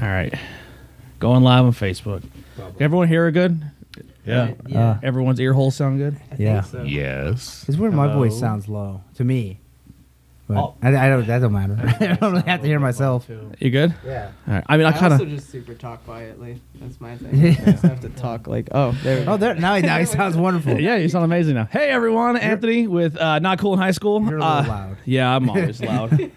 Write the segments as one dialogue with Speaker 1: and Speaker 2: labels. Speaker 1: All right. Going live on Facebook. Can everyone hear it good?
Speaker 2: Yeah.
Speaker 3: Yeah.
Speaker 1: Everyone's ear holes sound good?
Speaker 3: yeah.
Speaker 4: Yes.
Speaker 3: It's where my voice
Speaker 2: Hello?
Speaker 3: sounds low to me. But
Speaker 2: Oh.
Speaker 3: I, I don't. That don't matter. I don't really have to hear myself.
Speaker 1: You good?
Speaker 5: Yeah.
Speaker 1: All right. I mean,
Speaker 5: I,
Speaker 1: I kind
Speaker 5: also
Speaker 1: of.
Speaker 5: just super talk quietly. That's my thing. I just have to talk like, oh, there. we go.
Speaker 3: Oh, there, now, he- now he sounds wonderful.
Speaker 1: Yeah, you sound amazing now. Hey, everyone. Anthony with uh, Not Cool in High School.
Speaker 3: You're a little
Speaker 1: Uh,
Speaker 3: loud.
Speaker 1: Yeah, I'm always loud.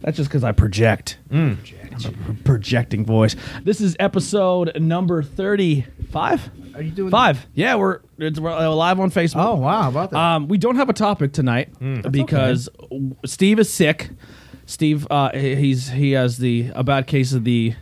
Speaker 1: That's just because I project.
Speaker 3: Mm.
Speaker 1: I'm a pr- projecting voice. This is episode number 35.
Speaker 3: Are you doing
Speaker 1: Five. Yeah, we're, it's, we're uh, live on Facebook.
Speaker 3: Oh wow, about that.
Speaker 1: Um, we don't have a topic tonight because w- Steve is sick. Steve, uh, he- he's he has the a bad case of the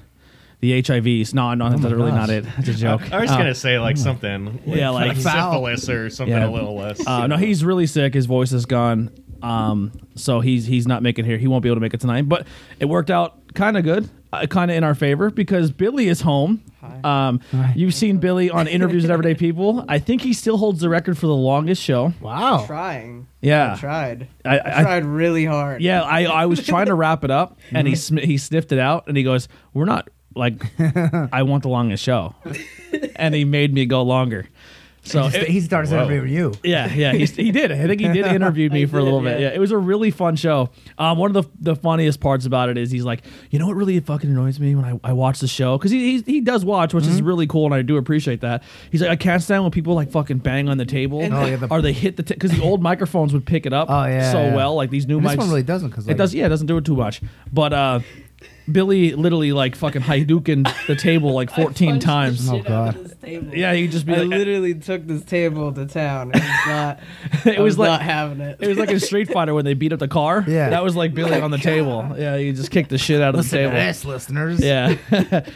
Speaker 1: the HIVs. No, no, that's really not it. That's a joke.
Speaker 2: I was
Speaker 1: Uh,
Speaker 2: gonna say like something.
Speaker 1: Yeah, like
Speaker 3: foul.
Speaker 2: syphilis or something
Speaker 1: Yeah.
Speaker 2: a little less.
Speaker 1: uh, no, he's really sick. His voice is gone. Um, so he's he's not making it here. He won't be able to make it tonight. But it worked out kind of good, uh, kind of in our favor because Billy is home.
Speaker 5: Hi.
Speaker 1: Um, you've seen Billy on interviews with Everyday People. I think he still holds the record for the longest show.
Speaker 3: wow.
Speaker 5: trying.
Speaker 1: Yeah.
Speaker 5: I tried.
Speaker 1: I-
Speaker 5: I,
Speaker 1: I-
Speaker 5: tried really hard.
Speaker 1: Yeah, I, I was trying to wrap it up, and he
Speaker 3: Mm-hmm.
Speaker 1: sm- he sniffed it out, and he goes, "We're not like I want the longest show," and he made me go longer. So
Speaker 3: Just-
Speaker 1: it-
Speaker 3: he starts
Speaker 2: Whoa.
Speaker 3: every review.
Speaker 1: yeah, yeah, he, he did. I think he did interview me
Speaker 5: I
Speaker 1: for a
Speaker 5: did,
Speaker 1: little bit.
Speaker 5: yeah.
Speaker 1: Yeah, it was a really fun show. Um, one of the the funniest parts about it is he's like, you know what really fucking annoys me when I, I watch the show because he, he he does watch, which
Speaker 3: Mm-hmm.
Speaker 1: is really cool, and I do appreciate that. He's like, I can't stand when people like fucking bang on the table
Speaker 3: Oh, yeah, the-
Speaker 1: or they hit the because the old microphones would pick it up
Speaker 3: Oh, yeah,
Speaker 1: so
Speaker 3: yeah.
Speaker 1: well. Like these new
Speaker 3: And
Speaker 1: mics,
Speaker 3: this one really doesn't because
Speaker 1: it does.
Speaker 3: Yeah.
Speaker 1: Yeah, it doesn't do it too much. But uh, Billy literally like fucking Hadouken the table like fourteen times.
Speaker 3: Oh, God.
Speaker 1: Yeah, you just be
Speaker 5: I
Speaker 1: like, uh,
Speaker 5: literally took this table to town. It was not.
Speaker 1: it
Speaker 5: I
Speaker 1: was like
Speaker 5: not having it.
Speaker 1: it was like in Street Fighter when they beat up the car.
Speaker 3: Yeah.
Speaker 1: that was like
Speaker 5: Oh
Speaker 1: Billy on the table. Yeah, you just kicked the shit out of the table.
Speaker 3: Yes, listeners.
Speaker 1: Yeah.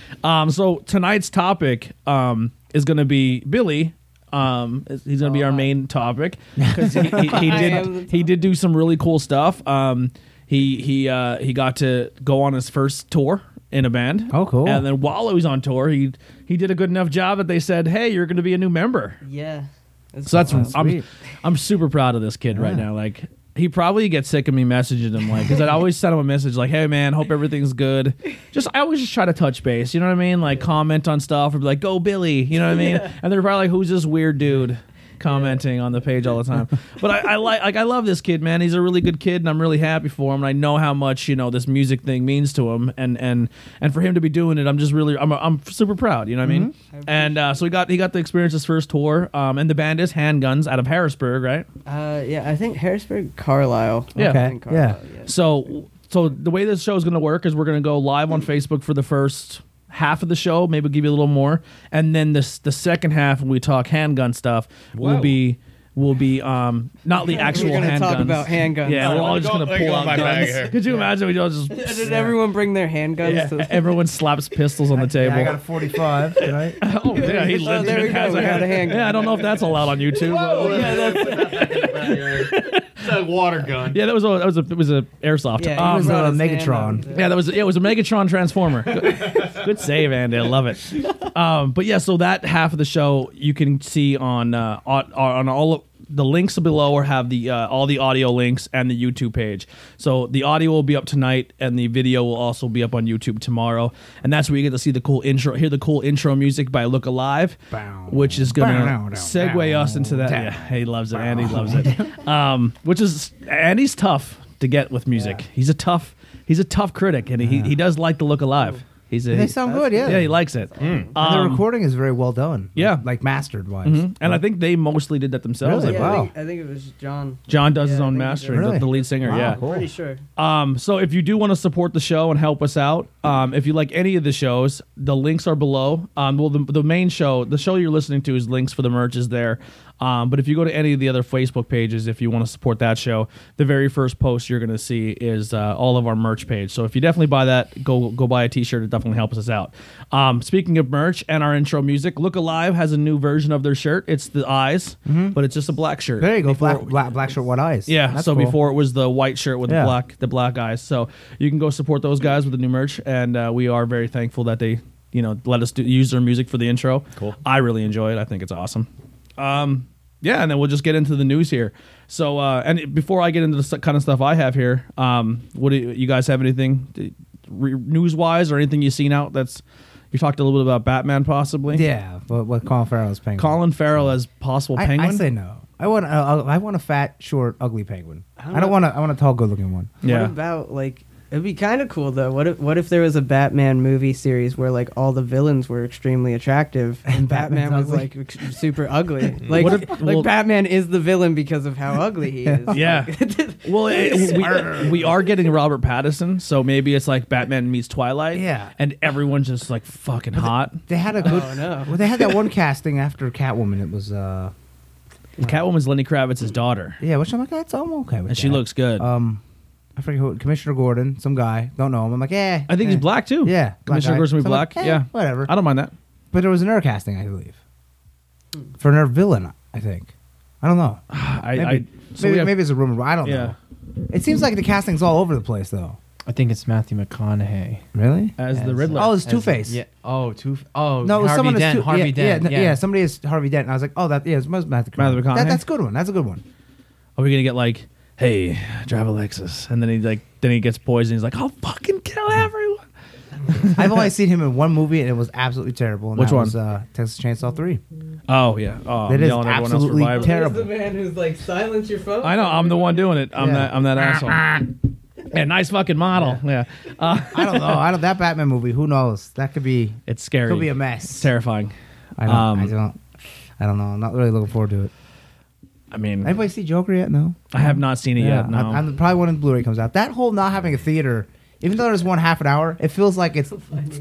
Speaker 1: um. So tonight's topic um is gonna be Billy. Um, is- he's gonna be our main topic because he, he, he
Speaker 5: I am the
Speaker 1: did he did do some really cool stuff. Um, he he uh he got to go on his first tour in a band.
Speaker 3: Oh, cool.
Speaker 1: And then while he was on tour, he he did a good enough job that they said, "Hey, you're gonna be a new member."
Speaker 5: yeah. It's
Speaker 1: So that's
Speaker 5: wild.
Speaker 1: I'm,
Speaker 3: sweet.
Speaker 1: I'm super proud of this kid right now. Like he probably gets sick of me messaging him like because I always send him a message like, "Hey man, hope everything's good." Just I always just try to touch base. You know what I mean? Like comment on stuff or be like, "Go Billy," you know what I mean? And they're probably like, "Who's this weird dude?" commenting on the page all the time but I, I like like i love this kid man he's a really good kid and i'm really happy for him and i know how much you know this music thing means to him and and and for him to be doing it i'm just really i'm, I'm super proud you know what i mean and uh, so he got he got to experience his first tour um, and the band is handguns out of harrisburg right
Speaker 5: Uh, yeah, I think Harrisburg, Carlisle.
Speaker 1: Yeah.
Speaker 5: I think
Speaker 3: Okay, yeah.
Speaker 5: Carlisle, yeah.
Speaker 1: So, so the way this show is going to work is we're going to go live on Facebook for the first half of the show, maybe give you a little more, and then this the second half when we talk handgun stuff will
Speaker 2: Whoa.
Speaker 1: be will be um not the actual
Speaker 5: We're gonna
Speaker 1: handguns.
Speaker 5: talk about handguns.
Speaker 1: yeah, we're
Speaker 2: Let
Speaker 1: all
Speaker 2: me
Speaker 1: just
Speaker 2: go-
Speaker 1: going to
Speaker 2: let me
Speaker 1: pull
Speaker 2: go
Speaker 1: out
Speaker 2: in my bag
Speaker 1: guns.
Speaker 2: here.
Speaker 1: Could you imagine we all just
Speaker 5: Did everyone bring their handguns?
Speaker 1: yeah,
Speaker 5: to
Speaker 1: everyone slaps pistols on the
Speaker 3: Yeah,
Speaker 1: table?
Speaker 3: I got a 45 tonight.
Speaker 1: oh, yeah, he
Speaker 5: Oh, there we
Speaker 1: legit
Speaker 5: go.
Speaker 1: has
Speaker 5: We
Speaker 1: a
Speaker 5: got
Speaker 1: hand.
Speaker 5: a handgun.
Speaker 1: Yeah, I don't know if that's allowed on YouTube. but-
Speaker 2: it's a water gun.
Speaker 1: yeah, that was a that was a it was a airsoft.
Speaker 5: yeah,
Speaker 1: Um,
Speaker 5: he
Speaker 3: was,
Speaker 5: brought
Speaker 3: uh,
Speaker 5: his hand
Speaker 3: Megatron.
Speaker 5: up.
Speaker 1: Yeah, that was yeah, it was a Megatron Transformer. Good, good save, Andy. I love it. Um, but yeah, so that half of the show you can see on uh, on, on all of the links below or have the uh, all the audio links and the YouTube page. So the audio will be up tonight and the video will also be up on YouTube tomorrow. And that's where you get to see the cool intro hear the cool intro music by Look Alive,
Speaker 3: Bow.
Speaker 1: which is gonna
Speaker 3: Bow, down,
Speaker 1: segue
Speaker 3: down,
Speaker 1: us into that.
Speaker 3: down.
Speaker 1: Yeah, he loves it. Andy loves it. Um, which is Andy's tough to get with music.
Speaker 3: Yeah.
Speaker 1: He's a tough he's a tough critic, and he, he does like to look alive. He's a
Speaker 3: They sound good, yeah.
Speaker 1: yeah he likes it.
Speaker 3: And the
Speaker 1: Um,
Speaker 3: recording is very well done.
Speaker 1: yeah. Mm-hmm.
Speaker 3: Like, mastered wise.
Speaker 1: and I think they mostly did that themselves.
Speaker 3: Really?
Speaker 1: I
Speaker 5: Yeah,
Speaker 1: believe.
Speaker 5: I,
Speaker 3: Wow.
Speaker 5: think, I think it was John.
Speaker 1: John does his
Speaker 5: Yeah, I
Speaker 1: own
Speaker 5: think he
Speaker 1: mastering,
Speaker 5: did.
Speaker 1: the,
Speaker 3: Really?
Speaker 1: the lead singer.
Speaker 3: Wow,
Speaker 1: yeah.
Speaker 3: cool.
Speaker 5: Pretty sure.
Speaker 1: Um, so if you do want to support the show and help us out, um, if you like any of the shows, the links are below. Um, well, the, the main show, the show you're listening to, is links for the merch is there. Um, but if you go to any of the other Facebook pages, if you want to support that show, the very first post you're going to see is uh, all of our merch page. So if you definitely buy that, go go buy a T-shirt. It definitely helps us out. Um, speaking of merch and our intro music, Look Alive has a new version of their shirt. It's the eyes, but it's just a black shirt.
Speaker 3: Mm-hmm. There you go.
Speaker 1: Before-
Speaker 3: Black, black, black shirt, white eyes.
Speaker 1: yeah.
Speaker 3: That's
Speaker 1: so
Speaker 3: cool.
Speaker 1: before it was the white shirt with the
Speaker 3: Yeah.
Speaker 1: black the black eyes. So you can go support those guys with the new merch, and uh, we are very thankful that they you know let us do, use their music for the intro. Cool. I really enjoy it. I think it's awesome. Um, yeah, and then we'll just get into the news here. So uh, and before I get into the s- kind of stuff I have here, um, what do you, you guys have anything? to- re- news wise or anything you've seen out that's you talked a little bit about Batman possibly?
Speaker 3: Yeah, but what Colin Farrell is penguin.
Speaker 1: Colin Farrell as possible
Speaker 3: I,
Speaker 1: penguin.
Speaker 3: I say no. I want a, I want a fat, short, ugly penguin.
Speaker 5: I
Speaker 3: I
Speaker 5: don't
Speaker 3: don't,
Speaker 5: know.
Speaker 3: want a I want a tall, good-looking one.
Speaker 1: Yeah.
Speaker 5: What about like it'd be kind of cool though. What if what if there was a Batman movie series where like all the villains were extremely attractive and Batman was
Speaker 3: Batman's
Speaker 5: like ex- super ugly? Like
Speaker 1: What if-
Speaker 5: like
Speaker 1: well-
Speaker 5: Batman is the villain because of how ugly he is.
Speaker 1: Yeah. well, it, we, we are getting Robert Pattinson, so maybe it's like Batman meets Twilight.
Speaker 3: Yeah.
Speaker 1: And everyone's just like fucking hot.
Speaker 3: They had a good.
Speaker 5: Oh, no.
Speaker 3: Well, they had that one casting after Catwoman. It was uh,
Speaker 1: Catwoman's Lenny Kravitz's
Speaker 3: Mm.
Speaker 1: daughter,
Speaker 3: yeah, which I'm like, that's I'm okay with.
Speaker 1: and she
Speaker 3: that."
Speaker 1: looks good.
Speaker 3: Um, I forget who Commissioner Gordon, some guy, don't know him. I'm like, eh.
Speaker 1: I think
Speaker 3: eh.
Speaker 1: he's black too.
Speaker 3: Yeah, black
Speaker 1: Commissioner
Speaker 3: guy.
Speaker 1: Gordon
Speaker 3: So I'm like,
Speaker 1: black.
Speaker 3: eh,
Speaker 1: yeah,
Speaker 3: whatever.
Speaker 1: I don't mind that.
Speaker 3: But there was another casting, I believe, for another villain. I think. I don't know.
Speaker 1: Hmm. I,
Speaker 3: Maybe,
Speaker 1: I so
Speaker 3: maybe,
Speaker 1: we have-
Speaker 3: maybe it's a rumor. But I don't
Speaker 1: Yeah.
Speaker 3: know. It seems like the casting's all over the place, though.
Speaker 4: I think it's Matthew McConaughey
Speaker 3: Really?
Speaker 1: Uh, as the Riddler.
Speaker 3: Oh, it's
Speaker 4: As-
Speaker 3: Two-Face.
Speaker 4: Yeah. Oh, Two. Oh,
Speaker 3: No, it was
Speaker 4: Harvey
Speaker 3: someone
Speaker 4: Dent.
Speaker 3: is too,
Speaker 4: Harvey
Speaker 3: yeah,
Speaker 4: Dent.
Speaker 3: Yeah, yeah. somebody is Harvey Dent, and I was like, oh, that yeah, it's Matthew
Speaker 1: Matthew
Speaker 3: That-
Speaker 1: McConaughey?
Speaker 3: that's a good one. That's a good one.
Speaker 1: Are we gonna get like, hey, drive a Lexus, and then he like, then he gets poisoned. He's like, I'll fucking kill everyone.
Speaker 3: I've only seen him in one movie, and it was absolutely terrible. And
Speaker 1: Which
Speaker 3: that
Speaker 1: one?
Speaker 3: Was, uh, Texas Chainsaw Three.
Speaker 1: Oh yeah, oh,
Speaker 3: That
Speaker 1: I'm
Speaker 3: is
Speaker 1: yelling at everyone else for
Speaker 3: absolutely
Speaker 1: violence.
Speaker 3: terrible.
Speaker 5: He's the man who's like silence your phone.
Speaker 1: I know, I'm the one doing it. I'm
Speaker 3: Yeah.
Speaker 1: that, I'm that asshole. Yeah, nice fucking model. Yeah, Uh,
Speaker 3: I don't know. I don't that Batman movie. Who knows? That could be.
Speaker 1: it's scary.
Speaker 3: Could be a mess.
Speaker 1: It's terrifying.
Speaker 3: I don't. I
Speaker 1: Um,
Speaker 3: don't. I don't know. I'm not really looking forward to it.
Speaker 1: I mean,
Speaker 3: Anybody see Joker yet? No.
Speaker 1: I have not seen it yet. No.
Speaker 3: I'm, I'm probably when the Blu-ray comes out. That whole not having a theater, even though there's one half an hour, it feels like it's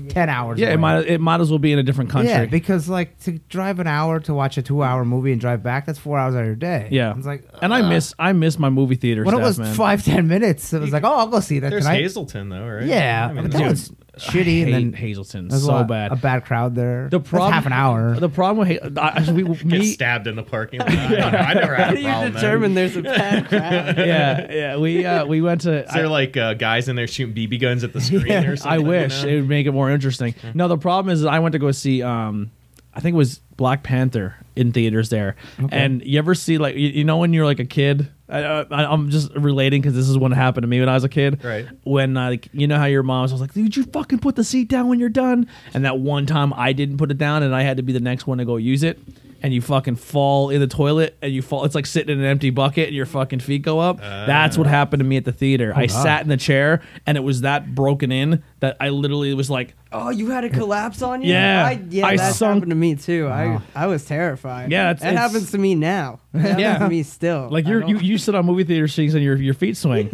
Speaker 3: ten hours.
Speaker 1: yeah,
Speaker 3: away.
Speaker 1: it might it might as well be in a different country.
Speaker 3: Yeah, because like to drive an hour to watch a two-hour movie and drive back, that's four hours out of your day.
Speaker 1: Yeah.
Speaker 3: it's like
Speaker 1: and I miss I miss my movie theater.
Speaker 3: uh, when it
Speaker 1: stuff,
Speaker 3: was
Speaker 1: man.
Speaker 3: five ten minutes, it was like, oh, I'll go see that
Speaker 2: There's
Speaker 3: tonight.
Speaker 2: Hazelton though, right?
Speaker 3: Yeah,
Speaker 2: I
Speaker 3: but
Speaker 2: mean,
Speaker 3: that
Speaker 2: dude,
Speaker 3: was
Speaker 1: I
Speaker 3: shitty.
Speaker 1: hate
Speaker 3: and then
Speaker 1: Hazelton
Speaker 3: there's a
Speaker 1: so
Speaker 3: lot-
Speaker 1: bad.
Speaker 3: a bad crowd there.
Speaker 1: The
Speaker 3: That's
Speaker 1: problem
Speaker 3: half an hour.
Speaker 1: The problem with I, I, we,
Speaker 2: get
Speaker 1: me,
Speaker 2: stabbed in the parking lot. I, don't know. I never
Speaker 5: How
Speaker 2: had
Speaker 5: do
Speaker 2: a
Speaker 5: you
Speaker 2: problem.
Speaker 5: determine there's a bad crowd?
Speaker 1: yeah, yeah. We uh, we went to.
Speaker 2: Is there like uh, guys in there shooting BB guns at the screen or
Speaker 1: I, I
Speaker 2: something? you
Speaker 1: wish
Speaker 2: know?
Speaker 1: it would make it more interesting. No, the problem is that I went to go see. Um, I think it was Black Panther in theaters there, and you ever see like you, you know when you're like a kid. I, I, I'm just relating because this is what happened to me when I was a kid.
Speaker 2: Right.
Speaker 1: When uh, like you know how your mom's was like, "Dude, you fucking put the seat down when you're done," and that one time I didn't put it down and I had to be the next one to go use it. And you fucking fall in the toilet, and you fall. It's like sitting in an empty bucket, and your fucking feet go up. That's what happened to me at the theater. I sat in the chair, and it was that broken in that I literally was like,
Speaker 5: Oh, you had a collapse on you?
Speaker 1: Yeah.
Speaker 5: I, yeah,
Speaker 1: I
Speaker 5: that
Speaker 1: sunk-
Speaker 5: happened to me too. I I was terrified.
Speaker 1: Yeah, it's-
Speaker 5: that
Speaker 1: it's-
Speaker 5: happens to me now. It happens
Speaker 1: Yeah.
Speaker 5: to me still.
Speaker 1: like
Speaker 5: I
Speaker 1: you're,
Speaker 5: don't-
Speaker 1: you you sit on movie theater seats, and your your feet swing.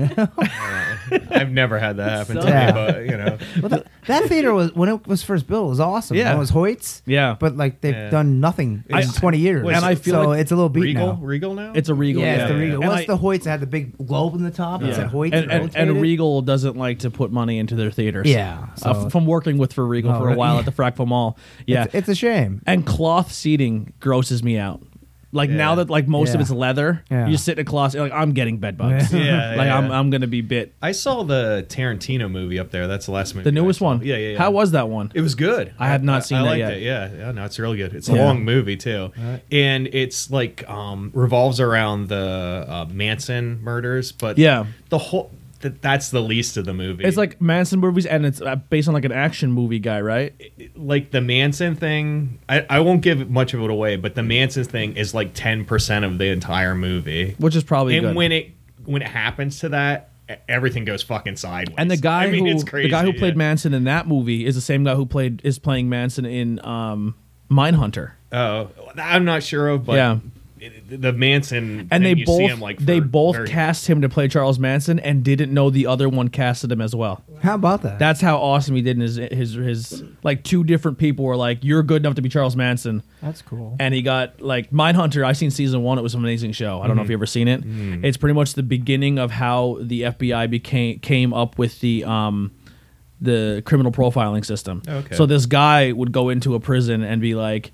Speaker 2: I've never had that happen to
Speaker 3: Yeah.
Speaker 2: me, but you know,
Speaker 3: Well, that, that theater was when it was first built it was awesome.
Speaker 1: Yeah.
Speaker 3: it was Hoyt's.
Speaker 1: Yeah.
Speaker 3: but like they've
Speaker 2: Yeah.
Speaker 3: done nothing in
Speaker 1: I-
Speaker 3: twenty years,
Speaker 1: and I feel
Speaker 3: so
Speaker 1: like
Speaker 3: it's a little beat
Speaker 2: Regal,
Speaker 3: now.
Speaker 2: Regal now.
Speaker 1: It's a regal.
Speaker 3: Yeah,
Speaker 1: Yeah,
Speaker 3: it's the
Speaker 2: yeah,
Speaker 3: Regal.
Speaker 1: yeah.
Speaker 3: Once
Speaker 1: And I-
Speaker 3: the Hoyts had the big globe on the top, it said Hoyts
Speaker 1: and, and, and
Speaker 3: rotated.
Speaker 1: Regal doesn't like to put money into their theaters.
Speaker 3: Yeah,
Speaker 1: Uh,
Speaker 3: so-
Speaker 1: f- from working with for Regal
Speaker 3: Oh,
Speaker 1: for a
Speaker 3: really?
Speaker 1: while at the Frackville Mall. Yeah,
Speaker 3: It's, it's a shame.
Speaker 1: and cloth seating grosses me out. Like now
Speaker 2: Yeah.
Speaker 1: that like most of
Speaker 3: Yeah.
Speaker 1: it's leather,
Speaker 3: Yeah.
Speaker 1: you sit in a cloth. Like I'm getting bed bugs.
Speaker 2: Yeah. Yeah,
Speaker 1: like
Speaker 2: yeah.
Speaker 1: I'm I'm gonna be bit.
Speaker 2: I saw the Tarantino movie up there. That's the last movie.
Speaker 1: The newest
Speaker 2: I saw.
Speaker 1: one.
Speaker 2: Yeah, yeah, yeah.
Speaker 1: How was that one?
Speaker 2: It was good.
Speaker 1: I have not seen
Speaker 2: I
Speaker 1: that
Speaker 2: liked
Speaker 1: yet.
Speaker 2: it. Yeah, yeah, no, it's really good. It's
Speaker 1: Yeah.
Speaker 2: a long movie too, and it's like um, revolves around the uh, Manson murders, but
Speaker 1: Yeah.
Speaker 2: the whole th- that's the least of the movie.
Speaker 1: It's like Manson movies, and it's uh, based on like an action movie guy, right?
Speaker 2: like the Manson thing. I, I won't give much of it away, but the Manson thing is like ten percent of the entire movie.
Speaker 1: Which is probably
Speaker 2: and
Speaker 1: good.
Speaker 2: when it when it happens to that, e- everything goes fucking sideways.
Speaker 1: and the guy
Speaker 2: I mean,
Speaker 1: who
Speaker 2: it's crazy,
Speaker 1: the guy who played
Speaker 2: yeah.
Speaker 1: Manson in that movie is the same guy who played is playing Manson in um, Mindhunter.
Speaker 2: Oh, I'm not sure of, but
Speaker 1: Yeah.
Speaker 2: it- the Manson
Speaker 1: and
Speaker 2: thing,
Speaker 1: they
Speaker 2: you
Speaker 1: both
Speaker 2: see him, like
Speaker 1: they
Speaker 2: for
Speaker 1: both
Speaker 2: very-
Speaker 1: cast him to play Charles Manson and didn't know the other one casted him as well.
Speaker 3: How about that?
Speaker 1: That's how awesome he did in his his his like two different people were like you're good enough to be Charles Manson.
Speaker 4: That's cool.
Speaker 1: And he got like Mindhunter. I seen season one. It was an amazing show. I don't know
Speaker 2: Mm-hmm.
Speaker 1: if you ever seen it. It's pretty much the beginning of how the FBI became came up with the um the criminal profiling system.
Speaker 2: Oh, Okay.
Speaker 1: So this guy would go into a prison and be like,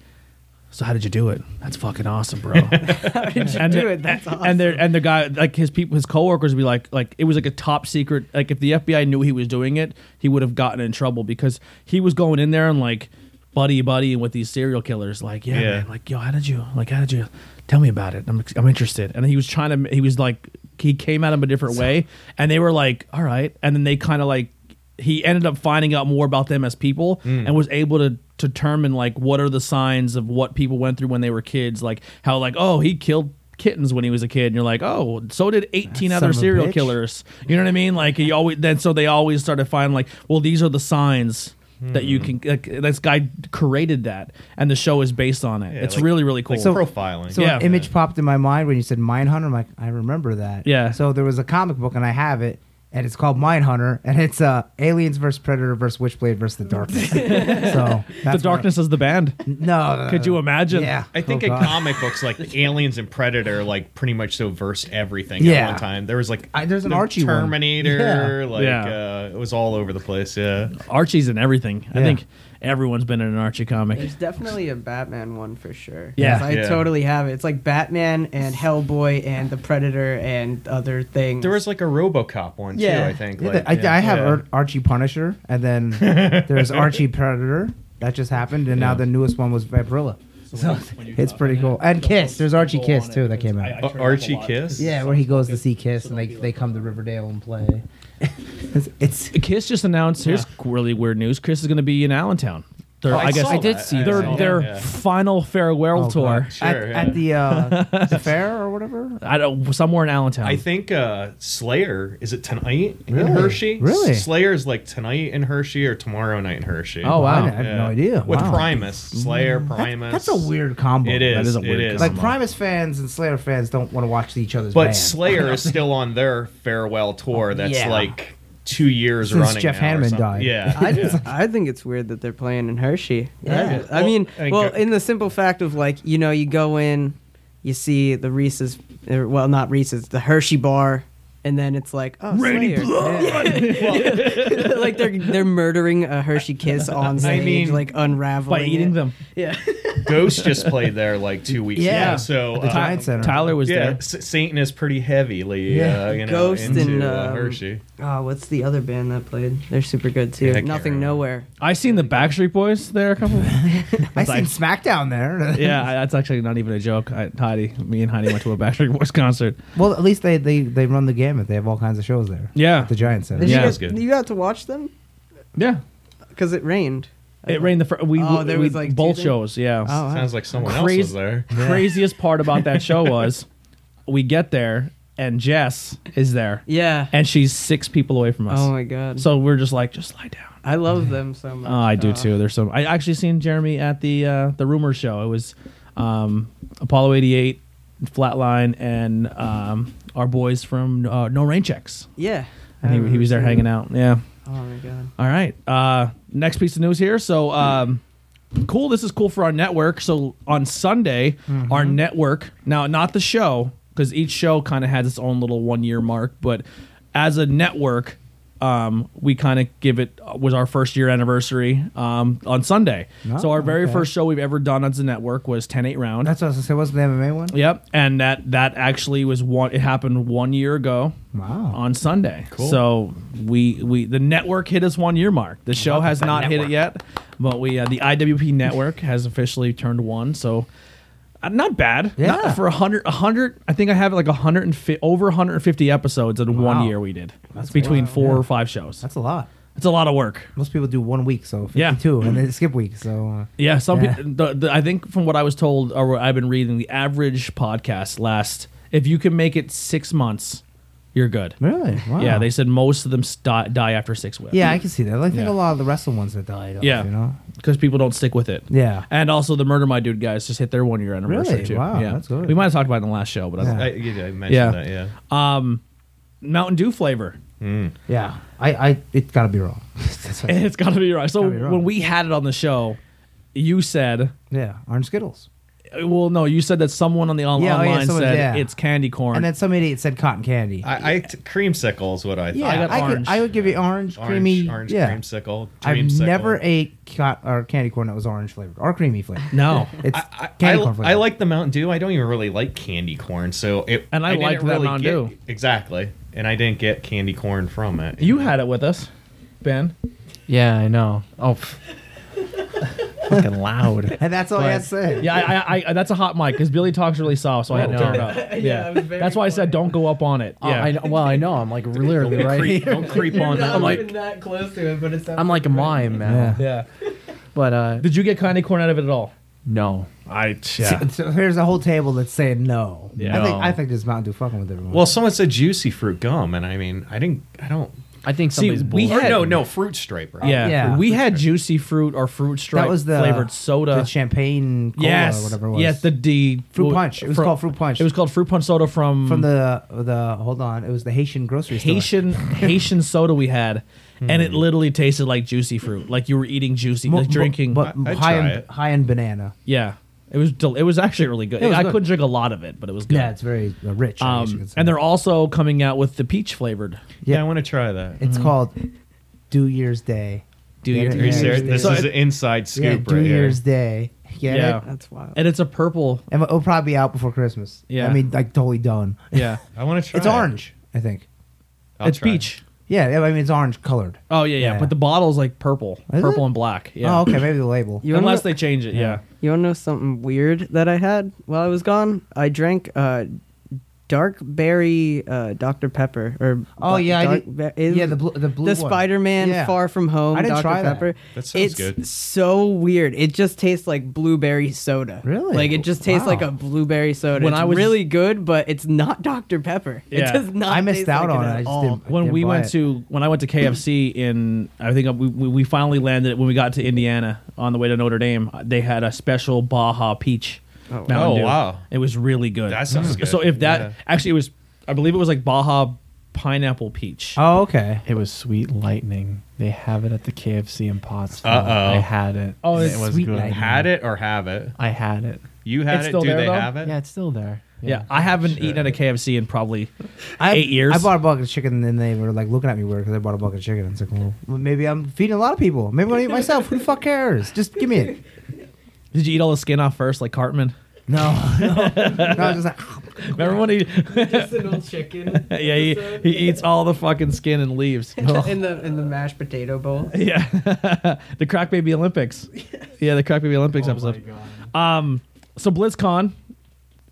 Speaker 1: "So how did you do it? That's fucking awesome, bro." how did you
Speaker 5: do it? That's
Speaker 1: And there and the guy like his people his coworkers would be like like it was like a top secret. Like if the FBI knew he was doing it, he would have gotten in trouble because he was going in there and like buddy buddy with these serial killers like yeah,
Speaker 2: Yeah.
Speaker 1: man, like yo how did you like how did you tell me about it i'm, I'm interested and he was trying to he was like he came at him a different way and they were like all right and then they kind of like he ended up finding out more about them as people
Speaker 3: Mm.
Speaker 1: and was able to determine like what are the signs of what people went through when they were kids, like how like oh he killed kittens when he was a kid and you're like oh so did 18
Speaker 3: Son
Speaker 1: other
Speaker 3: of a
Speaker 1: serial
Speaker 3: bitch.
Speaker 1: killers you know what i mean like he always then so they always started finding like well these are the signs that you
Speaker 2: Hmm.
Speaker 1: can like, this guy created that and the show is based on it
Speaker 2: Yeah,
Speaker 1: it's
Speaker 2: like-
Speaker 1: really really cool
Speaker 2: like
Speaker 3: So-
Speaker 2: profiling.
Speaker 3: So
Speaker 1: Yeah.
Speaker 3: an image popped in my mind when you said Mindhunter. I'm like, I remember that.
Speaker 1: Yeah.
Speaker 3: So there was a comic book, and I have it, and it's called Mindhunter, and it's uh, Aliens versus Predator versus Witchblade versus the Darkness. so
Speaker 1: the
Speaker 3: that's
Speaker 1: darkness is the band
Speaker 3: What, no, no, no,
Speaker 2: Uh,
Speaker 1: Could you imagine?
Speaker 3: Yeah.
Speaker 2: I think
Speaker 3: Oh,
Speaker 2: in
Speaker 3: God.
Speaker 2: comic books, like the aliens and Predator, like pretty much so versed everything
Speaker 3: Yeah.
Speaker 2: at one time. There was like
Speaker 3: I- there's an
Speaker 2: the
Speaker 3: Archie one.
Speaker 2: Terminator, like
Speaker 1: Yeah.
Speaker 2: Uh, it was all over the place. Yeah,
Speaker 1: Archie's in everything. I
Speaker 3: Yeah.
Speaker 1: think everyone's been in an Archie comic.
Speaker 5: There's definitely a Batman one for sure.
Speaker 1: Yeah.
Speaker 5: Yes, I
Speaker 2: Yeah.
Speaker 5: totally have it. It's like Batman and Hellboy and the Predator and other things.
Speaker 2: there was like a RoboCop one
Speaker 5: Yeah.
Speaker 2: too. I think.
Speaker 3: Yeah,
Speaker 2: like,
Speaker 3: I,
Speaker 2: yeah.
Speaker 3: I have
Speaker 2: Yeah.
Speaker 3: Ar- Archie Punisher, and then there's Archie Predator. That just happened, and now the newest one was Vibrilla. So it's pretty cool. And Kiss. There's Archie Kiss too that came out.
Speaker 2: Oh, Archie Kiss.
Speaker 3: Yeah, where he goes to see Kiss, and they, they come to Riverdale and play. it's, it's
Speaker 1: Kiss just announced here's really weird news. Chris is going to be in Allentown. Their,
Speaker 2: Oh,
Speaker 1: I, guess
Speaker 2: saw
Speaker 4: I did
Speaker 2: that.
Speaker 4: see
Speaker 1: their
Speaker 2: saw that,
Speaker 1: their
Speaker 2: yeah.
Speaker 1: final farewell
Speaker 3: Oh,
Speaker 1: tour.
Speaker 3: God.
Speaker 2: Sure,
Speaker 3: at,
Speaker 2: yeah.
Speaker 3: at the uh, the fair or whatever.
Speaker 1: I don't somewhere in Allentown.
Speaker 2: I think uh, Slayer is it tonight in
Speaker 3: Really?
Speaker 2: Hershey?
Speaker 3: Really?
Speaker 2: Slayer is like tonight in Hershey or tomorrow night in Hershey.
Speaker 1: Oh, wow.
Speaker 3: I didn't- I have no idea.
Speaker 2: With
Speaker 3: Wow. Mm,
Speaker 2: Primus, Slayer, Primus.
Speaker 3: That's a weird combo.
Speaker 2: It is.
Speaker 1: That is a weird
Speaker 2: it is.
Speaker 1: combo.
Speaker 3: Like Primus fans and Slayer fans don't want to watch each other's.
Speaker 2: But
Speaker 3: band.
Speaker 2: Slayer is still on their farewell tour. That's
Speaker 3: Yeah.
Speaker 2: like two years
Speaker 3: Since
Speaker 2: running.
Speaker 3: Jeff
Speaker 2: now or
Speaker 3: Hanneman
Speaker 2: something.
Speaker 3: died.
Speaker 2: Yeah.
Speaker 5: I just I think it's weird that they're playing in Hershey.
Speaker 3: Yeah.
Speaker 5: I mean,
Speaker 2: I mean,
Speaker 5: well,
Speaker 2: go-
Speaker 5: in the simple fact of like, you know, you go in, you see the Reese's, or, well, not Reese's, the Hershey bar, and then it's like, oh,
Speaker 1: Randy
Speaker 5: Slayer. like they're they're murdering a Hershey kiss on stage,
Speaker 2: mean,
Speaker 5: like unraveling
Speaker 1: by eating
Speaker 5: it.
Speaker 1: them.
Speaker 5: Yeah,
Speaker 2: Ghost just played there like two weeks
Speaker 3: Yeah.
Speaker 2: ago. So
Speaker 3: At the
Speaker 2: uh,
Speaker 3: Giant Center.
Speaker 1: Tyler was
Speaker 2: yeah,
Speaker 1: there.
Speaker 2: S- Satan is pretty heavily
Speaker 3: Yeah.
Speaker 2: uh, you know,
Speaker 5: Ghost
Speaker 2: into
Speaker 5: and,
Speaker 2: uh,
Speaker 5: um,
Speaker 2: Hershey.
Speaker 5: oh, what's the other band that played? They're super good too.
Speaker 2: Yeah, I can't
Speaker 5: Nothing
Speaker 2: remember.
Speaker 5: nowhere.
Speaker 1: I seen the Backstreet Boys there a couple.
Speaker 3: I
Speaker 1: It's like-
Speaker 3: seen SmackDown there.
Speaker 1: yeah, I- that's actually not even a joke. I, Heidi, me and Heidi went to a Backstreet Boys concert.
Speaker 3: Well, at least they, they they run the gamut. They have all kinds of shows there.
Speaker 1: Yeah.
Speaker 3: At the Giant Center.
Speaker 5: Did
Speaker 1: Yeah.
Speaker 5: you,
Speaker 2: That's
Speaker 5: guys-
Speaker 2: good.
Speaker 5: you got to watch them
Speaker 1: Yeah,
Speaker 5: because it rained.
Speaker 1: it rained the fir- we
Speaker 5: Oh, there
Speaker 1: we-
Speaker 5: was, like,
Speaker 1: both
Speaker 5: two things?
Speaker 1: shows. Yeah.
Speaker 5: Oh, wow.
Speaker 2: Sounds like someone else
Speaker 1: Crazy-
Speaker 2: was there.
Speaker 1: Craziest part about that show was we get there and Jess is there.
Speaker 5: yeah.
Speaker 1: and she's six people away from us.
Speaker 5: Oh my god.
Speaker 1: So we're just like, just lie down.
Speaker 5: I love them so much.
Speaker 1: Oh, I do
Speaker 5: Oh.
Speaker 1: too. There's some. I actually seen Jeremy at the uh, the rumor show. It was um, Apollo 88, Flatline, and um, our boys from uh, No Rain Checks.
Speaker 5: Yeah.
Speaker 1: And he, he was there hanging out. Yeah.
Speaker 5: Oh my god.
Speaker 1: All right. Uh, next piece of news here. So, um, cool. This is cool for our network. So on Sunday, our network now not the show because each show kind of has its own little one year mark, but as a network, um, we kind of give it uh, was our first year anniversary um, on Sunday. so our very
Speaker 3: okay.
Speaker 1: first show we've ever done as a network was 10-8 round.
Speaker 3: That's what I was gonna say. Wasn't the MMA one?
Speaker 1: Yep, and that that actually was one. It happened one year ago.
Speaker 3: Wow.
Speaker 1: On Sunday. So we we the network hit its one year mark. The show has not hit it yet, but we uh, the IWP network has officially turned one. So. uh, Not bad. Not-
Speaker 3: Yeah.
Speaker 1: for a hundred, a hundred. I think I have like a hundred and fi- over hundred and fifty episodes in one
Speaker 3: Wow.
Speaker 1: year. We did. That's between four or five shows.
Speaker 3: That's a lot.
Speaker 1: It's a lot of work.
Speaker 3: Most people do one week, so
Speaker 1: Yeah.
Speaker 3: 52, and then skip week. So uh,
Speaker 1: Yeah, some
Speaker 3: Yeah.
Speaker 1: peo- the, the, I think from what I was told or what I've been reading, the average podcast lasts if you can make it six months, you're good.
Speaker 3: really, wow.
Speaker 1: Yeah, they said most of them st- die after six weeks.
Speaker 3: Yeah, I can see that. I think
Speaker 1: Yeah.
Speaker 3: a lot of the wrestling ones that died. Off,
Speaker 1: Yeah.
Speaker 3: you know.
Speaker 1: because people don't stick with it.
Speaker 3: Yeah.
Speaker 1: and also the Murder My Dude guys just hit their one year anniversary
Speaker 3: Really?
Speaker 1: too.
Speaker 3: Wow,
Speaker 1: yeah,
Speaker 3: that's good.
Speaker 1: We might have talked about it in the last show, but I
Speaker 3: Yeah.
Speaker 2: I, you did- I mentioned
Speaker 1: Yeah.
Speaker 2: that. Yeah.
Speaker 1: um, Mountain Dew flavor.
Speaker 3: Yeah, I, I it gotta be wrong. That's what-
Speaker 1: It's got to be right. So
Speaker 3: Gotta be wrong.
Speaker 1: when we had it on the show, you said.
Speaker 3: yeah, orange Skittles,
Speaker 1: Well, no, you said that someone on the on-
Speaker 3: Yeah, oh, yeah,
Speaker 1: online
Speaker 3: someone-
Speaker 1: said
Speaker 3: yeah.
Speaker 1: it's candy corn.
Speaker 3: and then some idiot said cotton candy.
Speaker 2: I, I t- creamsicle is what I thought.
Speaker 3: yeah,
Speaker 1: I got
Speaker 3: could-
Speaker 1: orange.
Speaker 3: I would give you orange,
Speaker 2: orange,
Speaker 3: creamy.
Speaker 2: orange
Speaker 3: yeah.
Speaker 2: creamsicle.
Speaker 3: I've
Speaker 2: dreamsicle.
Speaker 3: never ate cot- or candy corn that was orange flavored or creamy flavored.
Speaker 1: no,
Speaker 3: It's
Speaker 2: I, I,
Speaker 3: candy corn
Speaker 2: I
Speaker 3: flavored.
Speaker 2: like the Mountain Dew. I don't even really like candy corn, so it
Speaker 1: And I
Speaker 2: didn't
Speaker 1: liked that
Speaker 2: really
Speaker 1: Mountain
Speaker 2: get-
Speaker 1: Dew.
Speaker 2: exactly. And I didn't get candy corn from it.
Speaker 1: you had it with us, Ben.
Speaker 4: Yeah, I know. Oh, pff. fucking loud.
Speaker 3: and that's all I had to say.
Speaker 1: Yeah, I, I, I, that's a hot mic because Billy talks really soft, so I had to
Speaker 4: Oh,
Speaker 1: turn it
Speaker 4: no.
Speaker 1: up. Yeah,
Speaker 5: Yeah, it was very
Speaker 1: that's why I said
Speaker 5: quiet.
Speaker 1: don't go up on it.
Speaker 4: Oh,
Speaker 1: yeah,
Speaker 4: I, well, I know. I'm like literally
Speaker 2: Don't
Speaker 4: right
Speaker 2: creep,
Speaker 4: here.
Speaker 2: don't creep on
Speaker 5: Not
Speaker 2: that.
Speaker 4: like-
Speaker 5: even that close to it, but it's.
Speaker 4: I'm like a mime now.
Speaker 1: yeah.
Speaker 4: But uh,
Speaker 1: Did you get kind of corn out of it at all?
Speaker 4: no.
Speaker 2: I yeah.
Speaker 3: So here's a whole table that's saying no.
Speaker 1: Yeah.
Speaker 3: I think
Speaker 4: No.
Speaker 3: I think this Mountain Dew fucking with everyone.
Speaker 2: Well, someone said juicy fruit gum, and I mean, I didn't. I don't.
Speaker 4: I think
Speaker 1: See,
Speaker 4: somebody's
Speaker 1: we
Speaker 4: bull-
Speaker 1: had-
Speaker 2: Or no, no fruit striper.
Speaker 1: Yeah,
Speaker 3: yeah.
Speaker 1: we had juicy fruit or fruit stripe
Speaker 3: that was the
Speaker 1: flavored soda.
Speaker 3: the champagne cola
Speaker 1: yes,
Speaker 3: or whatever it was.
Speaker 1: yes, the D
Speaker 3: fruit punch. It was called fruit punch.
Speaker 1: It was called fruit punch soda from
Speaker 3: from the the hold on. It was the Haitian grocery store. Hmm.
Speaker 1: Haitian Haitian soda we had, and it literally tasted like juicy fruit, like you were eating juicy,
Speaker 3: Mo-
Speaker 1: like
Speaker 3: mo-
Speaker 1: drinking.
Speaker 3: but
Speaker 2: I- I'd
Speaker 3: high
Speaker 2: try
Speaker 3: in
Speaker 2: it.
Speaker 3: high in banana.
Speaker 1: yeah, it was del- it was actually really good.
Speaker 3: It was
Speaker 1: I
Speaker 3: good.
Speaker 1: couldn't drink a lot of it, but it was good.
Speaker 3: Yeah, it's very uh, rich. I guess you
Speaker 1: um,
Speaker 3: could say.
Speaker 1: and they're also coming out with the peach flavored.
Speaker 2: yeah.
Speaker 3: Yeah.
Speaker 2: I want to try that.
Speaker 3: it's called New Year's Day.
Speaker 1: Mm-hmm. Do
Speaker 3: Get
Speaker 1: you-
Speaker 3: it?
Speaker 2: Are you
Speaker 3: Yeah,
Speaker 2: serious? This
Speaker 1: So
Speaker 2: is
Speaker 1: it-
Speaker 2: an inside scoop
Speaker 3: Yeah,
Speaker 2: right
Speaker 3: New
Speaker 2: here.
Speaker 3: Year's Day. Get
Speaker 1: Yeah.
Speaker 3: it?
Speaker 5: That's wild.
Speaker 1: and it's a purple.
Speaker 3: And it'll probably be out before Christmas.
Speaker 1: Yeah.
Speaker 3: I mean, like totally done.
Speaker 1: Yeah,
Speaker 2: I want to try.
Speaker 3: It's
Speaker 2: it.
Speaker 3: orange, I think.
Speaker 2: I'll
Speaker 1: it's
Speaker 2: try it.
Speaker 1: peach.
Speaker 3: Yeah, yeah, I mean it's orange colored.
Speaker 1: Oh yeah, yeah,
Speaker 3: Yeah.
Speaker 1: But the bottle's like purple,
Speaker 3: Is
Speaker 1: purple
Speaker 3: it?
Speaker 1: and black. Yeah.
Speaker 3: Oh, okay, maybe the label.
Speaker 5: You wanna
Speaker 1: Unless
Speaker 5: know-
Speaker 1: they change it. Yeah.
Speaker 5: You wanna know something weird that I had while I was gone? I drank uh, dark berry uh, Dr Pepper or
Speaker 3: Oh, yeah, I
Speaker 5: dark
Speaker 3: did-
Speaker 5: be- is-
Speaker 3: yeah, the blue- the blue one.
Speaker 5: Spider Man
Speaker 3: Yeah.
Speaker 5: Far From Home
Speaker 3: I didn't
Speaker 5: Dr
Speaker 3: try that.
Speaker 5: Pepper.
Speaker 2: That sounds
Speaker 5: it's
Speaker 2: good.
Speaker 5: so weird. It just tastes like blueberry soda.
Speaker 3: Really?
Speaker 5: Like it just tastes
Speaker 3: Wow.
Speaker 5: like a blueberry soda.
Speaker 1: When
Speaker 5: it's
Speaker 1: I was-
Speaker 5: really good, but it's not Dr Pepper.
Speaker 1: Yeah.
Speaker 5: It does not.
Speaker 3: I missed
Speaker 5: taste
Speaker 3: out
Speaker 5: like
Speaker 3: on
Speaker 5: it.
Speaker 3: it.
Speaker 5: at
Speaker 3: I just
Speaker 5: all.
Speaker 3: didn't.
Speaker 1: when
Speaker 3: didn't
Speaker 1: we
Speaker 3: buy
Speaker 1: went
Speaker 3: it.
Speaker 1: to when I went to KFC in I think we, we we finally landed it when we got to Indiana on the way to Notre Dame. They had a special Baja Peach. Oh,
Speaker 2: Oh, wow.
Speaker 1: It was really good. Mm-hmm.
Speaker 2: That sounds good.
Speaker 1: So if that
Speaker 2: Yeah.
Speaker 1: actually it was, I believe it was like Baja Pineapple Peach.
Speaker 3: Oh, okay.
Speaker 4: It was sweet lightning. They have it at the KFC in Pottsville.
Speaker 2: Uh-oh.
Speaker 4: I had it.
Speaker 1: Oh,
Speaker 4: and
Speaker 1: it's
Speaker 4: it was
Speaker 3: Sweet
Speaker 4: good.
Speaker 3: Lightning.
Speaker 2: Had it or have it?
Speaker 4: I had it.
Speaker 2: You had
Speaker 1: It's
Speaker 2: it.
Speaker 1: still
Speaker 2: Do
Speaker 1: there,
Speaker 2: they
Speaker 1: though?
Speaker 2: have it?
Speaker 4: Yeah, it's still there.
Speaker 1: yeah, I haven't eaten at a KFC in probably
Speaker 3: I,
Speaker 1: eight years.
Speaker 3: I bought a bucket of chicken, and then they were like looking at me weird because I bought a bucket of chicken. It's like, well, maybe I'm feeding a lot of people. Maybe I'll eat myself. Who the fuck cares? Just give me it.
Speaker 1: Did you eat all the skin off first, like Cartman?
Speaker 3: No, no, no. I was just like,
Speaker 1: Remember when he?
Speaker 5: Just an old chicken.
Speaker 1: yeah, he, he eats all the fucking skin and leaves.
Speaker 5: in the in the mashed potato bowl.
Speaker 1: Yeah, the crack baby Olympics. Yeah, Oh the crack baby Olympics episode. Um, so BlizzCon.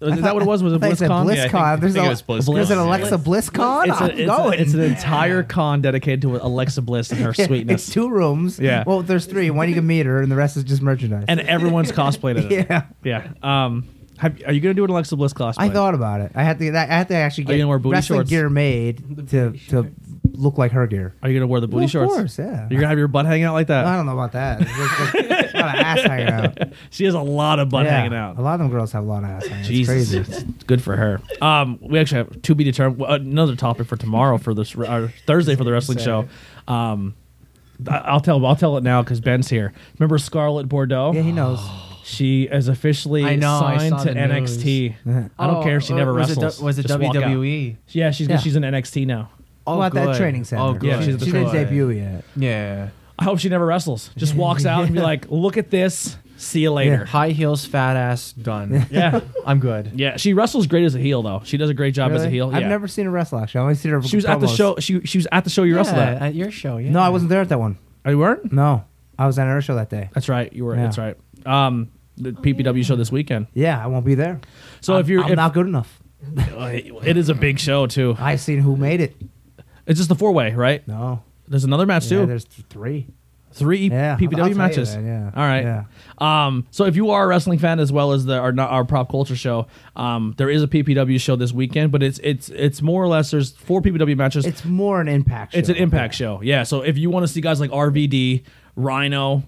Speaker 1: Is that what it was? Was
Speaker 3: I
Speaker 1: it
Speaker 3: thought you said
Speaker 1: BlizzCon?
Speaker 2: Yeah, I
Speaker 3: BlizzCon.
Speaker 2: think- I
Speaker 3: there's,
Speaker 2: think
Speaker 3: a,
Speaker 2: it was BlizzCon,
Speaker 3: there's an
Speaker 2: yeah.
Speaker 3: Alexa BlizzCon.
Speaker 1: It's, a-
Speaker 3: I'm
Speaker 1: it's a-
Speaker 3: going.
Speaker 1: it's an entire con dedicated to Alexa Bliss and her
Speaker 3: it's
Speaker 1: sweetness,
Speaker 3: two rooms.
Speaker 1: Yeah.
Speaker 3: Well, there's three. One you can meet her, and the rest is just merchandise.
Speaker 1: and everyone's cosplayed in it.
Speaker 3: yeah.
Speaker 1: Yeah. Um, have, are you gonna do an Alexa Bliss cosplay?
Speaker 3: I thought about it. I had to. I had to actually
Speaker 1: Are you
Speaker 3: get
Speaker 1: gonna wear booty
Speaker 3: wrestling
Speaker 1: shorts?
Speaker 3: gear made to to look like her gear.
Speaker 1: Are you gonna wear the booty
Speaker 3: Well, of
Speaker 1: shorts?
Speaker 3: course, yeah.
Speaker 1: You're gonna have your butt hanging out like that.
Speaker 3: I don't know about that. It's just like, a lot of ass hanging out.
Speaker 1: she has a lot of butt
Speaker 3: Yeah.
Speaker 1: hanging out.
Speaker 3: A lot of them girls have a lot of ass hanging.
Speaker 1: Jesus,
Speaker 3: It's crazy.
Speaker 1: It's good for her. Um, we actually have to be determined. well, Another topic for tomorrow for this or Thursday for the wrestling show. Um, I- I'll tell I'll tell it now because Ben's here. Remember Scarlett Bordeaux?
Speaker 3: Yeah, he knows.
Speaker 1: She is officially
Speaker 4: I know, I
Speaker 1: signed
Speaker 4: saw
Speaker 1: to
Speaker 4: the Oh, uh,
Speaker 1: NXT. I don't care if she never
Speaker 4: was
Speaker 1: wrestles.
Speaker 4: It, was it E?
Speaker 1: Just walk out.
Speaker 4: WWE?
Speaker 1: Yeah, she's
Speaker 3: Yeah.
Speaker 1: she's in NXT now.
Speaker 4: Oh,
Speaker 3: well, at that
Speaker 4: good.
Speaker 3: training center.
Speaker 4: Oh,
Speaker 1: Yeah,
Speaker 4: good.
Speaker 1: she's at the
Speaker 3: she didn't
Speaker 1: training.
Speaker 3: debut yet.
Speaker 4: Yeah.
Speaker 1: I hope she never wrestles. Just walks out and be like, "Look at this. See you later."
Speaker 4: High heels, fat ass, done.
Speaker 1: Yeah.
Speaker 4: I'm good.
Speaker 1: Yeah, she wrestles great as a heel though. She does a great job as a
Speaker 3: Really?
Speaker 1: heel.
Speaker 3: I've
Speaker 1: Yeah.
Speaker 3: never seen her wrestle. Actually, I only seen her.
Speaker 1: She was at the
Speaker 3: promos.
Speaker 1: show. She she was at the show you wrestled
Speaker 4: Yeah,
Speaker 1: at.
Speaker 4: at your show. Yeah.
Speaker 3: No, I wasn't there at that one.
Speaker 1: Oh, you weren't?
Speaker 3: No, I was at her show that day.
Speaker 1: That's right. You were.
Speaker 3: Yeah.
Speaker 1: That's right. Um, the PPW show this weekend.
Speaker 3: Yeah, I won't be there.
Speaker 1: So if you're,
Speaker 3: I'm
Speaker 1: if-
Speaker 3: not good enough.
Speaker 1: it is a big show too.
Speaker 3: I've seen who made it.
Speaker 1: It's just the four way, right?
Speaker 3: No,
Speaker 1: There's another match
Speaker 3: yeah,
Speaker 1: too.
Speaker 3: there's th- three.
Speaker 1: Three
Speaker 3: Yeah,
Speaker 1: PPW
Speaker 3: I'll- I'll tell you
Speaker 1: matches.
Speaker 3: that, yeah.
Speaker 1: All right.
Speaker 3: Yeah.
Speaker 1: Um, so if you are a wrestling fan as well as the our, our prop culture show, um, there is a PPW show this weekend, but it's it's it's more or less there's four PPW matches.
Speaker 3: It's more an impact.
Speaker 1: It's
Speaker 3: show.
Speaker 1: an impact show. Yeah. So if you want to see guys like RVD, Rhino,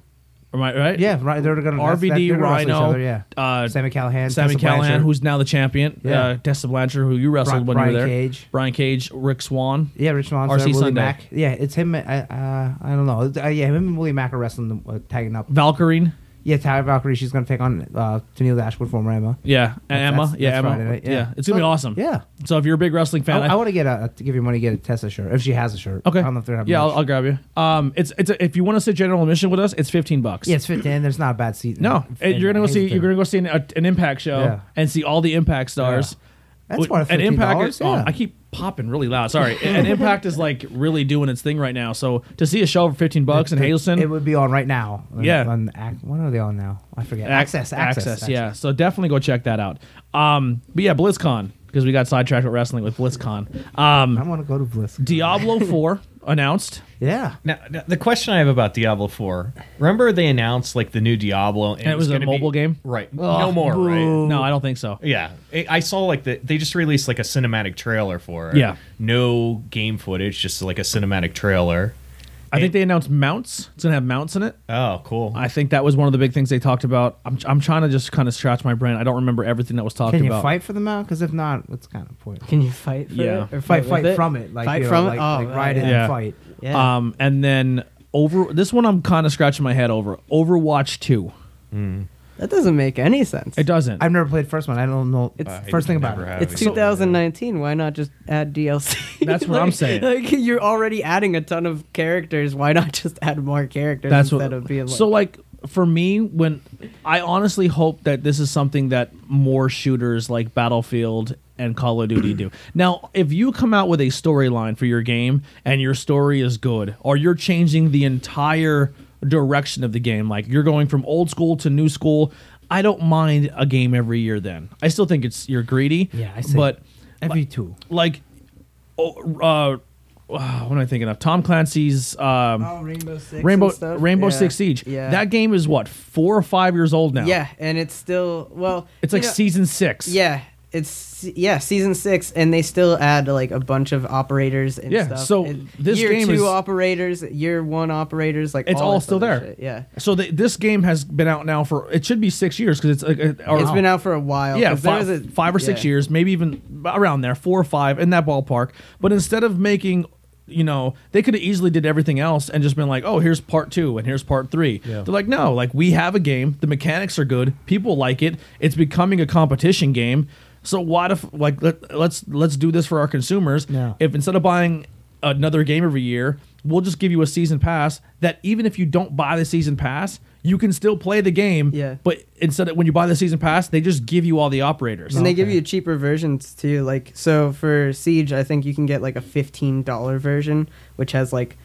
Speaker 1: am I right?
Speaker 3: Yeah, right. They're gonna that's- that-
Speaker 1: RVD,
Speaker 3: they're gonna wrestle each
Speaker 1: Rhino,
Speaker 3: other, yeah.
Speaker 1: uh,
Speaker 3: Sammy Callahan,
Speaker 1: Sammy
Speaker 3: Tessa
Speaker 1: Callahan,
Speaker 3: Blanchard.
Speaker 1: who's now the champion.
Speaker 3: Yeah.
Speaker 1: Uh, Tessa Blanchard, who you wrestled
Speaker 3: Bri-
Speaker 1: when you
Speaker 3: Brian
Speaker 1: were there.
Speaker 3: Cage.
Speaker 1: Brian Cage, Rick Swan.
Speaker 3: Yeah, Rich Mullins,
Speaker 1: RC
Speaker 3: RC Willie
Speaker 1: Sunday.
Speaker 3: Mack. Yeah, it's him. I, uh, I don't know. Uh, yeah, him and Willie Mack are wrestling, uh, tagging up.
Speaker 1: Valkyrie.
Speaker 3: Yeah, Tyler Valkyrie. She's gonna take on uh, Tennille Dashwood, former Emma.
Speaker 1: Yeah. And
Speaker 3: That's-
Speaker 1: Emma.
Speaker 3: that's-
Speaker 1: yeah,
Speaker 3: that's
Speaker 1: Emma.
Speaker 3: Friday night,
Speaker 1: yeah.
Speaker 3: yeah.
Speaker 1: It's going to be
Speaker 3: So-
Speaker 1: awesome.
Speaker 3: Yeah,
Speaker 1: So if you're a big wrestling fan,
Speaker 3: I, I want to get a uh, to give you money to get a Tessa shirt if she has a shirt.
Speaker 1: Okay.
Speaker 3: I don't know if they're having.
Speaker 1: yeah, I'll,
Speaker 3: much.
Speaker 1: I'll grab you. Um, it's it's a, if you want to sit general admission with us, it's fifteen bucks.
Speaker 3: yeah, it's fifteen. There's not a bad seat. in-
Speaker 1: No,
Speaker 3: in
Speaker 1: and you're gonna go see.
Speaker 3: Hazleton.
Speaker 1: You're gonna go see an, a, an Impact show
Speaker 3: Yeah.
Speaker 1: and see all theat Impact stars.
Speaker 3: That's worth
Speaker 1: An
Speaker 3: $15,
Speaker 1: Impact. oh,
Speaker 3: yeah.
Speaker 1: I keep popping really loud. Sorry, and Impact is like really doing its thing right now. So to see a show for fifteen bucks in
Speaker 3: It-
Speaker 1: Hazelton,
Speaker 3: It would be on right now.
Speaker 1: Yeah.
Speaker 3: On, Ac- what are they on now? I forget.
Speaker 1: Ac-
Speaker 3: Access. Access.
Speaker 1: yeah. So definitely go check that out. Um, but yeah, BlizzCon because we got sidetracked with wrestling with BlizzCon.
Speaker 3: I
Speaker 1: Um,
Speaker 3: want to go to Bliss.
Speaker 1: Diablo Four announced.
Speaker 3: yeah.
Speaker 2: Now, now, the question I have about Diablo 4. Remember they announced like the new Diablo and,
Speaker 1: it was a
Speaker 2: gonna be-
Speaker 1: mobile game?
Speaker 2: Right. no more, right?
Speaker 1: No, I don't think so.
Speaker 2: Yeah. I I saw like the, they just released like a cinematic trailer for it.
Speaker 1: Yeah.
Speaker 2: No game footage, just like a cinematic trailer.
Speaker 1: I think they announced mounts. It's gonna have mounts in it.
Speaker 2: Oh, cool.
Speaker 1: I think that was one of the big things they talked about. I'm, I'm trying to just kind of scratch my brain. I don't remember everything that was talked
Speaker 3: Can you
Speaker 1: about.
Speaker 3: fight for the mount? Because if not, what's kind of point?
Speaker 5: Can you fight? For
Speaker 1: Yeah.
Speaker 5: it? Or
Speaker 3: Fight,
Speaker 5: with
Speaker 3: fight from it. Like,
Speaker 5: fight
Speaker 3: you know,
Speaker 5: from
Speaker 3: like,
Speaker 5: it. Oh,
Speaker 3: like ride
Speaker 5: yeah.
Speaker 3: it Uh,
Speaker 1: Yeah.
Speaker 3: and fight.
Speaker 5: Yeah.
Speaker 1: Um, and then over this one, I'm kind of scratching my head over Overwatch Two.
Speaker 5: that doesn't make any sense.
Speaker 1: It doesn't.
Speaker 3: I've never played first one. I don't know.
Speaker 5: It's-
Speaker 2: I
Speaker 3: first thing about
Speaker 2: never
Speaker 3: it.
Speaker 2: have
Speaker 5: It's
Speaker 2: either.
Speaker 5: 2019. Why not just add DLC?
Speaker 1: That's what
Speaker 5: Like-
Speaker 1: I'm saying.
Speaker 5: Like you're already adding a ton of characters. Why not just add more characters
Speaker 1: That's
Speaker 5: instead
Speaker 1: what.
Speaker 5: of being like,
Speaker 1: so like for me, when I honestly hope that this is something that more shooters like Battlefield and Call of Duty do. Now, if you come out with a storyline for your game and your story is good, or you're changing the entire direction of the game, like you're going from old school to new school. I don't mind a game every year. Then I still think it's you're greedy.
Speaker 3: Yeah, I see.
Speaker 1: But
Speaker 3: Every two.
Speaker 1: like oh, uh, what am I thinking of? Tom Clancy's um,
Speaker 5: oh, Rainbow Six,
Speaker 1: Rainbow
Speaker 5: and stuff?
Speaker 1: Rainbow
Speaker 5: Yeah.
Speaker 1: Six Siege.
Speaker 5: Yeah,
Speaker 1: That game is what four or five years old now.
Speaker 5: Yeah, and it's still well.
Speaker 1: it's
Speaker 5: you
Speaker 1: like
Speaker 5: know-
Speaker 1: season six.
Speaker 5: Yeah, it's yeah season six, and they still add like a bunch of operators and
Speaker 1: Yeah,
Speaker 5: stuff.
Speaker 1: so
Speaker 5: And
Speaker 1: this
Speaker 5: year
Speaker 1: game
Speaker 5: two
Speaker 1: is-
Speaker 5: operators, year one operators, like
Speaker 1: It's all
Speaker 5: this
Speaker 1: still
Speaker 5: other
Speaker 1: there.
Speaker 5: shit, Yeah,
Speaker 1: So th this game has been out now for it should be six years because it's like uh, or-
Speaker 5: it's been out for a while.
Speaker 1: Yeah,
Speaker 5: 'cause there
Speaker 1: five,
Speaker 5: was a-
Speaker 1: five or six
Speaker 5: yeah.
Speaker 1: years, maybe even around there, four or five in that ballpark. But instead of making, you know, they could have easily did everything else and just been like, oh, here's part two and here's part three. They're like, no, like we have a game. The mechanics are good. People like it. It's becoming a competition game. So why if like let, let's let's do this for our consumers?
Speaker 3: Yeah.
Speaker 1: If instead of buying another game every year, we'll just give you a season pass that even if you don't buy the season pass, you can still play the game.
Speaker 5: Yeah.
Speaker 1: But instead of when you buy the season pass, they just give you all the
Speaker 3: Mm-hmm.
Speaker 1: operators.
Speaker 5: And they give you cheaper versions too. Like so for Siege, I think you can get like a fifteen dollar version, which has like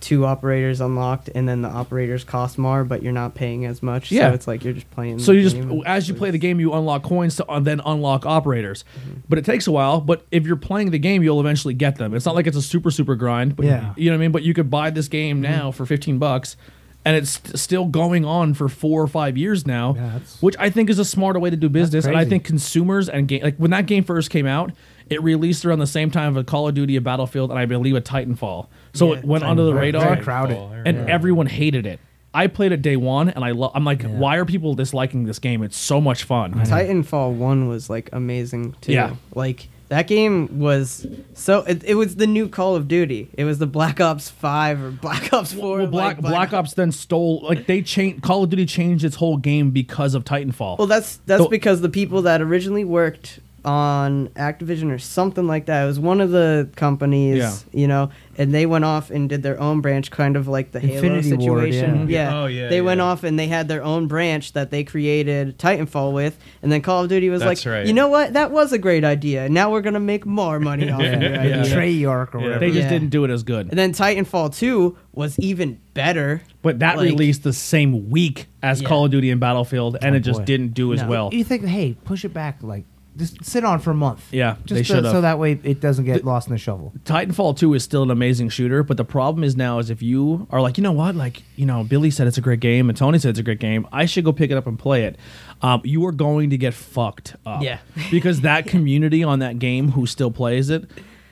Speaker 5: two operators unlocked, and then the operators cost more, but you're not paying as much.
Speaker 1: Yeah.
Speaker 5: so it's like you're just playing.
Speaker 1: So
Speaker 5: the
Speaker 1: you just
Speaker 3: Mm-hmm.
Speaker 5: game.
Speaker 1: as you play the game, you unlock coins to un- then unlock operators.
Speaker 3: Mm-hmm.
Speaker 1: But it takes a while. But if you're playing the game, you'll eventually get them. It's not like it's a super super grind. But
Speaker 3: Yeah. Mm-hmm.
Speaker 1: you know what I mean. But you could buy this game now for fifteen bucks. And it's st- still going on for four or five years now,
Speaker 3: Yeah, that's-
Speaker 1: which I think is a smarter way to do business. And I
Speaker 3: crazy.
Speaker 1: think consumers and game, like when that game first came out, it released around the same time of a Call of Duty, a Battlefield, and I believe a Titanfall. So
Speaker 5: Yeah.
Speaker 1: it went under the
Speaker 3: Very
Speaker 1: radar
Speaker 3: crowded.
Speaker 1: and everyone hated it. I played it day one, and I lo- I'm like, why are people disliking this game? It's so much fun.
Speaker 5: Titanfall One was like amazing too.
Speaker 1: Yeah.
Speaker 5: like that game was so it, it was the new Call of Duty. It was the Black Ops Five or Black Ops Four.
Speaker 1: Well, Black
Speaker 5: like,
Speaker 1: Black Ops then stole like they changed Call of Duty changed its whole game because of Titanfall.
Speaker 5: Well, that's that's
Speaker 1: Though-
Speaker 5: because the people that originally worked on Activision or something like that. It was one of the companies,
Speaker 1: Yeah.
Speaker 5: you know, and they went off and did their own branch, kind of like the
Speaker 3: Infinity
Speaker 5: Halo
Speaker 3: Ward,
Speaker 5: situation.
Speaker 2: yeah.
Speaker 5: yeah.
Speaker 2: Oh, yeah,
Speaker 5: They went
Speaker 2: yeah.
Speaker 5: off and they had their own branch that they created Titanfall with, and then Call of Duty was
Speaker 2: That's
Speaker 5: like,
Speaker 2: right.
Speaker 5: you know what, that was a great idea. Now we're gonna make more money off of it.
Speaker 1: Yeah.
Speaker 3: Treyarch or whatever.
Speaker 1: they just
Speaker 5: yeah.
Speaker 1: didn't do it as good.
Speaker 5: And then Titanfall 2 was even better.
Speaker 1: but that
Speaker 5: like-
Speaker 1: released the same week as
Speaker 5: Yeah.
Speaker 1: Call of Duty and Battlefield, and it just
Speaker 3: boy.
Speaker 1: didn't do as
Speaker 5: No.
Speaker 1: well.
Speaker 3: You think, hey, push it back, like just sit on for a month.
Speaker 1: Yeah,
Speaker 3: just
Speaker 1: they
Speaker 3: to-
Speaker 1: should've.
Speaker 3: so that way it doesn't get lost in the shovel.
Speaker 1: Titanfall 2 is still an amazing shooter, but the problem is now is if you are like, you know what, like, you know, Billy said it's a great game and Tony said it's a great game, I should go pick it up and play it. Um, you are going to get fucked up.
Speaker 5: Yeah.
Speaker 1: because that community on that game who still plays it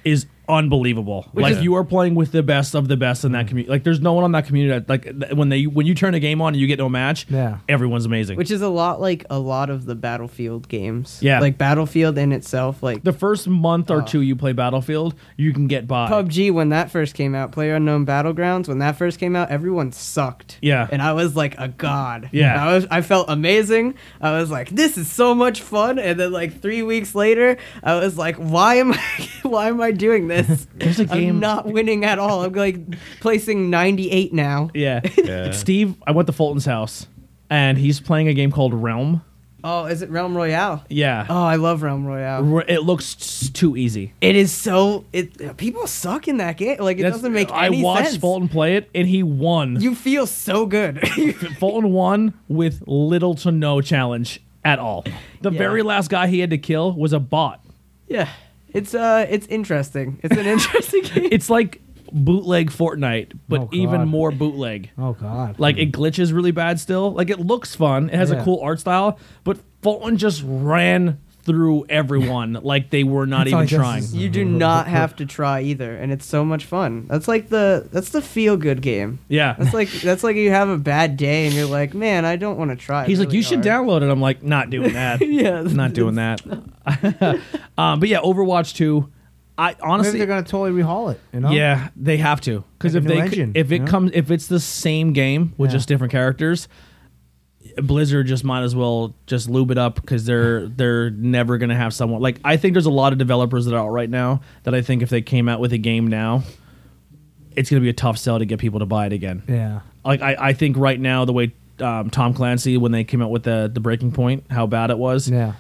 Speaker 1: is unbelievable. like
Speaker 5: is-
Speaker 1: you are playing with the best of the best in that community. Like there's no one on that community that like th- when they when you turn a game on and you get no match,
Speaker 3: Yeah.
Speaker 1: everyone's amazing.
Speaker 5: Which is a lot like a lot of the Battlefield games.
Speaker 1: Yeah.
Speaker 5: Like Battlefield in itself, like
Speaker 1: the first month
Speaker 5: Uh.
Speaker 1: or two you play Battlefield, you can get by.
Speaker 5: PUBG when that first came out, Player Unknown Battlegrounds, when that first came out, everyone sucked.
Speaker 1: Yeah.
Speaker 5: And I was like a god.
Speaker 1: Yeah.
Speaker 5: I was I felt amazing. I was like, this is so much fun. And then like three weeks later, I was like, why am I why am I doing this?
Speaker 1: There's a game-
Speaker 5: I'm not winning at all. I'm like placing ninety eight now.
Speaker 1: Yeah.
Speaker 2: Yeah.
Speaker 1: Steve, I went to Fulton's house and he's playing a game called Realm.
Speaker 5: Oh, is it Realm Royale?
Speaker 1: Yeah.
Speaker 5: Oh, I love Realm Royale.
Speaker 1: R- It looks s- too easy.
Speaker 5: It is so it people suck in that game. Like it
Speaker 1: That's-
Speaker 5: doesn't make
Speaker 1: I
Speaker 5: any
Speaker 1: watched
Speaker 5: sense.
Speaker 1: Fulton play it, and he won.
Speaker 5: You feel so good.
Speaker 1: Fulton won with little to no challenge at all. The
Speaker 5: Yeah.
Speaker 1: very last guy he had to kill was a bot.
Speaker 5: yeah. It's uh it's interesting. It's an interesting game.
Speaker 1: It's like bootleg Fortnite, but
Speaker 3: Oh,
Speaker 1: even
Speaker 3: God.
Speaker 1: more bootleg.
Speaker 3: Oh God.
Speaker 1: Like it glitches really bad still. Like it looks fun. It has a
Speaker 3: Yeah.
Speaker 1: cool art style, but Fulton just ran through everyone like they were not even
Speaker 3: all he does
Speaker 1: trying.
Speaker 3: is-
Speaker 5: You do not have to try either, and it's so much fun. That's like the that's the feel good game.
Speaker 1: Yeah.
Speaker 5: That's like that's like you have a bad day and you're like, man, I don't want to try.
Speaker 1: He's like,
Speaker 5: really
Speaker 1: you should
Speaker 5: hard."
Speaker 1: download it. I'm like, not doing that.
Speaker 5: Yeah,
Speaker 1: not doing that. um, but yeah, Overwatch 2. I honestly
Speaker 3: Maybe they're gonna totally rehaul it. You know?
Speaker 1: Yeah, they have to because
Speaker 3: Like
Speaker 1: if
Speaker 3: a new
Speaker 1: they
Speaker 3: engine,
Speaker 1: if it
Speaker 3: you know?
Speaker 1: comes if it's the same game with
Speaker 3: Yeah.
Speaker 1: just different characters, Blizzard just might as well just lube it up because they're they're never gonna have someone like I think there's a lot of developers that are out right now that I think if they came out with a game now, it's gonna be a tough sell to get people to buy it again.
Speaker 3: Yeah.
Speaker 1: Like I, I think right now the way um, Tom Clancy when they came out with the the Breaking Point how bad it was
Speaker 3: Yeah.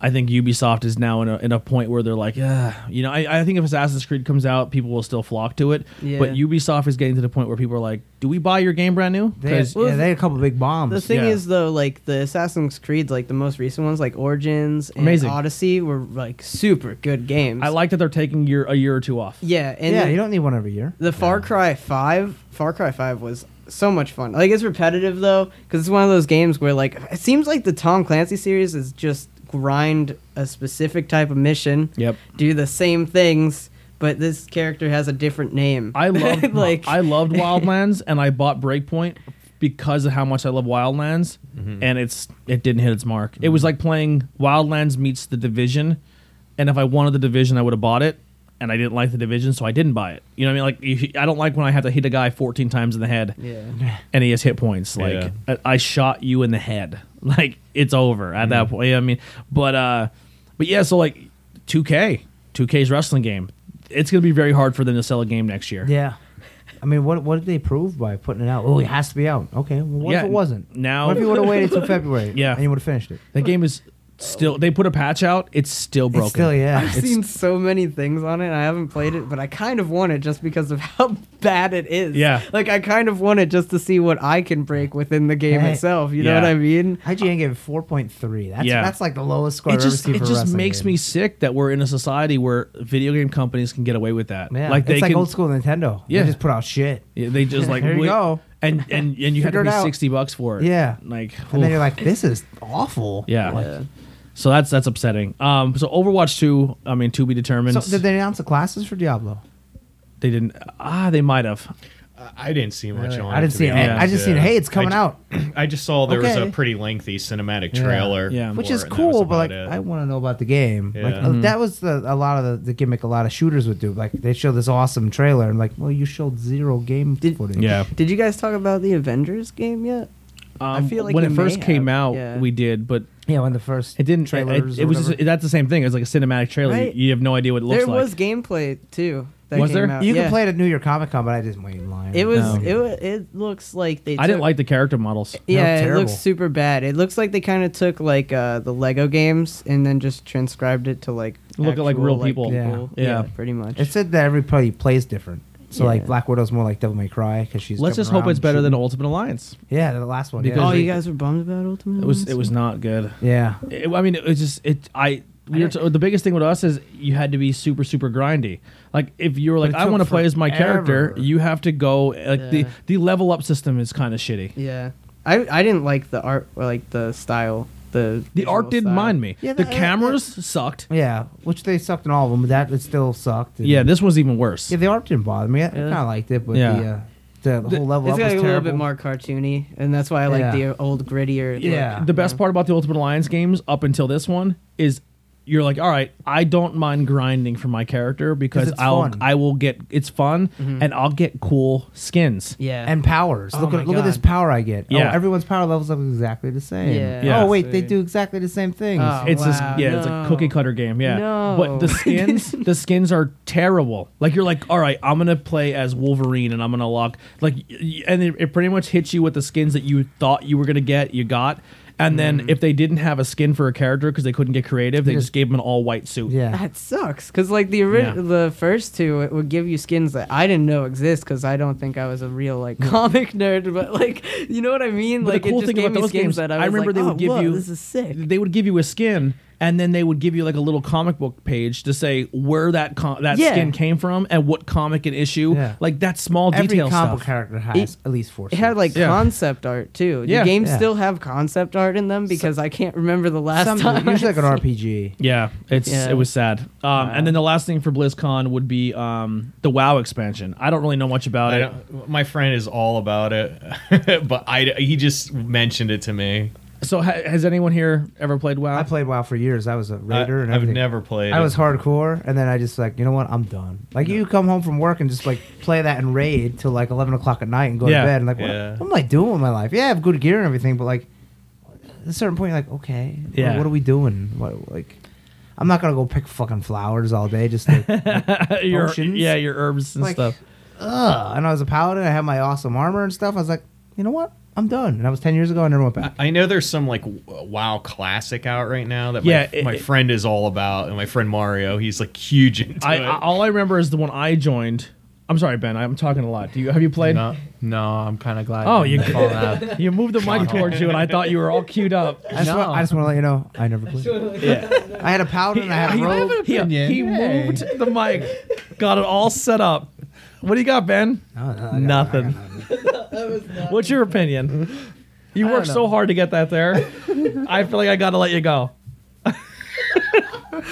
Speaker 1: I think Ubisoft is now in a, in a point where they're like, yeah, you know, I, I think if Assassin's Creed comes out, people will still flock to it.
Speaker 5: Yeah.
Speaker 1: But Ubisoft is getting to the point where people are like, do we buy your game brand new?
Speaker 3: They had,
Speaker 1: 'Cause-
Speaker 5: Well,
Speaker 3: yeah, they had a couple big bombs.
Speaker 5: The thing
Speaker 1: Yeah.
Speaker 5: is though, like the Assassin's Creed, like the most recent ones, like Origins and
Speaker 1: Amazing.
Speaker 5: Odyssey, were like super good games.
Speaker 1: I like that they're taking year a year or two off.
Speaker 5: Yeah, and
Speaker 3: yeah,
Speaker 5: the,
Speaker 3: you don't need one every year.
Speaker 5: the Far Cry Five, Far Cry Five was so much fun. Like it's repetitive though, because it's one of those games where like it seems like the Tom Clancy series is just grind a specific type of mission,
Speaker 1: Yep.
Speaker 5: do the same things, but this character has a different name.
Speaker 1: I loved
Speaker 5: Like-
Speaker 1: I loved Wildlands and I bought Breakpoint because of how much I love Wildlands and it's it didn't hit its mark. It was like playing Wildlands meets The Division and if I wanted The Division I would have bought it and I didn't like The Division so I didn't buy it. You know what I mean? Like you- I don't like when I have to hit a guy 14 times in the head.
Speaker 5: yeah,
Speaker 1: and he has hit points. Like
Speaker 2: Yeah.
Speaker 1: I, I shot you in the head. Like it's over at
Speaker 3: Mm-hmm.
Speaker 1: that point. Yeah, I mean, but uh, but yeah. So like, 2K, 2K's wrestling game. It's gonna be very hard for them to sell a game next year.
Speaker 3: Yeah. I mean, what what did they prove by putting it out? Oh, it has to be out. Okay. Well, what
Speaker 1: Yeah,
Speaker 3: if it wasn't?
Speaker 1: now-
Speaker 3: What if you would have waited till February?
Speaker 1: Yeah.
Speaker 3: And you would have finished it.
Speaker 1: The game is still. They put a patch out. It's still broken.
Speaker 3: It's still yeah.
Speaker 5: I've
Speaker 3: It's-
Speaker 5: seen so many things on it. And I haven't played it, but I kind of want it just because of how bad it is.
Speaker 1: Yeah.
Speaker 5: like I kind of want it just to see what I can break within the game
Speaker 3: Hey.
Speaker 5: itself. You
Speaker 1: Yeah.
Speaker 5: know what I mean?
Speaker 3: IGN gave it 4.3. That's
Speaker 1: Yeah.
Speaker 3: that's like the lowest score
Speaker 1: It
Speaker 3: I've
Speaker 1: just
Speaker 3: ever seen
Speaker 1: it
Speaker 3: for a
Speaker 1: just
Speaker 3: wrestling
Speaker 1: makes
Speaker 3: game.
Speaker 1: me sick that we're in a society where video game companies can get away with that.
Speaker 3: Yeah.
Speaker 1: Like they
Speaker 3: it's like
Speaker 1: can,
Speaker 3: old school Nintendo.
Speaker 1: Yeah.
Speaker 3: They just put out shit.
Speaker 1: yeah, they just like
Speaker 3: Here you
Speaker 1: wait-
Speaker 3: go.
Speaker 1: and and and you have to
Speaker 3: Figure it
Speaker 1: pay
Speaker 3: out.
Speaker 1: sixty bucks for it.
Speaker 3: Yeah.
Speaker 1: like
Speaker 3: And then
Speaker 1: oof.
Speaker 3: you're like, this is awful.
Speaker 1: Yeah.
Speaker 3: Like,
Speaker 1: So that's that's upsetting. Um, so Overwatch two, I mean, to be determined.
Speaker 3: So did they announce the classes for Diablo?
Speaker 1: They didn't. Ah, they might have.
Speaker 2: I- I didn't see much on.
Speaker 3: I
Speaker 2: it,
Speaker 3: didn't
Speaker 2: to
Speaker 3: see
Speaker 2: be
Speaker 3: it. I
Speaker 2: honest,
Speaker 3: just
Speaker 2: yeah.
Speaker 3: seen, hey, it's coming
Speaker 2: I ju-
Speaker 3: out,
Speaker 2: I just saw there was
Speaker 3: Okay.
Speaker 2: a pretty lengthy cinematic
Speaker 3: Yeah.
Speaker 2: trailer,
Speaker 1: Yeah.
Speaker 2: for
Speaker 3: which is
Speaker 2: it, and that was
Speaker 3: cool. But like,
Speaker 2: about
Speaker 3: I
Speaker 2: it.
Speaker 3: want to know about the game. Like
Speaker 2: Yeah.
Speaker 3: uh,
Speaker 5: Mm-hmm.
Speaker 3: that was the, a lot of the, the gimmick. A lot of shooters would do. Like they show this awesome trailer, and like, well, you showed zero game
Speaker 5: Did-
Speaker 3: footage.
Speaker 5: Did you guys talk about the Avengers game yet?
Speaker 1: Um,
Speaker 5: feel like
Speaker 1: when
Speaker 5: you
Speaker 1: it first
Speaker 5: may
Speaker 1: came
Speaker 5: have,
Speaker 1: out,
Speaker 5: yeah.
Speaker 1: we did, but
Speaker 3: Yeah, when the first
Speaker 1: it didn't. it-
Speaker 3: trailers.
Speaker 1: It, it was just, that's the same thing. It's like a cinematic trailer. You-
Speaker 5: Right.
Speaker 1: You, have no idea what it looks
Speaker 5: there
Speaker 1: like.
Speaker 5: was gameplay too. That
Speaker 1: Was
Speaker 5: came
Speaker 1: there?
Speaker 5: Out.
Speaker 3: you
Speaker 5: Yeah.
Speaker 3: can play it at New York Comic Con, but I didn't wait in line.
Speaker 5: It was.
Speaker 1: Um,
Speaker 5: it wa- it looks like they.
Speaker 1: I didn't
Speaker 5: took-
Speaker 1: like the character models.
Speaker 5: Yeah, it
Speaker 3: terrible.
Speaker 5: looks super bad. It looks like they kind of took like uh, the Lego games and then just transcribed it to like
Speaker 1: Look at, like, real people.
Speaker 3: Yeah.
Speaker 1: Yeah.
Speaker 5: pretty much.
Speaker 3: It said that everybody plays different. So like
Speaker 5: Yeah.
Speaker 3: Black Widow's more like Devil May Cry because she's.
Speaker 1: Let's
Speaker 3: jumping
Speaker 1: just hope
Speaker 3: around
Speaker 1: it's better than
Speaker 3: shooting.
Speaker 1: Ultimate Alliance.
Speaker 3: Yeah, the last one.
Speaker 1: Because
Speaker 5: oh,
Speaker 3: yeah.
Speaker 1: they-
Speaker 5: you guys were bummed about Ultimate.
Speaker 1: It was.
Speaker 5: Alliance?
Speaker 1: It was not good.
Speaker 3: yeah.
Speaker 1: It- I mean, it was just it. I. We were t- the biggest thing with us is you had to be super super grindy. Like if you were like
Speaker 3: it
Speaker 1: I
Speaker 3: took
Speaker 1: want to play as my character,
Speaker 3: forever.
Speaker 1: you have to go like the
Speaker 5: Yeah.
Speaker 1: the level up system is kind of shitty.
Speaker 5: Yeah, I I didn't like the art or like the style. The
Speaker 1: The
Speaker 5: visual
Speaker 1: art didn't
Speaker 5: style.
Speaker 1: mind me.
Speaker 3: Yeah,
Speaker 1: the
Speaker 3: that-
Speaker 1: cameras sucked.
Speaker 3: Yeah, which they sucked in all of them, but that it still sucked. And-
Speaker 1: Yeah, this was even worse.
Speaker 3: yeah, the art didn't bother me. I kind of liked it, but
Speaker 1: Yeah.
Speaker 3: the, uh, the, the whole level
Speaker 5: It's
Speaker 3: up
Speaker 5: got
Speaker 3: was
Speaker 5: a
Speaker 3: terrible.
Speaker 5: little bit more cartoony, and that's why I like
Speaker 3: Yeah.
Speaker 5: the old grittier. look.
Speaker 3: Yeah.
Speaker 1: the best part about the Ultimate Alliance games up until this one is you're like, all right, I don't mind grinding for my character because
Speaker 3: 'Cause it's
Speaker 1: I'll
Speaker 3: fun.
Speaker 1: I will get it's fun and I'll get cool skins.
Speaker 5: Mm-hmm. Yeah.
Speaker 3: and powers.
Speaker 5: Oh
Speaker 3: look
Speaker 5: my
Speaker 3: at look at this
Speaker 5: God.
Speaker 3: power I get.
Speaker 1: Yeah.
Speaker 3: Oh, everyone's power levels look exactly the same.
Speaker 5: Yeah.
Speaker 1: Yeah.
Speaker 3: Oh wait, they
Speaker 5: Dude.
Speaker 3: do exactly the same things.
Speaker 5: Oh.
Speaker 1: It's this,
Speaker 5: wow,
Speaker 1: yeah, it's a
Speaker 5: no.
Speaker 1: cookie cutter game, yeah.
Speaker 5: No.
Speaker 1: But the skins, the skins are terrible. Like you're like, all right, I'm gonna play as Wolverine and I'm gonna lock like, y- y- and it, it pretty much hits you with the skins that you thought you were gonna get, you got, And then
Speaker 5: Mm-hmm.
Speaker 1: if they didn't have a skin for a character because they couldn't get creative, they
Speaker 3: Just-
Speaker 1: just gave them an all white suit.
Speaker 3: Yeah.
Speaker 5: That sucks. Cause like the ori-
Speaker 1: Yeah.
Speaker 5: the first two, it would give you skins that I didn't know exist. Cause I don't think I was a real like comic nerd, but like you know what I mean.
Speaker 1: But
Speaker 5: like
Speaker 1: the cool
Speaker 5: it just
Speaker 1: thing
Speaker 5: gave
Speaker 1: about
Speaker 5: me
Speaker 1: those
Speaker 5: skins
Speaker 1: games,
Speaker 5: that I,
Speaker 1: I
Speaker 5: was
Speaker 1: remember
Speaker 5: like,
Speaker 1: they would
Speaker 5: "Oh,
Speaker 1: give
Speaker 5: whoa,
Speaker 1: you-
Speaker 5: this is sick.
Speaker 1: They would give you a skin, and then they would give you like a little comic book page to say where that com- that
Speaker 5: Yeah.
Speaker 1: skin came from and what comic and issue.
Speaker 3: Yeah.
Speaker 1: Like that small
Speaker 3: Every
Speaker 1: detail
Speaker 3: comic
Speaker 1: stuff.
Speaker 3: character has
Speaker 5: It-
Speaker 3: at least four.
Speaker 5: It had
Speaker 3: suits.
Speaker 5: like
Speaker 1: Yeah.
Speaker 5: concept art too. Do
Speaker 1: Yeah.
Speaker 5: games
Speaker 3: Yeah.
Speaker 5: still have concept art in them? Because I can't remember the last
Speaker 3: Some-
Speaker 5: time.
Speaker 3: Usually like an RPG.
Speaker 1: Yeah, it's
Speaker 5: Yeah.
Speaker 1: it was sad. Um, And then the last thing for BlizzCon would be um, the WoW expansion. I don't really know much about
Speaker 2: I
Speaker 1: it.
Speaker 2: don't, my friend is all about it, but I he just mentioned it to me.
Speaker 1: So ha- has anyone here ever played WoW?
Speaker 3: I played WoW for years. I was a raider.
Speaker 2: I,
Speaker 3: and
Speaker 2: have
Speaker 3: everything.
Speaker 2: never played.
Speaker 3: I
Speaker 2: it.
Speaker 3: was hardcore, and then I just like, you know what? I'm done. Like, you come home from work and just like play that and raid till like 11 o'clock at night and go
Speaker 1: Yeah.
Speaker 3: to bed. And like, what,
Speaker 2: Yeah.
Speaker 3: what am I doing with my life? Yeah, I have good gear and everything, but like, at a certain point, you're like, okay, wh-
Speaker 1: Yeah.
Speaker 3: what, are we doing? What, like, I'm not gonna go pick fucking flowers all day. Just like,
Speaker 1: your,
Speaker 3: potions?
Speaker 1: yeah, your herbs and
Speaker 3: like,
Speaker 1: stuff.
Speaker 3: ugh. And I was a paladin. I had my awesome armor and stuff. I was like, you know what? I'm done. And that was 10 years ago. I never went back.
Speaker 2: I know there's some like w- WoW classic out right now that
Speaker 1: Yeah,
Speaker 2: my,
Speaker 1: it-
Speaker 2: my
Speaker 1: it-
Speaker 2: friend is all about, and my friend Mario, he's like huge into
Speaker 1: I,
Speaker 2: it.
Speaker 1: I all I remember is the one I joined. I'm sorry, Ben. I'm talking a lot. Do you have you played?
Speaker 4: No, no, I'm kind of glad.
Speaker 1: Oh, you-
Speaker 4: fall out.
Speaker 1: You moved the mic towards you, and I thought you were all queued up.
Speaker 3: I just, want,
Speaker 4: No.
Speaker 3: I just want to let you know, I never played. I had a paladin. I had a rogue.
Speaker 1: He, he moved the mic, got it all set up. What do you got, Ben?
Speaker 3: No, no, I got-
Speaker 1: Nothing. What's your opinion? You worked so hard to get that there. I feel like I got to let you go.
Speaker 4: no,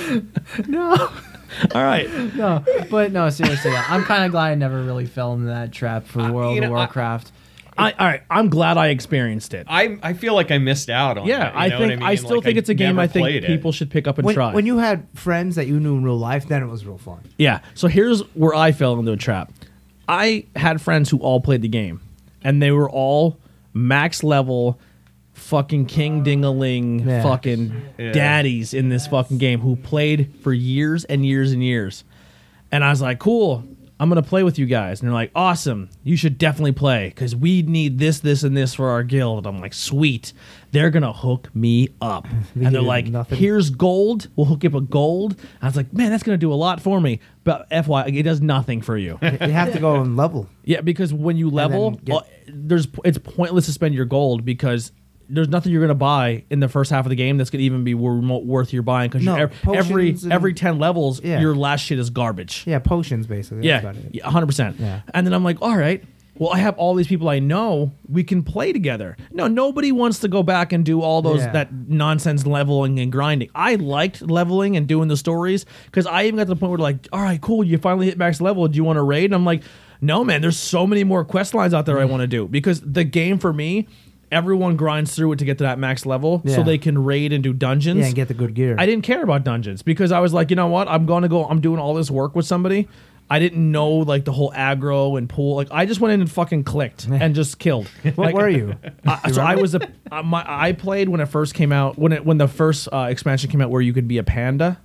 Speaker 1: All right.
Speaker 4: no, but no, seriously, I'm kind of glad I never really fell into that trap for World
Speaker 2: you know,
Speaker 4: of
Speaker 2: I-
Speaker 4: Warcraft.
Speaker 1: I, all right. I'm glad I experienced it.
Speaker 2: I I feel like I missed out on.
Speaker 1: yeah,
Speaker 2: that, you
Speaker 1: I
Speaker 2: know what
Speaker 1: think I,
Speaker 2: mean?
Speaker 1: still
Speaker 2: Like,
Speaker 1: think it's a game
Speaker 2: never
Speaker 1: I think
Speaker 2: played it.
Speaker 1: people should pick up and
Speaker 3: when,
Speaker 1: try.
Speaker 3: when you had friends that you knew in real life, then it was real fun.
Speaker 1: Yeah. So here's where I fell into a trap. I had friends who all played the game, and they were all max level, fucking king dingaling,
Speaker 3: Yeah.
Speaker 1: fucking
Speaker 2: Yeah.
Speaker 1: daddies in this fucking game who played for years and years and years. And I was like, cool. I'm gonna play with you guys, and they're like, "Awesome! You should definitely play because we need this, this, and this for our guild." I'm like, "Sweet!" They're gonna hook me up, and they're
Speaker 3: did
Speaker 1: like,
Speaker 3: nothing.
Speaker 1: "Here here's gold. We'll hook you up with gold. And I was like, man, that's gonna do a lot for me. But FY, it does nothing for you.
Speaker 3: You have to go and level.
Speaker 1: yeah, because when you level,
Speaker 3: then get-
Speaker 1: uh, there's it's pointless to spend your gold because there's nothing you're gonna buy in the first half of the game that's gonna even be wor- mo- worth your buying because
Speaker 3: No,
Speaker 1: every
Speaker 3: potions and-
Speaker 1: every ten levels,
Speaker 3: Yeah.
Speaker 1: your last shit is garbage.
Speaker 3: Yeah, potions basically. That's
Speaker 1: Yeah,
Speaker 3: about it.
Speaker 1: yeah, 100%.
Speaker 3: Yeah.
Speaker 1: And then I'm like, all right, well, I have all these people I know. We can play together. No, nobody wants to go back and do all those,
Speaker 3: Yeah.
Speaker 1: that nonsense leveling and grinding. I liked leveling and doing the stories because I even got to the point where, like, all right, cool, you finally hit max level. Do you want to raid? And I'm like, no, man, there's so many more quest lines out
Speaker 3: Mm.
Speaker 1: there I want to do because the game for me, everyone grinds through it to get to that max level so
Speaker 3: Yeah.
Speaker 1: they can raid and do dungeons.
Speaker 3: Yeah, and get the good gear.
Speaker 1: I didn't care about dungeons because I was like, you know what? I'm going to go. I'm doing all this work with somebody. I didn't know like the whole aggro and pool. Like I just went in and fucking clicked and just killed.
Speaker 3: What
Speaker 1: like,
Speaker 3: were you?
Speaker 1: I, so I was a uh, my I played when it first came out when it when the first uh, expansion came out where you could be a panda.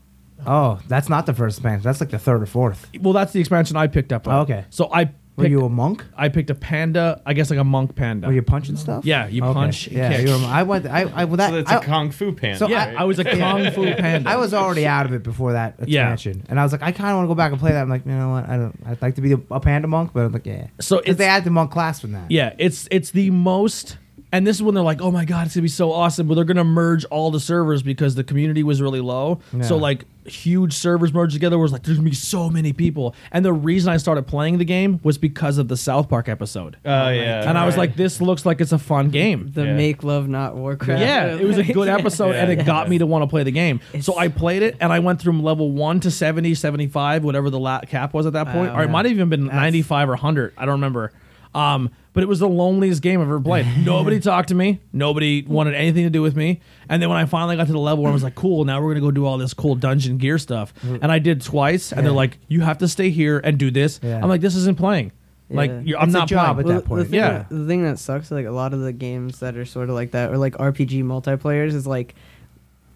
Speaker 3: Oh, that's not the first expansion. That's like the third or fourth.
Speaker 1: Well, that's the expansion I picked up. On.
Speaker 3: Oh, okay.
Speaker 1: So I picked,
Speaker 3: Were you a monk?
Speaker 1: I picked a panda. I guess like a monk panda.
Speaker 3: Were you punching stuff?
Speaker 1: Yeah, you
Speaker 3: Okay.
Speaker 1: punch, you
Speaker 3: Yeah,
Speaker 1: kick.
Speaker 3: you were, I went. I, I well, that.
Speaker 2: So it's
Speaker 3: I,
Speaker 2: a kung fu panda. Oh,
Speaker 3: So
Speaker 1: yeah,
Speaker 2: right?
Speaker 1: I was a kung fu panda.
Speaker 3: I was already out of it before that
Speaker 1: Yeah.
Speaker 3: expansion, and I was like, I kind of want to go back and play that. I'm like, you know what? I don't. I'd like to be a, a panda monk, but I'm like, yeah.
Speaker 1: So
Speaker 3: 'Cause
Speaker 1: it's-
Speaker 3: they add the monk class from that.
Speaker 1: Yeah, it's it's the most and this is when they're like, "Oh my god, it's going to be so awesome." But they're going to merge all the servers because the community was really low. So
Speaker 3: Yeah.
Speaker 1: like huge servers merged together was like there's going to be so many people. And the reason I started playing the game was because of the South Park episode.
Speaker 2: Oh yeah.
Speaker 1: and I was like, "This looks like it's a fun game."
Speaker 5: the
Speaker 2: Yeah.
Speaker 5: make love not Warcraft.
Speaker 1: Yeah, it was a good episode and it got me to want to play the game. So I played it and I went through level 1 to 70, 75, whatever the la- cap was at that point.
Speaker 5: Wow.
Speaker 1: or it might have even been 95 or 100. I don't remember. Um, but it was the loneliest game I've ever played. Nobody talked to me. Nobody wanted anything to do with me. And then when I finally got to the level where I was like, cool, now we're going to go do all this cool dungeon gear stuff.
Speaker 3: Mm.
Speaker 1: And I did twice. And they're like, you have to stay here and do this.
Speaker 3: Yeah.
Speaker 1: I'm like, this isn't playing. Like,
Speaker 5: Yeah.
Speaker 1: you're, I'm
Speaker 3: It's a
Speaker 1: not
Speaker 3: job
Speaker 1: playing.
Speaker 3: at that point.
Speaker 5: The thing,
Speaker 1: Yeah.
Speaker 5: that, the thing that sucks, like a lot of the games that are sort of like that, or like RPG multiplayers, is like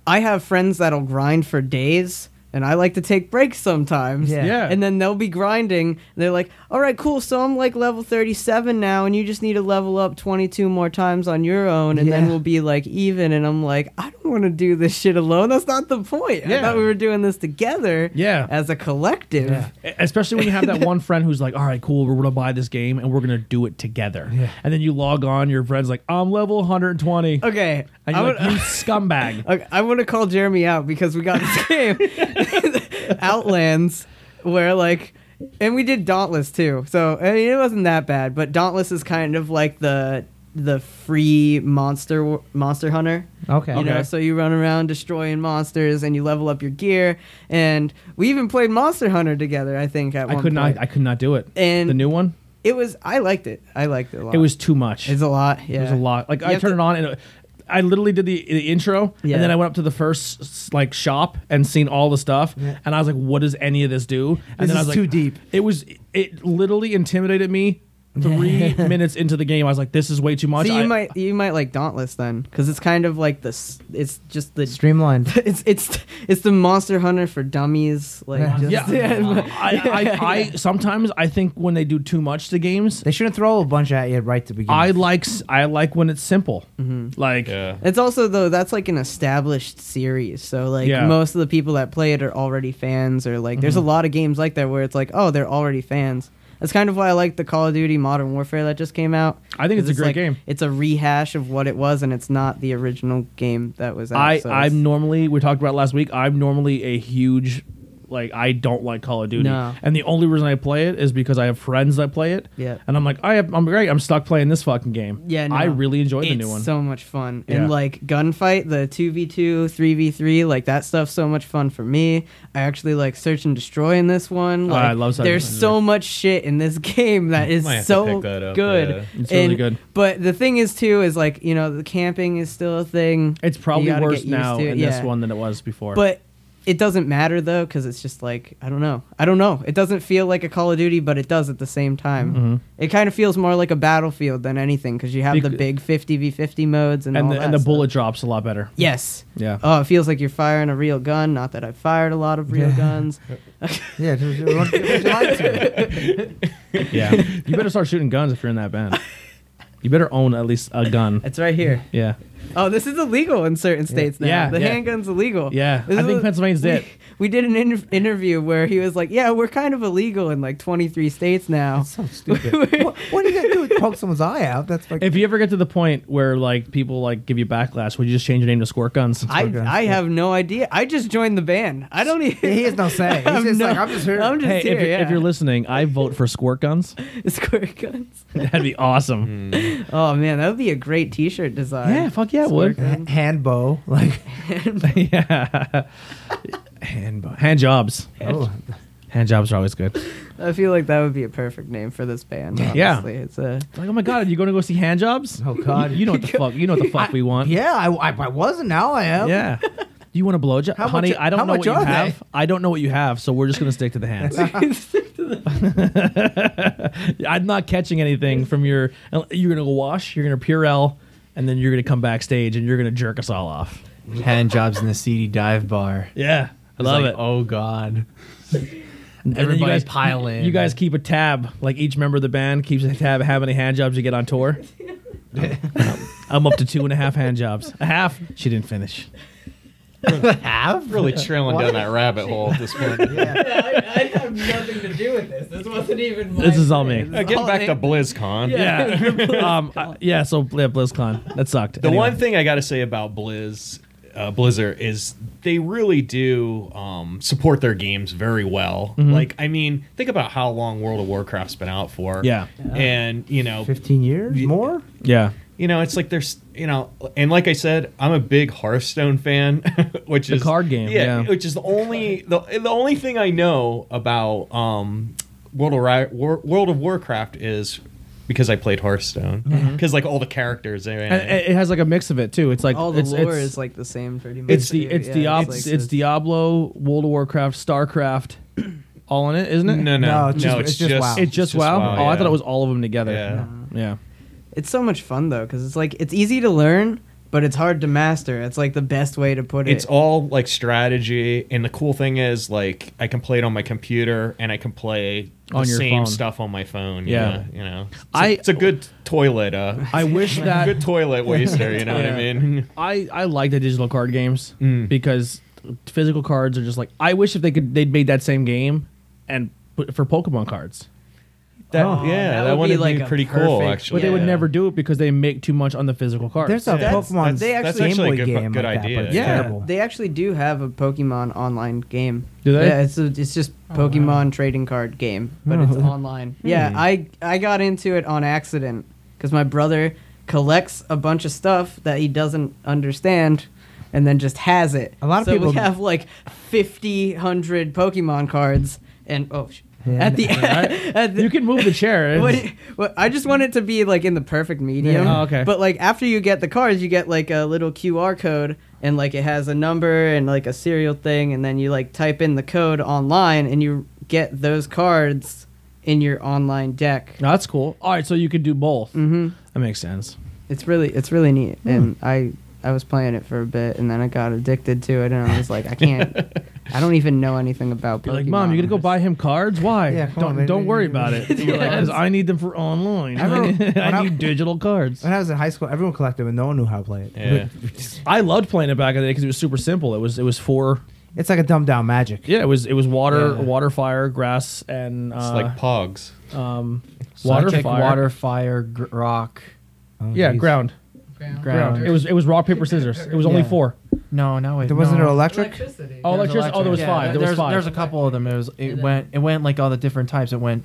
Speaker 5: I have friends that'll grind for days and I like to take breaks sometimes.
Speaker 3: Yeah.
Speaker 1: Yeah.
Speaker 5: And then they'll be grinding. and they're like, all right, cool. So I'm like level 37 now, and you just need to level up 22 more times on your own, and then
Speaker 3: Yeah.
Speaker 5: we'll be like even. And I'm like, I don't want to do this shit alone. That's not the point. I
Speaker 1: Yeah.
Speaker 5: thought we were doing this together
Speaker 1: Yeah.
Speaker 5: as a collective.
Speaker 3: Yeah.
Speaker 1: E, Especially when you have that one friend who's like, "All right, cool, we're gonna buy this game and we're gonna do it together."
Speaker 3: Yeah.
Speaker 1: And then you log on, your friend's like, "I'm level 120,"
Speaker 5: Okay.
Speaker 1: and
Speaker 5: I
Speaker 1: you're
Speaker 5: would-
Speaker 1: like, "You scumbag."
Speaker 5: Okay, I want to call Jeremy out because we got this game, Outlands, where like, and we did Dauntless too. So I mean, it wasn't that bad, but Dauntless is kind of like the the free monster monster hunter.
Speaker 3: Okay.
Speaker 5: You know, so you run around destroying monsters and you level up your gear. And we even played Monster Hunter together. I think at
Speaker 1: I
Speaker 5: one
Speaker 1: could
Speaker 5: point.
Speaker 1: not. I could not do it.
Speaker 5: And-
Speaker 1: the new one,
Speaker 5: it was. I liked it. I liked it a lot.
Speaker 1: it was too much.
Speaker 5: It's a lot. Yeah.
Speaker 1: There's a lot. Like
Speaker 5: You
Speaker 1: I
Speaker 5: have to-
Speaker 1: turned it on and it- I literally did the, the intro
Speaker 5: Yeah.
Speaker 1: and then I went up to the first s- like shop and seen all the stuff and I was like, what does any of this do? And
Speaker 3: This
Speaker 1: then I was
Speaker 3: is
Speaker 1: like,
Speaker 3: too deep.
Speaker 1: It was it literally intimidated me. Three minutes into the game, I was like, this is way too much.
Speaker 5: So you
Speaker 1: I-
Speaker 5: might you might like Dauntless then, because it's kind of like this. It's just the
Speaker 3: Streamlined.
Speaker 5: it's it's it's the Monster Hunter for dummies. Like
Speaker 3: Yeah.
Speaker 5: just,
Speaker 1: yeah, I, I, I sometimes I think when they do too much to games,
Speaker 3: They shouldn't throw a bunch at you right to begin.
Speaker 1: I
Speaker 3: with.
Speaker 1: like s- I like when it's simple.
Speaker 5: Mm-hmm.
Speaker 1: Like
Speaker 2: Yeah.
Speaker 5: It's also though that's like an established series, so like
Speaker 1: Yeah. Mm-hmm.
Speaker 5: most of the people that play it are already fans, or like there's a lot of games like that where it's like oh they're already fans. That's kind of why I like the Call of Duty Modern Warfare that just came out.
Speaker 1: I think it's
Speaker 5: 'Cause
Speaker 1: a great
Speaker 5: like-
Speaker 1: game.
Speaker 5: It's a rehash of what it was, and it's not the original game that was out.
Speaker 1: I,
Speaker 5: so it's-
Speaker 1: I'm normally we talked about it last week. I'm normally a huge like I don't like Call of Duty,
Speaker 5: No.
Speaker 1: and the only reason I play it is because I have friends that play it.
Speaker 5: Yeah.
Speaker 1: and I'm like I have, I'm great. I'm stuck playing this fucking game.
Speaker 5: Yeah, no.
Speaker 1: I really enjoyed the
Speaker 5: it's
Speaker 1: new one.
Speaker 5: so much fun.
Speaker 1: Yeah.
Speaker 5: And like gunfight, the 2v2, 3v3, like that stuff's so much fun for me. I actually like search and destroy in this one.
Speaker 1: Oh,
Speaker 5: Like,
Speaker 1: I love search and
Speaker 5: There's
Speaker 1: destroy.
Speaker 5: so much shit in this game that is
Speaker 2: Might have to
Speaker 5: so
Speaker 2: pick that up,
Speaker 5: good.
Speaker 2: yeah.
Speaker 1: It's really
Speaker 5: And-
Speaker 1: good.
Speaker 5: But the thing is too is like, you know, the camping is still a thing.
Speaker 1: it's
Speaker 5: You
Speaker 1: probably
Speaker 5: gotta
Speaker 1: worse
Speaker 5: get used
Speaker 1: now
Speaker 5: to it,
Speaker 1: in
Speaker 5: yeah.
Speaker 1: this one than it was before.
Speaker 5: But it doesn't matter though cuz it's just like, I don't know. I don't know. It doesn't feel like a Call of Duty, but it does at the same time. It kind of feels more like a battlefield than anything cuz you have the
Speaker 1: Mm-hmm. Bec-
Speaker 5: big 50v50 modes and
Speaker 1: and
Speaker 5: all
Speaker 1: the,
Speaker 5: that
Speaker 1: and the
Speaker 5: stuff.
Speaker 1: bullet drops a lot better.
Speaker 5: Yes.
Speaker 1: Yeah.
Speaker 5: Oh, it feels like you're firing a real gun. Not that I've fired a lot of real
Speaker 3: Yeah.
Speaker 5: guns.
Speaker 3: Yeah. just- just run- just lie to it.
Speaker 1: yeah, you better start shooting guns if you're in that band. You better own at least a gun.
Speaker 5: It's right here.
Speaker 1: Yeah,
Speaker 5: Oh, this is illegal in certain states now.
Speaker 1: Yeah,
Speaker 5: the
Speaker 1: yeah.
Speaker 5: handgun's illegal.
Speaker 1: yeah.
Speaker 5: This
Speaker 1: I
Speaker 5: is
Speaker 1: think
Speaker 5: a-
Speaker 1: Pennsylvania's
Speaker 5: we,
Speaker 1: dead.
Speaker 5: We did an inter- interview where he was like, "Yeah, we're kind of illegal in like 23 states now."
Speaker 3: So stupid. what, what are you gonna do? Poke someone's eye out? That's like.
Speaker 1: If you ever get to the point where like people like give you backlash, would you just change your name to Squirt Guns?
Speaker 5: I,
Speaker 3: guns,
Speaker 5: I
Speaker 3: yeah.
Speaker 5: have no idea. I just joined the band. I don't even.
Speaker 3: he has no say. He's
Speaker 5: I'm
Speaker 3: just like
Speaker 5: not-
Speaker 3: I'm just here.
Speaker 5: I'm just
Speaker 1: Hey,
Speaker 5: here.
Speaker 1: if you're,
Speaker 5: yeah.
Speaker 1: if you're listening, I vote for squirt guns.
Speaker 5: squirt guns.
Speaker 1: That'd be awesome.
Speaker 5: Oh man, that would be a great T-shirt design.
Speaker 1: Yeah, fuck yeah, it would.
Speaker 5: Squirt gun.
Speaker 3: Ha- hand bow like.
Speaker 1: yeah. Hand, bo- hand jobs.
Speaker 3: Oh,
Speaker 1: Hand jobs are always good.
Speaker 5: I feel like that would be a perfect name for this band. Honestly.
Speaker 1: Yeah.
Speaker 5: it's a
Speaker 1: Like, oh my god, are you going to go see hand jobs?
Speaker 3: Oh, God.
Speaker 1: you, you know what the fuck? You know what the fuck we want?
Speaker 3: yeah. I, I, I wasn't. Now I am.
Speaker 1: Yeah. You want a blowjob,
Speaker 3: How
Speaker 1: honey?
Speaker 3: much-
Speaker 1: I
Speaker 3: how
Speaker 1: don't know
Speaker 3: much
Speaker 1: what you
Speaker 3: are they?
Speaker 1: have. I don't know what you have, so we're just gonna stick to the hands. I'm not catching anything from your. You're gonna go wash. You're gonna Purell, and then you're gonna come backstage and you're gonna jerk us all off.
Speaker 4: Hand jobs in the seedy dive bar.
Speaker 1: Yeah, I
Speaker 4: It's
Speaker 1: love
Speaker 4: like,
Speaker 1: it.
Speaker 4: Oh god.
Speaker 1: And then you
Speaker 4: Everybody
Speaker 1: guys-
Speaker 4: pile in.
Speaker 1: You guys keep a tab, like each member of the band keeps a tab of how many hand jobs you get on tour. Um, I'm up to two and a half hand jobs. A half. She didn't finish.
Speaker 4: have
Speaker 2: Really trailing down that rabbit hole at this point.
Speaker 5: I have nothing to do with this. This wasn't even. My
Speaker 1: This is all me.
Speaker 2: Uh, Getting back to BlizzCon.
Speaker 1: Yeah. um, I- yeah. So yeah, BlizzCon. That sucked.
Speaker 2: The
Speaker 1: Anyway.
Speaker 2: one thing I got to say about Blizz, uh, Blizzard is they really do um, support their games very well.
Speaker 1: Mm-hmm.
Speaker 2: Like, I mean, think about how long World of Warcraft's been out for.
Speaker 1: Yeah.
Speaker 2: And, you know,
Speaker 3: Fifteen years
Speaker 2: Yeah.
Speaker 3: more.
Speaker 1: Yeah.
Speaker 2: you know, it's like there's, you know, and like I said, I'm a big Hearthstone fan, which is
Speaker 1: card game, yeah.
Speaker 2: which is the only the, the only thing I know about um, World of Ri- War, World of Warcraft is because I played Hearthstone because like all the characters, and,
Speaker 1: Mm-hmm. And it it has like a mix of it too. It's like
Speaker 5: All the
Speaker 1: it's,
Speaker 5: lore
Speaker 1: it's,
Speaker 5: is like the same pretty much.
Speaker 1: It's the
Speaker 5: too.
Speaker 1: it's
Speaker 5: Yeah,
Speaker 1: Diablo.
Speaker 5: like
Speaker 1: It's,
Speaker 5: this-
Speaker 1: Diablo, World of Warcraft, Starcraft, all in it, isn't it?
Speaker 2: no, no,
Speaker 3: No, it's just-
Speaker 2: it's,
Speaker 3: it's just WoW.
Speaker 1: It's just, WoW. Oh, I
Speaker 2: yeah.
Speaker 1: thought it was all of them together.
Speaker 2: Yeah.
Speaker 1: Yeah.
Speaker 5: It's so much fun though because it's like it's easy to learn, but it's hard to master. It's like the best way to put it.
Speaker 2: It's all like strategy, and the cool thing is like I can play it on my computer, and I can play the
Speaker 1: On your
Speaker 2: same
Speaker 1: phone.
Speaker 2: stuff on my phone.
Speaker 1: Yeah.
Speaker 2: Yeah, you know, it's a-
Speaker 1: I-
Speaker 2: it's a good toilet. Uh,
Speaker 1: I wish that
Speaker 2: good toilet waster. You know what I
Speaker 1: Yeah.
Speaker 2: mean?
Speaker 1: I I like the digital card games
Speaker 2: Mm.
Speaker 1: because physical cards are just like I wish if they could they'd made that same game and put, for Pokemon cards,
Speaker 2: That,
Speaker 5: Oh,
Speaker 2: yeah,
Speaker 5: that
Speaker 2: that,
Speaker 5: would
Speaker 2: one
Speaker 5: be,
Speaker 2: would
Speaker 5: like,
Speaker 2: be
Speaker 5: a
Speaker 2: pretty cool
Speaker 5: perfect-
Speaker 1: but
Speaker 2: actually.
Speaker 1: they would
Speaker 2: Yeah.
Speaker 1: never do it because they make too much on the physical cards.
Speaker 3: There's a
Speaker 5: That's-
Speaker 3: Pokemon
Speaker 5: they actually-
Speaker 3: that's, Game Boy
Speaker 2: That's actually a good-
Speaker 3: game
Speaker 2: good
Speaker 3: like
Speaker 2: idea.
Speaker 3: That, but it's
Speaker 5: yeah,
Speaker 3: terrible.
Speaker 5: they actually do have a Pokemon online game.
Speaker 1: Do they?
Speaker 5: Yeah, it's a, it's just Pokemon trading card game, but
Speaker 3: Oh.
Speaker 5: it's online. Yeah, I I got into it on accident because my brother collects a bunch of stuff that he doesn't understand. And then just has it.
Speaker 3: A lot of
Speaker 5: so
Speaker 3: people-
Speaker 5: we have like 50, 100 Pokemon cards, and oh, sh-
Speaker 3: Yeah.
Speaker 5: at the
Speaker 1: Right?
Speaker 5: at the,
Speaker 1: you can move the chair.
Speaker 5: What,
Speaker 1: It's-
Speaker 5: what, I just want it to be like in the perfect medium.
Speaker 1: Yeah. Oh, okay.
Speaker 5: But like after you get the cards, you get like a little QR code and like it has a number and like a serial thing, and then you like type in the code online and you get those cards in your online deck.
Speaker 1: No, that's cool. All right, so you could do both.
Speaker 5: hmm
Speaker 1: That makes sense.
Speaker 5: It's really it's really neat,
Speaker 1: Hmm.
Speaker 5: and I I was playing it for a bit, and then I got addicted to it, and I was like, I can't. I don't even know anything about Pokemon.
Speaker 1: You're like, mom, you're gonna go buy him cards? Why?
Speaker 3: Yeah, come
Speaker 1: don't
Speaker 3: on, man.
Speaker 1: don't worry about it. Because I need them for online.
Speaker 3: I remember
Speaker 1: I,
Speaker 3: when I-
Speaker 1: need digital cards.
Speaker 3: When I was in high school, everyone collected, but no one knew how to play it.
Speaker 2: Yeah.
Speaker 1: I loved playing it back in the day because it was super simple. It was it was four.
Speaker 3: It's like a dumbed down magic.
Speaker 1: Yeah, it was it was water,
Speaker 4: Yeah.
Speaker 1: water, fire, grass, and uh,
Speaker 2: It's like pogs.
Speaker 1: um, water,
Speaker 4: Water,
Speaker 1: fire,
Speaker 4: water, fire, gr- rock,
Speaker 3: Oh,
Speaker 1: yeah,
Speaker 3: jeez.
Speaker 1: ground, ground.
Speaker 4: ground.
Speaker 1: It was it was rock, paper, scissors. It was only
Speaker 4: Yeah.
Speaker 1: four.
Speaker 4: No, no, wait.
Speaker 3: There wasn't
Speaker 4: no.
Speaker 3: an
Speaker 1: Oh,
Speaker 3: electric.
Speaker 4: There was
Speaker 1: electricity. Oh, there was
Speaker 4: electric.
Speaker 1: five. There was
Speaker 4: there's,
Speaker 1: five.
Speaker 4: There's a couple of them. It was. It went. It went like all the different types. It went.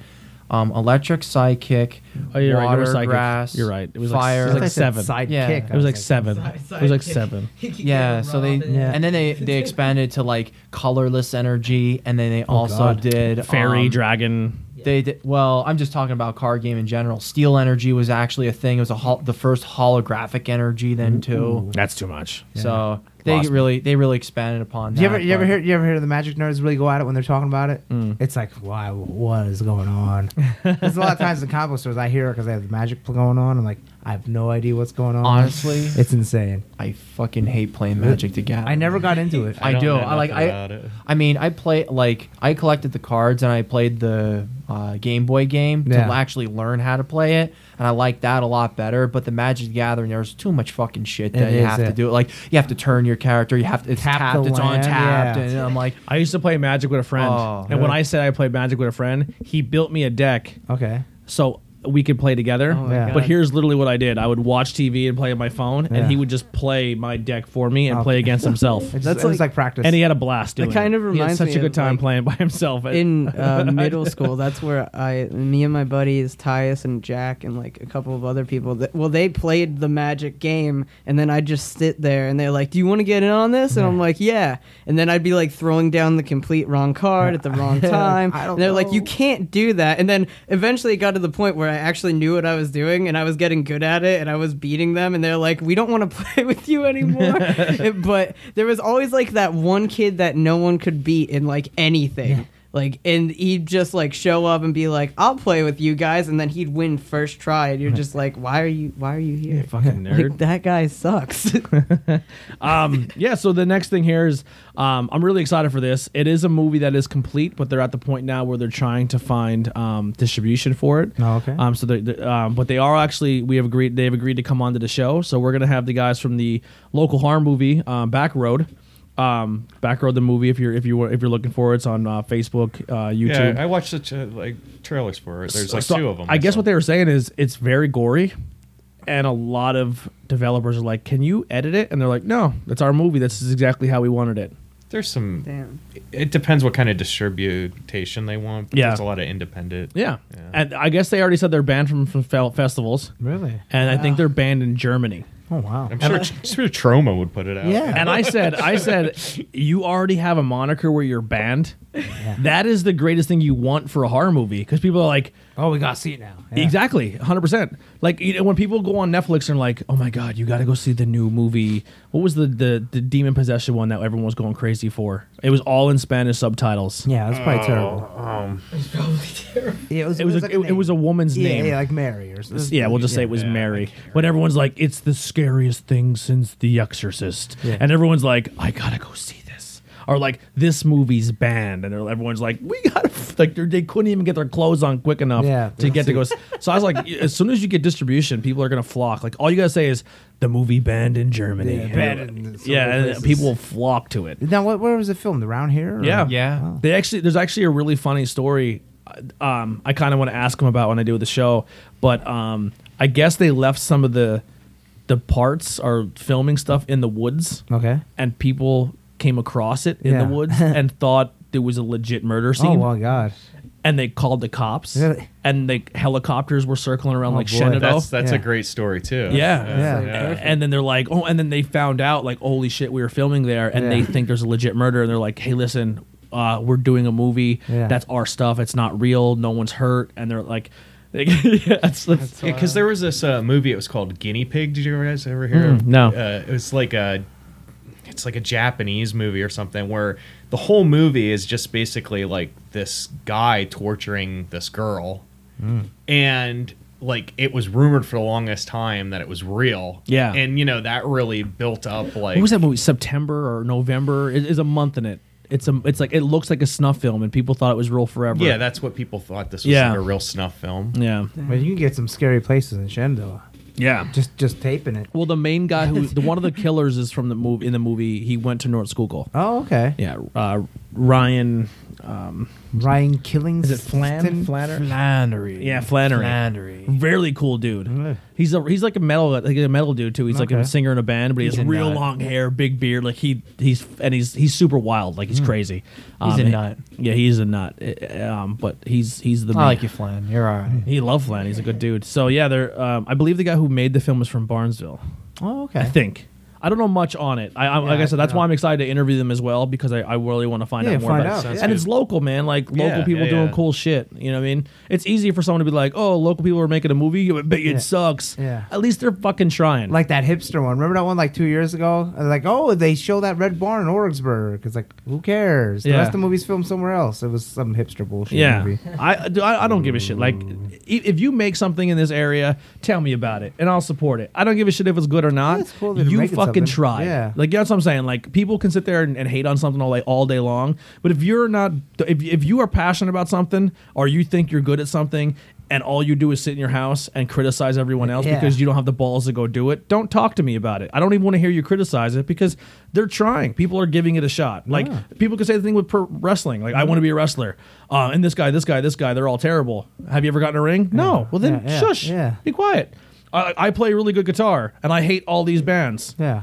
Speaker 4: Um, electric, psychic,
Speaker 1: Oh, you're right.
Speaker 4: water,
Speaker 1: There was psychic.
Speaker 4: grass.
Speaker 1: You're right. It was like-
Speaker 4: fire.
Speaker 1: it was
Speaker 3: I
Speaker 1: like
Speaker 3: said
Speaker 1: seven.
Speaker 3: Sidekick.
Speaker 4: Yeah.
Speaker 1: It was like seven. It was like seven.
Speaker 4: yeah. So they
Speaker 3: Yeah.
Speaker 4: and then they they expanded to like colorless energy, and then they also
Speaker 3: Oh, God.
Speaker 4: did
Speaker 1: Fairy,
Speaker 4: um,
Speaker 1: dragon.
Speaker 4: They did, well, I'm just talking about card game in general. Steel energy was actually a thing. It was a hol- the first holographic energy then too.
Speaker 1: That's too much.
Speaker 4: So they
Speaker 1: Lost me.
Speaker 4: really they really expanded upon that.
Speaker 3: You ever, you ever
Speaker 4: but-
Speaker 3: hear you ever hear the magic nerds really go at it when they're talking about it?
Speaker 1: Hmm.
Speaker 3: It's like, wow, what is going on? There's a lot of times in comic book stores I hear it because they have the magic pl- going on. I'm like, I have no idea what's going on.
Speaker 4: Honestly,
Speaker 3: it's insane.
Speaker 4: I fucking hate playing Magic the Gathering.
Speaker 3: I never got into it.
Speaker 4: I,
Speaker 2: don't
Speaker 4: do.
Speaker 2: know
Speaker 4: I like.
Speaker 2: nothing
Speaker 4: I.
Speaker 2: about it.
Speaker 4: I mean, I play like I collected the cards and I played the uh, Game Boy game
Speaker 3: Yeah.
Speaker 4: to actually learn how to play it, and I like that a lot better. But the Magic the Gathering, there's too much fucking shit
Speaker 3: It
Speaker 4: that you
Speaker 3: is,
Speaker 4: have
Speaker 3: yeah.
Speaker 4: to do. Like you have to turn your character. You have to. It's
Speaker 3: Tap
Speaker 4: tapped.
Speaker 3: the
Speaker 4: It's
Speaker 3: land,
Speaker 4: on tapped,
Speaker 3: yeah.
Speaker 4: and I'm like,
Speaker 1: I used to play Magic with a friend,
Speaker 4: Oh.
Speaker 1: and when I said I played Magic with a friend, he built me a deck
Speaker 3: okay.
Speaker 1: so we could play together.
Speaker 5: Oh my
Speaker 3: Yeah.
Speaker 1: But
Speaker 5: God.
Speaker 1: here's literally what I did: I would watch TV and play on my phone,
Speaker 3: Yeah.
Speaker 1: and he would just play my deck for me and
Speaker 3: Oh.
Speaker 1: play against himself.
Speaker 3: It's,
Speaker 5: That's
Speaker 3: it was
Speaker 5: like-
Speaker 3: like practice.
Speaker 1: and he had a blast doing it.
Speaker 5: kind of
Speaker 1: He had
Speaker 5: reminds
Speaker 1: such
Speaker 5: me
Speaker 1: a good
Speaker 5: of,
Speaker 1: time
Speaker 5: like,
Speaker 1: playing by himself.
Speaker 5: in uh, middle school that's where i me and my buddies tyus and jack and like a couple of other people that well they played the magic game and then i'd just sit there and they're like do you want to get in on this and i'm like yeah and then i'd be like throwing down the complete wrong card at the wrong time
Speaker 3: I don't
Speaker 5: and they're like you
Speaker 3: know."
Speaker 5: can't do that and then eventually it got to the point where i actually knew what i was doing and i was getting good at it and i was beating them and they're like we don't want to play with you anymore but there was always like that one kid that no one could beat in like anything like, and he'd just like show up and be like, "I'll play with you guys," and then he'd win first try, and you're just like, "Why are you? Why are you here?
Speaker 1: fucking
Speaker 5: Like that guy sucks."
Speaker 1: um, yeah. So the next thing here is um, I'm really excited for this. It is a movie that is complete, but they're at the point now where they're trying to find um, distribution for it.
Speaker 3: Oh, okay.
Speaker 1: Um, so they, they- um, but they are actually we have agreed they've agreed to come onto the show. So we're gonna have the guys from the local horror movie um, Back Road. Um, Back Road the movie if you're if you were- if you're looking for it, it's on uh, Facebook, uh, YouTube.
Speaker 2: Yeah, I watched such uh, like trailers for it. There's like
Speaker 1: So,
Speaker 2: two of them.
Speaker 1: I guess
Speaker 2: saw.
Speaker 1: what they were saying is it's very gory, and a lot of developers are like, "Can you edit it?" And they're like, "No, that's our movie. This is exactly how we wanted it."
Speaker 2: There's some.
Speaker 5: Damn.
Speaker 2: It depends what kind of distribution they want. But
Speaker 1: Yeah.
Speaker 2: There's a lot of independent.
Speaker 1: Yeah.
Speaker 2: Yeah.
Speaker 1: and I guess they already said they're banned from, from fel- festivals,
Speaker 3: really?
Speaker 1: and I think they're banned in Germany.
Speaker 3: Oh wow.
Speaker 2: I'm sure, I'm sure Troma would put it out.
Speaker 3: Yeah.
Speaker 1: And I said, I said, you already have a moniker where you're banned. That is the greatest thing you want for a horror movie because people are like,
Speaker 3: Oh, we got to see it now. Yeah.
Speaker 1: Exactly, hundred percent. Like you know, when people go on Netflix and like, oh my god, you got to go see the new movie. What was the, the the demon possession one that everyone was going crazy for? It was all in Spanish subtitles.
Speaker 3: Yeah, that's
Speaker 2: Oh.
Speaker 3: probably terrible.
Speaker 2: Um,
Speaker 3: Yeah, it was.
Speaker 1: It was,
Speaker 3: like
Speaker 1: a, it, it
Speaker 3: name.
Speaker 1: was a woman's
Speaker 3: yeah,
Speaker 1: name.
Speaker 3: yeah, like Mary or something.
Speaker 1: yeah, we'll just say it was
Speaker 2: Yeah, I
Speaker 1: Mary.
Speaker 2: can't
Speaker 1: When everyone's like, it's the scariest thing since The Exorcist. And everyone's like, I gotta go see this. Or like, this movie's banned. And they're- everyone's like, we gotta, like, they're- they couldn't even get their clothes on quick enough
Speaker 3: Yeah,
Speaker 1: to get to go. s- So I was like, as soon as you get distribution, people are gonna flock. Like, all you gotta say is, the movie banned in Germany.
Speaker 3: Yeah,
Speaker 1: And
Speaker 3: banned
Speaker 1: they're-
Speaker 3: in some
Speaker 1: yeah, and
Speaker 3: places.
Speaker 1: people will flock to it.
Speaker 3: Now, what, where was it filmed? Around here? or-
Speaker 1: Yeah.
Speaker 4: Yeah.
Speaker 3: Hmm. Wow.
Speaker 1: They actually, there's actually a really funny story. Um, I kind of want to ask him about when I do the show, but um, I guess they left some of the the parts or filming stuff in the woods,
Speaker 3: Okay.
Speaker 1: and people came across it in
Speaker 3: Yeah.
Speaker 1: the woods and thought there was a legit murder
Speaker 3: Oh
Speaker 1: scene,
Speaker 3: my God.
Speaker 1: and they called the cops,
Speaker 3: Really?
Speaker 1: and the helicopters were circling around
Speaker 3: Oh,
Speaker 1: like
Speaker 3: boy.
Speaker 1: Shenandoah.
Speaker 2: that's that's
Speaker 3: Yeah.
Speaker 2: a great story too.
Speaker 1: Yeah.
Speaker 3: Yeah.
Speaker 1: And then they're like, oh, and then they found out, like, holy shit, we were filming there, and
Speaker 3: Yeah.
Speaker 1: they think there's a legit murder, and they're like, hey, listen, uh, we're doing a movie.
Speaker 3: Yeah.
Speaker 1: That's our stuff. It's not real. No one's hurt. And they're like, yeah, that's, that's,
Speaker 2: Yeah, because there was this uh, movie. It was called Guinea Pig. Did you guys ever hear?
Speaker 1: Mm, no.
Speaker 2: Uh, it was like a, it's like a Japanese movie or something where the whole movie is just basically like this guy torturing this girl,
Speaker 1: Mm.
Speaker 2: and like it was rumored for the longest time that it was real.
Speaker 1: Yeah.
Speaker 2: and you know that really built up like
Speaker 1: what was that movie? September or November? It is a month in it. It's a, it's like, it looks like a snuff film, and people thought it was real forever.
Speaker 2: Yeah, that's what people thought. This was
Speaker 1: Yeah.
Speaker 2: like a real snuff film.
Speaker 1: yeah.
Speaker 3: Well, you can get some scary places in Shenandoah.
Speaker 1: Yeah.
Speaker 3: Just, just taping it.
Speaker 1: Well, the main guy who, the one of the killers is from the movie, in the movie, he went to North Schuylkill.
Speaker 3: Oh, okay.
Speaker 1: Yeah. Uh, Ryan,
Speaker 3: Ryan Killings.
Speaker 1: is it Flan? Flanner?
Speaker 4: Flannery.
Speaker 1: Yeah, Flannery.
Speaker 4: Flannery.
Speaker 1: Really cool dude.
Speaker 3: Really?
Speaker 1: He's a he's like a metal like a metal dude too. He's like
Speaker 3: Okay.
Speaker 1: a singer in a band, but he
Speaker 4: He's
Speaker 1: has
Speaker 4: a
Speaker 1: real
Speaker 4: nut.
Speaker 1: long hair, big beard. Like he he's and he's he's super wild. Like he's crazy.
Speaker 4: Hmm. He's a
Speaker 1: and-
Speaker 4: nut.
Speaker 1: Yeah, he's a nut. Uh, Um, but he's he's the
Speaker 4: I
Speaker 1: man.
Speaker 4: like you, Flan. You're all right.
Speaker 1: He loved Flan. He's a good dude. So yeah, they're um, I believe the guy who made the film was from Barnesville.
Speaker 3: Oh,
Speaker 1: I
Speaker 3: okay.
Speaker 1: think. I don't know much on it. I, I like I
Speaker 3: I-
Speaker 1: said, that's
Speaker 3: yeah.
Speaker 1: why I'm excited to interview them as well because I, I really want to find
Speaker 3: Yeah,
Speaker 1: out more
Speaker 3: find
Speaker 1: about
Speaker 3: out,
Speaker 1: it.
Speaker 3: yeah.
Speaker 1: And it's local, man. Like local
Speaker 2: Yeah,
Speaker 1: people
Speaker 2: yeah,
Speaker 1: doing
Speaker 2: yeah.
Speaker 1: cool shit. You know what I mean? It's easy for someone to be like, oh, local people are making a movie, but it
Speaker 3: Yeah.
Speaker 1: sucks.
Speaker 3: Yeah.
Speaker 1: At least they're fucking trying.
Speaker 3: Like that hipster one. Remember that one like two years ago? And Like, oh, they show that red barn in Orgsburg. It's like, who cares? The
Speaker 1: Yeah.
Speaker 3: rest of the movie's filmed somewhere else. It was some hipster bullshit
Speaker 1: yeah.
Speaker 3: movie.
Speaker 1: I, do- I I don't give a shit. Like i- if you make something in this area, tell me about it and I'll support it. I don't give a shit if it's good or not.
Speaker 3: it's cool that they're
Speaker 1: you
Speaker 3: making
Speaker 1: fucking
Speaker 3: something.
Speaker 1: try.
Speaker 3: Yeah.
Speaker 1: Like that's what I'm saying. Like people can sit there and, and hate on something all day, all day long, but if you're not, if if you are passionate about something or you think you're good at something, and all you do is sit in your house and criticize everyone else
Speaker 3: Yeah.
Speaker 1: because you don't have the balls to go do it, don't talk to me about it. I don't even want to hear you criticize it because they're trying. People are giving it a shot. Like people can say the thing with pro wrestling. Like I want to be a wrestler, uh, and this guy, this guy, this guy, they're all terrible. Have you ever gotten a ring? No. Well then,
Speaker 3: Yeah, yeah,
Speaker 1: shush.
Speaker 3: yeah.
Speaker 1: Be quiet. I, I play really good guitar, and I hate all these bands
Speaker 3: Yeah.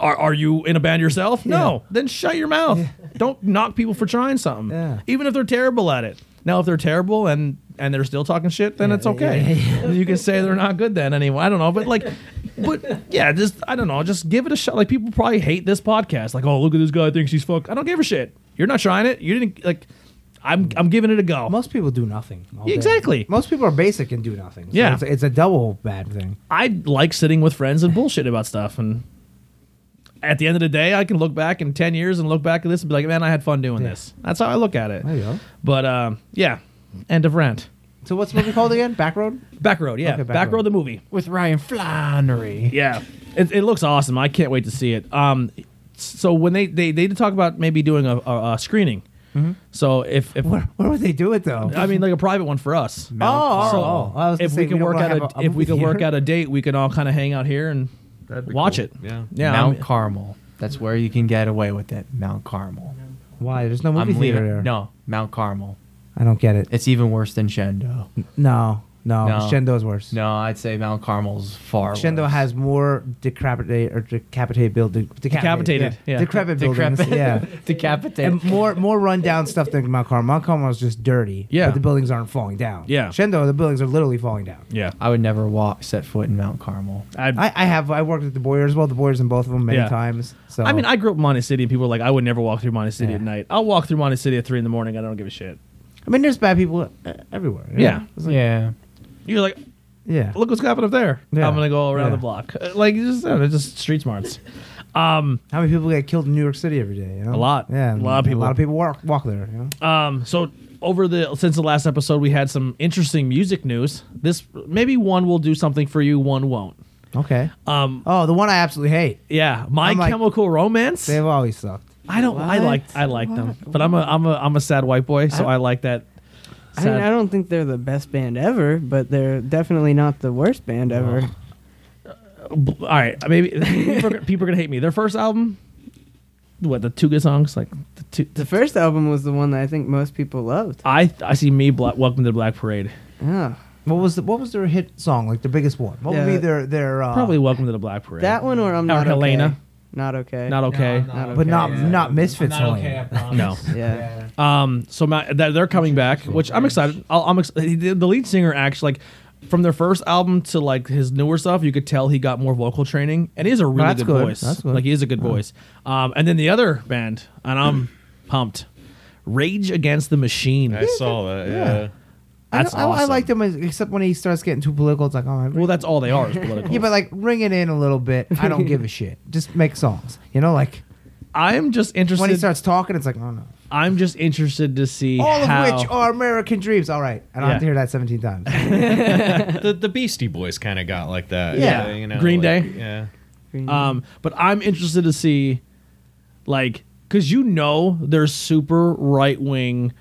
Speaker 1: are, are you in a band yourself? No. Then shut your mouth. Don't knock people for trying something,
Speaker 3: Yeah.
Speaker 1: even if they're terrible at it. Now, if they're terrible and and they're still talking shit, then it's okay. You can say they're not good then anyway. I don't know, but like, but yeah, just I don't know. Just give it a shot. Like people probably hate this podcast. Like, oh, look at this guy thinks he's fucked. I don't give a shit. You're not trying it. You didn't like. I'm I'm giving it a go.
Speaker 3: Most people do nothing. all day.
Speaker 1: Exactly.
Speaker 3: Most people are basic and do nothing. So
Speaker 1: Yeah.
Speaker 3: It's, it's a double bad thing.
Speaker 1: I like sitting with friends and bullshit about stuff. And at the end of the day, I can look back in 10 years and look back at this and be like, man, I had fun doing
Speaker 3: Yeah.
Speaker 1: this. That's how I look at it.
Speaker 3: There you go.
Speaker 1: But um, yeah, end of rant.
Speaker 3: So what's the movie called again? Backroad?
Speaker 1: Back road, yeah.
Speaker 3: Okay, Back
Speaker 1: back
Speaker 3: Road.
Speaker 1: road, the movie.
Speaker 4: With Ryan Flannery.
Speaker 1: Yeah, it, it looks awesome. I can't wait to see it. Um, so when they they, they did talk about maybe doing a, a, a screening.
Speaker 3: Mm-hmm.
Speaker 1: So if if
Speaker 3: Where, where would they do it though?
Speaker 1: I mean like a private one for us.
Speaker 3: oh, oh,
Speaker 1: So
Speaker 3: oh, I was gonna
Speaker 1: if
Speaker 3: say,
Speaker 1: we can
Speaker 3: don't
Speaker 1: work
Speaker 3: wanna
Speaker 1: out
Speaker 3: have
Speaker 1: a, if we can
Speaker 3: movie
Speaker 1: work
Speaker 3: theater.
Speaker 1: out a date, we can all kind of hang out here and
Speaker 2: That'd be
Speaker 1: watch
Speaker 2: cool.
Speaker 1: it.
Speaker 2: Yeah.
Speaker 1: yeah.
Speaker 4: Mount
Speaker 1: I'm-
Speaker 4: Carmel. That's where you can get away with it. Mount Carmel.
Speaker 3: Why? There's no movie
Speaker 4: I'm
Speaker 3: theater
Speaker 4: leaving.
Speaker 3: there.
Speaker 4: No, Mount Carmel.
Speaker 3: I don't get it.
Speaker 4: It's even worse than Shendo.
Speaker 3: No, no.
Speaker 4: No.
Speaker 3: Shendo's worse.
Speaker 4: No, I'd say Mount Carmel's far.
Speaker 3: Shendo
Speaker 4: worse.
Speaker 3: has more decapitated or decapitated building,
Speaker 1: Decapitated, yeah.
Speaker 3: decrepit buildings,
Speaker 4: Decrepit.
Speaker 3: yeah,
Speaker 4: decapitated.
Speaker 3: and more more rundown stuff than Mount Carmel. Mount Carmel is just dirty,
Speaker 1: Yeah.
Speaker 3: but the buildings aren't falling down.
Speaker 1: Yeah.
Speaker 3: Shendo, the buildings are literally falling down.
Speaker 1: Yeah,
Speaker 4: I would never walk set foot in Mount Carmel.
Speaker 1: I,
Speaker 3: I, I have I worked at the Boyers, well, the Boyers in both of them many
Speaker 1: Yeah.
Speaker 3: times. So
Speaker 1: I mean, I grew up in Monte City, and people were like, "I would never walk through Monte City
Speaker 3: Oh. Yeah.
Speaker 1: at night. I'll walk through Monte City at three in the morning. I don't give a shit."
Speaker 3: I mean, there's bad people uh, everywhere. you
Speaker 1: Yeah.
Speaker 3: know?
Speaker 4: Yeah.
Speaker 1: You're like,
Speaker 3: yeah.
Speaker 1: "Look what's happening up there.
Speaker 3: Yeah.
Speaker 1: I'm gonna go around
Speaker 3: Yeah.
Speaker 1: the block." Uh, Like, it's just uh, it's just street smarts. Um,
Speaker 3: How many people get killed in New York City every day? You know?
Speaker 1: A lot.
Speaker 3: Yeah,
Speaker 1: A lot of people.
Speaker 3: A lot of people walk walk there. You know?
Speaker 1: um, so over the since the last episode, we had some interesting music news. This maybe one will do something for you, one won't.
Speaker 3: Okay.
Speaker 1: Um,
Speaker 3: Oh, the one I absolutely hate.
Speaker 1: yeah, My
Speaker 3: I'm like-
Speaker 1: Chemical Romance.
Speaker 3: They've always sucked.
Speaker 1: I don't. I
Speaker 5: What?
Speaker 1: like. I like them, but I'm a. I'm a. I'm a sad white boy, so I, like that.
Speaker 5: I, mean,
Speaker 1: sad-
Speaker 5: I don't think they're the best band ever, but they're definitely not the worst band ever.
Speaker 1: all right, maybe people are, people are gonna hate me. Their first album, what the two good songs? Like the two.
Speaker 5: The first album was the one that I think most people loved.
Speaker 1: I I see me. Black, Welcome to the Black Parade.
Speaker 5: Yeah.
Speaker 3: What was the, what was their hit song? Like the biggest one? What would
Speaker 5: Yeah.
Speaker 3: be their their uh,
Speaker 1: Probably Welcome to the Black Parade.
Speaker 5: That one or I'm not
Speaker 1: Erica Lena.
Speaker 5: okay. Not okay.
Speaker 1: Not okay.
Speaker 5: not
Speaker 3: but not
Speaker 5: okay.
Speaker 3: not Misfits only.
Speaker 1: no.
Speaker 5: Yeah.
Speaker 1: Um. So my, that they're coming back, which I'm excited. I'll, I'm ex- the the lead singer actually like. From their first album to like his newer stuff, you could tell he got more vocal training, and he has a really
Speaker 3: that's
Speaker 1: good,
Speaker 3: good.
Speaker 1: voice.
Speaker 3: That's good. Uh-huh.
Speaker 1: Like he has a good voice. Um, and then the other band, and I'm pumped. Rage Against the Machine.
Speaker 2: I saw that. Yeah.
Speaker 3: I,
Speaker 1: That's
Speaker 3: don't- I, I
Speaker 1: awesome.
Speaker 3: like them as, except when he starts getting too political. It's like, all right.
Speaker 1: Well, that's all they are is political.
Speaker 3: yeah, but like ring it in a little bit. I don't give a shit. Just make songs. You know, like
Speaker 1: I'm just
Speaker 3: when he
Speaker 1: interested.
Speaker 3: starts talking, it's like, oh no.
Speaker 1: I'm just interested to see
Speaker 3: All of
Speaker 1: how-
Speaker 3: which are American dreams. All right, I don't
Speaker 1: Yeah.
Speaker 3: have to hear that seventeen times.
Speaker 2: The the Beastie Boys kind of got like that.
Speaker 1: Yeah.
Speaker 2: You know,
Speaker 1: Green
Speaker 2: like-
Speaker 1: Day.
Speaker 2: Yeah.
Speaker 1: Um, but I'm interested to see, like, because you know they're super right wing,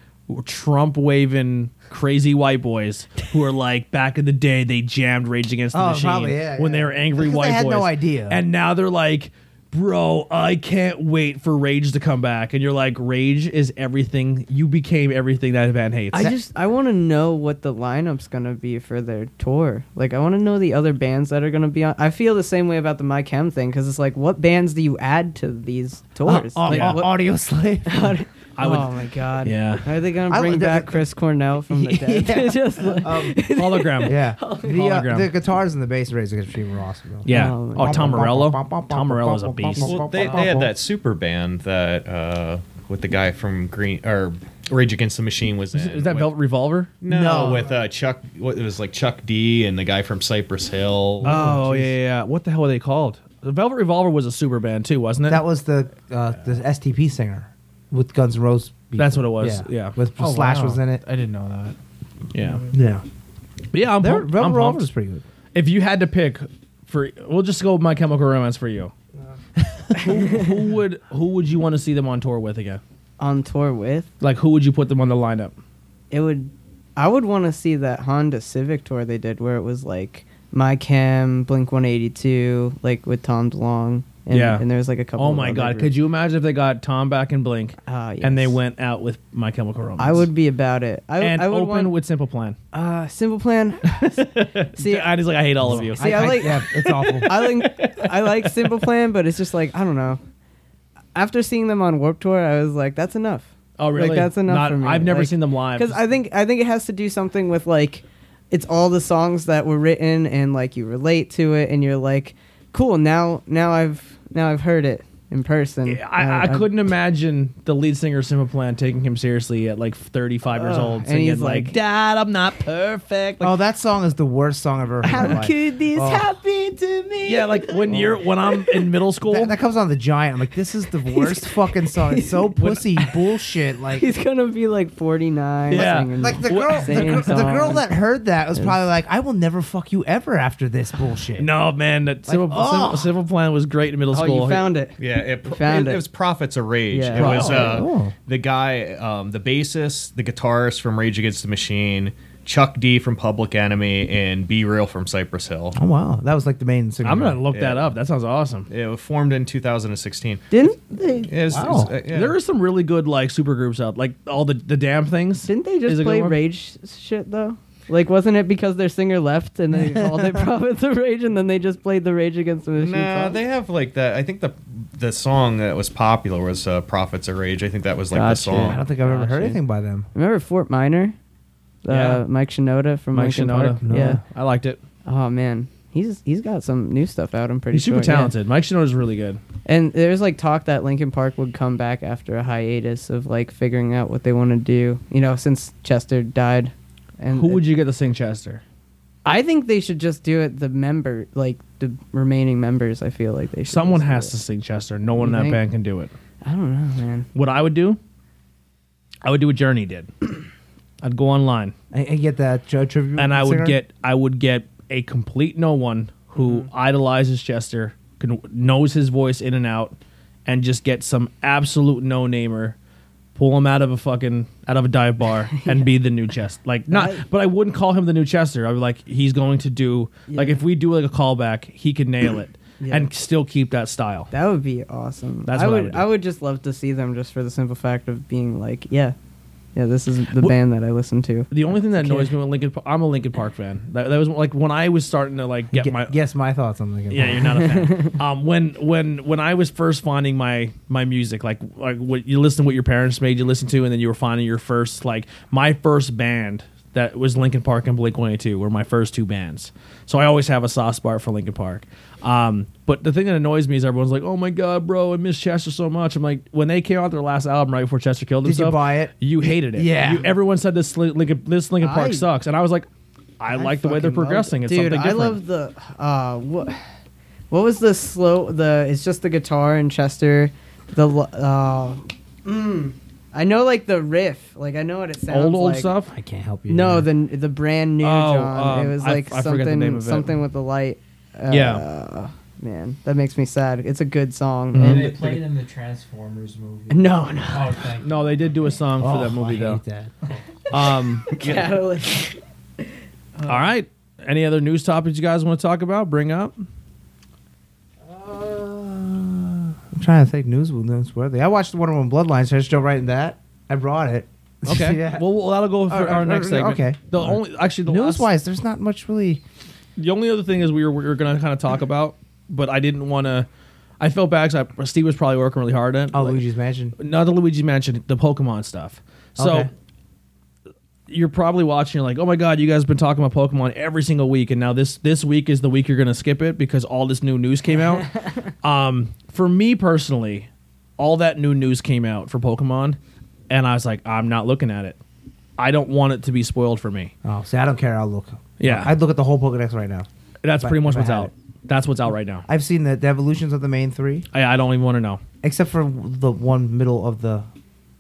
Speaker 1: Trump waving crazy white boys who are like back in the day they jammed Rage Against the
Speaker 3: Oh,
Speaker 1: Machine
Speaker 3: probably, yeah,
Speaker 1: when
Speaker 3: yeah.
Speaker 1: they were angry
Speaker 3: Because they
Speaker 1: white
Speaker 3: had
Speaker 1: boys.
Speaker 3: no idea.
Speaker 1: and now they're like. Bro, I can't wait for Rage to come back. And you're like, Rage is everything. You became everything that band hates.
Speaker 5: I just I want to know what the lineup's gonna be for their tour. Like I want to know the other bands that are gonna be on. I feel the same way about the My Chem thing because it's like, what bands do you add to these tours?
Speaker 3: Uh,
Speaker 5: Like,
Speaker 1: yeah.
Speaker 5: what-
Speaker 3: Audio slave.
Speaker 1: I would-
Speaker 5: oh my god!
Speaker 1: Yeah.
Speaker 5: Are they gonna
Speaker 3: I
Speaker 5: bring
Speaker 3: would-
Speaker 5: back Chris Cornell from the dead?
Speaker 3: Yeah.
Speaker 5: Just like-
Speaker 3: um,
Speaker 1: hologram.
Speaker 3: yeah, the, uh,
Speaker 1: Hologram.
Speaker 3: the guitars and the bass raise against Dream were awesome. though.
Speaker 1: Yeah.
Speaker 5: Oh,
Speaker 1: Oh,
Speaker 5: yeah.
Speaker 1: Tom Morello. Tom Morello's a beast.
Speaker 2: Well, they, they had that super band that uh, with the guy from Green or Rage Against the Machine was in.
Speaker 1: Is that
Speaker 2: with,
Speaker 1: Belt Revolver?
Speaker 2: No,
Speaker 3: No.
Speaker 2: with uh, Chuck. What, it was like Chuck D and the guy from Cypress Hill.
Speaker 1: Oh yeah, yeah, yeah. What the hell are they called? The Velvet Revolver was a super band too, wasn't it?
Speaker 3: That was the uh, the STP singer with Guns N' Roses. beat.
Speaker 1: That's what it was, yeah.
Speaker 3: with
Speaker 4: Oh,
Speaker 3: Slash
Speaker 4: wow.
Speaker 3: was in it.
Speaker 4: I didn't know that.
Speaker 1: yeah.
Speaker 3: Yeah,
Speaker 1: But yeah, I'm,
Speaker 3: their
Speaker 1: pumped. I'm
Speaker 3: Rebel
Speaker 1: pumped.
Speaker 3: Revolver is pretty good.
Speaker 1: If you had to pick for, we'll just go with My Chemical Romance for you. who, who would who would you want to see them on tour with again?
Speaker 5: on tour with
Speaker 1: Like who would you put them on the lineup?
Speaker 5: it would. I would want to see that Honda Civic tour they did where it was like My Chem, Blink 182, like with Tom DeLonge. And,
Speaker 1: Yeah.
Speaker 5: And there was like a couple.
Speaker 1: Oh my God! Could you imagine if they got Tom back and Blink,
Speaker 5: Ah,
Speaker 1: and they
Speaker 5: yes.
Speaker 1: went out with My Chemical Romance?
Speaker 5: I would be about it. I,
Speaker 1: and
Speaker 5: I would
Speaker 1: open
Speaker 5: want,
Speaker 1: with Simple Plan.
Speaker 5: uh, Simple Plan. see,
Speaker 1: I
Speaker 5: I,
Speaker 1: just like I hate all of you.
Speaker 5: See, I like-
Speaker 3: yeah, it's awful.
Speaker 5: like I like Simple Plan, but it's just like I don't know. After seeing them on Warp Tour, I was like, that's enough.
Speaker 1: oh really?
Speaker 5: Like that's enough
Speaker 1: Not-
Speaker 5: for me.
Speaker 1: I've never
Speaker 5: Like,
Speaker 1: seen them live.
Speaker 5: because I think I think it has to do something with like it's all the songs that were written and like you relate to it and you're like cool now now I've now I've heard it in person.
Speaker 1: I, I
Speaker 5: I'm-
Speaker 1: couldn't imagine the lead singer of Simple Plan taking him seriously at like 35 years
Speaker 5: Ugh.
Speaker 1: old.
Speaker 5: And
Speaker 1: singing,
Speaker 5: he's like,
Speaker 1: "Dad, I'm not perfect." Like,
Speaker 3: oh, that song is the worst song I've ever heard. in my
Speaker 5: How
Speaker 3: life.
Speaker 5: could this
Speaker 3: Oh.
Speaker 5: happen to me?
Speaker 1: yeah, like when you're when I'm in middle school.
Speaker 3: That, that comes on the giant. I'm like, this is the worst fucking song. It's so pussy bullshit. Like,
Speaker 5: he's gonna be like 49.
Speaker 1: Yeah.
Speaker 5: singing
Speaker 3: like the girl, the,
Speaker 5: same
Speaker 3: gir- the girl
Speaker 5: song.
Speaker 3: that heard that was probably like, I will never fuck you ever after this bullshit.
Speaker 1: no, man, that Simple,
Speaker 3: oh.
Speaker 1: Simple, Simple Plan was great in middle
Speaker 5: oh
Speaker 1: school.
Speaker 5: you found it.
Speaker 2: Yeah, it, pro-
Speaker 5: found
Speaker 2: it,
Speaker 5: it.
Speaker 2: it was Prophets of Rage.
Speaker 5: Yeah.
Speaker 2: It was uh,
Speaker 3: Oh.
Speaker 2: the guy, um, the bassist, the guitarist from Rage Against the Machine, Chuck D from Public Enemy, and B Real from Cypress Hill.
Speaker 3: Oh wow, that was like the main singer.
Speaker 1: I'm gonna look
Speaker 2: Yeah.
Speaker 1: that up. That sounds awesome.
Speaker 2: It was formed in 2016.
Speaker 5: Didn't they?
Speaker 2: It was-
Speaker 3: Wow.
Speaker 2: it was- uh, yeah.
Speaker 1: There are some really good like super groups out, like all the the damn things.
Speaker 5: Didn't they
Speaker 1: is
Speaker 5: just
Speaker 1: a good
Speaker 5: play
Speaker 1: one.
Speaker 5: Rage s- shit though? Like, wasn't it because their singer left and they called it Prophets of Rage and then they just played the Rage Against the Machine
Speaker 2: No,
Speaker 5: song?
Speaker 2: they have like that. I think the the song that was popular was uh, "Prophets of Rage." I think that was like the
Speaker 5: Gotcha.
Speaker 3: I don't
Speaker 2: song.
Speaker 3: think I've ever
Speaker 1: Oh,
Speaker 5: Gotcha.
Speaker 3: heard anything by them.
Speaker 5: Remember Fort Minor? Uh,
Speaker 1: Yeah.
Speaker 5: Mike Shinoda from
Speaker 1: Mike
Speaker 5: Linkin
Speaker 1: Shinoda.
Speaker 5: Park? Yeah.
Speaker 1: I liked it.
Speaker 5: Oh man, he's he's got some new stuff out. I'm pretty
Speaker 1: He's super
Speaker 5: sure, yeah.
Speaker 1: talented. Mike Shinoda's really good.
Speaker 5: And there's like talk that Linkin Park would come back after a hiatus of like figuring out what they want to do. You know, since Chester died. And Mm,
Speaker 1: Who would you get to sing Chester?
Speaker 5: I think they should just do it the member like the remaining members. I feel like they should
Speaker 1: Someone
Speaker 5: listen
Speaker 1: has
Speaker 5: it. Mm-hmm.
Speaker 1: to sing Chester. No one in
Speaker 5: You
Speaker 1: that
Speaker 5: think?
Speaker 1: band can do it.
Speaker 5: I don't know, man.
Speaker 1: What I would do, I would do what Journey did. I'd go online
Speaker 3: And, and get that Joe tribute.
Speaker 1: and I would
Speaker 3: singer?
Speaker 1: get I would get a complete no one who
Speaker 5: Mm-hmm.
Speaker 1: idolizes Chester, can, knows his voice in and out, and just get some absolute no namer, pull him out of a fucking out of a dive bar and be the new Chester. Like not, but I wouldn't call him the new Chester. I'd be like, he's going to do like
Speaker 5: Yeah.
Speaker 1: if we do like a callback, he could nail it
Speaker 5: Yeah.
Speaker 1: and still keep that style.
Speaker 5: That would be awesome.
Speaker 1: That's
Speaker 5: I
Speaker 1: what I
Speaker 5: would.
Speaker 1: would do.
Speaker 5: I would just love to see them just for the simple fact of being like, yeah, yeah, this is the
Speaker 1: Wh-
Speaker 5: band that I listen to.
Speaker 1: the only thing that
Speaker 5: Okay.
Speaker 1: annoys me with Lincoln, I'm a Lincoln Park fan. That, that was like when I was starting to like get
Speaker 3: Gu-
Speaker 1: my
Speaker 3: guess my thoughts "Oh, on the
Speaker 1: Yeah, you're not a fan. um, when when when I was first finding my my music, like like what you listen to what your parents made you listen to, and then you were finding your first like my first band that was Linkin Park and Blink 182 were my first two bands. So I always have a soft spot for Linkin Park. Um, but the thing that annoys me is everyone's like, "Oh my god, bro, I miss Chester so much." I'm like, when they came out their last album right before Chester killed
Speaker 3: Did you
Speaker 1: himself,
Speaker 3: buy it?
Speaker 1: You hated it.
Speaker 3: Yeah.
Speaker 1: You, everyone said this Li- Linkin this Linkin Park
Speaker 3: I-
Speaker 1: sucks, and I was like, I, like the way they're
Speaker 3: fucking loved it.
Speaker 1: progressing. It's
Speaker 5: Dude,
Speaker 1: something
Speaker 5: I
Speaker 1: different.
Speaker 5: love the uh what what was the slow the it's just the guitar and Chester the l- uh mm, I know like the riff like I know what it sounds
Speaker 1: old old
Speaker 5: like.
Speaker 1: stuff.
Speaker 3: I can't help you.
Speaker 5: No,
Speaker 3: there.
Speaker 5: the the brand new
Speaker 1: Oh,
Speaker 5: John.
Speaker 1: um,
Speaker 5: it was
Speaker 1: I-
Speaker 5: like
Speaker 1: I forget the name
Speaker 5: something
Speaker 1: of it.
Speaker 5: something with the light. Uh,
Speaker 1: Yeah.
Speaker 5: Man, that makes me sad. It's a good song.
Speaker 1: Mm-hmm.
Speaker 4: And
Speaker 5: And
Speaker 4: they
Speaker 5: the-
Speaker 4: played in the Transformers movie.
Speaker 5: no, no.
Speaker 4: Oh, thank
Speaker 1: No, they did do a song for
Speaker 3: Oh,
Speaker 1: that movie
Speaker 3: I
Speaker 1: though.
Speaker 3: hate that.
Speaker 1: Um,
Speaker 5: Catalyst.
Speaker 1: all right. Any other news topics you guys want to talk about? Bring up.
Speaker 3: I'm trying to think news newsworthy. I watched Wonder Woman Bloodline, so I just jumped right in that. I brought it.
Speaker 1: Okay.
Speaker 3: yeah.
Speaker 1: Well, well, that'll go for
Speaker 3: All right,
Speaker 1: our next
Speaker 3: all right,
Speaker 1: segment.
Speaker 3: okay.
Speaker 1: The
Speaker 3: All right.
Speaker 1: only actually the
Speaker 3: news
Speaker 1: last,
Speaker 3: wise, there's not much really.
Speaker 1: the only other thing is we were we were gonna kind of talk about, but I didn't want to. I felt bad. 'cause I, Steve was probably working really hard at. it.
Speaker 3: Oh,
Speaker 1: Like,
Speaker 3: Luigi's Mansion.
Speaker 1: not the Luigi Mansion, the Pokemon stuff. So
Speaker 3: Okay.
Speaker 1: you're probably watching, you're like, oh my god, you guys have been talking about Pokemon every single week, and now this this week is the week you're gonna skip it because all this new news came out. um, for me personally, all that new news came out for Pokemon, and I was like, I'm not looking at it. I don't want it to be spoiled for me.
Speaker 3: Oh, see, I don't care. I'll look.
Speaker 1: Yeah.
Speaker 3: I'd look at the whole Pokedex right now.
Speaker 1: That's
Speaker 3: But
Speaker 1: pretty much
Speaker 3: if I
Speaker 1: what's
Speaker 3: had
Speaker 1: out.
Speaker 3: it.
Speaker 1: That's what's out right now.
Speaker 3: I've seen the, the evolutions of the main three,
Speaker 1: I, I don't even want to know.
Speaker 3: except for the one middle of the.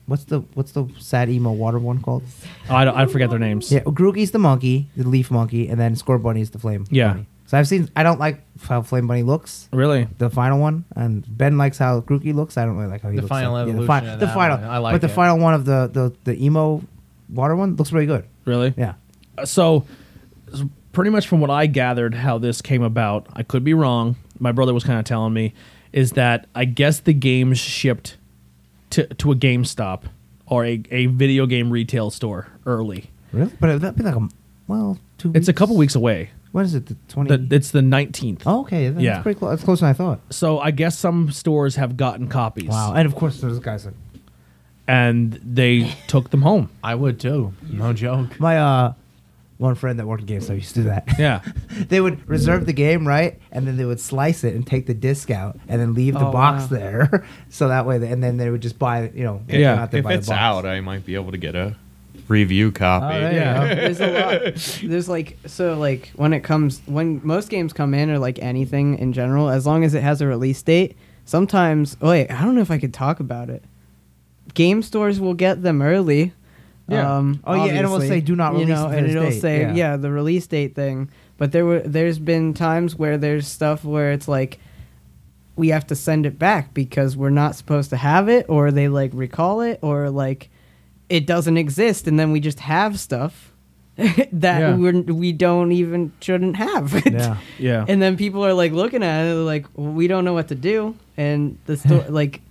Speaker 3: What's the what's the sad emo water one called?
Speaker 1: I, don't, I forget their names.
Speaker 3: Yeah, Grookey's the monkey, the leaf monkey, and then Score Bunny's the flame.
Speaker 1: Yeah.
Speaker 3: bunny. So I've seen. I don't like how Flame Bunny looks.
Speaker 1: Really?
Speaker 3: the final one, and Ben likes how Grookey looks. I don't really like how he
Speaker 4: The
Speaker 3: looks.
Speaker 4: final
Speaker 3: Yeah,
Speaker 4: evolution
Speaker 3: the,
Speaker 4: of
Speaker 3: the
Speaker 4: that
Speaker 3: final,
Speaker 4: one. I like
Speaker 3: but the
Speaker 4: it.
Speaker 3: final one of the, the the emo water one looks really good.
Speaker 1: Really?
Speaker 3: Yeah,
Speaker 1: so s- pretty much from what I gathered how this came about, I could be wrong. My brother was kind of telling me is that I guess the games shipped to to a GameStop or a, a video game retail store early.
Speaker 3: really. But that'd be like a well, two.
Speaker 1: It's a couple
Speaker 3: weeks.
Speaker 1: weeks away.
Speaker 3: What is it? The twenty.
Speaker 1: The, it's the 19th.
Speaker 3: oh, okay. That's
Speaker 1: Yeah.
Speaker 3: pretty close. That's closer than I thought.
Speaker 1: So I guess some stores have gotten copies
Speaker 3: Wow. And of course, those guys. Like,
Speaker 1: and they took them home.
Speaker 4: I would too. No joke.
Speaker 3: my uh, one friend that worked at GameStop used to do that.
Speaker 1: Yeah.
Speaker 3: they would reserve the game, right? And then they would slice it and take the disc out and then leave the
Speaker 5: Oh,
Speaker 3: box
Speaker 5: wow.
Speaker 3: there. so that way, they, and then they would just buy, you know,
Speaker 1: Yeah,
Speaker 3: go out there
Speaker 2: if
Speaker 3: buy the
Speaker 2: it's
Speaker 3: box.
Speaker 2: out, I might be able to get a review copy.
Speaker 3: Oh, there you
Speaker 1: Yeah.
Speaker 3: go.
Speaker 5: there's a lot. There's like so like when it comes when most games come in or like anything in general, as long as it has a release date. Sometimes oh, wait, I don't know if I could talk about it. Game stores will get them early.
Speaker 1: Yeah.
Speaker 5: Um,
Speaker 3: Oh, yeah, and it will
Speaker 5: obviously,
Speaker 3: say, "Do not
Speaker 5: You
Speaker 3: release
Speaker 5: know,
Speaker 3: to
Speaker 5: and
Speaker 3: this
Speaker 5: it'll
Speaker 3: date."
Speaker 5: say
Speaker 3: Yeah.
Speaker 5: yeah. the release date thing. But there were there's been times where there's stuff where it's like we have to send it back because we're not supposed to have it or they like recall it or like it doesn't exist and then we just have stuff that
Speaker 1: Yeah.
Speaker 5: we're, we don't even shouldn't have
Speaker 3: Yeah.
Speaker 1: Yeah.
Speaker 5: and then people are like looking at it they're like well, we don't know what to do and the store like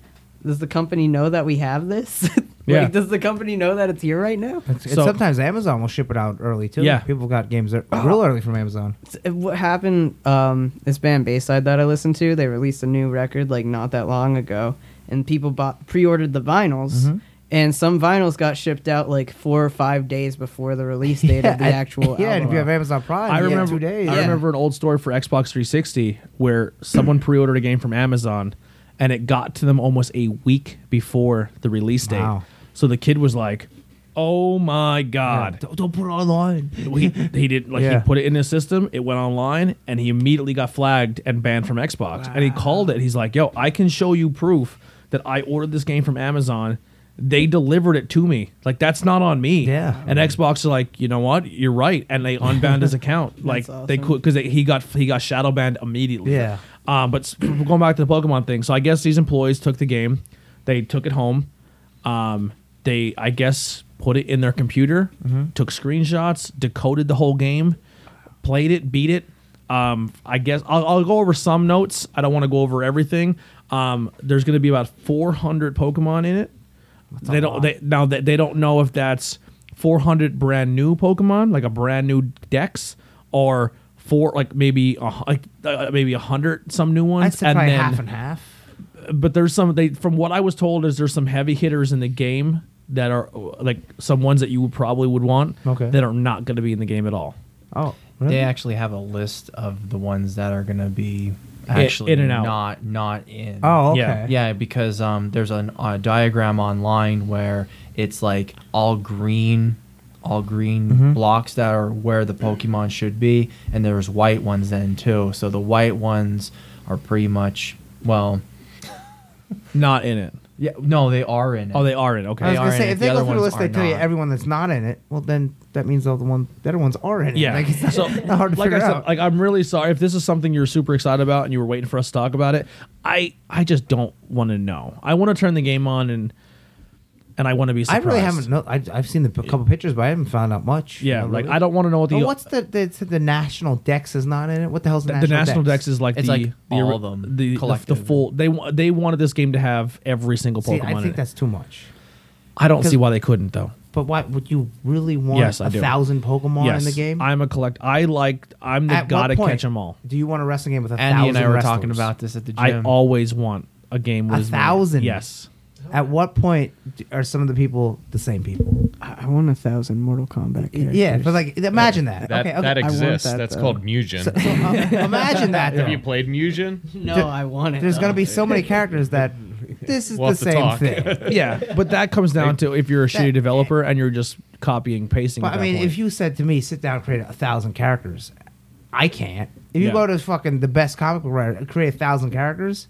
Speaker 5: does the company know that we have this like
Speaker 1: Yeah.
Speaker 5: does the company know that it's here right now
Speaker 3: It's,
Speaker 1: So-
Speaker 3: and sometimes Amazon will ship it out early too.
Speaker 1: Yeah.
Speaker 3: people got games ear- real early from Amazon.
Speaker 5: It's- what happened um this band bayside that i listened to they released a new record like not that long ago and people bought pre-ordered the vinyls and some vinyls got shipped out like four or five days before the release date of the
Speaker 3: I-
Speaker 5: actual
Speaker 3: yeah, and if
Speaker 5: album.
Speaker 3: you have Amazon Prime,
Speaker 1: I
Speaker 3: you get
Speaker 1: remember
Speaker 3: two days.
Speaker 1: I
Speaker 5: Yeah.
Speaker 1: remember an old story for Xbox 360 where someone pre-ordered a game from Amazon and it got to them almost a week before the release date.
Speaker 3: Wow.
Speaker 1: So the kid was like, oh my god,
Speaker 6: Don't, don't put it online.
Speaker 1: he, he did like
Speaker 3: Yeah.
Speaker 1: he put it in his system. It went online, and he immediately got flagged and banned from Xbox. And he called it. He's like, "Yo, I can show you proof that I ordered this game from Amazon. They delivered it to me. Like that's not on me."
Speaker 3: Yeah.
Speaker 1: And Xbox is like, you know what? You're right, and they unbanned his account. Like they could because he got he got shadow banned immediately.
Speaker 3: Yeah.
Speaker 1: Um, but s- going back to the Pokemon thing, so I guess these employees took the game, they took it home, um, they I guess put it in their computer,
Speaker 3: Mm-hmm.
Speaker 1: took screenshots, decoded the whole game, played it, beat it. Um, I guess I'll, I'll go over some notes. I don't want to go over everything. Um, there's going to be about 400 Pokemon in it. they don't they now that they don't know if that's 400 brand new Pokemon, like a brand new Dex, or four like maybe a, hu- like uh, maybe a hundred some new ones.
Speaker 3: I'd say probably half and half.
Speaker 1: But there's some they from what I was told is there's some heavy hitters in the game that are uh, like some ones that you probably would want
Speaker 3: Okay.
Speaker 1: that are not going to be in the game at all.
Speaker 3: Oh, really?
Speaker 4: They actually have a list of the ones that are going to be actually
Speaker 1: in and out.
Speaker 4: not not in.
Speaker 3: Oh, okay.
Speaker 1: Yeah,
Speaker 4: Yeah, because um, there's an, a diagram online where it's like all green, all green blocks that are where the Pokemon should be, and there's white ones then too. So the white ones are pretty much well,
Speaker 1: Not in it.
Speaker 4: yeah, no, they are in. It.
Speaker 1: Oh, they are in. it.
Speaker 3: I
Speaker 1: Okay.
Speaker 3: was
Speaker 4: They
Speaker 3: gonna
Speaker 4: are in
Speaker 3: say
Speaker 4: it,
Speaker 3: if
Speaker 4: the
Speaker 3: they
Speaker 4: other
Speaker 3: go through the
Speaker 4: ones
Speaker 3: list, they
Speaker 4: are
Speaker 3: tell you
Speaker 4: not.
Speaker 3: everyone that's not in it. Well, then that means all the one the other ones are in it.
Speaker 1: Yeah.
Speaker 3: Like, it's not,
Speaker 1: so,
Speaker 3: not hard to
Speaker 1: like I
Speaker 3: figure
Speaker 1: said,
Speaker 3: out.
Speaker 1: like I'm really sorry if this is something you're super excited about and you were waiting for us to talk about it. I I just don't want to know. I want to turn the game on and and I want to be
Speaker 3: I
Speaker 1: surprised.
Speaker 3: really haven't. No, I, I've seen the p- couple pictures, but I haven't found out much.
Speaker 1: Yeah,
Speaker 3: You know,
Speaker 1: like
Speaker 3: really.
Speaker 1: I don't want to know what the
Speaker 3: Oh, what's the, the the national Dex is not in it? What the hell's the,
Speaker 1: the national Dex, is like
Speaker 4: It's
Speaker 1: the
Speaker 4: like
Speaker 1: the,
Speaker 4: all of them
Speaker 1: the, the, the
Speaker 4: collected.
Speaker 1: full they wa- they wanted this game to have every single
Speaker 3: See,
Speaker 1: Pokemon.
Speaker 3: I
Speaker 1: in
Speaker 3: think
Speaker 1: it.
Speaker 3: that's too much.
Speaker 1: I don't see
Speaker 3: 'cause-
Speaker 1: why they couldn't though.
Speaker 3: But why would you really want
Speaker 1: Yes, I
Speaker 3: a
Speaker 1: do.
Speaker 3: thousand Pokemon
Speaker 1: yes,
Speaker 3: in the game?
Speaker 1: I'm a collect. I like. I'm the
Speaker 3: At what
Speaker 1: gotta
Speaker 3: point
Speaker 1: catch them all.
Speaker 3: Do you want a wrestling game with a
Speaker 4: Andy
Speaker 3: thousand?
Speaker 4: and I were
Speaker 3: wrestlers?
Speaker 4: talking about this at the
Speaker 1: I
Speaker 4: gym.
Speaker 1: always want a game with
Speaker 3: A
Speaker 1: as many-
Speaker 3: thousand?
Speaker 1: Yes.
Speaker 3: At what point d- are some of the people the same people?
Speaker 5: I I want a thousand Mortal Kombat characters.
Speaker 3: Yeah, but like imagine that.
Speaker 2: That,
Speaker 3: okay, okay.
Speaker 2: that
Speaker 5: I want
Speaker 2: exists.
Speaker 5: that,
Speaker 2: That's
Speaker 5: though.
Speaker 2: called Mugen.
Speaker 3: So- so, um, imagine that.
Speaker 2: Have you
Speaker 3: Though.
Speaker 2: played Mugen?
Speaker 5: no, I want it.
Speaker 3: There's
Speaker 5: though.
Speaker 3: gonna be so many characters that this is
Speaker 2: We'll
Speaker 3: the
Speaker 2: have to
Speaker 3: same
Speaker 2: talk.
Speaker 3: thing.
Speaker 1: yeah, but that comes down to if you're a shitty developer and you're just copying pasting.
Speaker 3: But I mean, if you said to me, sit down, and create a thousand characters, I can't. If you
Speaker 1: Yeah.
Speaker 3: go to fucking the best comic book writer, create a thousand characters.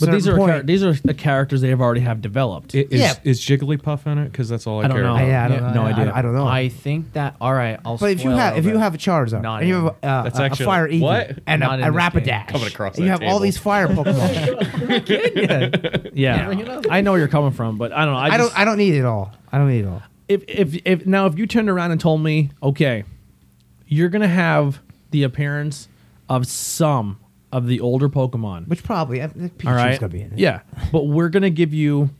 Speaker 1: but these are
Speaker 3: certain
Speaker 1: char-
Speaker 3: point-
Speaker 1: these are the characters they have already have developed.
Speaker 2: Is,
Speaker 3: Yeah.
Speaker 2: is Jigglypuff in it? Because that's all I,
Speaker 1: I don't
Speaker 2: care
Speaker 1: know.
Speaker 2: about.
Speaker 3: yeah, I don't
Speaker 1: Yeah,
Speaker 3: know.
Speaker 1: no
Speaker 3: I-
Speaker 1: idea.
Speaker 3: I, I don't know.
Speaker 4: I think that all right. I'll
Speaker 3: but if you
Speaker 4: spoil
Speaker 3: have if
Speaker 4: it.
Speaker 3: you have a Charizard
Speaker 4: Not
Speaker 3: and you have
Speaker 4: in-
Speaker 3: a, uh,
Speaker 2: That's
Speaker 3: a
Speaker 2: actually-
Speaker 3: fire Eevee
Speaker 2: what?
Speaker 3: and a,
Speaker 4: Not
Speaker 3: a
Speaker 4: in this
Speaker 3: Rapidash,
Speaker 4: game.
Speaker 2: Coming across
Speaker 3: and you
Speaker 2: that
Speaker 3: have all
Speaker 2: table.
Speaker 3: these fire Pokemon.
Speaker 1: Yeah, I know where you're coming from, but I don't know. I,
Speaker 3: I
Speaker 1: just,
Speaker 3: don't I don't need it all. I don't need it all.
Speaker 1: if if if now if you turned around and told me, okay, you're gonna have the appearance of some of the older Pokemon.
Speaker 3: Which probably I think Pikachu's
Speaker 1: all right,
Speaker 3: gonna be in it.
Speaker 1: yeah, but we're gonna give you.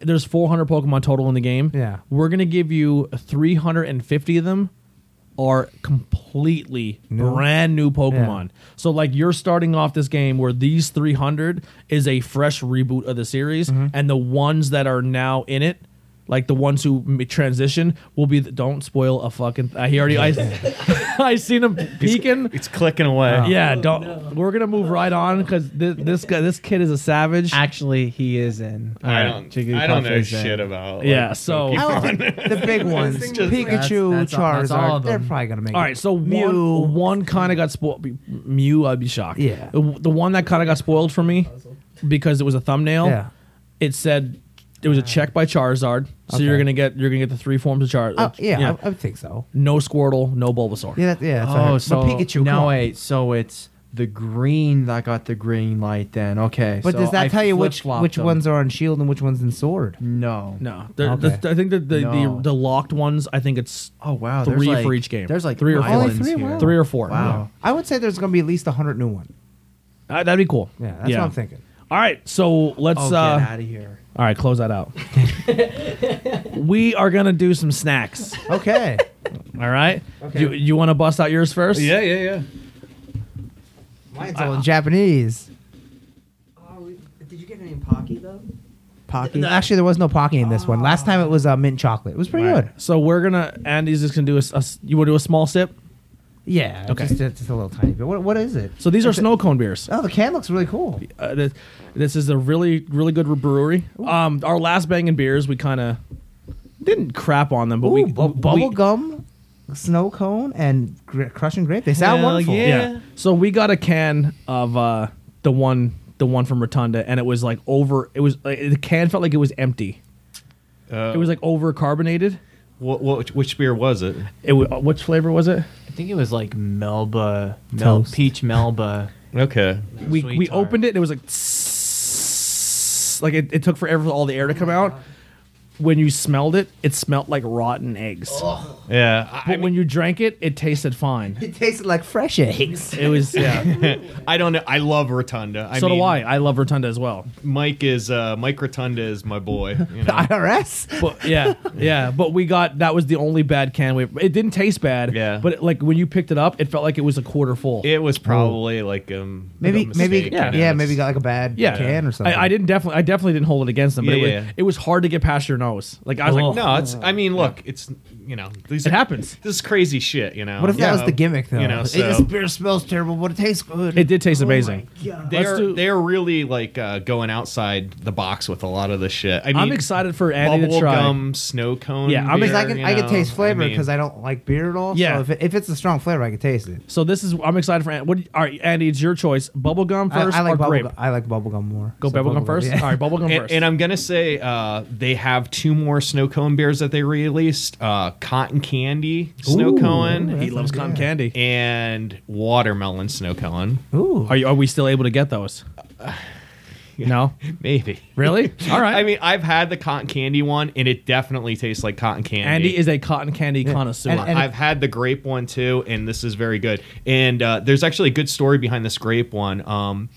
Speaker 1: There's 400 Pokemon total in the game.
Speaker 3: Yeah.
Speaker 1: we're gonna give you 350 of them are completely brand new Pokemon. So like you're starting off this game where these 300 is a fresh reboot of the series,
Speaker 3: Mm-hmm.
Speaker 1: and the ones that are now in it. Like the ones who m- transition will be. The, don't spoil a fucking. I he already. I, I seen him peeking.
Speaker 2: It's clicking away.
Speaker 3: Oh,
Speaker 1: Yeah, don't. We're gonna move right on because this, this guy, this kid is a savage.
Speaker 4: actually he is in.
Speaker 2: I don't. I don't know shit about. like,
Speaker 1: Yeah, so-
Speaker 2: Pokemon.
Speaker 3: I don't think the big ones, Pikachu,
Speaker 4: That's- that's all-
Speaker 3: Charizard,
Speaker 4: that's all of
Speaker 3: they're
Speaker 4: them.
Speaker 3: probably gonna make.
Speaker 1: All
Speaker 3: it.
Speaker 1: right, so
Speaker 3: Mew.
Speaker 1: one one kind of got spoiled. Mew, I'd be shocked.
Speaker 3: Yeah.
Speaker 1: the, the one that kind of got spoiled for me because it was a thumbnail.
Speaker 3: Yeah.
Speaker 1: it said it was a check by Charizard, so you're
Speaker 3: Okay.
Speaker 1: gonna get you're gonna get the three forms of Charizard.
Speaker 3: Oh, yeah, I, I would think so.
Speaker 1: no Squirtle, no Bulbasaur.
Speaker 3: Yeah, that, yeah. That's what I
Speaker 4: Oh,
Speaker 3: heard.
Speaker 4: so
Speaker 3: but Pikachu. come
Speaker 4: No,
Speaker 3: on.
Speaker 4: wait. So it's the green that got the green light. Then okay.
Speaker 3: But
Speaker 4: so
Speaker 3: does that
Speaker 4: I
Speaker 3: tell you which
Speaker 4: flip-flopped
Speaker 3: which
Speaker 4: them.
Speaker 3: ones are on Shield E and which ones in Sword?
Speaker 4: No.
Speaker 1: No, they're-
Speaker 3: Okay.
Speaker 1: the- I think that the,
Speaker 4: No.
Speaker 1: the the locked ones. I think it's
Speaker 4: Oh wow.
Speaker 1: three
Speaker 4: there's like,
Speaker 1: for each game.
Speaker 4: There's like
Speaker 1: three or four.
Speaker 3: Only
Speaker 4: islands
Speaker 3: three?
Speaker 4: here.
Speaker 3: Wow.
Speaker 1: Three or four.
Speaker 4: Wow.
Speaker 3: I would say there's gonna be at least hundred new ones.
Speaker 1: Yeah. Uh, that'd be cool.
Speaker 3: Yeah, that's what I'm thinking.
Speaker 1: All right, so let's.
Speaker 4: Oh,
Speaker 1: uh,
Speaker 4: get out of here.
Speaker 1: All right, close that out. we are gonna do some snacks.
Speaker 3: Okay.
Speaker 1: All right. You you want to bust out yours first?
Speaker 2: Yeah, yeah, yeah.
Speaker 3: Mine's all in Japanese.
Speaker 5: Oh, Did you get any Pocky though? Pocky.
Speaker 3: No, Actually, there was no Pocky in this one. Last time it was uh, mint chocolate. It was pretty good.
Speaker 1: So we're gonna Andy's just gonna do a, s- a s- you want to do a small sip.
Speaker 3: Yeah.
Speaker 1: Okay.
Speaker 3: Just, just a little tiny bit. What, what is it?
Speaker 1: So these are
Speaker 3: It's a-
Speaker 1: snow cone beers.
Speaker 3: Oh, the can looks really cool.
Speaker 1: Uh, this, this is a really really good brewery. Um, our last banging beers we kind of didn't crap on them, but
Speaker 3: Ooh,
Speaker 1: we
Speaker 3: bu-
Speaker 1: we-
Speaker 3: bubble gum, snow cone, and gr- crushing grape. They sound
Speaker 2: Hell
Speaker 3: wonderful.
Speaker 2: yeah.
Speaker 1: Yeah. So we got a can of uh, the one the one from Rotunda, and it was like over. It was like, the can felt like it was empty.
Speaker 2: Uh,
Speaker 1: It was like over carbonated.
Speaker 2: what, what, which beer was it?
Speaker 1: It wa- which flavor was it?
Speaker 4: I think it was like Melba, Mel,
Speaker 3: Toast.
Speaker 4: peach Melba.
Speaker 2: Okay.
Speaker 1: we
Speaker 4: Sweet
Speaker 1: we
Speaker 4: tart.
Speaker 1: opened it. and It was like tss- like it, it took forever for all the air to come out. When you smelled it, it smelled like rotten eggs.
Speaker 2: Yeah. I-
Speaker 1: But when you drank it, it tasted fine.
Speaker 3: It tasted like fresh eggs.
Speaker 1: It was yeah.
Speaker 2: I don't know. I love Rotunda. I
Speaker 1: so
Speaker 2: mean,
Speaker 1: do I. I love Rotunda as well.
Speaker 2: Mike is uh, Mike Rotunda is my boy. You know?
Speaker 3: IRS.
Speaker 1: But yeah, yeah. But we got that was the only bad can we. It didn't taste bad.
Speaker 2: Yeah.
Speaker 1: But it, like when you picked it up, it felt like it was a quarter full.
Speaker 2: it was probably like um
Speaker 3: Maybe
Speaker 2: like a
Speaker 3: maybe
Speaker 2: mistake,
Speaker 3: yeah,
Speaker 2: kinda.
Speaker 3: yeah maybe got like a bad
Speaker 1: yeah,
Speaker 3: can or something.
Speaker 1: I, I didn't definitely. I definitely didn't hold it against them. But
Speaker 2: Yeah,
Speaker 1: it,
Speaker 2: yeah,
Speaker 1: was,
Speaker 2: yeah. Oh.
Speaker 1: it was hard to get past your nose. Like I was like, no,
Speaker 2: No, it's. I mean, look, it's you know these
Speaker 1: it
Speaker 2: are-
Speaker 1: happens.
Speaker 2: This is crazy shit. You know.
Speaker 3: What if that was
Speaker 2: So,
Speaker 3: the gimmick though?
Speaker 2: You know, so
Speaker 3: this beer smells terrible, but it tastes good.
Speaker 1: It did taste amazing.
Speaker 2: they
Speaker 1: Let's
Speaker 2: are
Speaker 1: do-
Speaker 2: they are really like uh, going outside the box with a lot of this shit. I mean,
Speaker 1: I'm excited for Andy to
Speaker 2: Bubble
Speaker 1: try.
Speaker 2: gum, snow cone.
Speaker 1: Yeah, I'm
Speaker 2: beer,
Speaker 3: Because I can
Speaker 2: you
Speaker 3: I can
Speaker 2: know,
Speaker 3: taste flavor
Speaker 2: I
Speaker 3: because I,
Speaker 2: mean,
Speaker 3: don't like beer at all.
Speaker 1: Yeah.
Speaker 3: So if, it, if it's a strong flavor, I can taste it.
Speaker 1: So this is I'm excited for An- what. All right, Andy, it's your choice. Bubblegum
Speaker 3: I,
Speaker 1: first
Speaker 3: I like
Speaker 1: or
Speaker 3: bubble
Speaker 1: grape?
Speaker 3: gum, I like bubblegum more.
Speaker 1: Go
Speaker 3: So
Speaker 1: bubblegum
Speaker 3: bubblegum,
Speaker 1: first.
Speaker 3: yeah.
Speaker 1: All right, bubblegum
Speaker 2: and,
Speaker 1: first.
Speaker 2: and I'm gonna say uh, they have two more snow cone beers that they released: uh, cotton candy snow
Speaker 3: Ooh.
Speaker 2: cone
Speaker 1: he
Speaker 3: that's
Speaker 1: loves
Speaker 3: not
Speaker 1: cotton
Speaker 3: bad.
Speaker 1: candy.
Speaker 2: and watermelon snow cone.
Speaker 3: Ooh.
Speaker 1: Are you, are we still able to get those? No,
Speaker 2: Maybe.
Speaker 1: really? All right.
Speaker 2: I mean, I've had the cotton candy one, and it definitely tastes like cotton candy.
Speaker 1: Andy is a cotton candy connoisseur.
Speaker 3: And- and-
Speaker 2: I've had the grape one too, and this is very good. And uh, there's actually a good story behind this grape one. Um,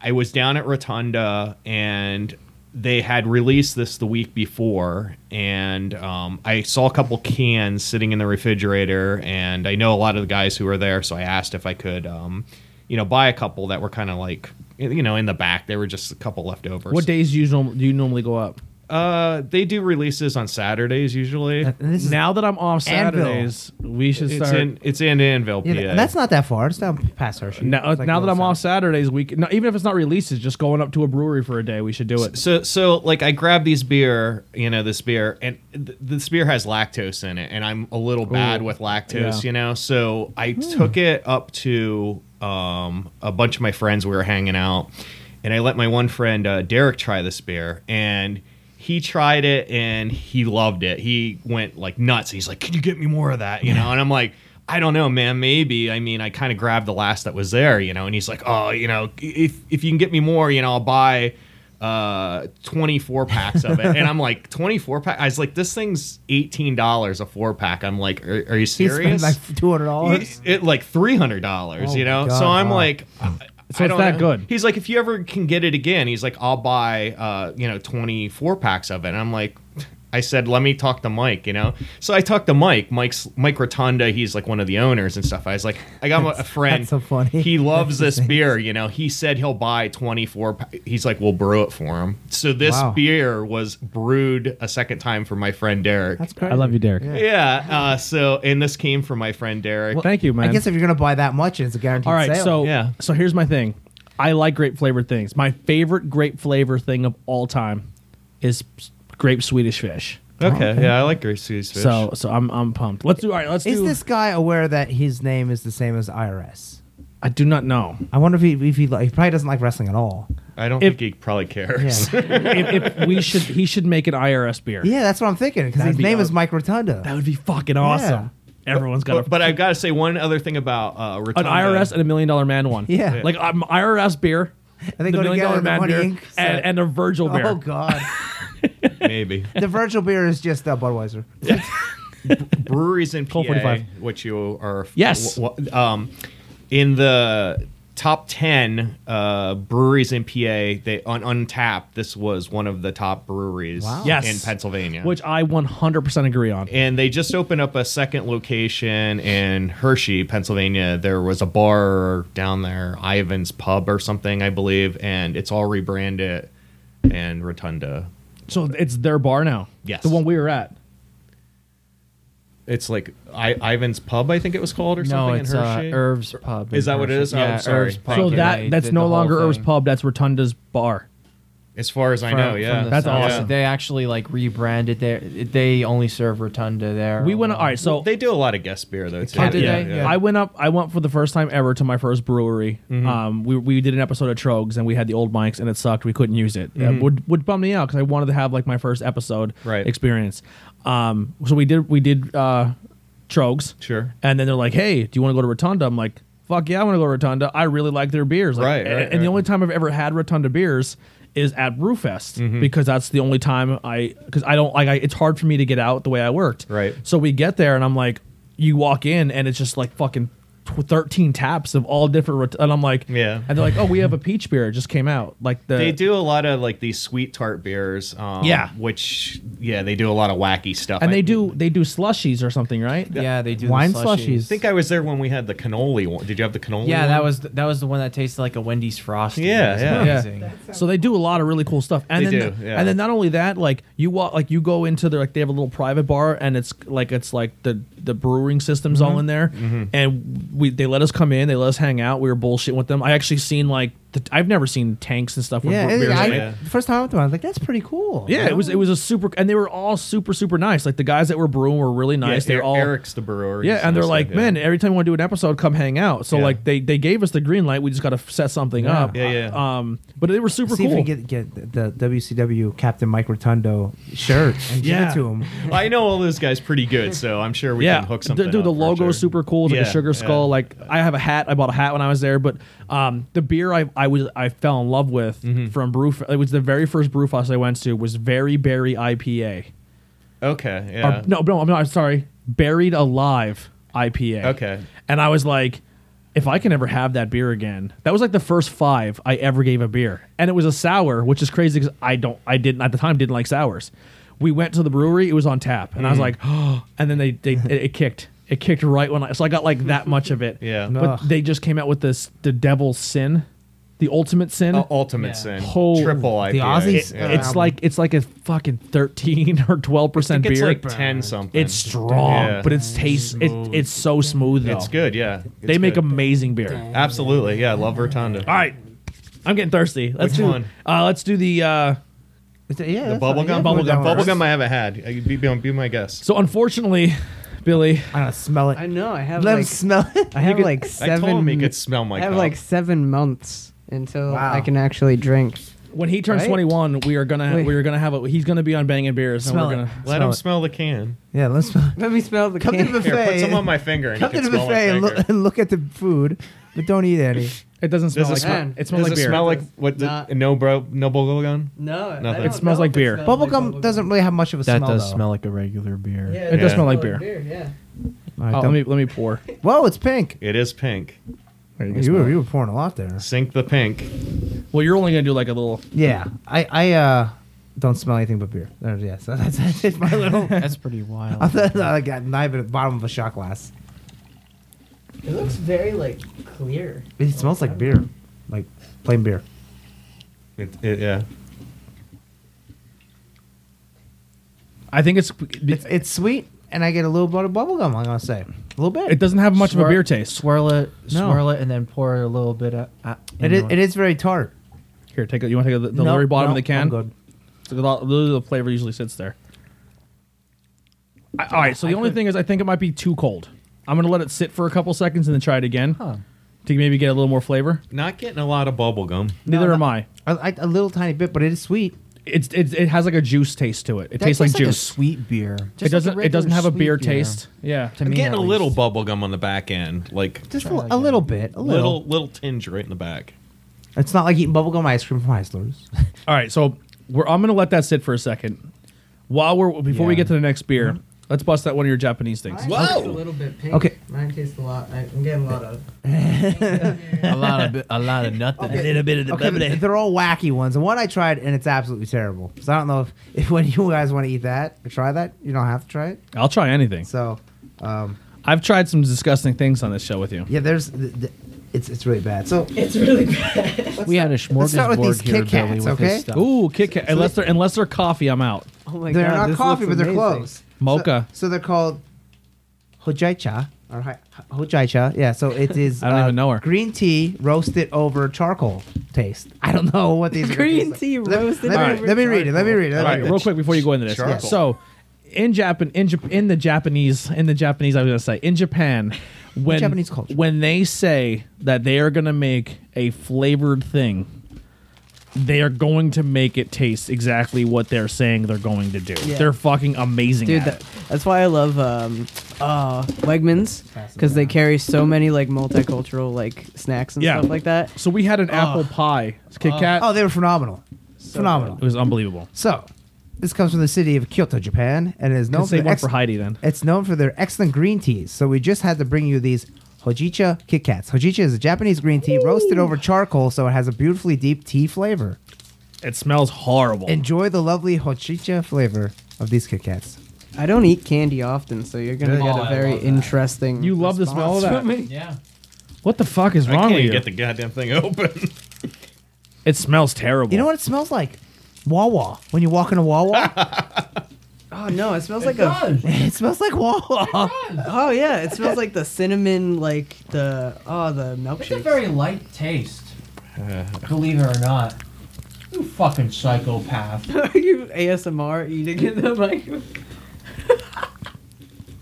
Speaker 2: I was down at Rotunda, and they had released this the week before, and um, I saw a couple cans sitting in the refrigerator, and I know a lot of the guys who were there, so I asked if I could, um, you know, buy a couple that were kind of like, you know, in the back. They were just a couple left over.
Speaker 1: what days do you, norm- do you normally go up?
Speaker 2: Uh, they do releases on Saturdays usually.
Speaker 3: And this is,
Speaker 1: now that I'm off
Speaker 3: Anvil.
Speaker 1: Saturdays, we should
Speaker 2: It's
Speaker 1: start.
Speaker 2: in it's in Anville, PA.
Speaker 3: yeah, and that's not that far. It's down past Hershey.
Speaker 1: now,
Speaker 3: It's like
Speaker 1: now that
Speaker 3: little
Speaker 1: I'm
Speaker 3: south.
Speaker 1: off Saturdays, we can, no, even if it's not releases, just going up to a brewery for a day, we should do it.
Speaker 2: so so like I grab these beer, you know, this beer, and th- this beer has lactose in it, and I'm a little bad with lactose,
Speaker 1: yeah.
Speaker 2: you know. So I took it up to um, a bunch of my friends. We were hanging out, and I let my one friend uh, Derek try this beer, and he tried it and he loved it. He went like nuts. He's like, "Can you get me more of that?" You know, and I'm like. I don't know, man. Maybe. I mean, I kind of grabbed the last that was there, you know. And he's like, "Oh, you know, if if you can get me more, you know, I'll buy uh 24 packs of it and i'm like 24 pack i was like this thing's 18 dollars a four pack i'm like are, are you
Speaker 3: He spent
Speaker 2: serious
Speaker 3: like two hundred dollars.
Speaker 2: it, it, like 300 dollars
Speaker 3: Oh
Speaker 2: you know
Speaker 3: my God,
Speaker 2: so i'm
Speaker 3: wow.
Speaker 2: like I-
Speaker 1: So
Speaker 2: I
Speaker 1: it's
Speaker 2: don't
Speaker 1: that
Speaker 2: know.
Speaker 1: good.
Speaker 2: he's like if you ever can get it again he's like i'll buy uh you know 24 packs of it and i'm like I said, let me talk to Mike, you know? So I talked to Mike, Mike's Mike Rotunda. He's like one of the owners and stuff. I was like, I got a friend.
Speaker 3: that's so funny.
Speaker 2: He loves this beer. You know, he said he'll buy 24. pa- He's like, we'll brew it for him. So this
Speaker 3: Wow.
Speaker 2: beer was brewed a second time for my friend Derek.
Speaker 3: That's crazy.
Speaker 1: I love you, Derek.
Speaker 3: Yeah.
Speaker 2: yeah. Uh, so, and this came from my friend Derek.
Speaker 1: Thank you, man.
Speaker 3: I guess if you're gonna buy that much, it's a guaranteed
Speaker 1: All right,
Speaker 3: sale.
Speaker 1: so
Speaker 2: Yeah.
Speaker 1: so here's my thing. I like grape flavored things. My favorite grape flavor thing of all time is s- grape Swedish fish.
Speaker 2: okay, Yeah. I like Grace Sue's fish.
Speaker 1: So so I'm I'm pumped. Let's do all right. Let's
Speaker 3: is
Speaker 1: do.
Speaker 3: this guy aware that his name is the same as IRS?
Speaker 1: I do not know.
Speaker 3: I wonder if he if he, li- he probably doesn't like wrestling at all.
Speaker 2: I don't
Speaker 1: if-
Speaker 2: think he probably
Speaker 3: Yeah,
Speaker 1: if,
Speaker 2: cares.
Speaker 1: if we should, he should make an IRS beer.
Speaker 3: yeah, that's what I'm thinking because
Speaker 1: That'd
Speaker 3: his
Speaker 1: be
Speaker 3: name is
Speaker 1: awesome.
Speaker 3: Mike Rotunda.
Speaker 1: that would be fucking awesome. Everyone's got
Speaker 2: But,
Speaker 1: a,
Speaker 2: but I've got to say one other thing about uh,
Speaker 1: an
Speaker 2: Rotunda.
Speaker 1: IRS and a million dollar man one.
Speaker 3: Yeah. Yeah.
Speaker 1: like um, IRS beer.
Speaker 3: And they
Speaker 1: the
Speaker 3: go
Speaker 1: million
Speaker 3: together
Speaker 1: dollar
Speaker 3: in the
Speaker 1: man
Speaker 3: Money
Speaker 1: beer
Speaker 3: Inc.
Speaker 1: and,
Speaker 3: set.
Speaker 1: and a Virgil beer.
Speaker 3: oh god,
Speaker 2: maybe.
Speaker 3: the Virgil beer is just uh, Budweiser.
Speaker 2: breweries in PA,
Speaker 1: 1245.
Speaker 2: which you are
Speaker 1: Yes.
Speaker 2: w- w- um, in the top ten uh, breweries in PA, they on Untapped. This was one of the top breweries
Speaker 3: Wow.
Speaker 1: Yes.
Speaker 2: in Pennsylvania,
Speaker 1: Which I 100% agree on.
Speaker 2: and they just opened up a second location in Hershey, Pennsylvania. There was a bar down there, Ivan's Pub or something, I believe, and it's all rebranded and Rotunda.
Speaker 1: So it's their bar now.
Speaker 2: Yes.
Speaker 1: the one we were at.
Speaker 2: It's like I- Ivan's Pub, I think it was called, or
Speaker 4: No,
Speaker 2: something
Speaker 4: it's
Speaker 2: in
Speaker 4: uh,
Speaker 2: Hershey.
Speaker 4: Irv's Pub. in
Speaker 2: Is that what it
Speaker 4: Hershey.
Speaker 2: is? Oh,
Speaker 4: Yeah,
Speaker 2: I'm sorry.
Speaker 4: Irv's Pub.
Speaker 1: So
Speaker 4: Yeah,
Speaker 1: that
Speaker 4: they
Speaker 1: that's
Speaker 4: did
Speaker 1: no
Speaker 4: the whole
Speaker 1: longer Irv's
Speaker 4: thing.
Speaker 1: Pub. That's Rotunda's bar.
Speaker 2: As far as I
Speaker 4: from-
Speaker 2: know,
Speaker 4: from
Speaker 2: yeah.
Speaker 4: the
Speaker 1: That's
Speaker 4: south.
Speaker 1: awesome.
Speaker 4: They actually like rebranded their. They only serve Rotunda there.
Speaker 1: We went all right. So
Speaker 2: So they do a lot of guest beer though too.
Speaker 4: Oh, did
Speaker 1: yeah.
Speaker 4: they?
Speaker 1: I went up. I went for the first time ever to my first brewery.
Speaker 2: Mm-hmm.
Speaker 1: Um, we, we did an episode of Trogs and we had the old mics and it sucked. We couldn't use it. It would would bum me out because I wanted to have like my first episode
Speaker 2: Mm-hmm. Right.
Speaker 1: experience. Um, so we did we did uh, Trogs.
Speaker 2: Sure.
Speaker 1: And then they're like, "Hey, do you want to go to Rotunda?" I'm like, "Fuck yeah, I want to go to Rotunda. I really like their beers." Like,
Speaker 2: Right,
Speaker 1: And,
Speaker 2: right,
Speaker 1: and the
Speaker 2: right.
Speaker 1: only time I've ever had Rotunda beers is at Brewfest
Speaker 2: Mm-hmm.
Speaker 1: because that's the only time I because I don't like I, it's hard for me to get out the way I worked.
Speaker 2: Right.
Speaker 1: So we get there and I'm like, you walk in and it's just like fucking tw- 13 taps of all different rot- and I'm like,
Speaker 2: Yeah.
Speaker 1: And they're like, "Oh, we have a peach beer. It just came out." Like the
Speaker 2: They do a lot of like these sweet tart beers. Um,
Speaker 1: Yeah.
Speaker 2: Which yeah, they do a lot of wacky stuff.
Speaker 1: and
Speaker 2: I-
Speaker 1: they do they do slushies or something, right?
Speaker 4: Yeah, they do the
Speaker 3: Wine
Speaker 4: slushies.
Speaker 3: slushies.
Speaker 2: I think I was there when we had the cannoli one. Did you have the cannoli?
Speaker 4: Yeah,
Speaker 2: one?
Speaker 4: that was that was the one that tasted like a Wendy's frosty.
Speaker 2: Yeah,
Speaker 4: It was
Speaker 2: yeah.
Speaker 1: Yeah.
Speaker 4: amazing.
Speaker 1: So they do a lot of really cool stuff, and
Speaker 2: They
Speaker 1: then
Speaker 2: do, yeah.
Speaker 1: and then not only that, like you walk, like you go into their like they have a little private bar, and it's like it's like the the brewing system's
Speaker 3: Mm-hmm.
Speaker 1: all in there,
Speaker 2: Mm-hmm.
Speaker 1: and we they let us come in, they let us hang out. We were bullshitting with them. I actually seen like the, I've never seen tanks and stuff. With
Speaker 3: Yeah,
Speaker 1: bre-
Speaker 3: it,
Speaker 1: beers
Speaker 3: I,
Speaker 1: in it.
Speaker 2: yeah.
Speaker 3: the first time I went to one, I was like, that's pretty cool.
Speaker 1: Yeah, it was it was a super, and they were all super super nice. Like the guys that were brewing were really
Speaker 2: Yeah,
Speaker 1: nice. They're
Speaker 2: Er-
Speaker 1: all
Speaker 2: Eric's the brewer.
Speaker 1: yeah, and they're like, man,
Speaker 2: yeah.
Speaker 1: every time we want to do an episode, come hang out. So
Speaker 2: Yeah.
Speaker 1: like they they gave us the green light. We just got to set something
Speaker 3: Yeah.
Speaker 1: up.
Speaker 2: Yeah, yeah.
Speaker 1: Um, but they were super
Speaker 3: See
Speaker 1: cool.
Speaker 3: if we can get, get the the WCW Captain Mike Rotundo shirt and give
Speaker 1: Yeah.
Speaker 3: it to him.
Speaker 2: I know all those guys pretty good, so I'm sure we
Speaker 1: yeah,
Speaker 2: can hook
Speaker 1: d-
Speaker 2: something.
Speaker 1: dude, the
Speaker 2: up for
Speaker 1: logo is
Speaker 2: sure.
Speaker 1: super cool. It's like
Speaker 2: Yeah,
Speaker 1: a sugar
Speaker 2: yeah.
Speaker 1: skull. Like I have a hat. I bought a hat when I was there. But um, the beer I I was I fell in love with
Speaker 2: Mm-hmm.
Speaker 1: from Brew. It was the very first Brewfest I went to was Very Berry IPA.
Speaker 2: Okay.
Speaker 1: Or-
Speaker 2: Yeah.
Speaker 1: no, no, I'm not sorry. Buried Alive IPA.
Speaker 2: Okay.
Speaker 1: And I was like, if I can ever have that beer again, that was like the first five I ever gave a beer, and it was a sour, which is crazy because I don't, I didn't at the time didn't like sours. We went to the brewery; it was on tap, and I was
Speaker 2: Mm-hmm.
Speaker 1: like, oh, and then they, they it, it kicked, it kicked right when I, so I got like that much of it.
Speaker 2: Yeah.
Speaker 1: But
Speaker 3: Ugh.
Speaker 1: they just came out with this, the Devil's Sin, the Ultimate Sin.
Speaker 2: Uh, Ultimate Sin.
Speaker 1: Whole-
Speaker 2: Triple IPA.
Speaker 3: The Aussies,
Speaker 1: It-
Speaker 2: Yeah.
Speaker 3: uh,
Speaker 1: It's like it's like a fucking thirteen or twelve
Speaker 2: I
Speaker 1: percent
Speaker 2: think
Speaker 1: beer.
Speaker 2: it's like ten something.
Speaker 1: It's strong,
Speaker 2: Yeah.
Speaker 1: but it's taste. It, it's so smooth though.
Speaker 2: It's good. Yeah.
Speaker 1: They
Speaker 2: It's
Speaker 1: make
Speaker 2: good.
Speaker 1: amazing beer.
Speaker 2: Absolutely. Yeah. I love Rotunda.
Speaker 1: All right, I'm getting thirsty. Let's
Speaker 2: Which
Speaker 1: do.
Speaker 2: one?
Speaker 1: Uh, let's do the. Uh,
Speaker 3: It's- yeah,
Speaker 2: The
Speaker 3: that's not- yeah,
Speaker 2: bubblegum?
Speaker 3: put it down
Speaker 1: Bubblegum
Speaker 3: first.
Speaker 2: Bubblegum I haven't had. Uh, you Be, be, be my guest.
Speaker 1: so unfortunately, Billy,
Speaker 3: I don't smell it.
Speaker 5: I know. I have
Speaker 3: Let him
Speaker 5: like
Speaker 3: smell it.
Speaker 5: I have
Speaker 1: could-
Speaker 5: like
Speaker 2: I
Speaker 5: seven.
Speaker 2: told him he could smell my
Speaker 5: I have
Speaker 2: cup.
Speaker 5: like seven months until
Speaker 3: Wow.
Speaker 5: I can actually drink.
Speaker 1: when he turns
Speaker 5: Right?
Speaker 1: 21, we are gonna
Speaker 5: Wait.
Speaker 1: we are gonna have a he's gonna be on banging beers.
Speaker 3: Smell it.
Speaker 1: and we're gonna,
Speaker 2: Let
Speaker 3: Smell
Speaker 2: him
Speaker 3: it.
Speaker 2: smell the can.
Speaker 3: Yeah, let's smell it.
Speaker 5: Let me smell the
Speaker 3: Come to
Speaker 5: can.
Speaker 3: the buffet.
Speaker 2: Here, put some
Speaker 3: and-
Speaker 2: on my finger and
Speaker 3: Come to
Speaker 2: you can
Speaker 3: the
Speaker 2: smell
Speaker 3: buffet and
Speaker 2: my
Speaker 3: look,
Speaker 2: finger.
Speaker 3: and look at the food, but don't eat any.
Speaker 1: It doesn't smell
Speaker 2: Does it
Speaker 1: like
Speaker 2: smell,
Speaker 5: man.
Speaker 1: it smells
Speaker 2: does
Speaker 1: like
Speaker 2: it
Speaker 1: beer.
Speaker 2: smell like what?
Speaker 5: Nah.
Speaker 2: The, no bro, no bubblegum.
Speaker 5: No, I
Speaker 2: Nothing.
Speaker 5: don't
Speaker 2: It
Speaker 1: smells
Speaker 5: know
Speaker 1: like
Speaker 5: if
Speaker 1: beer.
Speaker 5: smells like
Speaker 3: Bubblegum doesn't really have much of a
Speaker 4: That
Speaker 3: smell.
Speaker 4: does
Speaker 3: though.
Speaker 4: smell like a regular beer.
Speaker 5: Yeah,
Speaker 1: It does
Speaker 2: Yeah.
Speaker 1: smell like beer.
Speaker 5: yeah.
Speaker 3: All right,
Speaker 1: Oh, let
Speaker 3: don't-
Speaker 1: me let me pour.
Speaker 3: Whoa, it's pink.
Speaker 2: It is pink.
Speaker 1: There you go.
Speaker 3: You were, you were pouring a lot there.
Speaker 2: Sink the pink.
Speaker 1: Well, you're only gonna do like a little.
Speaker 3: Yeah, I I uh, don't smell anything but beer. There, yeah, so that's, that's my little.
Speaker 4: That's pretty wild.
Speaker 3: I got knife at the bottom of a shot glass.
Speaker 5: It looks very like clear.
Speaker 3: It smells like beer, like plain beer.
Speaker 2: It, it, yeah.
Speaker 1: I think it's
Speaker 3: It's, it's sweet, and I get a little bit of bubblegum, I'm going to say. A little bit.
Speaker 1: it doesn't have much of a
Speaker 4: Swir-
Speaker 1: beer taste.
Speaker 4: Swirl it,
Speaker 3: No.
Speaker 4: swirl it, and then pour a little bit. Of, uh,
Speaker 3: it,
Speaker 1: Mm-hmm.
Speaker 3: is, it is very tart.
Speaker 1: Here, take it. You want to take the, the
Speaker 3: No,
Speaker 1: very bottom
Speaker 3: no,
Speaker 1: of the can?
Speaker 3: I'm good.
Speaker 1: So the, the flavor usually sits there. I, all right. So the only thing is, I think it might be too cold. I'm gonna let it sit for a couple seconds and then try it again
Speaker 4: Huh.
Speaker 1: to maybe get a little more flavor.
Speaker 2: Not getting a lot of bubblegum.
Speaker 1: Neither am I.
Speaker 3: I, I, a little tiny bit, but it is sweet.
Speaker 1: It's, it's it has like a juice taste to it. It tastes like
Speaker 4: a
Speaker 1: juice.
Speaker 4: sweet beer.
Speaker 1: it doesn't it doesn't have a beer taste. Yeah.
Speaker 4: To
Speaker 2: I'm
Speaker 4: me,
Speaker 2: getting
Speaker 4: at
Speaker 2: a little
Speaker 4: least.
Speaker 2: bubblegum on the back end, like
Speaker 3: Just a,
Speaker 4: Try that
Speaker 3: a
Speaker 4: again.
Speaker 3: little bit. A little.
Speaker 2: little little tinge right in the back.
Speaker 3: It's not like eating bubblegum ice cream from Heisler's.
Speaker 1: All right. So we're I'm gonna let that sit for a second. While we're before we
Speaker 4: Yeah.
Speaker 1: get to the next beer, let's bust out one of your Japanese things.
Speaker 2: Whoa. tastes a
Speaker 5: little bit pink.
Speaker 3: Okay.
Speaker 5: Mine tastes a lot. I'm getting a lot of.
Speaker 4: a lot of bi- a lot of nothing. A little bit of the
Speaker 3: Okay, th- they're all wacky ones. And one I tried, and it's absolutely terrible. So I don't know if, if when you guys want to eat that or try that, you don't have to try it.
Speaker 1: I'll try anything.
Speaker 3: So, um,
Speaker 1: I've tried some disgusting things on this show with you.
Speaker 3: yeah, there's. The, the, it's, it's really bad. So
Speaker 5: It's really bad.
Speaker 4: We had a
Speaker 3: Let's start with these
Speaker 4: smorgasbord here,
Speaker 3: Kit
Speaker 4: Billy,
Speaker 3: Kats,
Speaker 4: with
Speaker 3: okay?
Speaker 4: this stuff.
Speaker 1: Ooh, Kit Kat. Unless they're unless they're coffee, I'm out.
Speaker 5: Oh my
Speaker 3: they're
Speaker 5: god.
Speaker 3: not
Speaker 5: this
Speaker 3: coffee,
Speaker 5: looks
Speaker 3: but they're
Speaker 5: amazing.
Speaker 3: close.
Speaker 1: Mocha.
Speaker 3: So, so they're called hojaicha, or hi- hojicha. Yeah, so it is. uh,
Speaker 1: I don't even know her.
Speaker 3: Green tea roasted over charcoal taste. I don't know what these are gonna
Speaker 5: Green
Speaker 3: taste
Speaker 5: tea
Speaker 3: like. Let-
Speaker 5: roasted
Speaker 3: Let, me-
Speaker 5: over
Speaker 3: let me read it. Let me read it.
Speaker 1: All
Speaker 3: Let me
Speaker 1: right,
Speaker 3: read it.
Speaker 1: real quick before you go into this.
Speaker 2: Charcoal.
Speaker 1: Yeah, So, in Japan, in Jap- in the Japanese, in the Japanese, I was gonna say in Japan, when
Speaker 3: Japanese culture.
Speaker 1: when they say that they are gonna make a flavored thing, they are going to make it taste exactly what they're saying they're going to do.
Speaker 5: Yeah.
Speaker 1: They're fucking amazing,
Speaker 5: Dude,
Speaker 1: at
Speaker 5: that,
Speaker 1: it.
Speaker 5: that's why I love um, uh, Wegmans because they carry so many like multicultural like snacks and
Speaker 1: Yeah.
Speaker 5: stuff like that.
Speaker 1: So we had an apple pie Kit Kat.
Speaker 3: Oh, they were phenomenal. phenomenal.
Speaker 1: it was unbelievable.
Speaker 3: So, this comes from the city of Kyoto, Japan, and is known
Speaker 1: Could
Speaker 3: for,
Speaker 1: save
Speaker 3: their
Speaker 1: one
Speaker 3: ex-
Speaker 1: for Heidi then.
Speaker 3: It's known for their excellent green teas. So we just had to bring you these hojicha Kit Kats. Hojicha is a Japanese green tea roasted over charcoal, so it has a beautifully deep tea flavor.
Speaker 1: It smells horrible.
Speaker 3: Enjoy the lovely hojicha flavor of these Kit Kats.
Speaker 5: I don't eat candy often, so you're gonna
Speaker 3: Good.
Speaker 5: get
Speaker 3: Oh,
Speaker 5: a very interesting.
Speaker 1: you love the smell
Speaker 5: response
Speaker 1: of that.
Speaker 5: from me.
Speaker 4: Yeah.
Speaker 1: What the fuck is
Speaker 2: I
Speaker 1: wrong
Speaker 2: can't
Speaker 1: with
Speaker 2: even
Speaker 1: you?
Speaker 2: get the goddamn thing open.
Speaker 1: it smells terrible.
Speaker 3: You know what it smells like? Wawa. When you walk into Wawa,
Speaker 5: Oh no, it smells like a.
Speaker 3: it smells like Wawa.
Speaker 5: Oh yeah, it smells like the cinnamon, like the oh the
Speaker 4: It's a
Speaker 5: milkshake.
Speaker 4: very light taste. Believe it or not. You fucking psychopath.
Speaker 5: Are you ASMR eating in the microphone?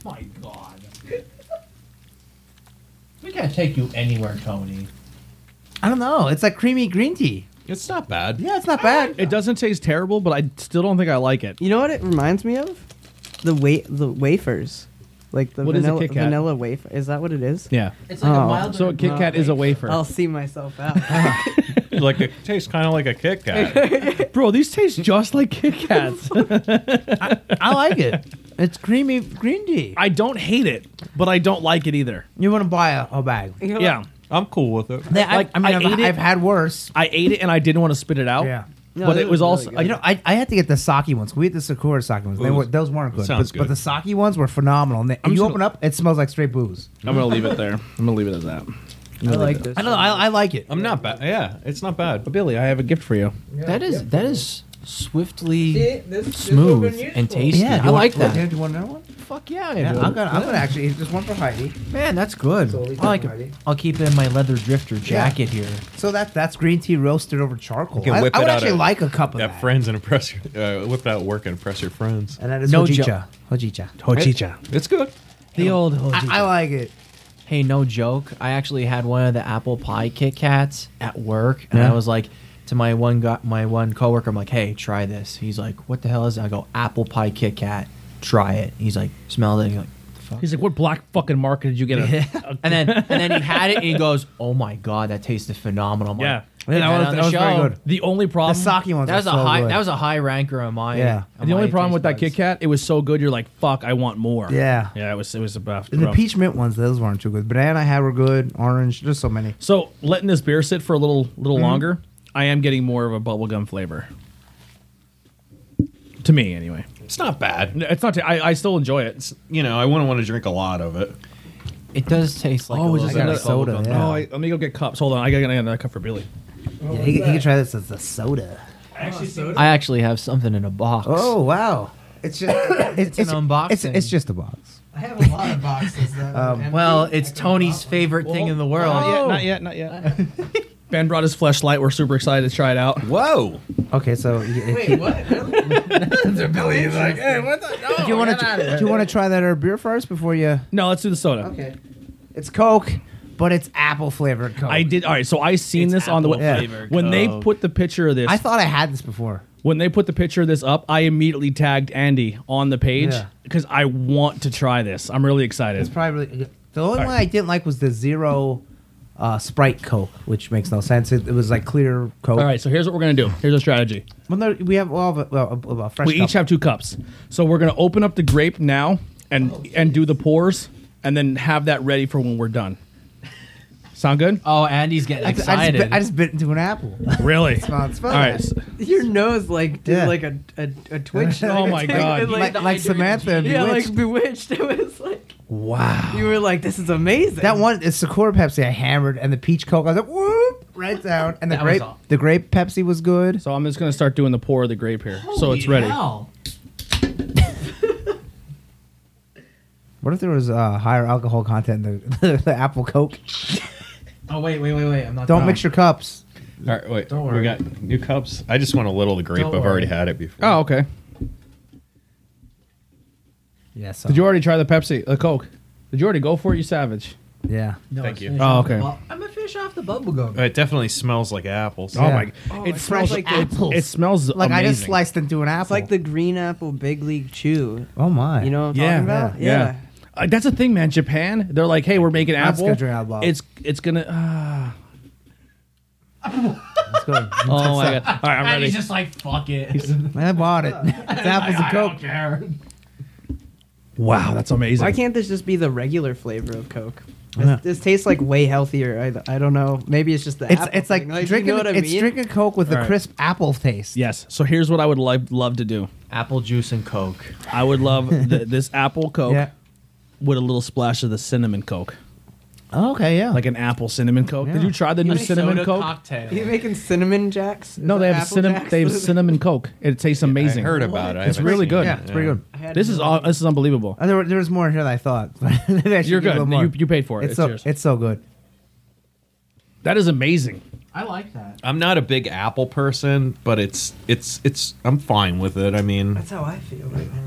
Speaker 4: My god. We can't take you anywhere, Tony.
Speaker 3: I don't know. It's like creamy green tea.
Speaker 2: It's not bad.
Speaker 3: Yeah, it's not bad.
Speaker 1: It doesn't taste terrible, but I still don't think I like it.
Speaker 5: You know what it reminds me of? The wa- the wafers, like the
Speaker 1: What is a
Speaker 5: vanilla
Speaker 1: Kit Kat?
Speaker 5: vanilla wafer. Is that what it is?
Speaker 1: Yeah.
Speaker 4: It's like
Speaker 5: Oh.
Speaker 4: a mild.
Speaker 1: So a Kit Kat is a wafer.
Speaker 3: Oh.
Speaker 5: I'll see myself out.
Speaker 2: like it tastes kind of like a Kit Kat.
Speaker 1: Bro, these taste just like Kit Kats.
Speaker 3: I like it. It's creamy green tea.
Speaker 1: I don't hate it, but I don't like it either.
Speaker 3: You want to buy a, a bag?
Speaker 5: You're
Speaker 1: Yeah.
Speaker 5: like,
Speaker 2: I'm cool with it.
Speaker 3: Yeah, I,
Speaker 1: Like,
Speaker 3: I mean,
Speaker 1: I
Speaker 3: I have
Speaker 1: ate it-
Speaker 3: I've had worse.
Speaker 1: I ate it and I didn't want to spit it out.
Speaker 3: Yeah.
Speaker 5: No,
Speaker 1: but
Speaker 5: they
Speaker 1: it
Speaker 5: were
Speaker 1: was
Speaker 5: really
Speaker 1: also
Speaker 5: good.
Speaker 1: I-
Speaker 3: You know, I, I had to get the sake ones. We had the Sakura sake ones. They
Speaker 2: Ooh.
Speaker 3: were, those weren't good.
Speaker 2: Sounds
Speaker 3: but, but
Speaker 2: good.
Speaker 3: the sake ones were phenomenal. And they-
Speaker 1: I'm
Speaker 3: you
Speaker 1: just
Speaker 3: open up, it smells like straight booze.
Speaker 1: I'm gonna leave it there. I'm gonna leave it at that.
Speaker 5: I like this.
Speaker 3: I don't know. I, I like it.
Speaker 2: I'm not bad. Yeah, it's not bad.
Speaker 1: But Billy, I have a gift for you.
Speaker 4: That is that is swiftly
Speaker 5: this,
Speaker 4: smooth and tasty.
Speaker 3: do
Speaker 4: I
Speaker 3: you want-
Speaker 4: like that.
Speaker 3: Yeah, do you want another one?
Speaker 4: Fuck yeah,
Speaker 3: Yeah,
Speaker 4: do.
Speaker 3: I'm gonna, I'm gonna actually just one for Heidi.
Speaker 4: Man, that's good.
Speaker 3: So at least
Speaker 4: I like
Speaker 3: that's
Speaker 4: it.
Speaker 3: ready.
Speaker 4: I'll keep it in my leather drifter jacket here.
Speaker 3: So that that's green tea roasted over charcoal.
Speaker 2: can
Speaker 3: I, I would
Speaker 2: whip it out
Speaker 3: actually
Speaker 2: of-
Speaker 3: like a cup of that.
Speaker 2: That friends and impress your, uh, whip that work and impress your friends.
Speaker 3: and that is
Speaker 4: No
Speaker 3: hojicha. Hojicha.
Speaker 1: Hojicha.
Speaker 2: It's good.
Speaker 4: The old
Speaker 3: I, I like it.
Speaker 4: Hey, no joke. I actually had one of the apple pie Kit Kats at work, and
Speaker 3: Yeah.
Speaker 4: I was like to my one guy, my one coworker, I'm like, "Hey, try this." He's like, "What the hell is?" It? I go, "Apple pie Kit Kat. Try it." He's like, "Smell it." He's like, "The fuck?"
Speaker 1: He's like, what black fucking market did you get? A,
Speaker 4: and then and then he had it, and he goes, "Oh my god, that tasted phenomenal." I'm like,
Speaker 1: Yeah.
Speaker 4: "Get
Speaker 3: Yeah, that was-
Speaker 4: on
Speaker 3: that
Speaker 4: the
Speaker 3: was very
Speaker 4: show."
Speaker 3: good.
Speaker 1: The only
Speaker 3: The
Speaker 1: problem.
Speaker 3: sake ones.
Speaker 4: That was
Speaker 3: are
Speaker 4: a
Speaker 3: so
Speaker 4: high.
Speaker 3: Good.
Speaker 4: That was a high ranker on my.
Speaker 3: Yeah.
Speaker 4: on
Speaker 1: the only
Speaker 4: my
Speaker 1: problem with that
Speaker 4: taste
Speaker 1: Kit
Speaker 4: buds.
Speaker 1: Kat, it was so good. You're like, fuck, I want more.
Speaker 3: Yeah.
Speaker 1: Yeah. It was. It was about
Speaker 3: the peach mint ones. Those weren't too good. Banana I had were good. Orange. There's so many.
Speaker 1: So letting this beer sit for a little little longer, I am getting more of a bubblegum flavor. To me, anyway.
Speaker 2: It's not bad.
Speaker 1: No, It's not. I, I still enjoy it. It's-
Speaker 2: You know, I wouldn't want to drink a lot of it.
Speaker 4: It does taste like. a
Speaker 1: Oh, is
Speaker 4: little
Speaker 1: this
Speaker 4: bit
Speaker 3: got
Speaker 4: of
Speaker 1: another-
Speaker 3: soda,
Speaker 1: bubblegum?
Speaker 3: yeah.
Speaker 1: Oh, I, let me go get cups. Hold on, I gotta get another cup for Billy.
Speaker 3: yeah, he, he can try this as a soda.
Speaker 4: I actually have something in a box.
Speaker 3: Oh wow! It's just it's,
Speaker 4: an unboxing.
Speaker 3: It's, it's just a box.
Speaker 5: I have a lot of boxes. That
Speaker 3: Um,
Speaker 4: Well, it's Tony's favorite thing in the world.
Speaker 1: Not yet. Not yet. Not yet. ben brought his flashlight. We're super excited to try it out.
Speaker 2: Whoa!
Speaker 3: Okay, so y-
Speaker 5: wait, what? Really?
Speaker 2: Billy's like, hey, what the?
Speaker 3: do you want to do you want to try that our beer first before you?
Speaker 1: No, let's do the soda.
Speaker 3: Okay, it's Coke, but it's apple flavored Coke.
Speaker 1: I did. All right. So I seen
Speaker 4: It's
Speaker 1: this on the
Speaker 4: apple
Speaker 1: way.
Speaker 4: flavored
Speaker 1: When they
Speaker 4: Coke.
Speaker 1: put the picture of this,
Speaker 3: I thought I had this before.
Speaker 1: when they put the picture of this up, I immediately tagged Andy on the page
Speaker 3: Yeah.
Speaker 1: because I want to try this. I'm really
Speaker 3: It's
Speaker 1: excited.
Speaker 3: probably really, the only
Speaker 1: All
Speaker 3: one I didn't like was the zero uh, Sprite Coke, which makes no sense. It, it was like clear Coke.
Speaker 1: All right. So here's what we're gonna do. Here's our strategy.
Speaker 3: Well, no, we have all of a, well, a, a fresh.
Speaker 1: We each
Speaker 3: cup.
Speaker 1: have two cups. So we're gonna open up the grape now and and do the pours and then have that ready for when we're done. Sound good?
Speaker 4: Oh, Andy's getting
Speaker 3: I, I, just
Speaker 4: excited.
Speaker 3: bit, I just bit into an apple.
Speaker 1: Really?
Speaker 3: not- it's
Speaker 1: All
Speaker 3: fine.
Speaker 1: right.
Speaker 5: Your nose like did
Speaker 3: Yeah.
Speaker 5: like a, a, a twitch.
Speaker 1: Oh
Speaker 5: like,
Speaker 1: my
Speaker 5: it
Speaker 1: God.
Speaker 5: was
Speaker 3: like,
Speaker 5: Like,
Speaker 3: like Samantha and
Speaker 5: yeah,
Speaker 3: Bewitched.
Speaker 5: like bewitched. It was like
Speaker 3: wow.
Speaker 5: you were like, this is amazing.
Speaker 3: That one is Sakura Pepsi. I hammered, and the peach Coke. I was like, whoop, right down. And the
Speaker 4: That was
Speaker 3: grape,
Speaker 4: all.
Speaker 3: the grape Pepsi was good.
Speaker 1: So I'm just gonna start doing the pour of the grape here. so it's ready.
Speaker 3: What if there was uh, higher alcohol content in the, the apple coke?
Speaker 4: Oh wait, wait, wait, wait! I'm not.
Speaker 3: Don't
Speaker 4: done.
Speaker 3: mix your cups.
Speaker 2: All right, wait.
Speaker 4: Don't
Speaker 2: We
Speaker 4: worry.
Speaker 2: got new cups. I just want a little of the grape.
Speaker 4: Don't
Speaker 2: I've
Speaker 4: worry.
Speaker 2: already had it before.
Speaker 1: Oh, okay.
Speaker 3: Yes.
Speaker 1: Did you already try the Pepsi, the Coke? Did you already go for it, you savage?
Speaker 3: Yeah.
Speaker 4: No,
Speaker 2: Thank
Speaker 4: it's
Speaker 2: you.
Speaker 4: finished
Speaker 1: Oh,
Speaker 4: off the
Speaker 1: okay.
Speaker 4: bu- I'm gonna finish off the bubble gum.
Speaker 2: It definitely smells like apples.
Speaker 3: Yeah.
Speaker 1: Oh,
Speaker 4: it smells like
Speaker 3: apples.
Speaker 1: It, smells
Speaker 3: Like I just
Speaker 1: amazing.
Speaker 3: sliced into an apple.
Speaker 5: It's like the green apple big league chew.
Speaker 3: Oh my.
Speaker 5: You know what I'm
Speaker 1: Yeah,
Speaker 5: talking about?
Speaker 1: yeah. Uh, that's the thing, man. Japan, they're like, hey, we're making
Speaker 3: That's
Speaker 1: apple.
Speaker 3: good, you're not allowed.
Speaker 1: It's it's gonna. Uh,
Speaker 3: It's good.
Speaker 1: oh my god! All right, I'm
Speaker 4: And
Speaker 1: ready.
Speaker 4: he's just like, fuck it.
Speaker 3: I bought it. It's apples and
Speaker 4: I don't
Speaker 3: coke.
Speaker 4: care.
Speaker 1: wow, that's amazing.
Speaker 5: Why can't this just be the regular flavor of Coke?
Speaker 3: Yeah.
Speaker 5: This, this tastes like way healthier. I, I don't know. Maybe it's just the
Speaker 3: It's
Speaker 5: apple
Speaker 3: it's like
Speaker 5: thing. you
Speaker 3: drinking.
Speaker 5: know what I
Speaker 3: it's
Speaker 5: mean?
Speaker 3: drinking coke with a
Speaker 1: Alright.
Speaker 3: crisp apple taste.
Speaker 1: Yes. So here's what I would like love to do.
Speaker 4: Apple juice and Coke.
Speaker 1: I would love th- this apple Coke
Speaker 3: Yeah.
Speaker 1: with a little splash of the cinnamon Coke,
Speaker 3: Oh, okay. Yeah.
Speaker 1: like an apple cinnamon Coke. Did
Speaker 3: Yeah.
Speaker 1: you try the new cinnamon Coke?
Speaker 5: Are you making cinnamon jacks? Is
Speaker 1: no, they
Speaker 5: that
Speaker 1: have
Speaker 5: Apple
Speaker 1: cinnamon.
Speaker 5: Jacks?
Speaker 1: They have cinnamon Coke. It tastes amazing.
Speaker 2: I heard about it. I
Speaker 1: It's
Speaker 2: haven't
Speaker 1: really
Speaker 2: seen
Speaker 1: good.
Speaker 2: it.
Speaker 3: yeah, it's pretty good.
Speaker 5: I had
Speaker 1: This
Speaker 5: no
Speaker 1: is all.
Speaker 5: idea.
Speaker 1: This is unbelievable.
Speaker 3: Uh, there, were- there was more here than I thought. Maybe I should
Speaker 1: You're
Speaker 3: give it a
Speaker 1: good.
Speaker 3: more.
Speaker 1: You, you paid for it.
Speaker 3: it's,
Speaker 1: It's,
Speaker 3: so
Speaker 1: yours.
Speaker 3: it's so good.
Speaker 1: that is amazing.
Speaker 4: I like that.
Speaker 2: I'm not a big apple person, but it's it's it's. I'm fine with it. I mean,
Speaker 5: That's how I feel right now.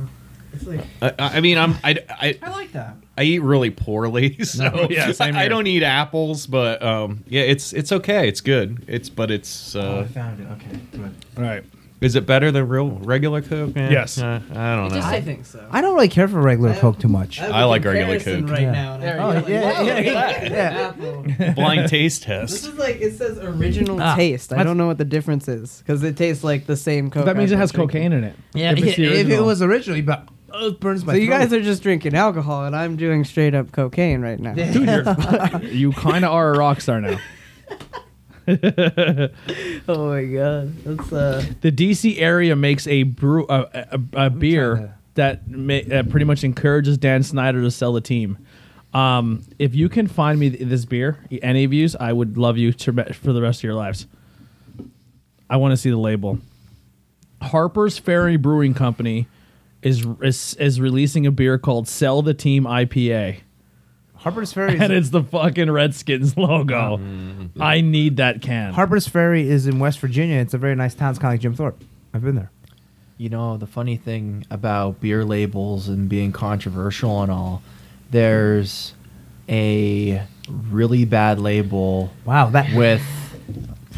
Speaker 5: It's like
Speaker 2: I, I mean, I'm I, I
Speaker 4: I like that.
Speaker 2: I eat really poorly, so
Speaker 1: yeah, same
Speaker 2: I, I
Speaker 1: here.
Speaker 2: don't eat apples. But um, yeah, it's it's okay. It's good. It's but it's
Speaker 4: Oh, I
Speaker 2: uh,
Speaker 4: found it. Okay, good.
Speaker 1: All right.
Speaker 2: is it better than real regular Coke? Eh,
Speaker 1: Yes.
Speaker 2: eh, I don't know.
Speaker 5: I think so.
Speaker 3: I don't really care for regular
Speaker 5: I-
Speaker 3: coke too much.
Speaker 5: have
Speaker 2: I
Speaker 5: a
Speaker 2: like regular
Speaker 5: comparison
Speaker 2: Coke.
Speaker 5: right
Speaker 3: Yeah. Oh,
Speaker 5: now. and
Speaker 4: There
Speaker 5: I
Speaker 4: you
Speaker 5: feel like,
Speaker 4: go.
Speaker 3: Yeah,
Speaker 5: wow,
Speaker 3: yeah,
Speaker 5: look at
Speaker 3: yeah,
Speaker 5: that.
Speaker 3: yeah.
Speaker 5: Apple.
Speaker 2: Blind taste
Speaker 5: This
Speaker 2: test.
Speaker 5: is like it says original
Speaker 1: Ah,
Speaker 5: taste. I
Speaker 1: that's-
Speaker 5: don't know what the difference is because it tastes like the same Coke.
Speaker 1: That means it
Speaker 5: I've
Speaker 1: has
Speaker 5: been drinking.
Speaker 1: cocaine in it.
Speaker 3: Yeah,
Speaker 1: If
Speaker 3: if,
Speaker 1: it's the
Speaker 3: if it
Speaker 1: original.
Speaker 3: was originally, but oh, it burns my.
Speaker 5: So you
Speaker 3: throat.
Speaker 5: guys are just drinking alcohol, and I'm doing straight up cocaine right now.
Speaker 1: Dude, you're, you kind of are a rock star now.
Speaker 5: oh my god, that's uh.
Speaker 1: The DC area makes a brew a, a, a
Speaker 3: trying
Speaker 1: beer
Speaker 3: to-
Speaker 1: that ma- that pretty much encourages Dan Snyder to sell the team. Um, if you can find me th- this beer, any of yous, I would love you to, for the rest of your lives. I want to see the label. Harper's Ferry Brewing Company is is, is releasing a beer called Sell the Team IPA.
Speaker 3: Harper's Ferry.
Speaker 1: and
Speaker 3: Is,
Speaker 1: it's the fucking Redskins logo.
Speaker 4: Mm-hmm.
Speaker 1: I need that can.
Speaker 3: Harper's Ferry is in West Virginia. It's a very nice town. It's kind of like Jim Thorpe. I've been there.
Speaker 4: You know, the funny thing about beer labels and being controversial and all, there's a really bad label
Speaker 3: Wow, that
Speaker 4: with.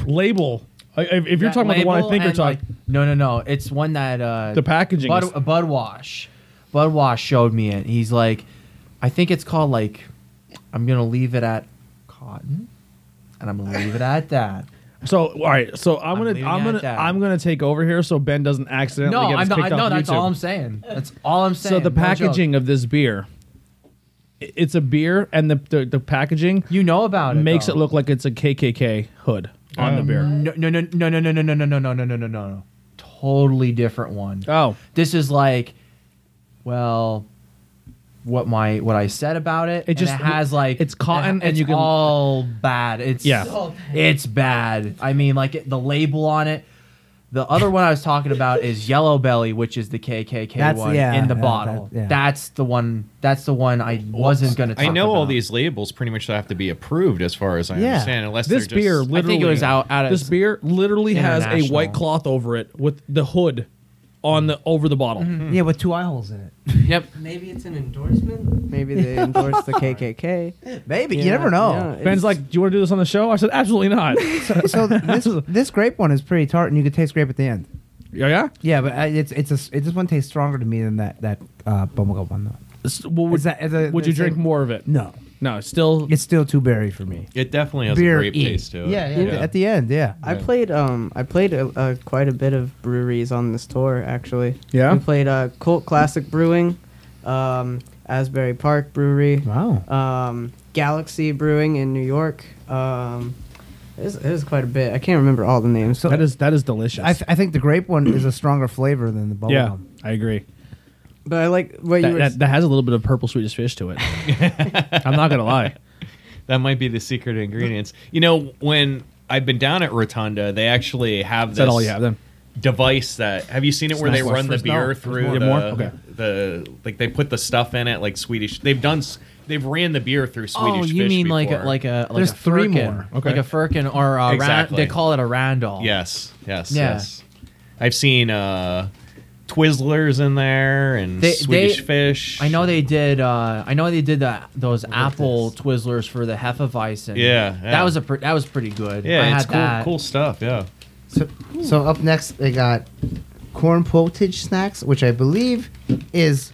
Speaker 1: label. I, if if you're
Speaker 4: That
Speaker 1: talking about the one I
Speaker 4: label
Speaker 1: think you're
Speaker 4: and,
Speaker 1: talking,
Speaker 4: like- no, no, no. It's one that. Uh,
Speaker 1: The packaging
Speaker 4: Bud,
Speaker 1: is-
Speaker 4: Bud Wash. Bud Wash showed me it. He's like, I think it's called like, I'm going to leave it at cotton. And I'm gonna leave it at that.
Speaker 1: so all right. So I'm,
Speaker 4: I'm
Speaker 1: gonna
Speaker 4: leaving
Speaker 1: I'm
Speaker 4: it
Speaker 1: gonna
Speaker 4: at that.
Speaker 1: I'm gonna take over here so Ben doesn't accidentally
Speaker 4: No,
Speaker 1: get us
Speaker 4: I'm not.
Speaker 1: kicked
Speaker 4: I, no,
Speaker 1: off
Speaker 4: that's
Speaker 1: YouTube.
Speaker 4: all I'm saying. That's all I'm saying.
Speaker 1: so the
Speaker 4: No joke.
Speaker 1: packaging of this beer, i- it's a beer, and the the, the packaging
Speaker 4: you know about it
Speaker 1: makes it
Speaker 4: though.
Speaker 1: look like it's a KKK hood on
Speaker 4: Oh.
Speaker 1: the beer.
Speaker 4: No, no, no, no, no, no, no, no, no, no, no, no, no, no, no, no. Totally different one.
Speaker 1: Oh,
Speaker 4: This is like, well, what my what I said about it. and
Speaker 1: just-
Speaker 4: it has like
Speaker 1: it's cotton and
Speaker 4: it- it's
Speaker 1: you can-
Speaker 4: all bad. It's
Speaker 1: Yeah.
Speaker 4: it's bad. I mean, like it, the label on it. The other one I was talking about is Yellow Belly, which is the KKK
Speaker 3: That's-
Speaker 4: one
Speaker 3: yeah,
Speaker 4: in the
Speaker 3: yeah,
Speaker 4: bottle.
Speaker 3: that- yeah.
Speaker 4: That's the one. That's the one I wasn't gonna. Talk
Speaker 2: I know all
Speaker 4: about.
Speaker 2: these labels pretty much have to be approved as far as I
Speaker 3: Yeah.
Speaker 2: understand, unless
Speaker 1: this
Speaker 2: they're just-
Speaker 1: beer
Speaker 4: it
Speaker 1: literally
Speaker 4: was out- out of-
Speaker 1: this beer literally has a
Speaker 4: International.
Speaker 1: white cloth over it with the hood on the over the bottle.
Speaker 4: Mm-hmm.
Speaker 3: yeah, with two eye holes in it.
Speaker 4: Yep.
Speaker 5: Maybe it's an endorsement. Maybe they endorse the KKK.
Speaker 3: Maybe you never know.
Speaker 1: Ben's like, "Do you want to do this on the show?" I said, "Absolutely not."
Speaker 3: So, so this this grape one is pretty tart, and you can taste grape at the end.
Speaker 1: yeah, yeah.
Speaker 3: Yeah, but I, it's it's a s- it, this one tastes stronger to me than that that uh, bubblegum one though.
Speaker 1: S- well, would
Speaker 3: Is that- is it
Speaker 1: would
Speaker 3: the
Speaker 1: you drink
Speaker 3: same-
Speaker 1: more of it?
Speaker 3: No,
Speaker 1: No, it's still.
Speaker 3: it's still too berry for me.
Speaker 2: It definitely has
Speaker 3: Beer
Speaker 2: a grape
Speaker 3: E.
Speaker 2: taste to it.
Speaker 4: Yeah,
Speaker 3: Yeah, At the end, yeah.
Speaker 5: I played um I played a, a, quite a bit of breweries on this tour actually.
Speaker 1: Yeah?
Speaker 5: We played uh, Colt Classic Brewing, um, Asbury Park Brewery,
Speaker 3: Wow.
Speaker 5: um, Galaxy Brewing in New York. Um, it was, it was quite a bit. I can't remember all the names.
Speaker 3: So-
Speaker 1: that is that is delicious.
Speaker 3: I, th- I think the grape one is a stronger flavor than the bubblegum.
Speaker 1: yeah, I agree.
Speaker 5: but I like what
Speaker 1: That,
Speaker 5: you were.
Speaker 1: that, that has a little bit of purple sweetest fish to it. I'm not gonna lie.
Speaker 2: That might be the secret ingredients. You know, when I've been down at Rotunda, they actually have
Speaker 1: Is
Speaker 2: this.
Speaker 1: that all you have then?
Speaker 2: device that have you seen it where
Speaker 1: Smash
Speaker 2: they run the
Speaker 1: Bros.
Speaker 2: beer
Speaker 1: No.
Speaker 2: through
Speaker 1: There's
Speaker 2: the,
Speaker 1: more? Okay.
Speaker 2: the like they put the stuff in it like Swedish they've done s- they've ran the beer through Swedish
Speaker 4: oh, you
Speaker 2: fish
Speaker 4: mean like a,
Speaker 2: before.
Speaker 4: like a like
Speaker 3: There's
Speaker 4: a
Speaker 3: three
Speaker 4: firkin,
Speaker 3: more.
Speaker 1: Okay.
Speaker 4: like a firkin or a
Speaker 2: Exactly.
Speaker 4: ran, they call it a randall.
Speaker 2: yes yes
Speaker 4: Yeah.
Speaker 2: yes I've seen uh Twizzlers in there and
Speaker 4: They-
Speaker 2: Swedish
Speaker 4: they-
Speaker 2: fish
Speaker 4: I know they did. Uh, I know they did that those apple Twizzlers for the Hefeweizen.
Speaker 2: Yeah, yeah.
Speaker 4: that was a pre- that was pretty good. I
Speaker 2: yeah
Speaker 4: had
Speaker 2: it's cool
Speaker 4: that.
Speaker 2: cool stuff yeah
Speaker 3: So, so up next they got corn potage snacks, which I believe is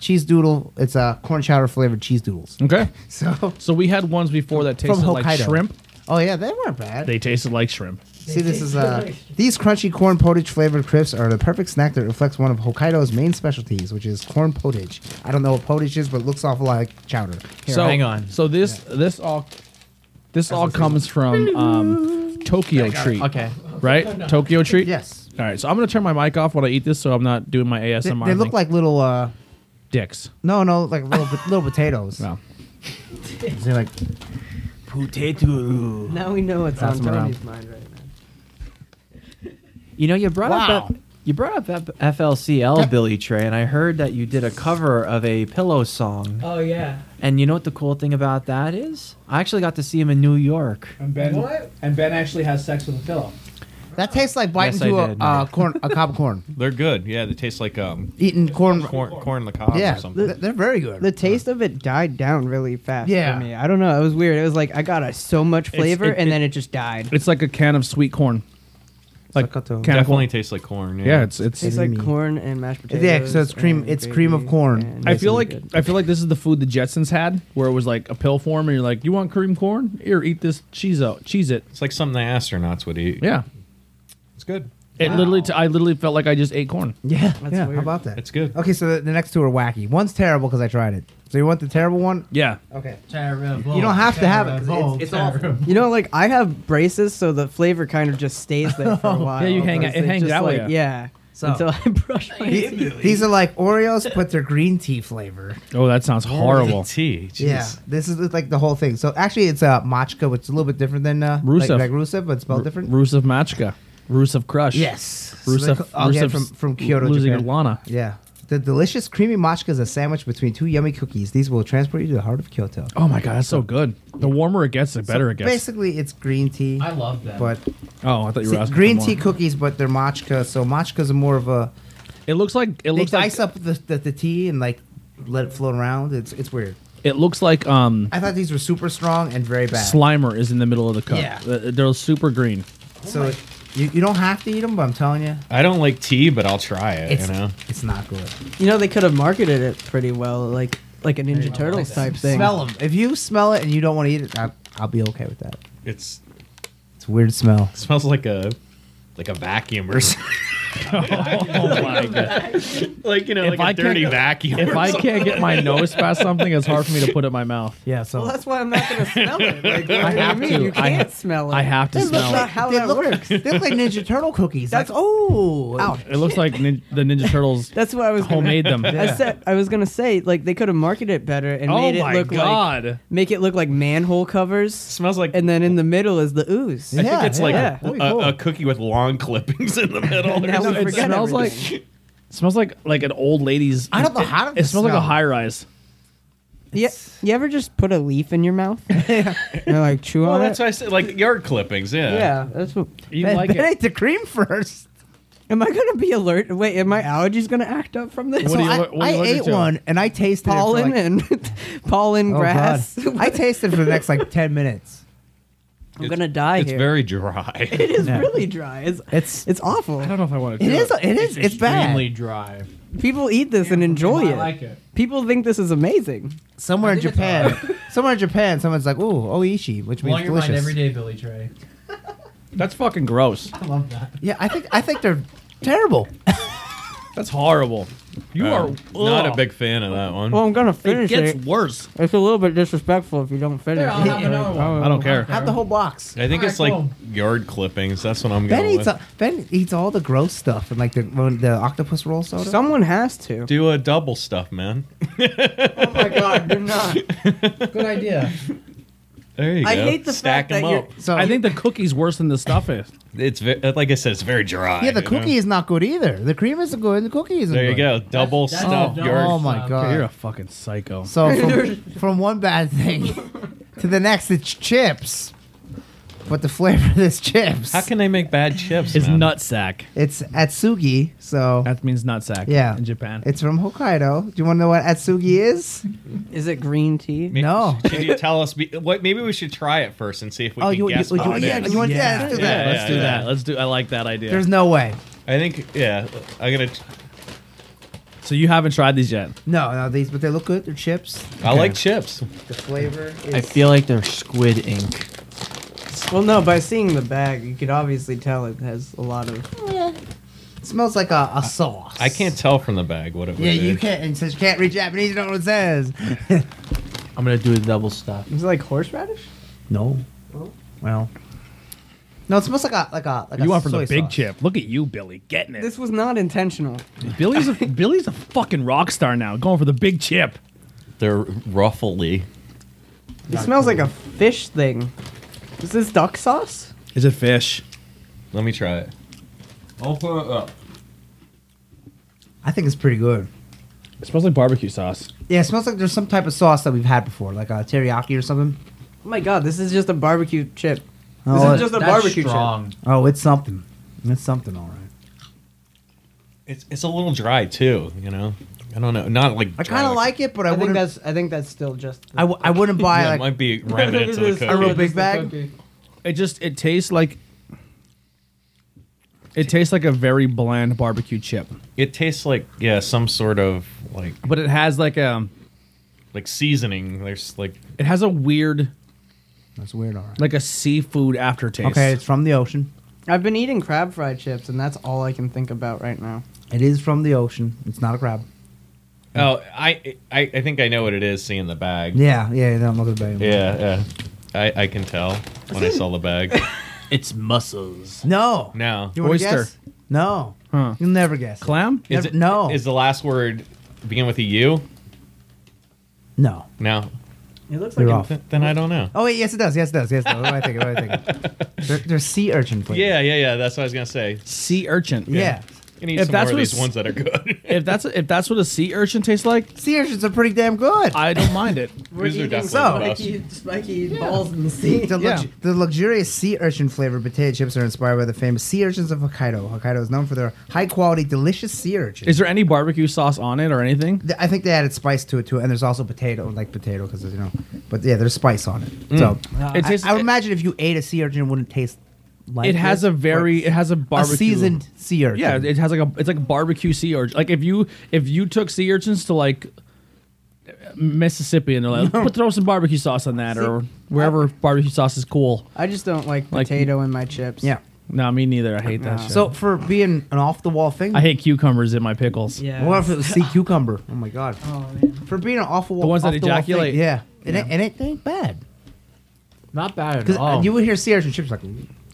Speaker 3: cheese doodle. It's uh, corn chowder flavored cheese doodles.
Speaker 1: Okay.
Speaker 3: So
Speaker 1: So we had ones before that Mm. tasted like
Speaker 3: Hokkaido.
Speaker 1: shrimp.
Speaker 3: oh yeah, they weren't bad.
Speaker 1: They tasted like shrimp.
Speaker 3: See, this is uh, these crunchy corn potage flavored crisps are the perfect snack that reflects one of Hokkaido's main specialties, which is corn potage. I don't know what potage is, but it looks awful like chowder.
Speaker 4: Here,
Speaker 1: so
Speaker 4: hang on.
Speaker 1: So this this all this all comes from um, Tokyo Treat.
Speaker 4: Okay.
Speaker 1: Right? Tokyo Treat.
Speaker 3: Yes,
Speaker 1: All right. So I'm gonna turn my mic off when I eat this, so I'm not doing my ASMR.
Speaker 3: they, they look
Speaker 1: thing.
Speaker 3: like little uh,
Speaker 1: dicks.
Speaker 3: no, no, like little little potatoes.
Speaker 1: Wow.
Speaker 3: They're like
Speaker 4: Potato.
Speaker 5: Now we know what's
Speaker 3: Pass
Speaker 5: on
Speaker 3: them around.
Speaker 5: Tony's mind right now.
Speaker 4: You know, you brought up
Speaker 3: Wow.
Speaker 4: that, you brought up that FLCL Billy Trey, and I heard that you did a cover of a Pillow song.
Speaker 5: Oh yeah.
Speaker 4: And you know what the cool thing about that is? I actually got to see him in New York.
Speaker 1: And Ben and Ben actually has sex with a pillow.
Speaker 3: that tastes like biting
Speaker 4: Yes, I
Speaker 3: into a
Speaker 4: did.
Speaker 3: uh, corn a cob of corn,
Speaker 2: they're good yeah they taste like um
Speaker 3: eating corn.
Speaker 2: corn corn la cob
Speaker 3: Yeah,
Speaker 2: or something
Speaker 3: th- they're very good.
Speaker 5: The taste of it died down really fast
Speaker 3: Yeah.
Speaker 5: for me. I don't know. It was weird. It was like I got a, so much flavor
Speaker 1: it-
Speaker 5: and
Speaker 1: it-
Speaker 5: then it just died.
Speaker 1: It's like a can of sweet corn. Like can
Speaker 3: Sakato.
Speaker 1: of
Speaker 2: definitely
Speaker 1: corn.
Speaker 2: tastes like corn
Speaker 1: Yeah, it's it's.
Speaker 5: tastes like
Speaker 3: creamy.
Speaker 5: corn and mashed potatoes.
Speaker 3: Yeah, so it's cream-
Speaker 5: and
Speaker 3: it's cream of
Speaker 5: gravy
Speaker 3: corn.
Speaker 5: and
Speaker 1: I
Speaker 5: it's
Speaker 1: feel
Speaker 5: really
Speaker 1: like
Speaker 5: good.
Speaker 1: I feel like this is the food the Jetsons had, where it was like a pill form, and you're like, "You want cream corn? Here, eat this cheese out, cheese it."
Speaker 2: it's like something the astronauts would eat
Speaker 1: Yeah,
Speaker 2: it's good
Speaker 1: it literally. T- I literally felt like I just ate corn.
Speaker 3: yeah, yeah.
Speaker 5: weird.
Speaker 3: How about that?
Speaker 2: it's good
Speaker 3: Okay, so the, the next two are wacky. One's terrible because I tried it. So you want the terrible one?
Speaker 1: Yeah,
Speaker 3: Okay. You don't have to have it. 'cause It's, it's awful.
Speaker 5: You know, like I have braces, so the flavor kind of just stays there for a while.
Speaker 1: you hang
Speaker 5: because
Speaker 1: out- it
Speaker 5: they
Speaker 1: hangs
Speaker 5: just,
Speaker 1: out with
Speaker 5: like,
Speaker 1: you.
Speaker 5: Yeah. Until I brush my
Speaker 3: These,
Speaker 5: teeth.
Speaker 3: these are like Oreos, but they're green tea flavor.
Speaker 1: Oh, that sounds horrible.
Speaker 2: tea jeez.
Speaker 3: Yeah, this is like the whole thing. So actually, it's uh, matcha, which is a little bit different than uh,
Speaker 1: Rusev.
Speaker 3: like, like Rusev, but spelled different.
Speaker 1: Rusev Machka. Rusev Crush.
Speaker 3: yes,
Speaker 1: Rusev.
Speaker 3: so they ca- again,
Speaker 1: Rusev's
Speaker 3: from from Kyoto,
Speaker 1: Losing
Speaker 3: Japan.
Speaker 1: her Lana.
Speaker 3: Yeah, the delicious creamy matcha is a sandwich between two yummy cookies. These will transport you to the heart of Kyoto.
Speaker 1: Oh my god, that's so good. The warmer it gets, the better it gets.
Speaker 3: Basically, it's green tea,
Speaker 4: love that.
Speaker 3: but
Speaker 1: oh, I thought you were
Speaker 3: see,
Speaker 1: asking.
Speaker 3: green
Speaker 1: for
Speaker 3: tea
Speaker 1: more.
Speaker 3: cookies, but they're matcha. So matcha's more of a
Speaker 1: It looks like it
Speaker 3: they
Speaker 1: looks like
Speaker 3: dice up the, the the tea and like let it float around. It's it's weird.
Speaker 1: it looks like um
Speaker 3: I thought these were super strong and very bad.
Speaker 1: Slimer is in the middle of the cup.
Speaker 3: Yeah.
Speaker 1: Uh, They're super green.
Speaker 3: So you, you don't have to eat them, but I'm telling you,
Speaker 2: I don't like tea, but I'll try it.
Speaker 3: it's
Speaker 2: you know,
Speaker 3: it's not good.
Speaker 5: You know, they could have marketed it pretty well, like like a Ninja Turtles type thing.
Speaker 3: Smell them. If you smell it and you don't want to eat it, I, I'll be okay with that.
Speaker 2: it's
Speaker 3: It's a weird smell.
Speaker 2: it smells like a like a vacuum or something.
Speaker 1: Oh my god.
Speaker 2: like you know,
Speaker 1: If
Speaker 2: like
Speaker 1: I
Speaker 2: a
Speaker 1: can't
Speaker 2: dirty
Speaker 1: go-
Speaker 2: vacuum.
Speaker 1: If
Speaker 2: or
Speaker 1: I
Speaker 2: something.
Speaker 1: can't get my nose past something, it's hard for me to put it in my mouth.
Speaker 3: Yeah. So
Speaker 5: Well, that's why I'm not gonna smell it. Like, I
Speaker 1: have
Speaker 5: mean?
Speaker 1: to.
Speaker 5: You
Speaker 1: I
Speaker 5: can't
Speaker 1: ha-
Speaker 5: smell it.
Speaker 1: I have to
Speaker 5: That's
Speaker 1: smell
Speaker 5: not
Speaker 1: it.
Speaker 5: how
Speaker 3: they
Speaker 5: that
Speaker 3: look,
Speaker 5: works.
Speaker 3: They look like Ninja Turtle cookies.
Speaker 5: That's
Speaker 3: That's like,
Speaker 5: oh,
Speaker 3: ouch.
Speaker 1: It looks like nin- the Ninja Turtles
Speaker 5: That's what I was gonna,
Speaker 1: homemade them.
Speaker 5: I said I was gonna say like they could have marketed it better and
Speaker 1: Oh
Speaker 5: made it
Speaker 1: my
Speaker 5: look like
Speaker 1: god.
Speaker 5: make it look like manhole
Speaker 2: It
Speaker 5: covers,
Speaker 2: smells like.
Speaker 5: and then in the middle is the ooze.
Speaker 2: I think
Speaker 3: Yeah,
Speaker 2: it's like
Speaker 5: yeah.
Speaker 2: a,
Speaker 3: Oh, cool.
Speaker 2: a cookie with long clippings in the middle. or
Speaker 5: Now we
Speaker 2: something.
Speaker 1: it
Speaker 5: forget
Speaker 1: smells
Speaker 5: everything.
Speaker 1: like smells like like an old lady's
Speaker 3: I don't know how to
Speaker 1: it smells like a
Speaker 3: smell.
Speaker 1: high rise.
Speaker 5: Yeah, you ever just put a leaf in your mouth and like chew
Speaker 2: well,
Speaker 5: on
Speaker 2: that's
Speaker 5: it?
Speaker 2: why I said like yard clippings. Yeah.
Speaker 5: Yeah, that's what.
Speaker 1: You
Speaker 3: Ben,
Speaker 1: like
Speaker 3: ben
Speaker 1: it.
Speaker 3: ate the cream first.
Speaker 5: Am I gonna be alert? Wait, am my allergies gonna act up from this?
Speaker 1: What do you-
Speaker 3: So I,
Speaker 1: what do you
Speaker 3: I
Speaker 1: look
Speaker 3: ate
Speaker 1: into?
Speaker 3: one and I tasted it for
Speaker 5: pollen
Speaker 3: like,
Speaker 5: and pollen
Speaker 3: Oh,
Speaker 5: grass.
Speaker 3: God. I tasted it for the next like ten minutes.
Speaker 5: I'm gonna die
Speaker 2: It's
Speaker 5: here.
Speaker 2: very dry.
Speaker 5: it is
Speaker 3: Yeah.
Speaker 5: really dry. It's
Speaker 3: It's
Speaker 5: it's awful.
Speaker 1: I don't know if I want to
Speaker 3: it
Speaker 1: do
Speaker 3: is
Speaker 1: it.
Speaker 3: it is it's bad.
Speaker 4: dry.
Speaker 5: People eat this and enjoy it. People think this is amazing.
Speaker 3: Somewhere in Japan, somewhere in Japan, someone's like, "Ooh, oishi," which means delicious.
Speaker 4: Billy Trey.
Speaker 1: That's fucking gross.
Speaker 4: I love that.
Speaker 3: Yeah, I think I think they're terrible.
Speaker 1: That's horrible. You
Speaker 2: Uh,
Speaker 1: are
Speaker 2: not
Speaker 1: ugh.
Speaker 2: a big fan of that one.
Speaker 5: Well,
Speaker 3: Oh,
Speaker 5: I'm gonna
Speaker 1: It
Speaker 5: finish
Speaker 1: gets
Speaker 5: it.
Speaker 1: worse.
Speaker 5: It's a little bit disrespectful if you don't finish
Speaker 4: I'll
Speaker 5: it.
Speaker 4: have another one.
Speaker 1: I don't care.
Speaker 3: Have the whole box.
Speaker 2: I think it's
Speaker 4: Alright,
Speaker 2: like
Speaker 4: cool.
Speaker 2: yard clippings. That's what I'm
Speaker 3: Ben
Speaker 2: going
Speaker 3: eats,
Speaker 2: with.
Speaker 3: all, ben eats all the gross stuff and like the when the octopus roll soda.
Speaker 5: Someone has to.
Speaker 2: Do a double stuff, man.
Speaker 5: Oh my god, do not.
Speaker 4: Good idea.
Speaker 2: There you
Speaker 5: I
Speaker 2: go.
Speaker 5: hate the fact
Speaker 2: Stack
Speaker 5: that
Speaker 2: them
Speaker 5: you're-
Speaker 2: up.
Speaker 3: So
Speaker 1: I think the cookie's worse than the stuff is.
Speaker 2: It's ve- uh, like I said, it's very dry.
Speaker 3: yeah, the
Speaker 2: you know?
Speaker 3: cookie is not good either. The cream isn't good. The cookie isn't.
Speaker 2: There you
Speaker 3: good.
Speaker 2: go. Double
Speaker 1: That's-
Speaker 2: stuffed
Speaker 1: that's-
Speaker 2: yours.
Speaker 3: Oh my god.
Speaker 1: You're a fucking psycho.
Speaker 3: So from, from one bad thing to the next, it's chips. But the flavor of this chips,
Speaker 2: How can they make bad chips?
Speaker 1: It's
Speaker 2: man?
Speaker 1: nutsack.
Speaker 3: it's atsugi. So
Speaker 1: That means nutsack.
Speaker 3: Yeah.
Speaker 1: in Japan.
Speaker 3: it's from Hokkaido. Do you want to know what atsugi is?
Speaker 5: Is it green tea?
Speaker 2: Maybe-
Speaker 3: No.
Speaker 2: Can you tell us? be- What? Maybe we should try it first and see if we
Speaker 3: oh,
Speaker 2: can
Speaker 3: you, you,
Speaker 2: guess
Speaker 3: you,
Speaker 2: what it
Speaker 3: yeah,
Speaker 2: is.
Speaker 3: you want
Speaker 1: Yeah.
Speaker 3: yeah, let's do
Speaker 2: Yeah,
Speaker 3: that.
Speaker 1: Let's do
Speaker 2: yeah.
Speaker 1: that. Let's do. I like that idea.
Speaker 3: There's no way.
Speaker 2: I think. Yeah. I'm gonna.
Speaker 1: so you haven't tried these yet.
Speaker 3: No, no, these, but they look good. They're chips.
Speaker 2: I like chips.
Speaker 3: The flavor. Is,
Speaker 4: I feel like they're squid ink.
Speaker 5: Well, no. By seeing the bag, you could obviously tell it has a lot of.
Speaker 3: it smells like a, a sauce.
Speaker 2: I can't tell from the bag what it
Speaker 3: Yeah,
Speaker 2: was.
Speaker 3: you can't. And since you can't read Japanese, you know what it says.
Speaker 4: I'm gonna do the double stuff.
Speaker 5: Is it like horseradish?
Speaker 3: no. Well. No, it smells like a like a like a
Speaker 1: you want from
Speaker 3: soy
Speaker 1: the big
Speaker 3: sauce.
Speaker 1: chip. Look at you, Billy, getting it.
Speaker 5: This was not intentional.
Speaker 1: Billy's a, Billy's a fucking rock star now, going for the big chip.
Speaker 2: They're ruffly.
Speaker 5: It smells like a fish thing. Is this duck sauce?
Speaker 1: Is it fish?
Speaker 2: Let me try it. Open it up.
Speaker 3: I think it's pretty good.
Speaker 1: It smells like barbecue sauce.
Speaker 3: Yeah, it smells like there's some type of sauce that we've had before, like a teriyaki or something.
Speaker 5: Oh my god, this is just a barbecue chip. This
Speaker 3: Oh,
Speaker 5: is just a barbecue chip.
Speaker 3: Oh, it's something. It's something, all right.
Speaker 2: It's it's a little dry too. You know. I don't know. Not like.
Speaker 3: I kind of like it, but I,
Speaker 5: I think
Speaker 3: wouldn't.
Speaker 5: that's. I think that's still just.
Speaker 3: I, w- I wouldn't buy
Speaker 2: Yeah, it
Speaker 3: like.
Speaker 2: might be remnants of the
Speaker 5: This-
Speaker 2: cookie.
Speaker 3: I real big
Speaker 5: this
Speaker 3: bag?
Speaker 5: cookie.
Speaker 1: It just it tastes like it tastes like a very bland barbecue chip,
Speaker 2: It tastes like yeah, some sort of like
Speaker 1: but it has like a
Speaker 2: like seasoning. There's like
Speaker 1: it has a weird
Speaker 3: That's weird, all right.
Speaker 1: like a seafood aftertaste.
Speaker 3: Okay, it's from the ocean.
Speaker 5: I've been eating crab fried chips, and that's all I can think about right now.
Speaker 3: It is from the ocean. It's not a crab.
Speaker 2: oh, I I, I think I know what it is. Seeing the bag.
Speaker 3: Yeah, yeah, no, I'm not gonna buy it.
Speaker 2: Yeah, yeah. I, I can tell when I saw the bag.
Speaker 4: It's mussels.
Speaker 3: No.
Speaker 2: Now,
Speaker 3: You wanna
Speaker 1: Oyster.
Speaker 3: guess? No.
Speaker 1: Huh.
Speaker 3: You'll never guess.
Speaker 1: Clam?
Speaker 2: is
Speaker 3: never-
Speaker 2: it,
Speaker 3: no.
Speaker 2: Is the last word begin with a U?
Speaker 3: No.
Speaker 2: No.
Speaker 5: It looks
Speaker 3: You're
Speaker 5: like.
Speaker 3: off.
Speaker 2: Th- then I don't know.
Speaker 3: Oh wait, yes it does. Yes it does. Yes it does. What am I thinking? What am I thinking? They're, they're sea urchin flavor.
Speaker 2: Yeah, yeah, yeah. That's what I was gonna say.
Speaker 1: Sea urchin.
Speaker 3: Yeah.
Speaker 2: I need
Speaker 1: If
Speaker 2: some
Speaker 1: that's
Speaker 2: more of
Speaker 1: what
Speaker 2: these
Speaker 1: it's-
Speaker 2: ones that are good.
Speaker 1: If that's if that's what a sea urchin tastes like,
Speaker 3: Sea urchins are pretty damn good.
Speaker 1: I don't mind it.
Speaker 5: We're
Speaker 2: These are
Speaker 5: eating
Speaker 2: definitely
Speaker 5: spiky, spiky balls in the sea.
Speaker 3: The, lux-
Speaker 1: Yeah.
Speaker 3: the luxurious sea urchin flavored potato chips are inspired by the famous sea urchins of Hokkaido. Hokkaido is known for their high quality, delicious sea urchins.
Speaker 1: Is there any barbecue sauce on it or anything?
Speaker 3: Th- I think they added spice to it too, and there's also potato, like potato, because you know. But yeah, there's spice on it. So
Speaker 1: Mm. It tastes-
Speaker 3: I, I would
Speaker 1: it-
Speaker 3: imagine if you ate a sea urchin, it wouldn't taste like
Speaker 1: it has
Speaker 3: this,
Speaker 1: a very
Speaker 3: but
Speaker 1: it has a
Speaker 3: a
Speaker 1: barbecue
Speaker 3: seasoned sea urchin.
Speaker 1: Yeah, it has like a it's like barbecue sea urchin. Like if you if you took sea urchins to like Mississippi and they're like, put throw some barbecue sauce on that or wherever barbecue sauce is cool.
Speaker 5: I just don't like,
Speaker 1: Like-
Speaker 5: potato in my chips.
Speaker 3: yeah.
Speaker 1: No, me neither. I hate that.
Speaker 5: No.
Speaker 1: shit.
Speaker 3: So for being an off the wall thing,
Speaker 1: I hate cucumbers in my pickles.
Speaker 5: Yeah.
Speaker 3: What if it was sea cucumber? Oh my god!
Speaker 5: Oh man.
Speaker 3: For being an awful wall,
Speaker 1: The ones that
Speaker 3: off-the-wall thing,
Speaker 1: ejaculate.
Speaker 3: yeah, and it, and it ain't bad
Speaker 4: Not bad
Speaker 3: because
Speaker 4: at
Speaker 1: Oh.
Speaker 4: all.
Speaker 3: uh, you would hear sea urchin chips like,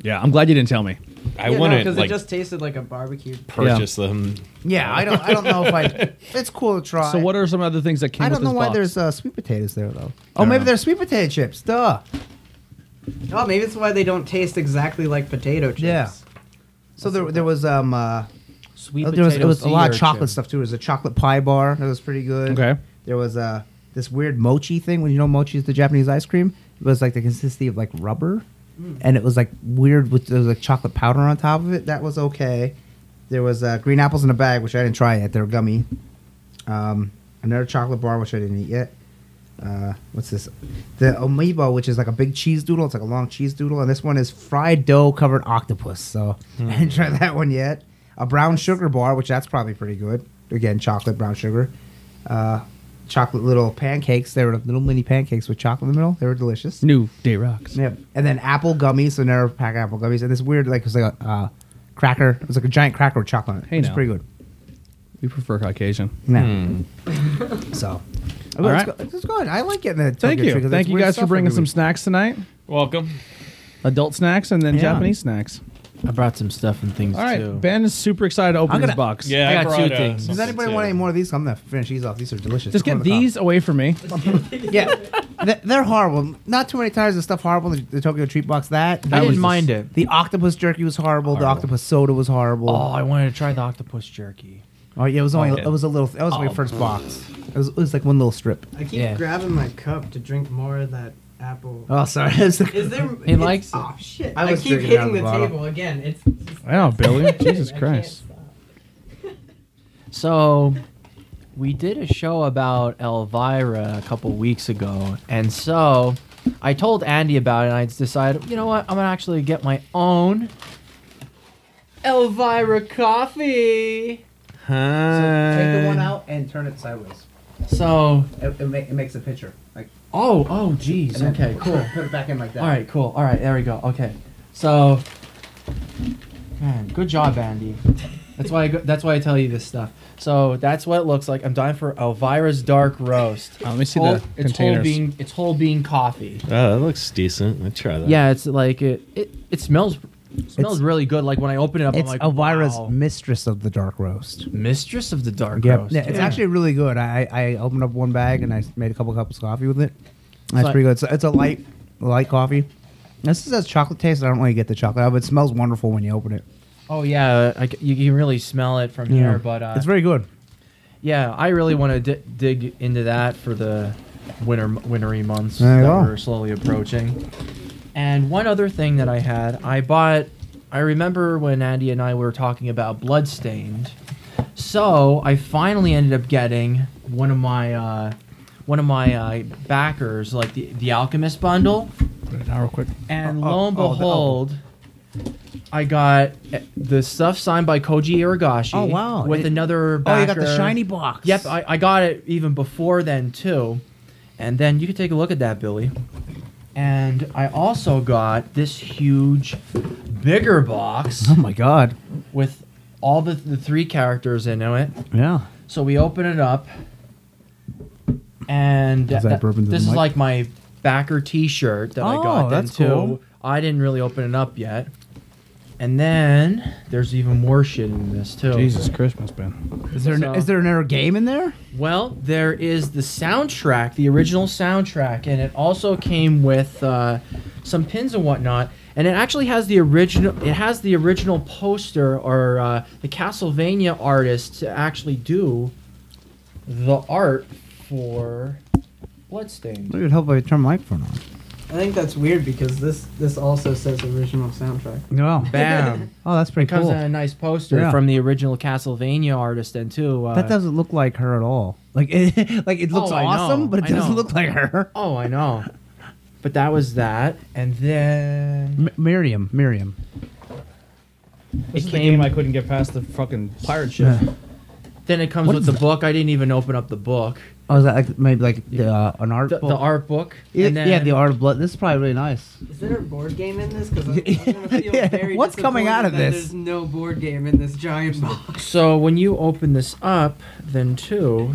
Speaker 1: Yeah, I'm glad you didn't tell me.
Speaker 2: I
Speaker 5: yeah,
Speaker 2: wouldn't
Speaker 5: because
Speaker 2: like
Speaker 5: it just tasted like a barbecue.
Speaker 2: purchase them.
Speaker 3: yeah, I don't, I don't know if I. It's cool to try.
Speaker 1: So what are some other things that came
Speaker 3: I
Speaker 1: with
Speaker 3: don't know
Speaker 1: this
Speaker 3: why
Speaker 1: box?
Speaker 3: there's uh, sweet potatoes there though. Oh,
Speaker 1: don't
Speaker 3: maybe
Speaker 1: know.
Speaker 3: they're sweet potato chips. Duh.
Speaker 5: Oh, maybe it's why they don't taste exactly like potato chips.
Speaker 3: Yeah. So there, there was um uh,
Speaker 4: Sweet
Speaker 3: there was, it was a
Speaker 4: potato
Speaker 3: lot of
Speaker 4: sea
Speaker 3: chocolate
Speaker 4: urchin.
Speaker 3: stuff too. There was a chocolate pie bar that was pretty good.
Speaker 1: Okay.
Speaker 3: There was uh this weird mochi thing. When you know mochi is the Japanese ice cream, it was like the consistency of like rubber,
Speaker 4: Mm.
Speaker 3: and it was like weird with there was like chocolate powder on top of it. That was okay. There was uh, green apples in a bag, which I didn't try yet. They were gummy. Um, another chocolate bar, which I didn't eat yet. Uh, what's this? The amiibo, which is like a big cheese doodle. It's like a long cheese doodle, and this one is fried dough covered octopus. So I
Speaker 1: Hmm.
Speaker 3: didn't try that one yet. A brown sugar bar, which that's probably pretty good. Again, chocolate brown sugar. Uh, chocolate little pancakes. They were little mini pancakes with chocolate in the middle. They were delicious.
Speaker 1: new day rocks.
Speaker 3: Yep. And then apple gummies, so narrow pack apple gummies, and this weird like it was like a uh, cracker. It was like a giant cracker with chocolate. On it,
Speaker 1: Hey,
Speaker 3: which is
Speaker 1: now.
Speaker 3: pretty good.
Speaker 1: We prefer Caucasian.
Speaker 3: Yeah. so.
Speaker 1: Hmm.
Speaker 3: oh,
Speaker 1: All
Speaker 3: it's,
Speaker 1: right.
Speaker 3: go- it's good. I like getting the
Speaker 1: Thank
Speaker 3: Tokyo
Speaker 1: you.
Speaker 3: Tree 'cause
Speaker 1: Thank
Speaker 3: it's
Speaker 1: you
Speaker 3: weird
Speaker 1: guys for
Speaker 3: stuff
Speaker 1: bringing
Speaker 3: every
Speaker 1: some
Speaker 3: week.
Speaker 1: snacks tonight.
Speaker 2: Welcome.
Speaker 1: Adult snacks and then
Speaker 3: Yeah.
Speaker 1: Japanese snacks.
Speaker 4: I brought some stuff and things
Speaker 1: All right,
Speaker 4: too.
Speaker 1: Ben is super excited to open
Speaker 3: I'm
Speaker 1: his
Speaker 3: gonna-
Speaker 1: box.
Speaker 2: Yeah,
Speaker 4: I got
Speaker 2: brought,
Speaker 4: two
Speaker 2: uh,
Speaker 4: things.
Speaker 3: Does
Speaker 2: something
Speaker 3: anybody
Speaker 2: too.
Speaker 3: want any more of these? I'm gonna finish these off. These are delicious.
Speaker 1: Just
Speaker 3: Corn
Speaker 1: get
Speaker 3: on the cob.
Speaker 1: these away from me.
Speaker 3: Yeah, Th- they're horrible. Not too many times the stuff horrible. in The, the Tokyo Treat Box that that
Speaker 4: didn't
Speaker 3: was just-
Speaker 4: mind it.
Speaker 3: The octopus jerky was horrible. The octopus soda was horrible.
Speaker 4: Oh, I wanted to try the octopus jerky.
Speaker 3: Oh, yeah, it was only
Speaker 4: yeah.
Speaker 3: it was a little. That was my first box. It was, it was like one little strip.
Speaker 5: I keep
Speaker 4: Yeah.
Speaker 5: grabbing my cup to drink more of that apple.
Speaker 3: Oh, sorry. It was like-
Speaker 5: Is there?
Speaker 4: He
Speaker 5: it's-
Speaker 4: likes it.
Speaker 5: Oh shit!
Speaker 3: I
Speaker 5: I,
Speaker 3: was
Speaker 5: keep
Speaker 3: drinking out
Speaker 5: hitting
Speaker 3: of the
Speaker 5: the
Speaker 3: bottle.
Speaker 5: table again. It's.
Speaker 1: Wow, Billy. Jesus
Speaker 5: I can't
Speaker 1: Christ.
Speaker 5: stop.
Speaker 4: So, we did a show about Elvira a couple weeks ago, and so I told Andy about it, and I decided, you know what, I'm gonna actually get my own Elvira coffee.
Speaker 3: Take the one out and turn it sideways.
Speaker 4: So,
Speaker 3: It, it, ma- it makes a picture. Like
Speaker 4: oh, oh, geez,
Speaker 3: and then
Speaker 4: okay, cool.
Speaker 3: Put it back in like that.
Speaker 4: All right, cool. All right, there we go. Okay, so man, good job, Andy. That's why I go, that's why I tell you this stuff. So that's what it looks like. I'm dying for Elvira's dark roast.
Speaker 1: Uh, let me see
Speaker 4: Whole-
Speaker 1: the
Speaker 4: it's whole
Speaker 1: containers.
Speaker 4: bean. It's whole bean coffee.
Speaker 2: Oh, that looks decent. Let's try that.
Speaker 4: Yeah, it's like it. It, it smells smells
Speaker 3: It's-
Speaker 4: really good. Like when I open it up,
Speaker 3: It's
Speaker 4: I'm like
Speaker 3: Elvira's
Speaker 4: wow.
Speaker 3: mistress of the dark roast.
Speaker 4: mistress of the dark
Speaker 3: Yep.
Speaker 4: roast.
Speaker 3: Yeah, it's actually really good. I, I opened up one bag and I made a couple cups of coffee with it. That's
Speaker 4: So I-
Speaker 3: pretty good. It's, it's a light light coffee. This is a chocolate taste. I don't really get the chocolate out, but it smells wonderful when you open it.
Speaker 4: oh yeah, I c you can really smell it from here. But uh,
Speaker 3: it's very good.
Speaker 4: Yeah, I really want to di- dig into that for the winter wintry months
Speaker 3: There you
Speaker 4: that
Speaker 3: go.
Speaker 4: we're slowly approaching. And one other thing that I had, I bought. I remember when Andy and I were talking about Bloodstained. So I finally ended up getting one of my uh, one of my uh, backers, like the the Alchemist bundle.
Speaker 1: Now, real quick.
Speaker 4: And
Speaker 3: Oh,
Speaker 4: lo and
Speaker 3: oh, oh, the
Speaker 4: behold, I got uh, the stuff signed by Koji Iragashi.
Speaker 3: Oh, wow.
Speaker 4: With
Speaker 3: It-
Speaker 4: another
Speaker 3: Oh,
Speaker 4: backer.
Speaker 3: you got the shiny box.
Speaker 4: Yep, I, I got it even before then too. And then you can take a look at that, Billy. And I also got this huge, bigger box
Speaker 3: oh my god.
Speaker 4: with all the, the three characters in it.
Speaker 3: Yeah.
Speaker 4: So we open it up, and
Speaker 3: Is that
Speaker 4: th-
Speaker 3: bourbon to the
Speaker 4: this is
Speaker 3: mic?
Speaker 4: like my backer T-shirt that I
Speaker 3: Oh,
Speaker 4: got. Then
Speaker 3: that's
Speaker 4: too.
Speaker 3: cool.
Speaker 4: I didn't really open it up yet. And then there's even more shit in this too.
Speaker 1: Jesus Christmas, Ben.
Speaker 3: Is there an,
Speaker 4: So-
Speaker 3: is there another game in there?
Speaker 4: Well, there is the soundtrack, the original soundtrack, and it also came with uh, some pins and whatnot. And it actually has the original. It has the original poster or uh, the Castlevania artist to actually do the art for Bloodstained.
Speaker 3: It would help if I turn my microphone on.
Speaker 5: I think that's weird because this this also says original soundtrack.
Speaker 3: No.
Speaker 4: Bam!
Speaker 3: Oh, that's
Speaker 4: it
Speaker 3: pretty
Speaker 4: comes
Speaker 3: cool.
Speaker 4: in a nice poster
Speaker 3: Yeah.
Speaker 4: from the original Castlevania artist, and too. Uh,
Speaker 3: that doesn't look like her at all. Like it, like it looks
Speaker 4: Oh, I know.
Speaker 3: awesome, but
Speaker 4: I
Speaker 3: it doesn't
Speaker 4: know.
Speaker 3: look like her.
Speaker 4: Oh, I know. But that was that, and then
Speaker 3: M- Miriam, Miriam.
Speaker 1: This
Speaker 4: It
Speaker 1: is the
Speaker 4: came-
Speaker 1: game I couldn't get past the fucking pirate ship.
Speaker 4: Then it comes
Speaker 3: What
Speaker 4: with
Speaker 3: is
Speaker 4: the
Speaker 3: that?
Speaker 4: book. I didn't even open up the book.
Speaker 3: Oh, is that like maybe like the, uh, an art
Speaker 4: The,
Speaker 3: book?
Speaker 4: the art book.
Speaker 3: Yeah,
Speaker 4: and then,
Speaker 3: yeah, the art of blood. This is probably really nice.
Speaker 5: Is there a board game in this? Because I'm, I'm gonna feel
Speaker 3: Yeah,
Speaker 5: very
Speaker 3: what's coming out of
Speaker 5: disappointed that
Speaker 3: this?
Speaker 5: There's no board game in this giant box.
Speaker 4: So when you open this up, then too.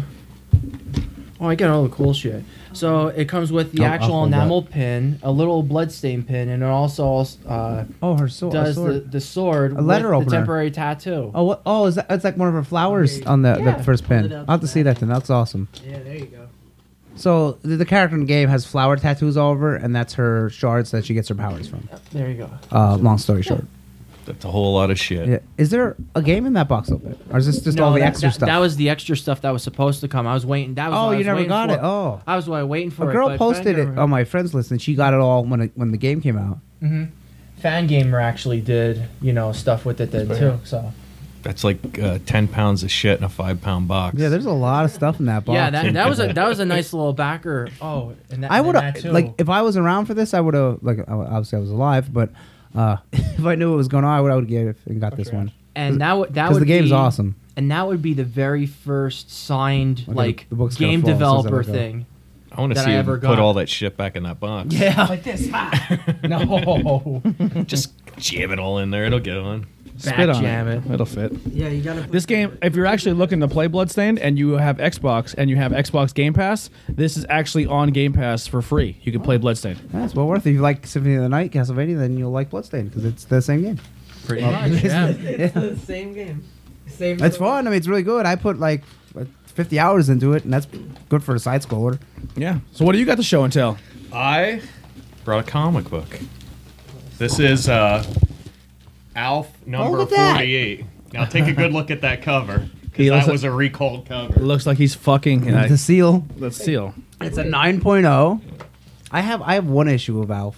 Speaker 4: Oh, I got all the cool shit. So it comes with the
Speaker 3: I'll- I'll
Speaker 4: actual
Speaker 3: hold that.
Speaker 4: enamel pin, a little bloodstain pin, and it also uh,
Speaker 3: Oh, her sword.
Speaker 4: does the, the sword
Speaker 3: A letter
Speaker 4: with
Speaker 3: opener.
Speaker 4: the temporary tattoo.
Speaker 3: oh, what? Oh, is that? It's like one of her flowers
Speaker 5: Okay.
Speaker 3: on the,
Speaker 4: Yeah.
Speaker 3: the first pin.
Speaker 5: it
Speaker 3: I'll
Speaker 5: out
Speaker 3: have to
Speaker 5: the
Speaker 3: see that then. That's awesome.
Speaker 5: Yeah, there you go.
Speaker 3: So the, the character in the game has flower tattoos all over, and that's her shards that she gets her powers from.
Speaker 4: There you go.
Speaker 3: Uh, long story short,
Speaker 2: That's a whole lot of shit.
Speaker 3: yeah. Is there a game in that box open, or is this just all the
Speaker 4: that,
Speaker 3: extra
Speaker 4: that-
Speaker 3: stuff?
Speaker 4: That was the extra stuff that was supposed to come. I was waiting. That was
Speaker 3: oh,
Speaker 4: what I
Speaker 3: you
Speaker 4: was
Speaker 3: never
Speaker 4: waiting
Speaker 3: got
Speaker 4: for.
Speaker 3: it. Oh,
Speaker 4: I was wa- waiting
Speaker 3: a
Speaker 4: for
Speaker 3: girl
Speaker 4: it.
Speaker 3: posted it Um, on my friends list, and she got it all when it, when the game came out.
Speaker 4: hmm Fan gamer actually did you know stuff with it then too. So.
Speaker 2: That's like uh, ten pounds of shit in a five pound box.
Speaker 3: Yeah, there's a lot of stuff in that box.
Speaker 4: Yeah, that, that was a that was a nice little backer. Oh, and that,
Speaker 3: I
Speaker 4: and
Speaker 3: would
Speaker 4: that
Speaker 3: have
Speaker 4: too.
Speaker 3: like if I was around for this, I would have like I- obviously I was alive, but uh, if I knew what was going on, I would I would get it and got this one
Speaker 4: and that would that
Speaker 3: because
Speaker 4: would
Speaker 3: the game's
Speaker 4: be,
Speaker 3: awesome.
Speaker 4: And that would be the very first signed
Speaker 3: Okay,
Speaker 4: like
Speaker 3: the book's gonna
Speaker 4: game
Speaker 3: fall as soon as I
Speaker 4: developer
Speaker 3: let go.
Speaker 4: thing.
Speaker 2: I want to
Speaker 4: that
Speaker 2: see
Speaker 4: I
Speaker 2: you
Speaker 4: ever
Speaker 2: put
Speaker 4: got.
Speaker 2: all that shit back in that box.
Speaker 4: Yeah,
Speaker 5: Like this.
Speaker 4: no,
Speaker 2: Just jam it all in there. It'll get on.
Speaker 1: Spit on
Speaker 4: jam
Speaker 1: it.
Speaker 4: it.
Speaker 1: It'll fit.
Speaker 5: Yeah, you gotta.
Speaker 1: This game, if you're actually looking to play Bloodstained and you have Xbox and you have Xbox Game Pass, this is actually on Game Pass for free. You can play Bloodstained.
Speaker 3: That's well worth it. If you like Symphony of the Night, Castlevania, then you'll like Bloodstained because it's the same game.
Speaker 4: pretty
Speaker 3: Well,
Speaker 4: much.
Speaker 3: yeah.
Speaker 5: It's the same game. Same
Speaker 3: It's fun. I mean, it's really good. I put like what, 50 hours into it, and that's good for a side scroller.
Speaker 1: Yeah. So what do you got to show and tell?
Speaker 2: I brought a comic book. This is uh, Alf number
Speaker 3: look at that.
Speaker 2: 48. Now take a good look at that cover because
Speaker 1: He looks
Speaker 2: that
Speaker 1: like-
Speaker 2: was a recalled
Speaker 1: It
Speaker 2: cover.
Speaker 1: looks like he's fucking. And I,
Speaker 3: the seal.
Speaker 1: let's seal.
Speaker 3: It's a 9.0. I have I have one issue of Alf,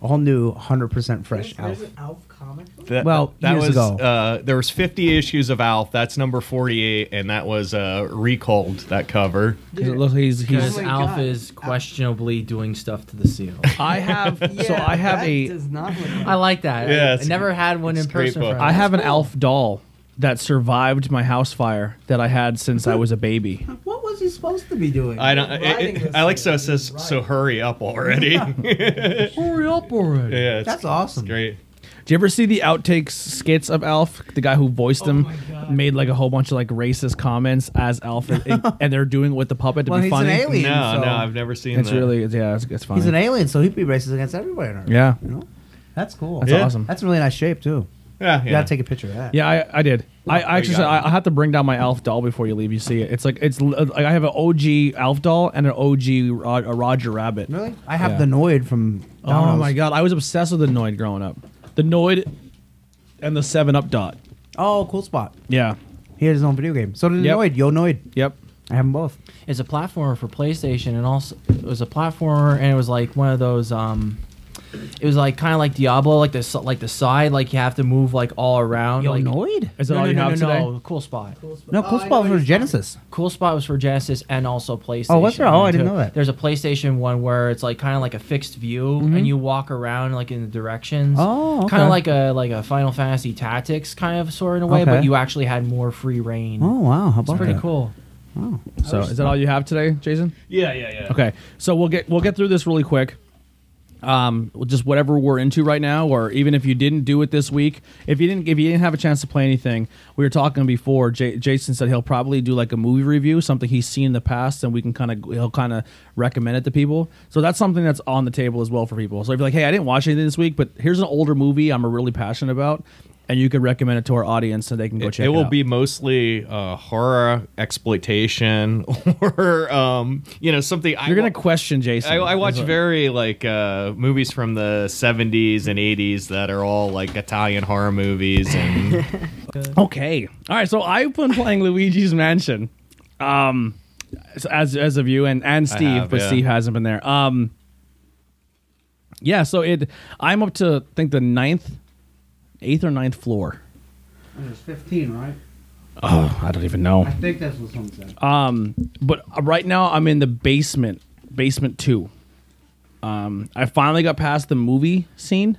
Speaker 3: all new, 100% fresh Alf.
Speaker 5: Alf comic book?
Speaker 2: That,
Speaker 3: Well,
Speaker 2: that
Speaker 3: years
Speaker 2: was
Speaker 3: ago.
Speaker 2: Uh, there was 50 issues of Alf. That's number 48, and that was uh, recalled that cover.
Speaker 1: 'Cause It looks like he's.
Speaker 4: Because
Speaker 1: he's
Speaker 5: Oh my
Speaker 4: Alf
Speaker 5: God.
Speaker 4: is questionably doing stuff to the seal.
Speaker 1: I have. so I have
Speaker 5: that
Speaker 1: a.
Speaker 5: Does not look
Speaker 4: I like that.
Speaker 2: Yeah,
Speaker 4: I
Speaker 2: it's-
Speaker 4: never had one in
Speaker 2: it's a great
Speaker 4: person.
Speaker 2: book.
Speaker 4: for
Speaker 1: I
Speaker 4: us.
Speaker 1: have an Alf doll that survived my house fire that I had since I was a baby.
Speaker 3: What was he supposed to be doing?
Speaker 2: I don't.
Speaker 5: Writing
Speaker 2: It,
Speaker 5: this
Speaker 2: it, I like so it
Speaker 5: thing,
Speaker 2: says
Speaker 5: right.
Speaker 2: so hurry up already. yeah,
Speaker 4: Hurry up already.
Speaker 2: it's,
Speaker 3: That's awesome.
Speaker 2: it's great.
Speaker 1: Do you ever see the outtakes skits of Alf? The guy who voiced
Speaker 3: Oh
Speaker 1: him made like a whole bunch of like racist comments as Alf, and, and they're doing it with the puppet to
Speaker 3: Well,
Speaker 1: be
Speaker 3: he's
Speaker 1: funny.
Speaker 3: an alien.
Speaker 2: No,
Speaker 3: so
Speaker 2: no, I've never seen
Speaker 1: It's
Speaker 2: that.
Speaker 1: really it's, yeah, it's, it's funny.
Speaker 3: He's an alien, so he'd be racist against everybody. on Earth,
Speaker 1: yeah,
Speaker 3: You know? That's cool.
Speaker 1: that's
Speaker 2: Yeah.
Speaker 1: awesome.
Speaker 3: That's a really nice shape, too.
Speaker 2: yeah,
Speaker 3: You
Speaker 2: yeah.
Speaker 3: gotta take a picture of that.
Speaker 1: Yeah, I, I did. I,
Speaker 3: Oh,
Speaker 1: I
Speaker 2: you
Speaker 1: actually
Speaker 2: got
Speaker 1: said
Speaker 2: it.
Speaker 1: I, I have to bring down my Alf doll before you leave. You see it? It's like it's l- like I have an OG Alf doll and an OG Rod, a Roger Rabbit.
Speaker 3: Really? I have
Speaker 1: Yeah.
Speaker 3: the Noid from Domino's.
Speaker 1: Oh my god, I was obsessed with the Noid growing up. The Noid and the Seven Up Dot.
Speaker 3: Oh, cool spot.
Speaker 1: Yeah.
Speaker 3: He had his own video game. So did the
Speaker 1: Yep.
Speaker 3: Noid. Yo, Noid.
Speaker 1: Yep.
Speaker 3: I have them both.
Speaker 4: It's a platformer for PlayStation, and also it was a platformer, and it was like one of those. um It was like kind of like Diablo, like the s- like the side, like you have to move like all around. like,
Speaker 3: Noid?
Speaker 1: Is that
Speaker 4: No,
Speaker 1: all
Speaker 4: no,
Speaker 1: you
Speaker 4: no,
Speaker 1: have
Speaker 4: no,
Speaker 1: today?
Speaker 4: no, Cool spot.
Speaker 3: No, cool spot for Genesis.
Speaker 4: Cool Spot was for Genesis and also PlayStation.
Speaker 3: Oh, was there? Oh, I didn't
Speaker 4: too.
Speaker 3: know that.
Speaker 4: There's a PlayStation one where it's like kind of like a fixed view, and you walk around like in the directions.
Speaker 3: Mm-hmm. Oh, okay.
Speaker 4: kind of like a like a Final Fantasy Tactics kind of sort in a way, but
Speaker 3: Okay.
Speaker 4: you actually had more free reign.
Speaker 3: Oh wow, how about
Speaker 4: it's pretty
Speaker 3: that?
Speaker 4: cool.
Speaker 3: Wow.
Speaker 1: So is that all you have today, Jason?
Speaker 2: yeah, yeah, yeah.
Speaker 1: Okay. So we'll get we'll get through this really quick. Um, just whatever we're into right now, or even if you didn't do it this week, if you didn't, if you didn't have a chance to play anything, we were talking before. J- Jason said he'll probably do like a movie review, something he's seen in the past, and we can kind of he'll kind of recommend it to people. So that's something that's on the table as well for people. So if you're like, hey, I didn't watch anything this week, but here's an older movie I'm really passionate about, and you can recommend it to our audience so they can go
Speaker 2: It,
Speaker 1: check it.
Speaker 2: it will
Speaker 1: out.
Speaker 2: be mostly uh, horror exploitation or um, you know something. I
Speaker 1: You're gonna
Speaker 2: wa-
Speaker 1: question Jason.
Speaker 2: I, I watch
Speaker 1: That's what-
Speaker 2: very like uh, movies from the 70s and 80s that are all like Italian horror movies and
Speaker 1: Okay. All right. So I've been playing Luigi's Mansion, um, as as of you and and Steve,
Speaker 2: have,
Speaker 1: but
Speaker 2: yeah.
Speaker 1: Steve hasn't been there. Um, yeah. So it, I'm up to I think the ninth, eighth or ninth floor.
Speaker 3: There's 15, right?
Speaker 1: Oh, I don't even know.
Speaker 3: think that's what someone said.
Speaker 1: Um, but right now I'm in the basement, basement two. Um, I finally got past the movie scene.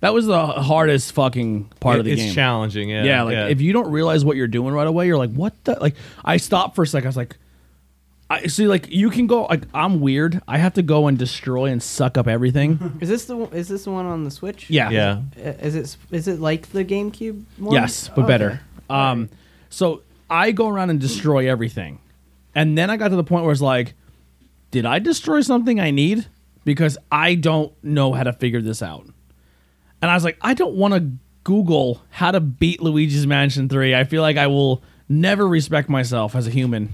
Speaker 1: That was the hardest fucking part of the
Speaker 2: it's
Speaker 1: game.
Speaker 2: challenging. Yeah,
Speaker 1: Yeah, like if you don't realize what you're doing right away, you're like, what the? Like, I stopped for a second. I was like, I see, like, you can go, like, I'm weird. I have to go and destroy and suck up everything.
Speaker 5: Is this the one, is this the one on the Switch?
Speaker 1: Yeah.
Speaker 2: yeah.
Speaker 5: I- Is it is it like the GameCube one?
Speaker 1: Yes, but
Speaker 5: Okay.
Speaker 1: better. Um, so I go around and destroy everything. And then I got to the point where it's like, did I destroy something I need? Because I don't know how to figure this out. And I was like, I don't want to Google how to beat Luigi's Mansion 3. I feel like I will never respect myself as a human.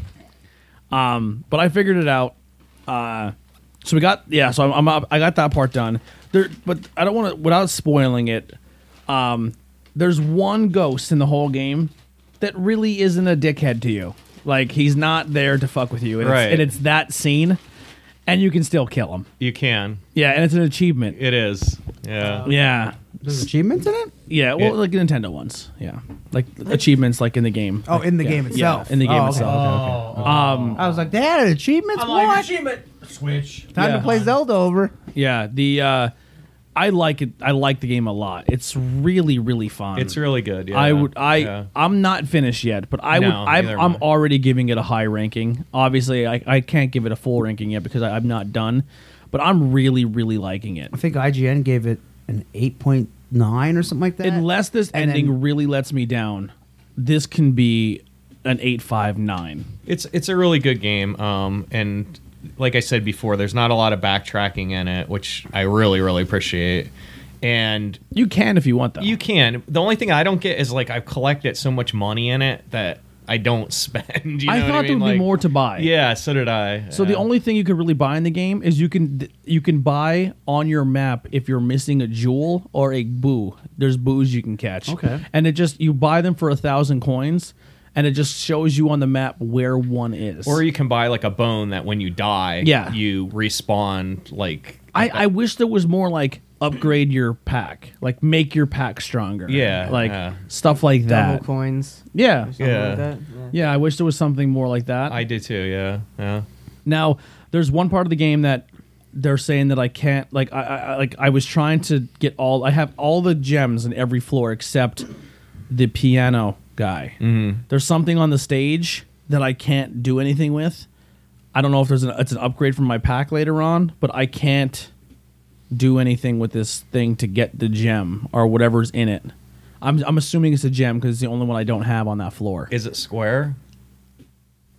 Speaker 1: Um, but I figured it out. Uh, so we got yeah. So I'm, I'm up, I got that part done. There, but I don't want to without spoiling it. Um, there's one ghost in the whole game that really isn't a dickhead to you. Like he's not there to fuck with you, and,
Speaker 2: Right.
Speaker 1: it's, and it's that scene, and you can still kill him.
Speaker 2: You can.
Speaker 1: Yeah, and it's an achievement.
Speaker 2: It is. Yeah.
Speaker 1: Yeah,
Speaker 3: There's achievements in it?
Speaker 1: yeah. Well,
Speaker 2: It-
Speaker 1: like Nintendo ones. Yeah, like achievements, like in the game.
Speaker 3: Oh, in the
Speaker 1: Yeah,
Speaker 3: game
Speaker 1: yeah,
Speaker 3: itself.
Speaker 1: in the game
Speaker 3: Oh, okay,
Speaker 1: itself.
Speaker 3: okay, okay.
Speaker 1: Um,
Speaker 3: I was like, they had achievements? what?
Speaker 4: Switch.
Speaker 3: Time
Speaker 1: Yeah.
Speaker 3: to play Zelda over.
Speaker 1: yeah. The uh, I like it. I like the game a lot. It's really, really fun.
Speaker 2: It's really good. Yeah.
Speaker 1: I would I
Speaker 2: Yeah.
Speaker 1: I'm not finished yet, but I would
Speaker 2: No,
Speaker 1: I'm,
Speaker 2: neither am
Speaker 1: I'm
Speaker 2: I.
Speaker 1: already giving it a high ranking. Obviously, I, I can't give it a full ranking yet because I, I'm not done, but I'm really really liking it.
Speaker 3: I think IGN gave it an 8.9 or something like that.
Speaker 1: Unless this
Speaker 3: and
Speaker 1: ending
Speaker 3: then-
Speaker 1: really lets me down, this can be an eight five nine.
Speaker 2: It's it's a really good game. Um, and like I said before, there's not a lot of backtracking in it, which I really really appreciate. and
Speaker 1: You can if you want though.
Speaker 2: you can. The only thing I don't get is like I've collected so much money in it that I don't spend. You know
Speaker 1: I
Speaker 2: what
Speaker 1: thought
Speaker 2: mean?
Speaker 1: there would
Speaker 2: Like-
Speaker 1: be more to buy.
Speaker 2: Yeah, so did I.
Speaker 1: So the
Speaker 2: Yeah.
Speaker 1: only thing you could really buy in the game is you can you can buy on your map if you're missing a jewel or a boo. There's boos you can catch.
Speaker 6: Okay.
Speaker 1: And it just you buy them for a thousand coins, and it just shows you on the map where one is.
Speaker 2: or you can buy like a bone that when you die,
Speaker 1: Yeah.
Speaker 2: you respawn like
Speaker 1: I, I wish there was more like upgrade your pack, like make your pack stronger.
Speaker 2: Yeah,
Speaker 1: Like
Speaker 2: yeah.
Speaker 1: stuff like
Speaker 5: double
Speaker 1: that.
Speaker 5: coins.
Speaker 1: Yeah.
Speaker 5: Something
Speaker 2: Yeah.
Speaker 5: Like that. yeah.
Speaker 1: Yeah, I wish there was something more like that.
Speaker 2: I did too. Yeah, yeah.
Speaker 1: Now, there's one part of the game that they're saying that I can't like I, I I- like I was trying to get all I have all the gems in every floor except the piano guy. Mm-hmm. There's something on the stage that I can't do anything with. I don't know if there's an it's an upgrade from my pack later on, but I can't do anything with this thing to get the gem or whatever's in it. I'm I'm assuming it's a gem because it's the only one I don't have on that floor.
Speaker 2: Is it square?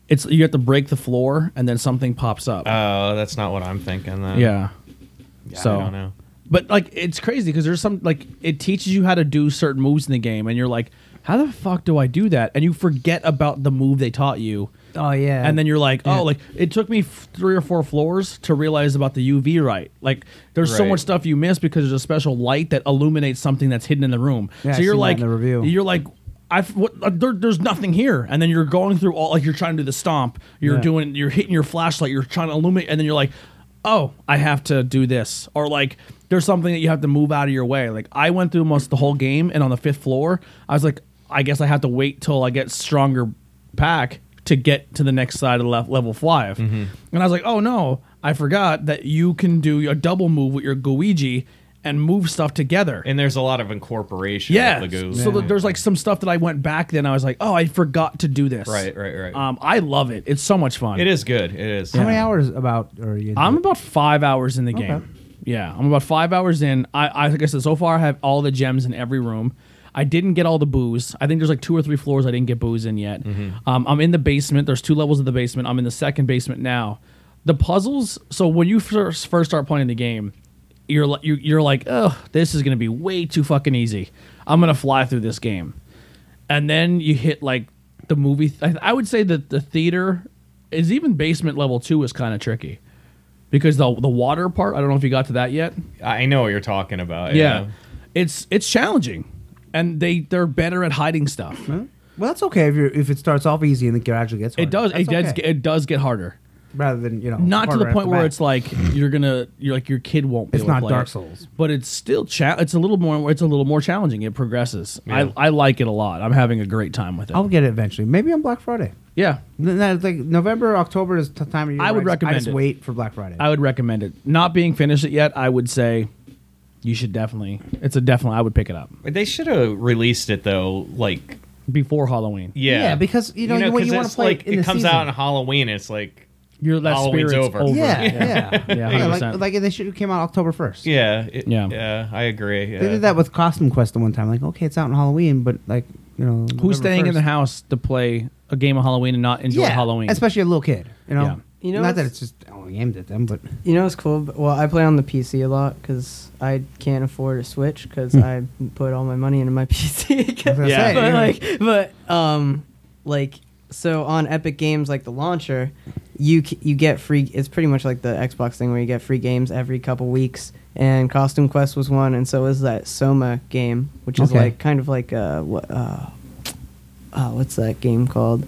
Speaker 1: It's you have to break the floor and then something pops up.
Speaker 2: Oh, that's not what I'm thinking. Then.
Speaker 1: Yeah.
Speaker 2: Yeah,
Speaker 1: so,
Speaker 2: I don't know.
Speaker 1: but like, it's crazy because there's some like it teaches you how to do certain moves in the game, and you're like, how the fuck do I do that? And you forget about the move they taught you.
Speaker 3: Oh yeah.
Speaker 1: And then you're like, oh, like it took me f- three or four floors to realize about the UV light. Like, there's so
Speaker 2: Right.
Speaker 1: much stuff you miss because there's a special light that illuminates something that's hidden in the room.
Speaker 3: Yeah,
Speaker 1: so
Speaker 3: I've
Speaker 1: you're
Speaker 3: seen that
Speaker 1: like,
Speaker 3: in the review.
Speaker 1: you're like, I what, uh, there, there's nothing here. And then you're going through all like you're trying to do the stomp. You're
Speaker 3: Yeah.
Speaker 1: doing, you're hitting your flashlight. You're trying to illuminate, and then you're like, oh, I have to do this, or like. There's something that you have to move out of your way. Like I went through almost the whole game, and on the fifth floor, I was like, I guess I have to wait till I get stronger pack to get to the next side of left level 5 And I was like, oh no, I forgot that you can do a double move with your Guiji and move stuff together.
Speaker 2: And there's a lot of incorporation.
Speaker 1: yeah.
Speaker 2: Of the goo.
Speaker 1: So th- there's like some stuff that I went back then. I was like, oh, I forgot to do this.
Speaker 2: Right, right, right.
Speaker 1: Um, I love it. It's so much fun.
Speaker 2: It is good. It is.
Speaker 3: how many hours about are you? into
Speaker 1: I'm
Speaker 3: it?
Speaker 1: about five hours in the game. Yeah, I'm about five hours in. I, I like I said, so far I have all the gems in every room. I didn't get all the booze. I think there's like two or three floors I didn't get booze in yet. Um, I'm in the basement. There's two levels of the basement. I'm in the second basement now. The puzzles. So when you first first start playing the game, you're li- you, you're like, oh, this is gonna be way too fucking easy. I'm gonna fly through this game and then you hit like the movie. Th- I would say that the theater is even basement level two is kind of tricky because the the water part. I don't know if you got to that yet.
Speaker 2: I know what you're talking about.
Speaker 1: it's it's challenging, and they they're better at hiding stuff.
Speaker 3: Well, that's okay if you are if it starts off easy and it gradually gets.
Speaker 1: It does
Speaker 3: harder.
Speaker 1: it
Speaker 3: That's
Speaker 1: does
Speaker 3: okay.
Speaker 1: it does get harder.
Speaker 3: rather than you know.
Speaker 1: Not to
Speaker 3: harder
Speaker 1: the
Speaker 3: right
Speaker 1: point
Speaker 3: off
Speaker 1: where
Speaker 3: bat.
Speaker 1: it's like you're gonna you're like your kid won't. Be
Speaker 3: It's
Speaker 1: able to
Speaker 3: not
Speaker 1: play
Speaker 3: Dark
Speaker 1: it.
Speaker 3: Souls.
Speaker 1: but it's still cha- It's a little more. It's a little more challenging. It progresses.
Speaker 2: Yeah.
Speaker 1: I I like it a lot. I'm having a great time with it.
Speaker 3: I'll get it eventually. Maybe on Black Friday.
Speaker 1: yeah,
Speaker 3: N- n- like November, October is the time of year.
Speaker 1: I would
Speaker 3: where just-
Speaker 1: recommend
Speaker 3: I just
Speaker 1: it.
Speaker 3: wait for Black Friday.
Speaker 1: I would recommend it. Not being finished it yet, I would say you should definitely. It's a definitely. I would pick it up
Speaker 2: They should have released it though. Like
Speaker 1: before Halloween.
Speaker 2: yeah.
Speaker 3: Yeah, because, you know, you- what
Speaker 2: 'cause
Speaker 3: you wanna
Speaker 2: it's
Speaker 3: play
Speaker 2: like
Speaker 3: in
Speaker 2: it
Speaker 3: the
Speaker 2: comes
Speaker 3: season.
Speaker 2: out on Halloween. And it's like
Speaker 1: Your that
Speaker 2: Halloween's
Speaker 1: spirit's
Speaker 2: over.
Speaker 1: over.
Speaker 3: yeah, yeah,
Speaker 1: Yeah,
Speaker 3: yeah.
Speaker 1: 100%.
Speaker 3: like, like they should have came out October first.
Speaker 2: yeah, it-
Speaker 1: Yeah.
Speaker 2: yeah. I agree. Yeah.
Speaker 3: They did that with Costume Quest the one time. Like, okay, it's out on Halloween, but like, you know, November
Speaker 1: Who's staying in the
Speaker 3: 1st.
Speaker 1: house to play a game of Halloween and not enjoy
Speaker 3: Yeah,
Speaker 1: Halloween?
Speaker 3: especially a little kid. You know,
Speaker 1: Yeah.
Speaker 5: You know,
Speaker 3: not that it's
Speaker 5: it's-
Speaker 3: just only aimed at them, but
Speaker 5: You know what's cool? B- Well, I play on the PC a lot because I can't afford a Switch because I put all my money into my PC.
Speaker 3: Hmm. was gonna
Speaker 2: Yeah.
Speaker 3: say,
Speaker 5: but
Speaker 3: you know,
Speaker 5: like, but um, like so on Epic Games, like the launcher, you c- you get free. It's pretty much like the Xbox thing where you get free games every couple weeks. And Costume Quest was one, and so is that Soma game, which is
Speaker 3: Okay.
Speaker 5: like kind of like uh what uh, uh what's that game called?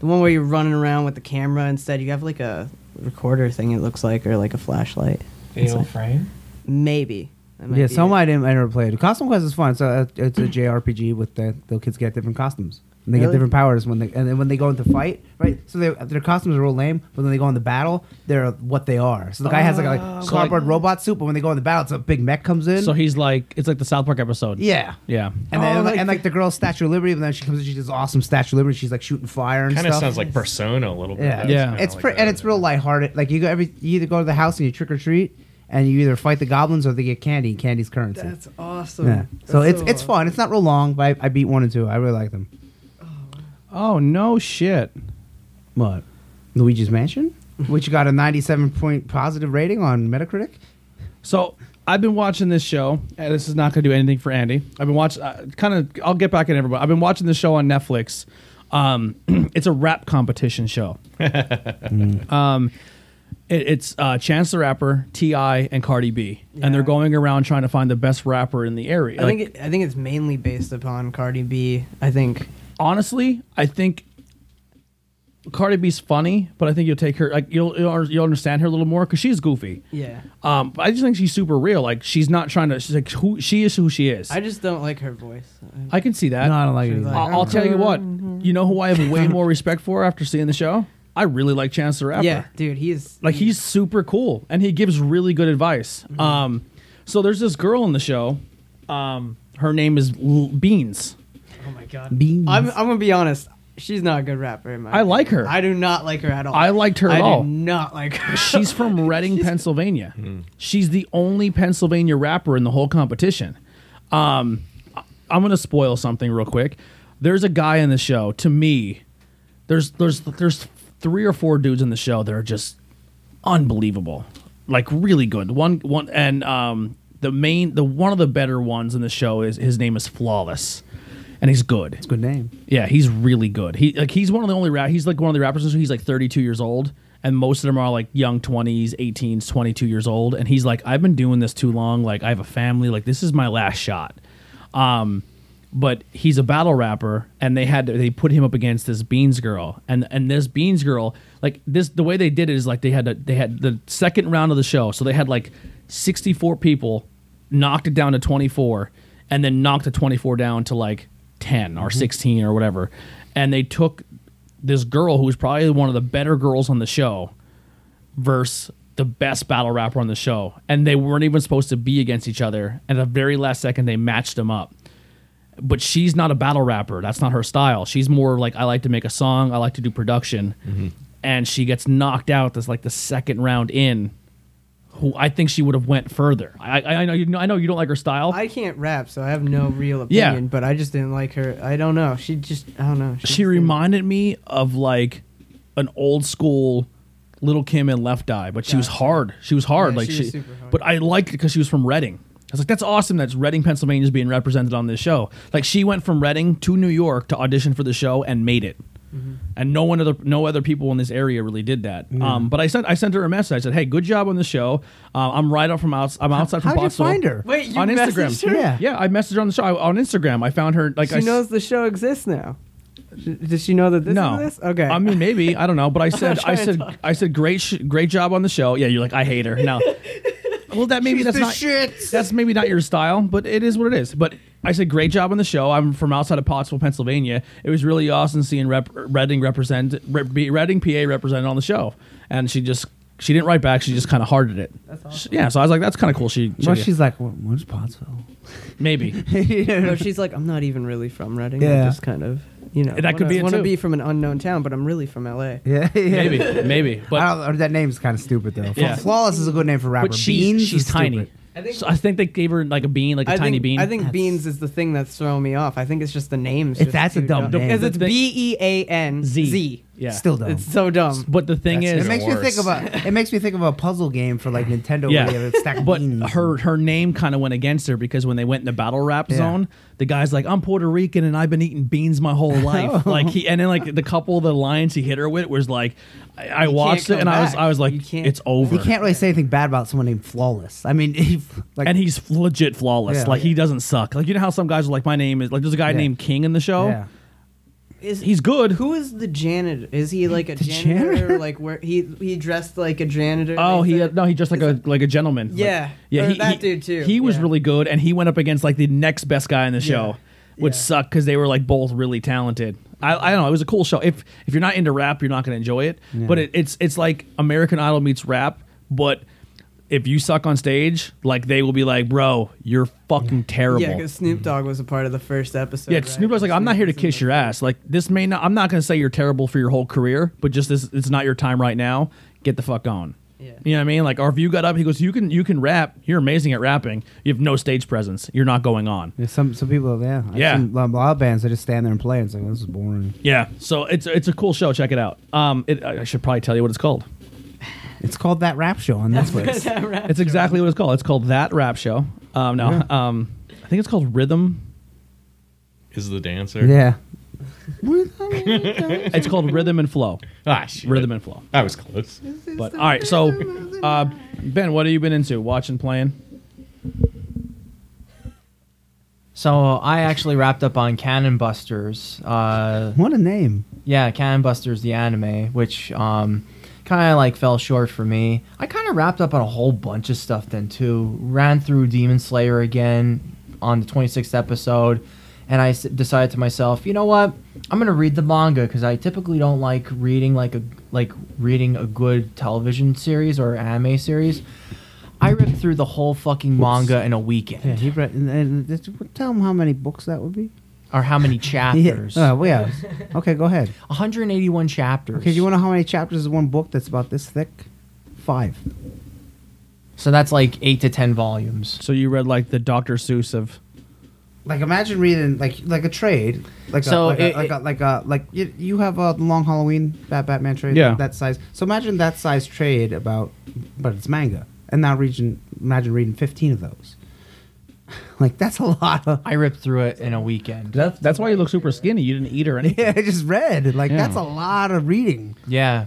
Speaker 5: The one where you're running around with the camera instead. You have like a recorder thing. It looks like, or like a flashlight. It's like-
Speaker 2: frame.
Speaker 5: maybe. That might
Speaker 3: yeah,
Speaker 5: be
Speaker 3: some
Speaker 5: it.
Speaker 3: I didn't. I never played. Costume Quest is fun. It's a it's a JRPG with the the kids get different costumes. And they get
Speaker 5: Really?
Speaker 3: different powers when they and then when they go into fight, right? So they, their costumes are all lame, but when they go into battle, they're what they are. So the guy has like a like, cardboard robot suit, but when they go into battle, it's a big mech comes in.
Speaker 1: so he's like, it's like the South Park episode.
Speaker 3: yeah.
Speaker 1: yeah.
Speaker 3: And then
Speaker 5: Oh,
Speaker 3: like,
Speaker 5: like
Speaker 3: and like the girl's Statue of Liberty, and then she comes and she does awesome Statue of Liberty. She's like shooting fire and
Speaker 2: Kind of
Speaker 3: stuff.
Speaker 2: sounds like Persona a little bit.
Speaker 3: Yeah,
Speaker 2: though.
Speaker 1: Yeah.
Speaker 2: kinda
Speaker 3: It's
Speaker 2: like
Speaker 3: pretty,
Speaker 2: that.
Speaker 3: and it's real lighthearted. Like you go every, you either go to the house and you trick or treat, and you either fight the goblins or they get candy. and Candy's currency.
Speaker 5: That's awesome.
Speaker 3: yeah. So
Speaker 5: That's
Speaker 3: it's it's fun. It's not real long, but I, I beat one and two. I really like them.
Speaker 1: Oh no, shit.
Speaker 3: What? Luigi's Mansion, which got a ninety-seven point positive rating on Metacritic.
Speaker 1: So I've been watching this show. and This is not going to do anything for Andy. I've been watching. Uh, kind of. I'll get back at everybody. I've been watching this show on Netflix. Um, it's a rap competition show. um, it, it's uh, Chance the Rapper, Ti, and Cardi B, and they're
Speaker 5: Yeah.
Speaker 1: going around trying to find the best rapper in the area.
Speaker 5: I
Speaker 1: Like,
Speaker 5: think it, I think it's mainly based upon Cardi B. I think
Speaker 1: honestly, I think Cardi B's funny, but I think you'll take her like you'll you'll, you'll understand her a little more because she's goofy.
Speaker 5: yeah.
Speaker 1: Um, but I just think she's super real. Like she's not trying to. She's like who she is, who she is.
Speaker 5: I
Speaker 1: I,
Speaker 5: just don't like her voice.
Speaker 1: I can see that.
Speaker 3: No, I don't like it.
Speaker 5: She's
Speaker 3: either.
Speaker 5: like- "Mm-hmm."
Speaker 1: I'll, I'll tell you what. You know who I have way more respect for after seeing the show? I really like Chance the Rapper.
Speaker 5: yeah, dude, he is
Speaker 1: Like he's super cool and he gives really good advice.
Speaker 5: Mm-hmm.
Speaker 1: Um, so there's this girl in the show. Um, her name is L- Beans.
Speaker 5: Oh my god.
Speaker 3: Beans.
Speaker 5: I'm I'm gonna be honest. She's not a good rapper. In my
Speaker 1: I like her.
Speaker 5: I do not like her at all.
Speaker 1: I liked her at
Speaker 5: I
Speaker 1: all.
Speaker 5: do not like her.
Speaker 1: She's from Hmm. Reading, Pennsylvania. She's the only Pennsylvania rapper in the whole competition. Um, I- I'm gonna spoil something real quick. There's a guy in the show. To me, there's there's there's three or four dudes in the show that are just unbelievable, like really good. One one and um, the main the one of the better ones in the show is his name is Flawless, and he's good.
Speaker 3: Good name.
Speaker 1: Yeah, he's really good. He like he's one of the only rap. He's like one of the rappers. Who's he's like 32 years old, and most of them are like young 20s, 18s, 22 years old. And he's like, I've been doing this too long. Like I have a family. Like this is my last shot. Um, but he's a battle rapper, and they had to, they put him up against this Beans girl, and and this Beans girl like this the way they did it is like they had to, they had the second round of the show, so they had like 64 people, knocked it down to 24, and then knocked the 24 down to like 10 or 16 or whatever. And they took this girl who was probably one of the better girls on the show versus the best battle rapper on the show. And they weren't even supposed to be against each other. And at the very last second, they matched them up. But she's not a battle rapper. That's not her style. She's more like, I like to make a song, I like to do production. And she gets knocked out that's like the second round in. Who I think she would have went further. I, I, I know you know I know you don't like her style.
Speaker 5: I can't rap, so I have no real
Speaker 1: Yeah.
Speaker 5: opinion. But I just didn't like her. I don't know. She just I don't know.
Speaker 1: she reminded me of like an old school little kim and left eye but she was
Speaker 5: Gotcha.
Speaker 1: hard she was hard
Speaker 5: Yeah,
Speaker 1: like
Speaker 5: she
Speaker 1: she,
Speaker 5: was super hard.
Speaker 1: but i liked it because she was from reading i was like that's awesome that's reading pennsylvania's being represented on this show like she went from reading to new york to audition for the show and made it
Speaker 5: Mm-hmm.
Speaker 1: and no one other no other people in this area really did that
Speaker 5: Mm.
Speaker 1: um, but i sent i sent her a message i said hey good job on the show uh, i'm right up from outside i'm outside from
Speaker 3: How'd you
Speaker 1: Boxel."
Speaker 3: find her?
Speaker 5: Wait, you
Speaker 1: on
Speaker 5: messaged
Speaker 1: instagram
Speaker 5: her?
Speaker 3: Yeah.
Speaker 1: yeah i messaged her on the show I, on instagram i found her like
Speaker 5: she
Speaker 1: i s-
Speaker 5: knows the show exists now. Sh- Does she know that this
Speaker 1: no.
Speaker 5: is this? Okay.
Speaker 1: I mean, maybe I don't know, but I said, I
Speaker 5: trying to
Speaker 1: said,
Speaker 5: talk.
Speaker 1: I said, great, sh- great job on the show. Yeah, you're like, I hate her. No, well, that maybe that's
Speaker 3: the
Speaker 1: not
Speaker 3: shits.
Speaker 1: that's maybe not your style, but it is what it is. But I said, great job on the show. I'm from outside of Pottsville, Pennsylvania. It was really awesome seeing rep- Reading represent Re- be- Reading PA represented on the show, and she just. She didn't write back. She just kind of hearted it. That's awesome. Yeah, so I was like, "That's kind of cool." She, she
Speaker 3: Well, she's like, well, where's Pottsville?
Speaker 1: maybe
Speaker 5: no, she's like, I'm not even really from Reading.
Speaker 3: Yeah.
Speaker 5: I just kind of, you know,
Speaker 1: That could be it,
Speaker 5: want to
Speaker 1: too.
Speaker 5: be from an unknown town, but I'm really from LA.
Speaker 3: Yeah, yeah.
Speaker 1: maybe, maybe. But
Speaker 3: I don't, that name's kind of stupid though.
Speaker 1: Yeah.
Speaker 3: Flawless is a good name for rapper.
Speaker 1: but she's,
Speaker 3: Beans is
Speaker 1: she's tiny.
Speaker 3: stupid.
Speaker 1: I think, so I think they gave her like a bean, like a
Speaker 5: I
Speaker 1: tiny
Speaker 5: think,
Speaker 1: bean.
Speaker 5: I think beans is the thing that's throwing me off. I think it's just the names.
Speaker 3: It's- that's a dumb name.
Speaker 5: because it's
Speaker 1: The-
Speaker 5: B E A N
Speaker 1: Z.
Speaker 5: Z.
Speaker 1: Yeah.
Speaker 3: Still dumb.
Speaker 5: It's so dumb.
Speaker 1: But the thing
Speaker 2: That's
Speaker 1: is,
Speaker 3: it makes me think
Speaker 2: worse.
Speaker 3: of a. It makes me think of a puzzle game for like Nintendo.
Speaker 1: Yeah.
Speaker 3: Yeah, where they stack
Speaker 1: but
Speaker 3: beans.
Speaker 1: her her name kind of went against her because when they went in the battle rap
Speaker 3: Yeah.
Speaker 1: zone, the guy's like, "I'm Puerto Rican and I've been eating beans my whole life." like he, and then like the couple of the lines he hit her with was like, "I, I watched it
Speaker 5: come
Speaker 1: and I was
Speaker 5: back.
Speaker 1: I was like,
Speaker 5: You can't-
Speaker 1: it's over."
Speaker 3: You can't really say anything bad about someone named Flawless. I mean, he, like,
Speaker 1: and he's legit flawless.
Speaker 3: Yeah.
Speaker 1: Like he doesn't suck. Like you know how some guys are like, "My name is like." There's a guy
Speaker 3: Yeah.
Speaker 1: named King in the show.
Speaker 3: yeah.
Speaker 5: Is-
Speaker 1: He's good.
Speaker 5: Who is the janitor? Is he like a
Speaker 3: The
Speaker 5: janitor?
Speaker 3: janitor?
Speaker 5: Like where he he dressed like a janitor?
Speaker 1: Oh,
Speaker 5: they
Speaker 1: he
Speaker 5: said?
Speaker 1: no, he just like a like a gentleman. Like-
Speaker 5: Yeah.
Speaker 1: yeah,
Speaker 5: Or
Speaker 1: he,
Speaker 5: that
Speaker 1: he-
Speaker 5: dude, too.
Speaker 1: He was
Speaker 5: Yeah.
Speaker 1: really good, and he went up against like the next best guy in the show, which
Speaker 5: Yeah.
Speaker 1: sucked because they were like both really talented. I, I don't know. It was a cool show. If if you're not into rap, you're not going to enjoy it. But it, it's it's like American Idol meets rap, but. If you suck on stage, like they will be like, "Bro, you're fucking terrible."
Speaker 5: Yeah, because Snoop Dogg was a part of the first episode.
Speaker 1: Yeah,
Speaker 5: right?
Speaker 1: Snoop Dogg's like, I'm not here to
Speaker 5: was in
Speaker 1: kiss
Speaker 5: the-
Speaker 1: your ass. Like this may not. I'm not gonna say you're terrible for your whole career, but just this, it's not your time right now. Get the fuck on.
Speaker 5: Yeah.
Speaker 1: You know what I mean? Like our view got up. He goes, you can you can rap. You're amazing at rapping. You have no stage presence. You're not going on.
Speaker 3: Yeah, Some some people, yeah, I've
Speaker 1: Yeah.
Speaker 3: seen a lot of bands that just stand there and play and say, "This is boring."
Speaker 1: Yeah. So it's it's a cool show. Check it out. Um, it, I I should probably tell you what it's called.
Speaker 3: It's called that rap show on Netflix.
Speaker 1: It's exactly what it's called. It's called that rap show. Um, no, um, I think it's called Rhythm.
Speaker 2: Is the dancer?
Speaker 3: yeah.
Speaker 1: It's called Rhythm and Flow.
Speaker 2: Ah, shit.
Speaker 1: Rhythm and Flow.
Speaker 2: I was close.
Speaker 1: But all right, so uh, Ben, what have you been into? Watching, playing?
Speaker 4: So I actually wrapped up on Cannon Busters. Uh,
Speaker 3: What a name.
Speaker 4: yeah, Cannon Busters the anime, which um, kind of like fell short for me. I kind of wrapped up on a whole bunch of stuff then too. Ran through Demon Slayer again on the 26th episode, and I s- decided to myself, you know what? I'm gonna read the manga because I typically don't like reading like a like reading a good television series or anime series. I ripped through the whole fucking manga in a weekend,
Speaker 3: Yeah, he read. And, and, this- tell him how many books that would be.
Speaker 4: or how many chapters?
Speaker 3: Yeah. Uh, well, yeah. Okay, go ahead.
Speaker 4: 181 chapters.
Speaker 3: Okay, do you want to know how many chapters is one book that's about this thick? Five.
Speaker 4: so that's like eight to ten volumes.
Speaker 1: So you read like the Dr. Seuss of
Speaker 3: Like imagine reading like like a trade, like
Speaker 4: So
Speaker 3: a, like,
Speaker 4: it-
Speaker 3: a, like, a, like a like you, you have a long Halloween Bat Batman trade,
Speaker 1: Yeah.
Speaker 3: that size. So imagine that size trade about, but it's manga, and now region imagine reading fifteen of those. Like that's a lot of.
Speaker 4: I ripped through it in a weekend.
Speaker 1: that's that's why you look super skinny. You didn't eat or anything.
Speaker 3: Yeah, I just read. Like
Speaker 1: Yeah.
Speaker 3: that's a lot of reading.
Speaker 4: Yeah.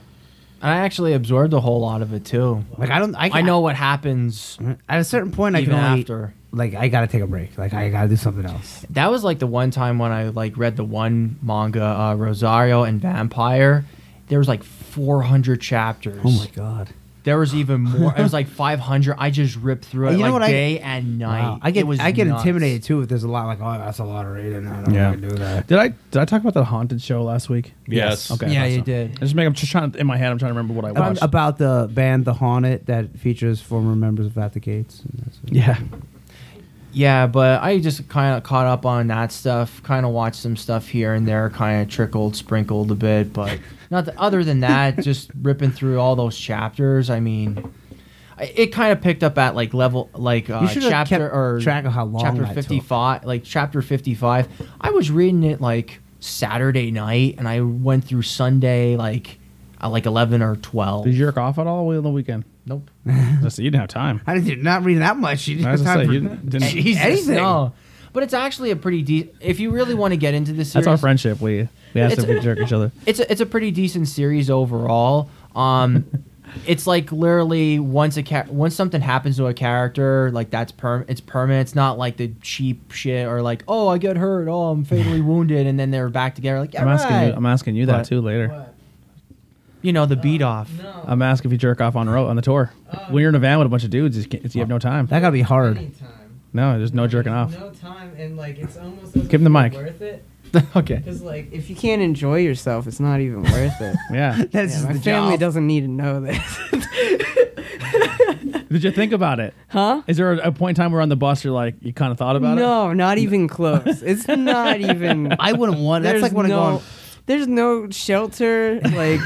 Speaker 4: And I actually absorbed a whole lot of it too.
Speaker 3: Like I don't. I,
Speaker 4: I know what happens
Speaker 3: At a certain point, I
Speaker 4: even
Speaker 3: can only,
Speaker 4: after.
Speaker 3: like I gotta take a break. Like I gotta do something else.
Speaker 4: That was like the one time when I like read the one manga uh, Rosario and Vampire. There was like 400 chapters.
Speaker 3: Oh my god.
Speaker 4: There was even more. It was like 500. I just ripped through it
Speaker 3: You know
Speaker 4: like
Speaker 3: what I-
Speaker 4: day and night.
Speaker 3: Wow. I get
Speaker 4: It was
Speaker 3: I get
Speaker 4: nuts.
Speaker 3: intimidated too if there's a lot like oh that's a lot of reading. I don't
Speaker 1: Yeah.
Speaker 3: yeah. do that.
Speaker 1: Did I did I talk about the haunted show last week?
Speaker 2: Yes.
Speaker 1: Okay. I
Speaker 4: Yeah,
Speaker 1: thought
Speaker 4: you
Speaker 1: so.
Speaker 4: did.
Speaker 1: I just make I'm just trying to, in my head. I'm trying to remember what I
Speaker 3: About,
Speaker 1: watched.
Speaker 3: about the band The Haunted that features former members of At the Gates. And that's it.
Speaker 1: yeah.
Speaker 4: Yeah, but I just kind of caught up on that stuff. Kind of watched some stuff here and there, kind of trickled, sprinkled a bit, but not th- other than that. just ripping through all those chapters. I mean, I, it kind of picked up at like level, like uh,
Speaker 3: You should have
Speaker 4: chapter
Speaker 3: kept
Speaker 4: or
Speaker 3: track of how long
Speaker 4: chapter
Speaker 3: that took.
Speaker 4: fifty-five, like chapter fifty-five. I was reading it like Saturday night, and I went through Sunday like uh, like eleven or twelve.
Speaker 1: Did you jerk off at all on the weekend?
Speaker 4: nope.
Speaker 1: Just, you didn't have time.
Speaker 3: I did not read that much. You didn't
Speaker 1: I was gonna
Speaker 3: have time
Speaker 1: say,
Speaker 3: for
Speaker 1: you didn't- didn't-
Speaker 3: Jesus, anything.
Speaker 4: No. But it's actually a pretty de- if you really want to get into this series.
Speaker 1: That's our friendship. We we asked if
Speaker 4: It's-
Speaker 1: we jerk each other.
Speaker 4: It's a, it's a pretty decent series overall. Um it's like literally once a ca- once something happens to a character, like that's perm it's permanent. It's not like the cheap shit or like, "Oh, I get hurt. Oh, I'm fatally wounded." And then they're back together like, "Yeah,
Speaker 1: I'm asking
Speaker 4: right."
Speaker 1: you. I'm asking you that
Speaker 4: What?
Speaker 1: too later.
Speaker 4: you know, the beat
Speaker 3: Uh,
Speaker 4: off.
Speaker 1: I'm asking if you jerk off on road on the tour.
Speaker 4: Oh.
Speaker 1: when you're in a van with a bunch of dudes, you, just can't, you have no time.
Speaker 3: That gotta be hard.
Speaker 5: Anytime.
Speaker 1: No, there's no jerking off.
Speaker 5: No time, and like it's almost doesn't
Speaker 1: Give him the
Speaker 5: feel
Speaker 1: mic.
Speaker 5: Worth it,
Speaker 4: okay.
Speaker 5: because like if you can't enjoy yourself, it's not even worth it.
Speaker 1: Yeah.
Speaker 3: That's
Speaker 5: Yeah,
Speaker 3: just
Speaker 5: my
Speaker 3: the
Speaker 5: family
Speaker 3: job.
Speaker 5: doesn't need to know this.
Speaker 1: Did you think about it?
Speaker 5: Huh?
Speaker 1: Is there a, a point in time where on the bus you're like you kind of thought about it?
Speaker 5: No, not even close. It's not even.
Speaker 3: I wouldn't want. That's
Speaker 5: there's
Speaker 3: like when
Speaker 5: no,
Speaker 3: I'm going.
Speaker 5: There's no shelter, like.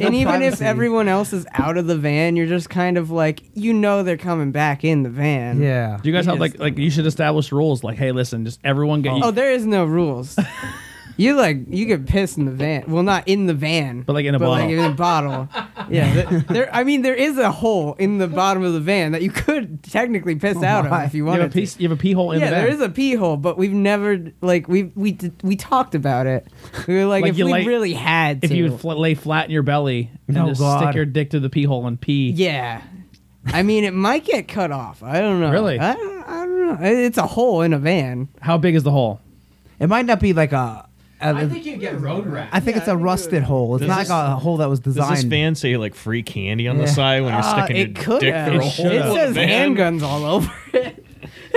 Speaker 5: and even if
Speaker 3: privacy.
Speaker 5: everyone else is out of the van, you're just kind of like you know they're coming back in the van.
Speaker 3: Yeah.
Speaker 1: Do you guys
Speaker 5: It
Speaker 1: have like
Speaker 5: is.
Speaker 1: like you should establish rules like hey listen just everyone get
Speaker 5: Oh,
Speaker 1: you,
Speaker 5: there is no rules. you like you get pissed in the van. Well, not in the van,
Speaker 1: But, like, in a
Speaker 5: Like,
Speaker 1: bottle.
Speaker 5: in a bottle. yeah. th- There. I mean, there is a hole in the bottom of the van that you could technically piss out of if you
Speaker 1: Oh, you
Speaker 5: wanted.
Speaker 1: have a piece
Speaker 5: to.
Speaker 1: you have a pee hole in
Speaker 5: yeah,
Speaker 1: the van.
Speaker 5: there is a pee hole, but we've never like we we d- we talked about it. We were like,
Speaker 1: Like,
Speaker 5: if we
Speaker 1: you like-
Speaker 5: really had to,
Speaker 1: if you would fl- lay flat in your belly and
Speaker 3: Oh,
Speaker 1: just stick
Speaker 3: God.
Speaker 1: your dick to the pee hole and pee.
Speaker 5: yeah, I mean, it might get cut off. I don't know.
Speaker 1: Really?
Speaker 5: I don't, I don't know. It- It's a hole in a van.
Speaker 1: How big is the hole?
Speaker 3: It might not be like a. a- I
Speaker 4: you get road rash.
Speaker 3: think it's a rusted hole. It's
Speaker 2: Does
Speaker 3: not
Speaker 2: this-
Speaker 3: like a hole that was
Speaker 2: Does this
Speaker 3: designed.
Speaker 2: fan say like free candy on the
Speaker 3: Yeah. Ah,
Speaker 2: side when you're
Speaker 5: Uh,
Speaker 2: sticking
Speaker 5: it
Speaker 2: your
Speaker 5: could.
Speaker 2: dick
Speaker 5: have.
Speaker 2: through a
Speaker 1: It
Speaker 2: hole?
Speaker 1: should
Speaker 5: It
Speaker 1: have.
Speaker 2: in
Speaker 5: says
Speaker 2: the van?
Speaker 5: handguns all over it.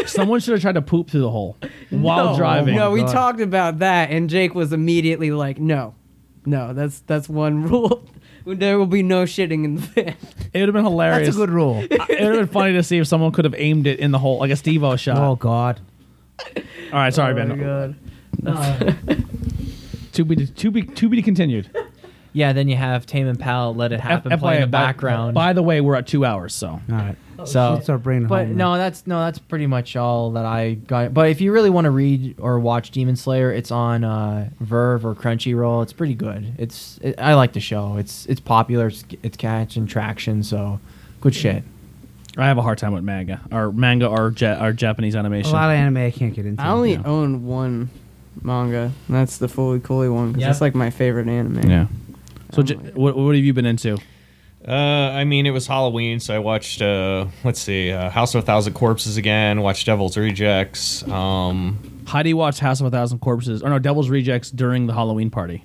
Speaker 1: Someone should have tried to poop through the hole while
Speaker 5: no,
Speaker 1: driving.
Speaker 5: No, we
Speaker 3: God.
Speaker 5: talked about that, and Jake was immediately like, "No, no, that's that's one rule. there will be no shitting in the van."
Speaker 1: It would have been hilarious.
Speaker 3: That's a good rule.
Speaker 1: it would have been funny to see if someone could have aimed it in the hole like a Steve-O shot.
Speaker 3: oh God.
Speaker 1: All right, sorry
Speaker 5: Oh my
Speaker 1: Ben.
Speaker 5: God.
Speaker 1: To be to be to be continued.
Speaker 4: Yeah, then you have Tame Impala, Let It Happen, play in the
Speaker 1: by-
Speaker 4: background.
Speaker 1: By the way, we're at two hours, so
Speaker 3: All right.
Speaker 4: so
Speaker 3: Let's start bringing it
Speaker 4: But
Speaker 3: home,
Speaker 4: no, that's no, that's pretty much all that I got. But if you really want to read or watch Demon Slayer, it's on uh, Verve or Crunchyroll. It's pretty good. It's it, I like the show. It's it's popular. It's, it's catching traction. So good shit.
Speaker 1: I have a hard time with manga or manga or ja- or Japanese
Speaker 3: A
Speaker 1: animation.
Speaker 3: lot of anime I can't get into.
Speaker 5: I only
Speaker 1: Yeah.
Speaker 5: own one manga. And that's the Fully Cooley one because
Speaker 4: Yeah.
Speaker 5: that's like my favorite anime.
Speaker 1: yeah. So
Speaker 5: Oh
Speaker 1: j-
Speaker 5: my God.
Speaker 1: what what have you been into?
Speaker 2: Uh, I mean, it was Halloween, so I watched. Uh, let's see, uh, House of a Thousand Corpses again. Watched Devil's Rejects. Um,
Speaker 1: Heidi watched House of a Thousand Corpses or no Devil's Rejects during the Halloween party.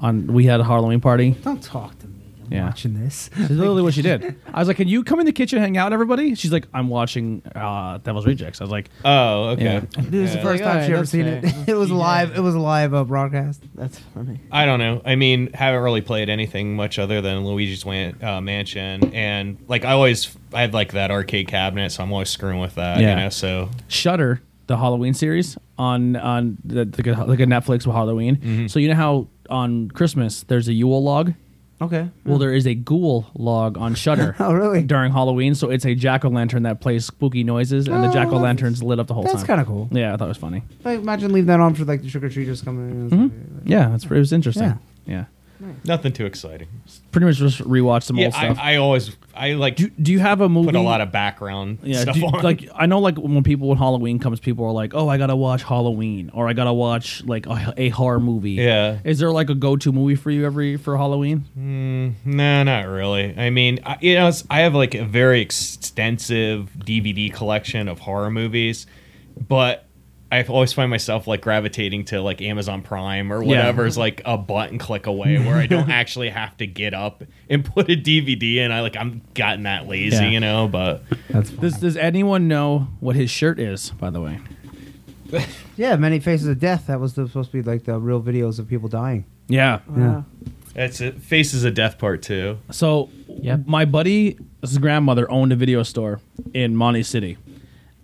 Speaker 1: On we had a Halloween party.
Speaker 3: Don't talk to me. I'm
Speaker 1: Yeah.
Speaker 3: watching this.
Speaker 1: That's literally what she did. I was like, "Can you come in the kitchen, hang out, everybody?" She's like, "I'm watching uh, Devil's Rejects." I was like,
Speaker 2: oh, okay.
Speaker 1: Yeah.
Speaker 3: This is the
Speaker 2: Yeah.
Speaker 5: Like,
Speaker 3: first time she
Speaker 5: alright,
Speaker 3: ever
Speaker 5: that's
Speaker 3: seen
Speaker 5: fair.
Speaker 3: it. It was live. It was a live uh, broadcast.
Speaker 5: That's funny.
Speaker 2: I don't know. I mean, haven't really played anything much other than Luigi's Wan- uh, Mansion, and like I always, I have like that arcade cabinet, so I'm always screwing with that.
Speaker 1: Yeah.
Speaker 2: You know, so
Speaker 1: Shutter, the Halloween series on on the, the good, like a Netflix with Halloween. So you know how on Christmas there's a Yule log.
Speaker 3: Okay.
Speaker 1: Well, there is a ghoul log on Shutter.
Speaker 3: Mm. Oh, really?
Speaker 1: During Halloween, so it's a jack o' lantern that plays spooky noises, and
Speaker 3: Oh,
Speaker 1: the jack o'
Speaker 3: that's-
Speaker 1: lanterns lit up the whole
Speaker 3: that's
Speaker 1: time.
Speaker 3: kinda cool.
Speaker 1: Yeah, I thought it was funny.
Speaker 3: Like, imagine leaving that on for like the trick or treaters coming in.
Speaker 1: Mhm. Yeah, that's it was interesting.
Speaker 3: Yeah.
Speaker 1: Yeah.
Speaker 2: nothing too exciting.
Speaker 1: pretty much just rewatch some
Speaker 2: Yeah,
Speaker 1: old stuff.
Speaker 2: I, I always, I like
Speaker 1: do, do you have a movie?
Speaker 2: put a lot of background
Speaker 1: yeah,
Speaker 2: stuff
Speaker 1: do-
Speaker 2: on.
Speaker 1: like I know, like when people when Halloween comes, people are like, "Oh, I gotta watch Halloween," or "I gotta watch like a, a horror movie."
Speaker 2: Yeah. Hmm.
Speaker 1: is there like a go-to movie for you every for Halloween?
Speaker 2: No, not really. I mean, I, you know, it's- I have like a very extensive DVD collection of horror movies, but I always find myself like gravitating to like Amazon Prime or
Speaker 1: Yeah.
Speaker 2: whatever is like a button click away, where I don't actually have to get up and put a DVD in. I like I'm gotten that lazy,
Speaker 1: Yeah.
Speaker 2: you know. But
Speaker 3: That's fun.
Speaker 1: Does Does anyone know what his shirt is? By the way,
Speaker 3: yeah, many faces of death. That was the, supposed to be like the real videos of people dying.
Speaker 1: yeah.
Speaker 3: Yeah.
Speaker 2: it's it. Faces of Death Part Two.
Speaker 1: So
Speaker 4: Yep.
Speaker 1: my buddy's grandmother owned a video store in Monte City,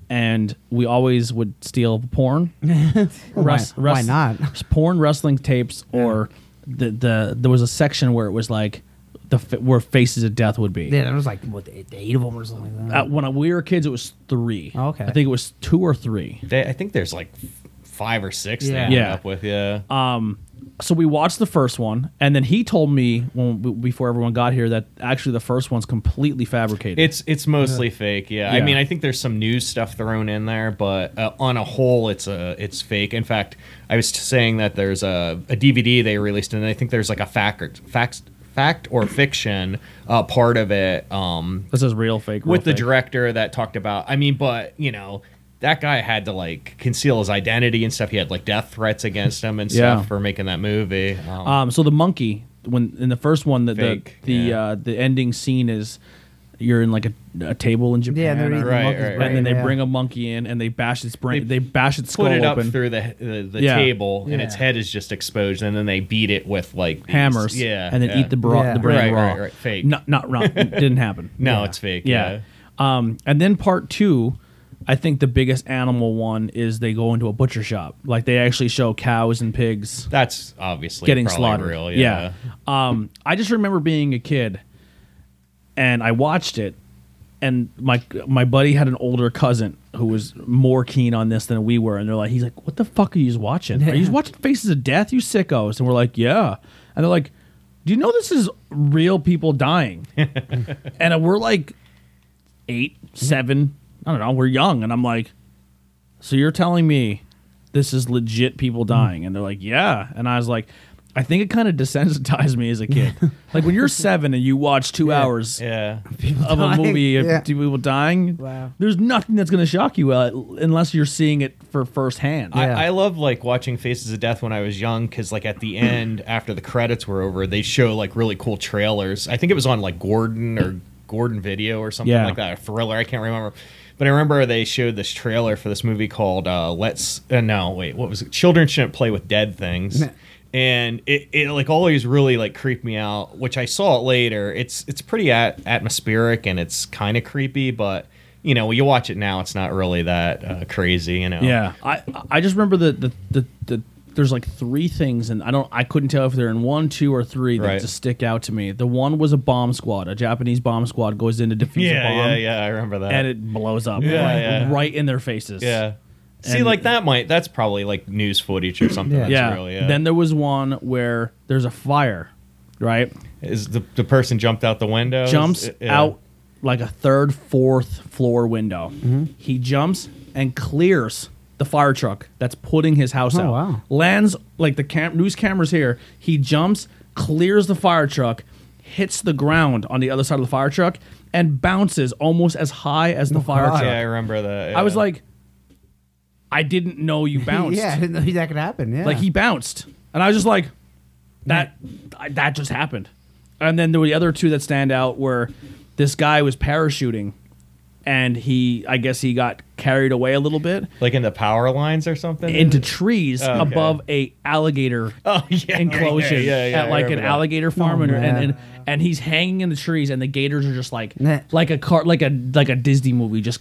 Speaker 1: and we always would steal porn. Wrest-
Speaker 3: why, why
Speaker 1: wrest-
Speaker 3: not?
Speaker 1: porn wrestling tapes or the the there was a section where it was like the fa- where faces of death would be.
Speaker 3: Yeah, there was like what the the eight of them or something. Like that.
Speaker 1: Uh, when I- we were kids, it was three.
Speaker 3: Oh, okay.
Speaker 1: I think it was two or three.
Speaker 2: They, I think there's like f- five or six.
Speaker 3: Yeah.
Speaker 2: They ended
Speaker 1: Yeah.
Speaker 2: up with yeah.
Speaker 1: So we watched the first one, and then he told me when b- before everyone got here that actually the first one's completely fabricated.
Speaker 2: It's it's mostly fake. Yeah. I
Speaker 1: Yeah.
Speaker 2: mean, I think there's some news stuff thrown in there, but uh, on a whole, it's a it's fake. In fact, I was saying that there's a, a DVD they released, and I think there's like a fact or, fact fact or fiction uh, part of it um,
Speaker 1: this is real fake. real
Speaker 2: with the
Speaker 1: fake.
Speaker 2: director that talked about. I mean, but you know. That guy had to like conceal his identity and stuff. He had like death threats against him and
Speaker 1: Yeah.
Speaker 2: stuff for making that movie. Um,
Speaker 1: Um, so the monkey when in the first one the
Speaker 2: Fake,
Speaker 1: the the,
Speaker 2: yeah.
Speaker 1: uh, the ending scene is you're in like a, a table in Japan.
Speaker 3: yeah, and they're
Speaker 1: or-
Speaker 3: eating
Speaker 2: Right,
Speaker 3: the monkey's
Speaker 2: right.
Speaker 3: brain,
Speaker 1: and then they
Speaker 3: yeah.
Speaker 1: bring a monkey in and they bash its brain. They,
Speaker 2: They
Speaker 1: bash its skull
Speaker 2: put it up
Speaker 1: open.
Speaker 2: through the the, the
Speaker 1: Yeah.
Speaker 2: table and its
Speaker 3: Yeah.
Speaker 2: head is just exposed and then they beat it with like these-
Speaker 1: hammers.
Speaker 2: yeah
Speaker 1: and then
Speaker 2: yeah.
Speaker 1: eat the bra-
Speaker 3: Yeah.
Speaker 1: the brain
Speaker 2: Right,
Speaker 1: raw.
Speaker 2: right, right. Fake.
Speaker 1: Not not wrong. didn't happen.
Speaker 2: no it's fake yeah,
Speaker 1: Yeah. Um, and then part two, I think the biggest animal one is they go into a butcher shop. Like they actually show cows and pigs
Speaker 2: that's obviously
Speaker 1: getting
Speaker 2: probably
Speaker 1: slaughtered.
Speaker 2: real yeah,
Speaker 1: yeah. Um, I just remember being a kid, and I watched it, and my my buddy had an older cousin who was more keen on this than we were, and they're like, he's like, "What the fuck are you watching? Are you watching Faces of Death? You sickos!" And we're like, "Yeah," and they're like, "Do you know this is real people dying?" and we're like, eight, seven. I don't know. We're young, and I'm like, so you're telling me this is legit people dying? And they're like, yeah. And I was like, I think it kind of desensitized me as a kid. like when you're seven and you watch two hours
Speaker 2: yeah.
Speaker 1: of
Speaker 3: dying.
Speaker 1: a movie
Speaker 3: Yeah.
Speaker 1: of two people dying,
Speaker 5: Wow.
Speaker 1: there's nothing that's gonna shock you uh, unless you're seeing it for firsthand.
Speaker 3: Yeah.
Speaker 2: I, I love like watching Faces of Death when I was young because like at the end after the credits were over, they show like really cool trailers. I think it was on like Gordon or Gordon Video or something
Speaker 1: Yeah.
Speaker 2: like that, a thriller. I can't remember, but I remember they showed this trailer for this movie called uh, Let's. Uh, no, wait, what was it? Children shouldn't play with dead things. And it, it like always really like creeped me out, which I saw it later. It's it's pretty at- atmospheric and it's kind of creepy, but you know when you watch it now, it's not really that uh, crazy. You know,
Speaker 1: Yeah, I I just remember the the the, the there's like three things, and I don't, I couldn't tell if they're in one, two, or three that
Speaker 2: Right.
Speaker 1: just stick out to me. The one was a bomb squad. A Japanese bomb squad goes in to defuse a
Speaker 2: yeah,
Speaker 1: bomb,
Speaker 2: yeah, yeah. I remember that.
Speaker 1: and it blows up,
Speaker 2: Yeah,
Speaker 1: like,
Speaker 2: yeah.
Speaker 1: right in their faces.
Speaker 2: yeah. See,
Speaker 1: and-
Speaker 2: like that might that's probably like news footage or something.
Speaker 3: Yeah.
Speaker 2: That's
Speaker 1: yeah.
Speaker 2: Really, yeah.
Speaker 1: Then there was one where there's a fire, right?
Speaker 2: is the the person jumped out the window?
Speaker 1: jumps
Speaker 2: Is- yeah.
Speaker 1: out like a third, fourth floor window. He jumps and clears the fire truck that's putting his house
Speaker 3: Oh,
Speaker 1: out.
Speaker 3: wow.
Speaker 1: Lands like the cam- news cameras here. He jumps, clears the fire truck, hits the ground on the other side of the fire truck, and bounces almost as high as the fire
Speaker 3: God.
Speaker 1: truck.
Speaker 2: Yeah, I remember that.
Speaker 1: I was
Speaker 2: yeah.
Speaker 1: like, I didn't know you bounced.
Speaker 3: Yeah, I didn't know that could happen. Yeah.
Speaker 1: Like he bounced, and I was just like, that I- that just happened. And then there were the other two that stand out where this guy was parachuting, and he I guess he got carried away a little bit
Speaker 2: like in the power lines or something.
Speaker 1: into trees
Speaker 2: Oh, Okay.
Speaker 1: above a alligator
Speaker 2: oh yeah,
Speaker 1: enclosure
Speaker 2: yeah, yeah, yeah,
Speaker 1: at
Speaker 2: I
Speaker 1: like an
Speaker 2: remember that.
Speaker 1: alligator farm, and, and,
Speaker 3: man.
Speaker 1: and and he's hanging in the trees, and the gators are just like
Speaker 3: Nah.
Speaker 1: like a car like a like a Disney movie, just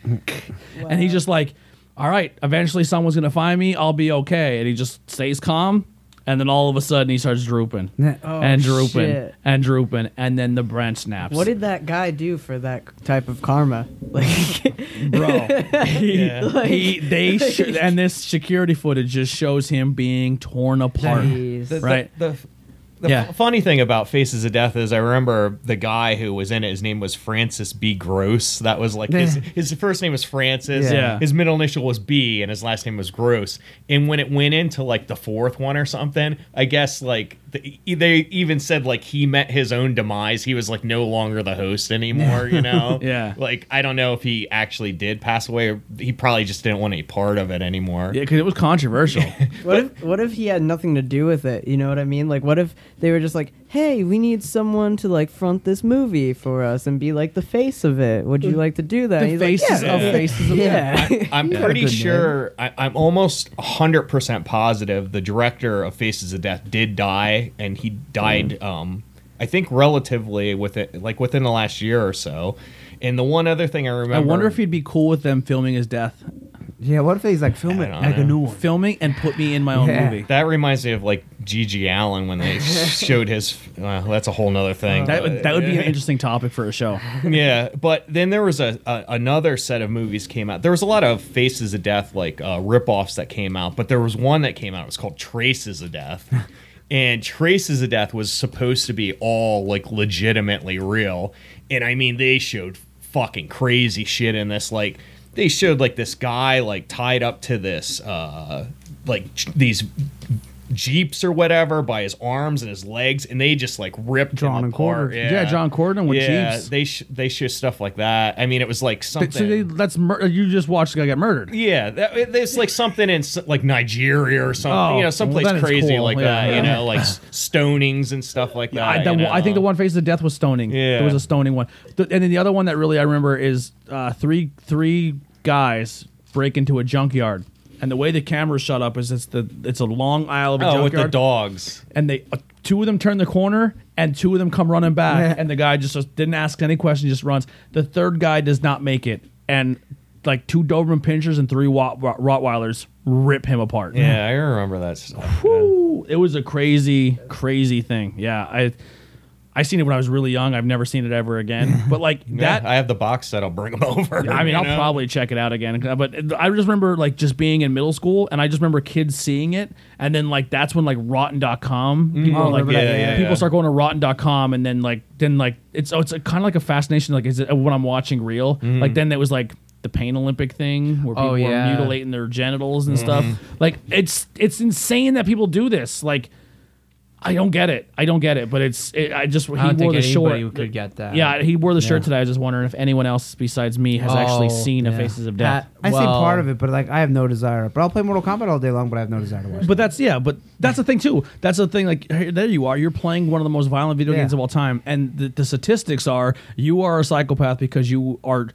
Speaker 1: and he's just like, all right, eventually someone's gonna find me, I'll be okay, and he just stays calm, and then all of a sudden he starts drooping
Speaker 3: Nah.
Speaker 5: Oh,
Speaker 1: and drooping
Speaker 5: shit.
Speaker 1: and drooping, and then the branch snaps.
Speaker 5: What did that guy do for that type of karma? Like,
Speaker 1: bro? he,
Speaker 2: Yeah.
Speaker 1: he- they sh- and this security footage just shows him being torn apart.
Speaker 5: Jeez.
Speaker 2: The- the-
Speaker 1: Right.
Speaker 2: The, the
Speaker 1: Yeah.
Speaker 2: fu- funny thing about Faces of Death is I remember the guy who was in it. His name was Francis B. Gross. That was like his his first name was Francis.
Speaker 3: Yeah.
Speaker 1: Yeah.
Speaker 2: His middle initial was B, and his last name was Gross. And when it went into like the fourth one or something, I guess like the, e, they even said like he met his own demise. He was like no longer the host anymore. You know.
Speaker 1: Yeah.
Speaker 2: Like I don't know if he actually did pass away. or He probably just didn't want any part of it anymore.
Speaker 1: Yeah, because it was controversial.
Speaker 5: what if what if he had nothing to do with it? You know what I mean? Like, what if they were just like, "Hey, we need someone to like front this movie for us and be like the face of it. Would you like to do that?"
Speaker 1: the
Speaker 5: He's like,
Speaker 1: faces
Speaker 5: "Yeah."
Speaker 1: of faces of
Speaker 5: yeah.
Speaker 2: I'm
Speaker 3: got a
Speaker 2: pretty
Speaker 3: good
Speaker 2: sure. I, I'm almost 100% positive the director of Faces of Death did die, and he died.
Speaker 1: Mm.
Speaker 2: Um, I think relatively within like within the last year or so. And the one other thing I remember.
Speaker 1: I wonder if he'd be cool with them filming his death,
Speaker 3: yeah, what if he's like film
Speaker 2: I
Speaker 3: it
Speaker 2: don't
Speaker 3: like
Speaker 2: know.
Speaker 3: a new one?
Speaker 1: filming and put me in my own
Speaker 3: Yeah.
Speaker 1: movie.
Speaker 2: That reminds me of like Gigi Allen when they showed his. Well, that's a whole nother thing.
Speaker 1: That would, that would be an
Speaker 2: Yeah.
Speaker 1: interesting topic for a show.
Speaker 2: yeah, but then there was a, a another set of movies came out. There was a lot of Faces of Death like uh, ripoffs that came out, but there was one that came out. It was called Traces of Death, and Traces of Death was supposed to be all like legitimately real, and I mean they showed fucking crazy shit in this. Like they showed like this guy like tied up to this uh, like ch- these. Jeeps or whatever by his arms and his legs, and they just like ripped
Speaker 3: Drawn
Speaker 2: him
Speaker 3: and
Speaker 2: apart.
Speaker 3: quartered.
Speaker 1: Yeah, John Corden with
Speaker 2: yeah,
Speaker 1: Jeeps.
Speaker 2: they sh- they show stuff like that. I mean, it was like something.
Speaker 1: So they, that's mur- you just watched the guy get murdered.
Speaker 2: yeah, that, it- it's like something in s- like Nigeria or something.
Speaker 1: Oh,
Speaker 2: you know, someplace
Speaker 1: well, that is
Speaker 2: crazy
Speaker 1: cool.
Speaker 2: like
Speaker 1: Yeah,
Speaker 2: that.
Speaker 1: yeah.
Speaker 2: You know, like s- stonings and stuff like that.
Speaker 1: I,
Speaker 2: you
Speaker 1: that one- I
Speaker 2: know?
Speaker 1: think the one face of death was stoning.
Speaker 2: Yeah.
Speaker 1: there was a stoning one, The- and then the other one that really I remember is uh, three three guys break into a junkyard, and the way the camera shot up is it's the it's a long aisle of a
Speaker 2: Oh,
Speaker 1: junkyard,
Speaker 2: with the dogs.
Speaker 1: and they uh, two of them turn the corner, and two of them come running back, and the guy just, just didn't ask any questions, just runs. The third guy does not make it, and like two Doberman Pinschers and three Wa- Wa- Rottweilers rip him apart.
Speaker 2: Yeah, I remember that stuff. yeah.
Speaker 1: Woo! It was a crazy, crazy thing. Yeah, I I seen it when I was really young. I've never seen it ever again. But like
Speaker 2: Yeah,
Speaker 1: that,
Speaker 2: I have the box set. I'll bring them over.
Speaker 1: I mean,
Speaker 2: you
Speaker 1: I'll
Speaker 2: know?
Speaker 1: probably check it out again. But I just remember like just being in middle school, and I just remember kids seeing it, and then like that's when like Rotten.com people
Speaker 3: Oh,
Speaker 1: like
Speaker 3: remember that,
Speaker 2: yeah, yeah,
Speaker 1: people
Speaker 2: yeah.
Speaker 1: start going to Rotten.com, and then like then like it's oh, it's kind of like a fascination. Like is it when I'm watching real? Like then it was like the pain Olympic thing where people
Speaker 4: Oh, yeah.
Speaker 1: were mutilating their genitals and stuff. Like it's it's insane that people do this. Like. I don't get it. I don't get it. But it's. It, I just. He
Speaker 4: I don't
Speaker 1: wore
Speaker 4: think
Speaker 1: the
Speaker 4: anybody
Speaker 1: short.
Speaker 4: could get that.
Speaker 1: Yeah, he wore the shirt
Speaker 4: Yeah.
Speaker 1: today. I was just wondering if anyone else besides me has actually
Speaker 4: Oh,
Speaker 1: seen a
Speaker 4: yeah.
Speaker 1: Faces of Death.
Speaker 4: That-
Speaker 3: I
Speaker 4: Well-
Speaker 3: see part of it, but like I have no desire. But I'll play Mortal Kombat all day long, but I have no desire to watch. it.
Speaker 1: but that's yeah, but that's the thing too. That's the thing. Like hey, there you are. You're playing one of the most violent video
Speaker 3: Yeah.
Speaker 1: games of all time, and the, the statistics are you are a psychopath because you are.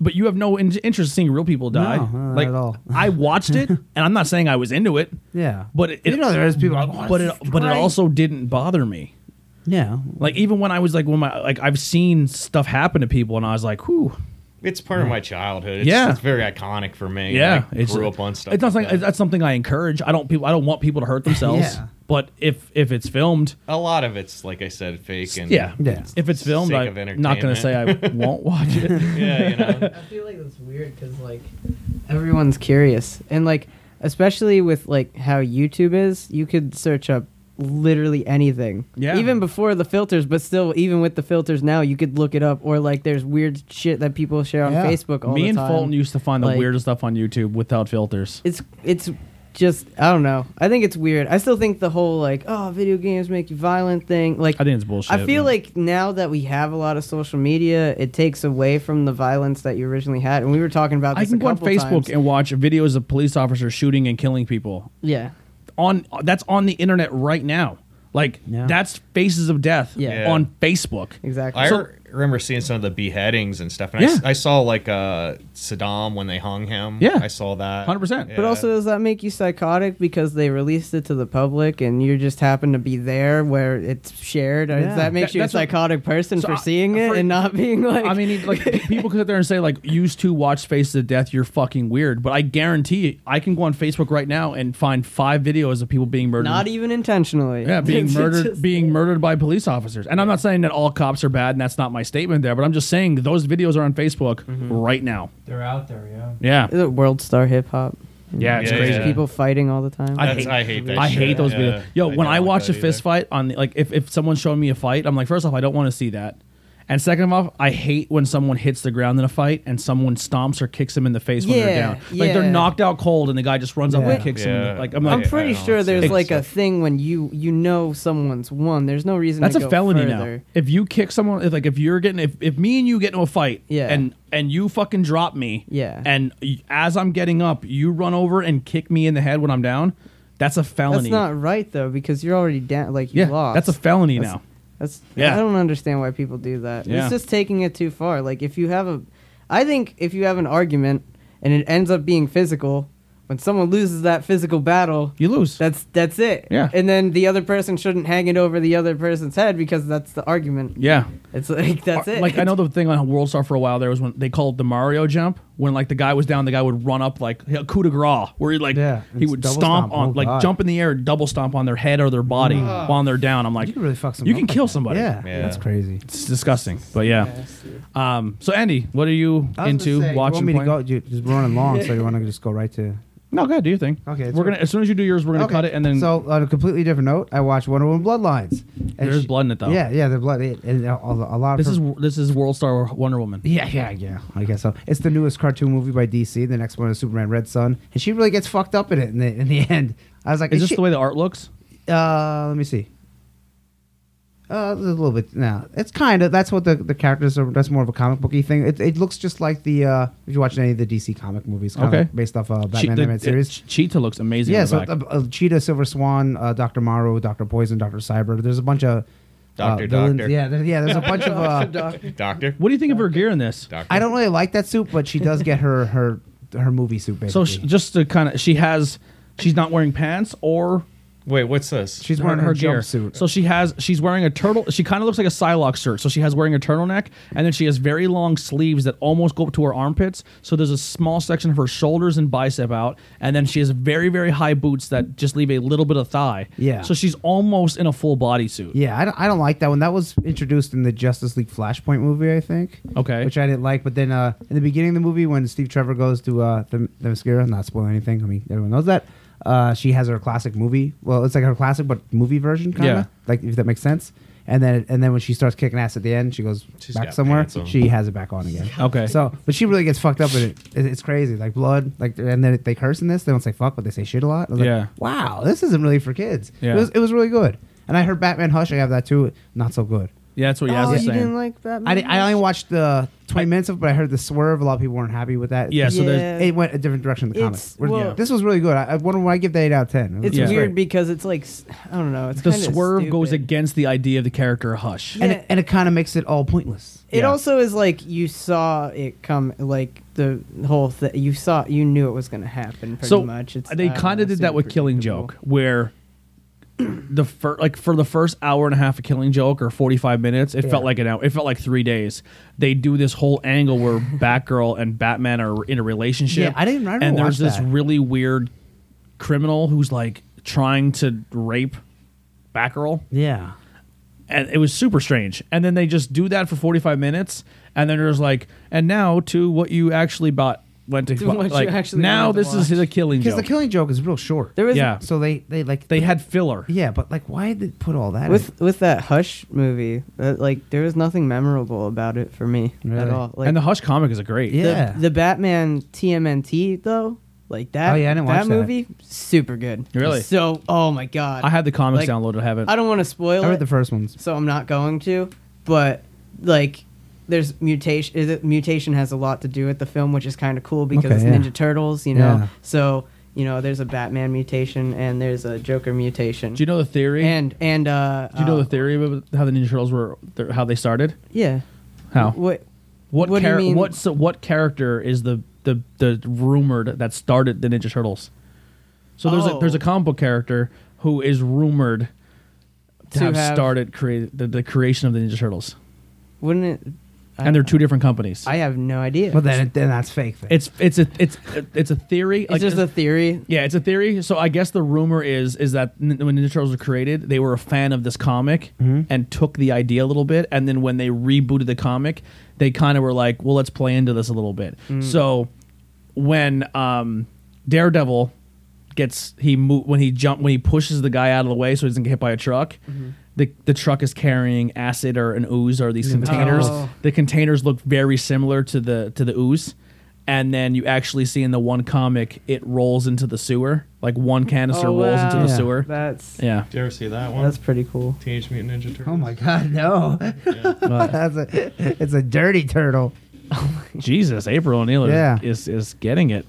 Speaker 1: But you have no in- interest in seeing real people die.
Speaker 3: No, not
Speaker 1: like
Speaker 3: at all.
Speaker 1: I watched it, and I'm not saying I was into it.
Speaker 3: Yeah.
Speaker 1: but it,
Speaker 3: You know there's people like, "Oh,
Speaker 1: But it
Speaker 3: this is
Speaker 1: but it
Speaker 3: great."
Speaker 1: also didn't bother me.
Speaker 3: yeah,
Speaker 1: Like even when I was like when my like I've seen stuff happen to people and I was like, whew,
Speaker 2: It's part of my childhood. It's,
Speaker 1: Hmm. Yeah.
Speaker 2: it's very iconic for me.
Speaker 1: Yeah,
Speaker 2: I grew up on stuff.
Speaker 1: It's not
Speaker 2: like
Speaker 1: something,
Speaker 2: that.
Speaker 1: that's something I encourage. I don't people. I don't want people to hurt themselves.
Speaker 3: Yeah.
Speaker 1: But if if it's filmed,
Speaker 2: a lot of it's like I said, fake and
Speaker 1: yeah,
Speaker 3: Yeah.
Speaker 1: If it's filmed,
Speaker 2: Sake
Speaker 1: I'm
Speaker 2: of
Speaker 1: not going
Speaker 2: entertainment.
Speaker 1: to say I won't watch it.
Speaker 2: yeah, you know.
Speaker 5: I feel like that's weird because like everyone's curious, and like especially with like how YouTube is, you could search up literally anything.
Speaker 1: Yeah.
Speaker 5: Even before the filters, but still, even with the filters now, you could look it up. Or like there's weird shit that people share on
Speaker 3: Yeah.
Speaker 5: Facebook all
Speaker 1: Me
Speaker 5: the
Speaker 1: and
Speaker 5: time.
Speaker 1: Fulton used to find the
Speaker 5: Like-
Speaker 1: weirdest stuff on YouTube without filters.
Speaker 5: it's it's just I don't know. I think it's weird. I still think the whole like oh video games make you violent thing like
Speaker 1: I think it's bullshit.
Speaker 5: I feel
Speaker 1: but-
Speaker 5: like now that we have a lot of social media, it takes away from the violence that you originally had. And we were talking about
Speaker 1: I
Speaker 5: this
Speaker 1: can
Speaker 5: a
Speaker 1: go on
Speaker 5: couple
Speaker 1: Facebook
Speaker 5: times.
Speaker 1: and watch videos of police officers shooting and killing people.
Speaker 5: yeah.
Speaker 1: On that's on the internet right now. Like
Speaker 3: Yeah.
Speaker 1: that's faces of death
Speaker 5: Yeah.
Speaker 1: on Facebook.
Speaker 5: Exactly.
Speaker 2: I
Speaker 5: So-
Speaker 2: re- remember seeing some of the beheadings and stuff. And I s-
Speaker 1: Yeah.
Speaker 2: I, saw like uh, Saddam when they hung him.
Speaker 1: Yeah.
Speaker 2: I saw that.
Speaker 1: 100%. But
Speaker 5: but also, does that make you psychotic because they released it to the public and you just happen to be there where it's shared? Or
Speaker 3: Yeah.
Speaker 5: Does that makes
Speaker 1: That-
Speaker 5: you a
Speaker 1: that's what-
Speaker 5: psychotic person
Speaker 1: So
Speaker 5: for
Speaker 1: I-
Speaker 5: seeing it
Speaker 1: for-
Speaker 5: and not being like?
Speaker 1: I mean, like people could sit there and say, like, used to watch Faces of Death, you're fucking weird. But I guarantee you, I can go on Facebook right now and find five videos of people being murdered.
Speaker 5: not even intentionally.
Speaker 1: yeah, being
Speaker 5: It's
Speaker 1: murdered,
Speaker 5: just-
Speaker 1: being murdered by police officers. And I'm not saying that all cops are bad, and that's not my statement there. But I'm just saying those videos are on Facebook
Speaker 5: Mm-hmm.
Speaker 1: right now.
Speaker 4: They're out there, yeah.
Speaker 1: Yeah,
Speaker 5: Is it world star hip hop?
Speaker 1: yeah, it's
Speaker 2: Yeah,
Speaker 1: crazy.
Speaker 2: yeah.
Speaker 5: People fighting all the time.
Speaker 1: I
Speaker 2: That's-
Speaker 1: hate-
Speaker 2: I hate that.
Speaker 1: I hate
Speaker 2: shit.
Speaker 1: those
Speaker 2: Yeah.
Speaker 1: videos. Yo, when
Speaker 2: don't
Speaker 1: I
Speaker 2: like
Speaker 1: watch a
Speaker 2: that either.
Speaker 1: fist fight on the, like if, if someone's showing me a fight, I'm like, first off, I don't want to see that. And second off, I hate when someone hits the ground in a fight and someone stomps or kicks them in the face when they're
Speaker 5: Yeah,
Speaker 1: down. Like they're
Speaker 5: yeah.
Speaker 1: knocked out cold and the guy just runs up
Speaker 3: Yeah.
Speaker 1: and kicks him. in the-
Speaker 2: Yeah.
Speaker 1: Like I'm
Speaker 5: I'm
Speaker 1: like,
Speaker 2: Yeah, I
Speaker 5: pretty
Speaker 2: don't
Speaker 5: sure
Speaker 2: see
Speaker 5: there's
Speaker 2: it.
Speaker 5: like a
Speaker 2: It's-
Speaker 5: thing when you you know someone's won. There's no reason
Speaker 1: that's
Speaker 5: to
Speaker 1: a
Speaker 5: go
Speaker 1: felony
Speaker 5: further.
Speaker 1: now. If you kick someone, if like if you're getting if, if me and you get into a fight,
Speaker 5: Yeah.
Speaker 1: and and you fucking drop me,
Speaker 5: Yeah.
Speaker 1: and y- as I'm getting up, you run over and kick me in the head when I'm down. That's a
Speaker 5: That's
Speaker 1: felony.
Speaker 5: not right though because you're already down. Like you
Speaker 1: yeah.
Speaker 5: lost.
Speaker 1: That's a felony
Speaker 5: That's-
Speaker 1: now.
Speaker 5: That's
Speaker 1: Yeah.
Speaker 5: I don't understand why people do that.
Speaker 1: Yeah.
Speaker 5: It's just taking it too far. Like if you have a, I think if you have an argument and it ends up being physical, when someone loses that physical battle,
Speaker 1: You lose.
Speaker 5: that's that's it.
Speaker 1: Yeah.
Speaker 5: And then the other person shouldn't hang it over the other person's head because that's the argument.
Speaker 1: yeah.
Speaker 5: It's like that's
Speaker 1: Or-
Speaker 5: it.
Speaker 1: Like I know the thing on World Star for a while there was when they called the Mario jump when like the guy was down, the guy would run up like a coup de grace where he like
Speaker 3: Yeah,
Speaker 1: he
Speaker 3: it's
Speaker 1: would
Speaker 3: double
Speaker 1: stomp,
Speaker 3: stomp.
Speaker 1: on
Speaker 3: Oh,
Speaker 1: like
Speaker 3: God. Mm.
Speaker 1: jump in the air, and double stomp on their head or their body while they're down. I'm like,
Speaker 3: You can really fuck some.
Speaker 1: You can kill somebody.
Speaker 3: Yeah,
Speaker 2: Yeah.
Speaker 3: that's crazy.
Speaker 1: It's disgusting, but yeah. Um, so Andy, what are you
Speaker 3: I was
Speaker 1: into
Speaker 3: gonna say,
Speaker 1: watching?
Speaker 3: You want me to
Speaker 1: playing?
Speaker 3: go? dude, just we're running long, so you want to just go right to?
Speaker 1: No, go ahead, do your thing.
Speaker 3: Okay, it's
Speaker 1: we're gonna
Speaker 3: fine.
Speaker 1: as soon as you do yours, we're gonna cut it and then
Speaker 3: So on a completely different note, I watched Wonder Woman Bloodlines. And
Speaker 1: There's
Speaker 3: she-
Speaker 1: blood in it, though.
Speaker 3: Yeah, yeah, there's blood. It, and a, a lot of
Speaker 1: this
Speaker 3: her-
Speaker 1: is this is World Star Wonder Woman.
Speaker 3: Yeah, yeah, yeah. I guess so. It's the newest cartoon movie by DC. The next one is Superman Red Sun, and she really gets fucked up in it in the, in the end. I was like,
Speaker 1: Is this
Speaker 3: she,
Speaker 1: the way the art looks?
Speaker 3: Uh, let me see. Uh, a little bit. No, it's kind of that's what the, the characters are. That's more of a comic booky thing. It, it looks just like the uh, if you watch any of the DC comic movies, kind
Speaker 1: Okay.
Speaker 3: of based off uh, Batman
Speaker 1: Che- the-
Speaker 3: animated series.
Speaker 1: Che- Cheetah looks amazing.
Speaker 3: yeah,
Speaker 1: on the
Speaker 3: so
Speaker 1: back.
Speaker 3: uh, uh, Cheetah, Silver Swan, uh, Doctor Maru, Doctor Poison, Doctor Cyber. There's a bunch of uh,
Speaker 2: Dr.
Speaker 3: villains.
Speaker 2: Doctor.
Speaker 3: Yeah, there, yeah. There's a bunch of. Uh,
Speaker 2: Doctor.
Speaker 1: what do you think of her gear in this?
Speaker 2: Doctor.
Speaker 3: I don't really like that suit, but she does get her her her movie suit
Speaker 1: So
Speaker 3: basically.
Speaker 1: sh just to kind of, she has, she's not wearing pants or
Speaker 2: Wait, what's this?
Speaker 3: she's wearing her,
Speaker 1: gear.
Speaker 3: jumpsuit.
Speaker 1: So she has, she's wearing a turtle. She kind of looks like a Psylocke shirt. So she has wearing a turtleneck, and then she has very long sleeves that almost go up to her armpits. So there's a small section of her shoulders and bicep out, and then she has very, very high boots that just leave a little bit of thigh.
Speaker 3: Yeah.
Speaker 1: So she's almost in a full bodysuit.
Speaker 3: Yeah, I don't, I don't like that one. That was introduced in the Justice League Flashpoint movie, I think.
Speaker 1: Okay.
Speaker 3: Which I didn't like, but then uh, in the beginning of the movie, when Steve Trevor goes to uh, the, the mascara, not spoiling anything, I mean, everyone knows that. Uh, she has her classic movie. Well, it's like her classic, but movie version, kind of.
Speaker 1: Yeah.
Speaker 3: Like, if that makes sense. And then, and then when she starts kicking ass at the end, she goes
Speaker 2: She's
Speaker 3: back
Speaker 2: got
Speaker 3: somewhere.
Speaker 2: pants on.
Speaker 3: She has it back on again.
Speaker 1: Okay.
Speaker 3: So, but she really gets fucked up in it. It- It's crazy, like blood, like, and then they curse in this. They don't say fuck, but they say shit a lot. I was
Speaker 1: Yeah.
Speaker 3: Like, wow, this isn't really for kids.
Speaker 1: Yeah.
Speaker 3: It was, it was really good. And I heard Batman Hush. I have that too. Not so good.
Speaker 1: Yeah, that's what Yaz
Speaker 5: oh,
Speaker 1: was
Speaker 5: you
Speaker 1: saying.
Speaker 5: didn't like Batman?
Speaker 3: I, di- I only watched the 20 minutes of it, but I heard the swerve. A lot of people weren't happy with that.
Speaker 1: yeah. So there's
Speaker 5: Yeah.
Speaker 3: It went a different direction in the
Speaker 5: It's-
Speaker 3: comics. We're-
Speaker 5: well-
Speaker 3: this was really good. I, I wonder why I give that 8 out of 10. It was-
Speaker 5: It's
Speaker 3: it was
Speaker 5: weird
Speaker 3: great.
Speaker 5: because it's like s- I don't know. It's
Speaker 1: the
Speaker 5: kinda
Speaker 1: swerve goes
Speaker 5: stupid.
Speaker 1: against the idea of the character Hush.
Speaker 3: And
Speaker 5: Yeah.
Speaker 3: it, and it kind of makes it all pointless.
Speaker 5: It
Speaker 1: Yeah.
Speaker 5: also is like you saw it come, like the whole thing. You saw, you knew it was going to happen. Pretty much. It's
Speaker 1: they
Speaker 5: I don't
Speaker 1: kind of
Speaker 5: know,
Speaker 1: did that with
Speaker 5: super
Speaker 1: Killing
Speaker 5: predictable.
Speaker 1: Joke, where the fir- like for the first hour and a half of Killing Joke or 45 minutes, it felt
Speaker 3: Yeah.
Speaker 1: like an hour. It felt like 3 days. They do this whole angle where Batgirl and Batman are in a relationship.
Speaker 3: Yeah, I didn't- I didn't
Speaker 1: And there's
Speaker 3: watch
Speaker 1: this
Speaker 3: that.
Speaker 1: really weird criminal who's like trying to rape Batgirl
Speaker 3: Yeah.
Speaker 1: and it was super strange. And then they just do that for 45 minutes, and then there's like, and now to what you actually bought went to,
Speaker 5: To what you
Speaker 1: like,
Speaker 5: actually
Speaker 1: now
Speaker 5: wanted
Speaker 1: this
Speaker 5: to
Speaker 1: is
Speaker 5: watch.
Speaker 1: the killing
Speaker 3: Because
Speaker 1: joke.
Speaker 3: the killing joke is real short.
Speaker 5: There was
Speaker 1: yeah,
Speaker 3: So they they like
Speaker 1: they had filler.
Speaker 3: yeah, but like why did put all that in?
Speaker 5: with with that Hush movie, that, like there was nothing memorable about it for me at
Speaker 3: Really?
Speaker 5: all. Like,
Speaker 1: and the Hush comic is a great.
Speaker 3: Yeah.
Speaker 5: the, the Batman TMNT though, like that.
Speaker 3: Oh, yeah, I didn't
Speaker 5: that
Speaker 3: watch that.
Speaker 5: movie, super good.
Speaker 1: Really?
Speaker 5: So, oh my god,
Speaker 1: I had the comics
Speaker 5: Like,
Speaker 1: downloaded. I haven't.
Speaker 5: I don't want to spoil
Speaker 3: I
Speaker 5: it,
Speaker 3: read the first ones.
Speaker 5: so I'm not going to. But like, there's mutation. Is it, mutation has a lot to do with the film, which is kind of cool because
Speaker 3: Okay,
Speaker 5: it's
Speaker 3: yeah.
Speaker 5: Ninja Turtles, you know.
Speaker 3: Yeah.
Speaker 5: So you know, there's a Batman mutation and there's a Joker mutation.
Speaker 1: do you know the theory?
Speaker 5: and and uh,
Speaker 1: do you know
Speaker 5: uh,
Speaker 1: the theory about how the Ninja Turtles were, th- how they started?
Speaker 5: yeah.
Speaker 1: How?
Speaker 5: What?
Speaker 1: What,
Speaker 5: what do you
Speaker 1: char-
Speaker 5: mean?
Speaker 1: What, so what character is the, the the rumored that started the Ninja Turtles? So there's a
Speaker 5: Oh.
Speaker 1: there's a comic book character who is rumored to,
Speaker 5: To
Speaker 1: have,
Speaker 5: have-
Speaker 1: started crea- the, the creation of the Ninja Turtles,
Speaker 5: Wouldn't it? I-
Speaker 1: and they're two different companies.
Speaker 5: I have no idea.
Speaker 3: But then then that's fake. Then.
Speaker 1: it's it's a it's it's a theory.
Speaker 5: it's just a theory.
Speaker 1: Yeah, it's a theory. So I guess the rumor is is that n- when Ninja Turtles were created, they were a fan of this comic and took the idea a little bit, and then when they rebooted the comic, they kind of were like, "Well, let's play into this a little bit." So when um, Daredevil gets he mo- when he jump when he pushes the guy out of the way so he doesn't get hit by a truck. The, the truck is carrying acid or an ooze or these containers.
Speaker 5: Oh.
Speaker 1: The containers look very similar to the to the ooze, and then you actually see in the one comic it rolls into the sewer. Like one canister
Speaker 5: Oh,
Speaker 1: rolls into the
Speaker 5: wow.
Speaker 3: Yeah.
Speaker 1: sewer.
Speaker 5: That's
Speaker 1: yeah,
Speaker 2: Did you ever see that one?
Speaker 5: that's pretty cool.
Speaker 2: Teenage Mutant Ninja Turtles.
Speaker 3: oh my god, no. that's a it's a dirty turtle.
Speaker 1: Jesus, April O'Neil is,
Speaker 3: Yeah.
Speaker 1: is is getting it.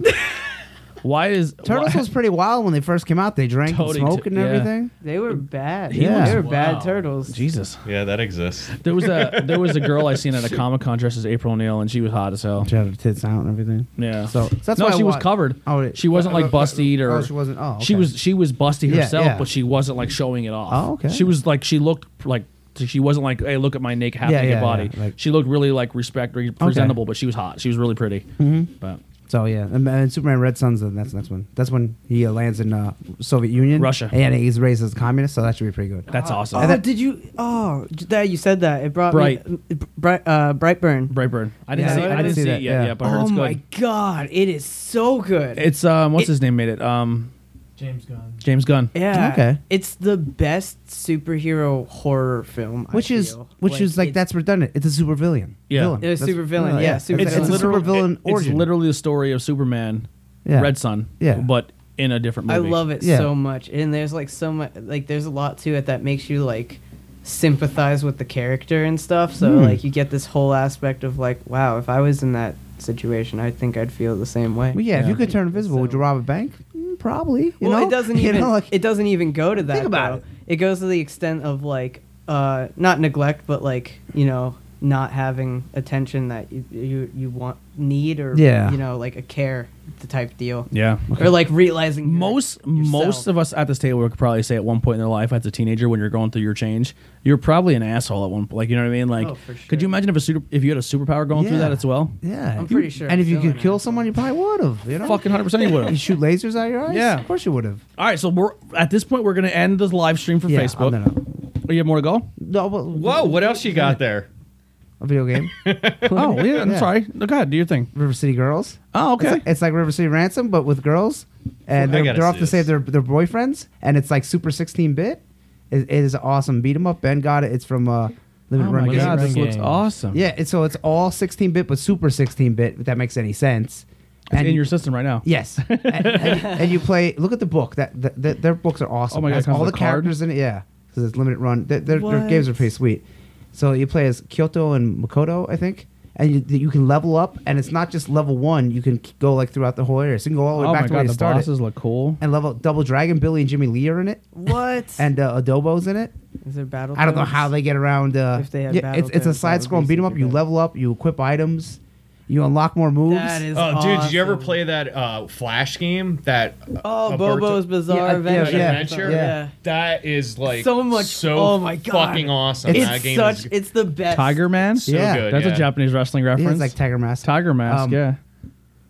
Speaker 1: Why is
Speaker 3: Turtles
Speaker 1: why-
Speaker 3: was pretty wild when they first came out. They drank and
Speaker 1: Totally t-
Speaker 3: smoke and
Speaker 1: yeah.
Speaker 3: everything.
Speaker 5: They were bad.
Speaker 3: He was-
Speaker 5: They were
Speaker 2: Wow.
Speaker 5: bad turtles.
Speaker 1: Jesus?
Speaker 2: Yeah, that exists.
Speaker 1: There was a there was a girl I seen at a comic con dressed as April O'Neil, and she was hot as hell.
Speaker 3: She had her tits out and everything.
Speaker 1: Yeah.
Speaker 3: So, so that's
Speaker 1: no,
Speaker 3: why
Speaker 1: she
Speaker 3: I
Speaker 1: was
Speaker 3: wa-
Speaker 1: covered.
Speaker 3: Oh, it-
Speaker 1: she wasn't
Speaker 3: oh,
Speaker 1: like
Speaker 3: oh,
Speaker 1: busty or.
Speaker 3: oh, she wasn't- oh,
Speaker 1: She
Speaker 3: okay.
Speaker 1: was she was busty
Speaker 3: Yeah,
Speaker 1: herself,
Speaker 3: yeah.
Speaker 1: but she wasn't like showing it off.
Speaker 3: Oh, okay.
Speaker 1: She was like she looked like she wasn't like hey look at my naked half
Speaker 3: Yeah,
Speaker 1: naked
Speaker 3: yeah,
Speaker 1: body.
Speaker 3: yeah, like-
Speaker 1: she looked really like respect re- presentable, but she was hot. She was really pretty.
Speaker 3: Mm-hmm.
Speaker 1: But
Speaker 3: So yeah, and, and Superman Red Son's the that's the next one. That's when he uh, lands in uh, Soviet Union,
Speaker 1: Russia.
Speaker 3: and he's raised as a communist. So that should be pretty good.
Speaker 1: that's awesome.
Speaker 5: Oh, did you? Oh, j- that you said that it brought
Speaker 1: Bright.
Speaker 5: me, uh, Bright uh, Brightburn.
Speaker 1: Brightburn. I didn't
Speaker 3: Yeah,
Speaker 1: see.
Speaker 5: I
Speaker 1: I,
Speaker 5: didn't
Speaker 1: didn't
Speaker 3: see
Speaker 1: see
Speaker 3: that,
Speaker 1: it yet.
Speaker 3: yeah.
Speaker 1: Yeah, but I heard
Speaker 5: Oh
Speaker 1: it's
Speaker 5: my
Speaker 1: good.
Speaker 5: god, it is so good.
Speaker 1: It's um, what's
Speaker 5: It-
Speaker 1: his name made it? Um,
Speaker 4: James Gunn.
Speaker 1: James Gunn.
Speaker 5: yeah.
Speaker 3: Okay.
Speaker 5: It's the best superhero horror film. I
Speaker 3: Which is
Speaker 5: feel.
Speaker 3: which is like
Speaker 5: it-
Speaker 3: that's redundant. It's a supervillain.
Speaker 1: Yeah.
Speaker 3: villain.
Speaker 5: It's a
Speaker 3: That's-
Speaker 5: supervillain, yeah,
Speaker 3: It's,
Speaker 5: supervillain.
Speaker 3: it's, a
Speaker 1: literal-
Speaker 3: supervillain
Speaker 1: it-
Speaker 3: origin.
Speaker 1: It's literally the story of Superman,
Speaker 3: Yeah.
Speaker 1: Red Sun.
Speaker 3: Yeah.
Speaker 1: but in a different
Speaker 5: I
Speaker 1: movie.
Speaker 5: love it
Speaker 3: Yeah.
Speaker 5: so much, and there's like so much. Like there's a lot to it that makes you like sympathize with the character and stuff. So
Speaker 3: Hmm.
Speaker 5: like you get this whole aspect of like, wow, if I was in that situation, I think I'd feel the same way.
Speaker 3: Well, yeah, If
Speaker 1: Yeah.
Speaker 3: you could turn invisible, would you rob a bank? Mm, probably. You
Speaker 5: well,
Speaker 3: know?
Speaker 5: it doesn't
Speaker 3: You
Speaker 5: even
Speaker 3: know, like-
Speaker 5: it doesn't even go to that.
Speaker 3: Think about
Speaker 5: though. it. goes to the extent of like uh, not neglect, but like you know not having attention that you you, you want need or
Speaker 3: Yeah.
Speaker 5: you know like a care the type deal
Speaker 1: Yeah.
Speaker 5: or like realizing you're-
Speaker 1: Most
Speaker 5: yourself.
Speaker 1: most of us at this table could probably say at one point in their life as a teenager when you're going through your change, you're probably an asshole at one point. Like you know what I mean? Like
Speaker 5: Oh, for sure.
Speaker 1: could you imagine if a super, if you had a superpower going through
Speaker 3: Yeah.
Speaker 1: that as well?
Speaker 3: yeah,
Speaker 5: I'm
Speaker 3: You-
Speaker 5: pretty sure
Speaker 3: And if you
Speaker 5: villain
Speaker 3: could kill
Speaker 5: asshole.
Speaker 3: someone, you probably would have. You know,
Speaker 1: Fucking hundred percent you would
Speaker 3: You
Speaker 1: have.
Speaker 3: shoot lasers out of your eyes.
Speaker 1: Yeah.
Speaker 3: of course you would have.
Speaker 1: All right, so we're at this point we're gonna end this live stream for
Speaker 3: Yeah,
Speaker 1: Facebook.
Speaker 3: No, no,
Speaker 1: Oh, you have more to go?
Speaker 3: no. but-
Speaker 2: Whoa, what else you got there?
Speaker 3: A video game,
Speaker 1: oh yeah, I'm
Speaker 3: Yeah.
Speaker 1: sorry. No, go ahead, do your thing.
Speaker 3: River City Girls.
Speaker 1: Oh
Speaker 3: It's
Speaker 1: okay.
Speaker 3: like, it's like River City Ransom, but with girls, and
Speaker 2: I
Speaker 3: they're,
Speaker 2: gotta
Speaker 3: they're off
Speaker 2: see
Speaker 3: to save
Speaker 2: this.
Speaker 3: their their boyfriends, and it's like Super 16 bit. It, it is awesome. Beat 'em up. Ben got it. It's from uh, Limited
Speaker 1: oh
Speaker 3: Run
Speaker 1: my
Speaker 3: Games.
Speaker 1: god, this
Speaker 4: Games.
Speaker 1: looks awesome.
Speaker 3: Yeah, it's, so it's all 16 bit, but Super 16 bit. If that makes any sense.
Speaker 1: It's in your system right now.
Speaker 3: Yes, and, and- and you play. Look at the book. That, that, that- their books are awesome.
Speaker 1: Oh my God,
Speaker 3: Has
Speaker 1: comes
Speaker 3: all the
Speaker 1: with a card?
Speaker 3: characters in it. Yeah, because it's limited run. Their, their, their
Speaker 5: What?
Speaker 3: games are pretty sweet. So you play as Kyoto and Makoto, I think, and you, you can level up. And it's not just level one. You can k- go like throughout the whole area. So you can go all the way
Speaker 1: Oh
Speaker 3: back
Speaker 1: my
Speaker 3: to where
Speaker 1: god,
Speaker 3: you
Speaker 1: the
Speaker 3: started.
Speaker 1: bosses look cool.
Speaker 3: and level Double Dragon, Billy and Jimmy Lee are in it,
Speaker 5: what
Speaker 3: and uh, Adobo's in it.
Speaker 5: is there battle
Speaker 3: I don't know
Speaker 5: toads?
Speaker 3: how they get around. Uh,
Speaker 5: If they have
Speaker 3: yeah,
Speaker 5: battle
Speaker 3: it's, it's a
Speaker 5: toads, that
Speaker 3: side
Speaker 5: would
Speaker 3: scroll
Speaker 5: be
Speaker 3: beat 'em up.
Speaker 5: super
Speaker 3: You
Speaker 5: bad.
Speaker 3: level up. You equip items. You unlock more moves.
Speaker 5: That is.
Speaker 2: Oh, dude, did you ever
Speaker 5: awesome.
Speaker 2: play that uh, Flash game? That uh,
Speaker 5: Oh,
Speaker 2: Alberto-
Speaker 5: Bobo's
Speaker 3: Yeah, yeah,
Speaker 5: Bizarre Adventure.
Speaker 3: yeah,
Speaker 2: Adventure?
Speaker 3: yeah.
Speaker 2: That is like
Speaker 5: So much-
Speaker 2: So
Speaker 5: oh my God.
Speaker 2: fucking awesome!
Speaker 5: It's
Speaker 2: that game
Speaker 5: such.
Speaker 2: is
Speaker 5: it's the best.
Speaker 1: Tiger Man.
Speaker 2: so
Speaker 3: Yeah.
Speaker 2: good.
Speaker 1: That's
Speaker 2: yeah.
Speaker 1: a Japanese wrestling
Speaker 3: Yeah,
Speaker 1: reference.
Speaker 3: It's like Tiger Mask.
Speaker 1: Tiger Mask.
Speaker 3: Um,
Speaker 1: yeah.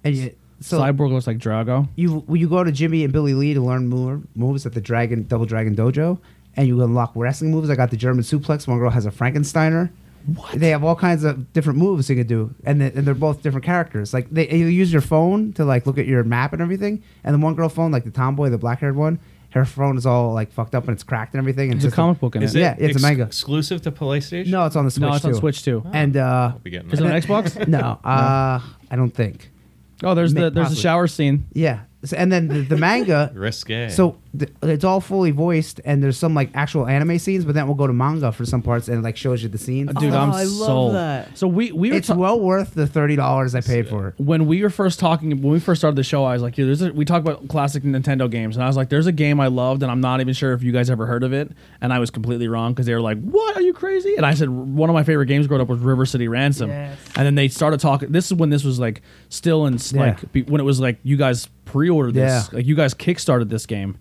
Speaker 3: And you, so
Speaker 1: Cyborg looks like Drago.
Speaker 3: you when you go to Jimmy and Billy Lee to learn more moves at the Dragon Double Dragon Dojo, and you unlock wrestling moves. I got the German suplex. One girl has a Frankensteiner. What? They have all kinds of different moves you can do, and they, and they're both different characters. Like they you use your phone to like look at your map and everything. And the one girl phone, like the tomboy, the black haired one, her phone is all like fucked up and it's cracked and everything. And
Speaker 1: It's a
Speaker 3: just
Speaker 1: comic book in
Speaker 2: Is
Speaker 1: it.
Speaker 2: it
Speaker 3: Yeah, it's a
Speaker 2: ex-
Speaker 3: manga.
Speaker 2: exclusive to PlayStation.
Speaker 3: No, it's on the Switch.
Speaker 1: No, it's on
Speaker 3: too.
Speaker 1: Switch too.
Speaker 3: And uh,
Speaker 2: we getting
Speaker 1: Is it
Speaker 2: that.
Speaker 1: on Xbox?
Speaker 3: no, uh, I don't think.
Speaker 1: Oh, there's
Speaker 3: Ma-
Speaker 1: the there's the
Speaker 3: possibly.
Speaker 1: shower scene.
Speaker 3: Yeah, so, and then the, the manga
Speaker 2: risque.
Speaker 3: So th- it's all fully voiced, and there's some like actual anime scenes, but then we'll go to manga for some parts, and it, like shows you the scenes.
Speaker 1: Uh, Dude,
Speaker 5: Oh,
Speaker 1: I'm
Speaker 5: I love
Speaker 1: sold.
Speaker 5: that.
Speaker 1: So we we were
Speaker 3: it's
Speaker 1: ta-
Speaker 3: well worth the thirty dollars I paid for it.
Speaker 1: when we were first talking when we first started the show, I was like, "Dude, there's a, we talk about classic Nintendo games, and I was like, there's a game I loved, and I'm not even sure if you guys ever heard of it, and I was completely wrong because they were like, what are you crazy? And I said one of my favorite games growing up was River City Ransom,
Speaker 5: Yes.
Speaker 1: and then they started talking. This is when this was like still in s-
Speaker 3: Yeah.
Speaker 1: like be, when it was like you guys pre-ordered this,
Speaker 3: Yeah.
Speaker 1: like you guys kickstarted this game,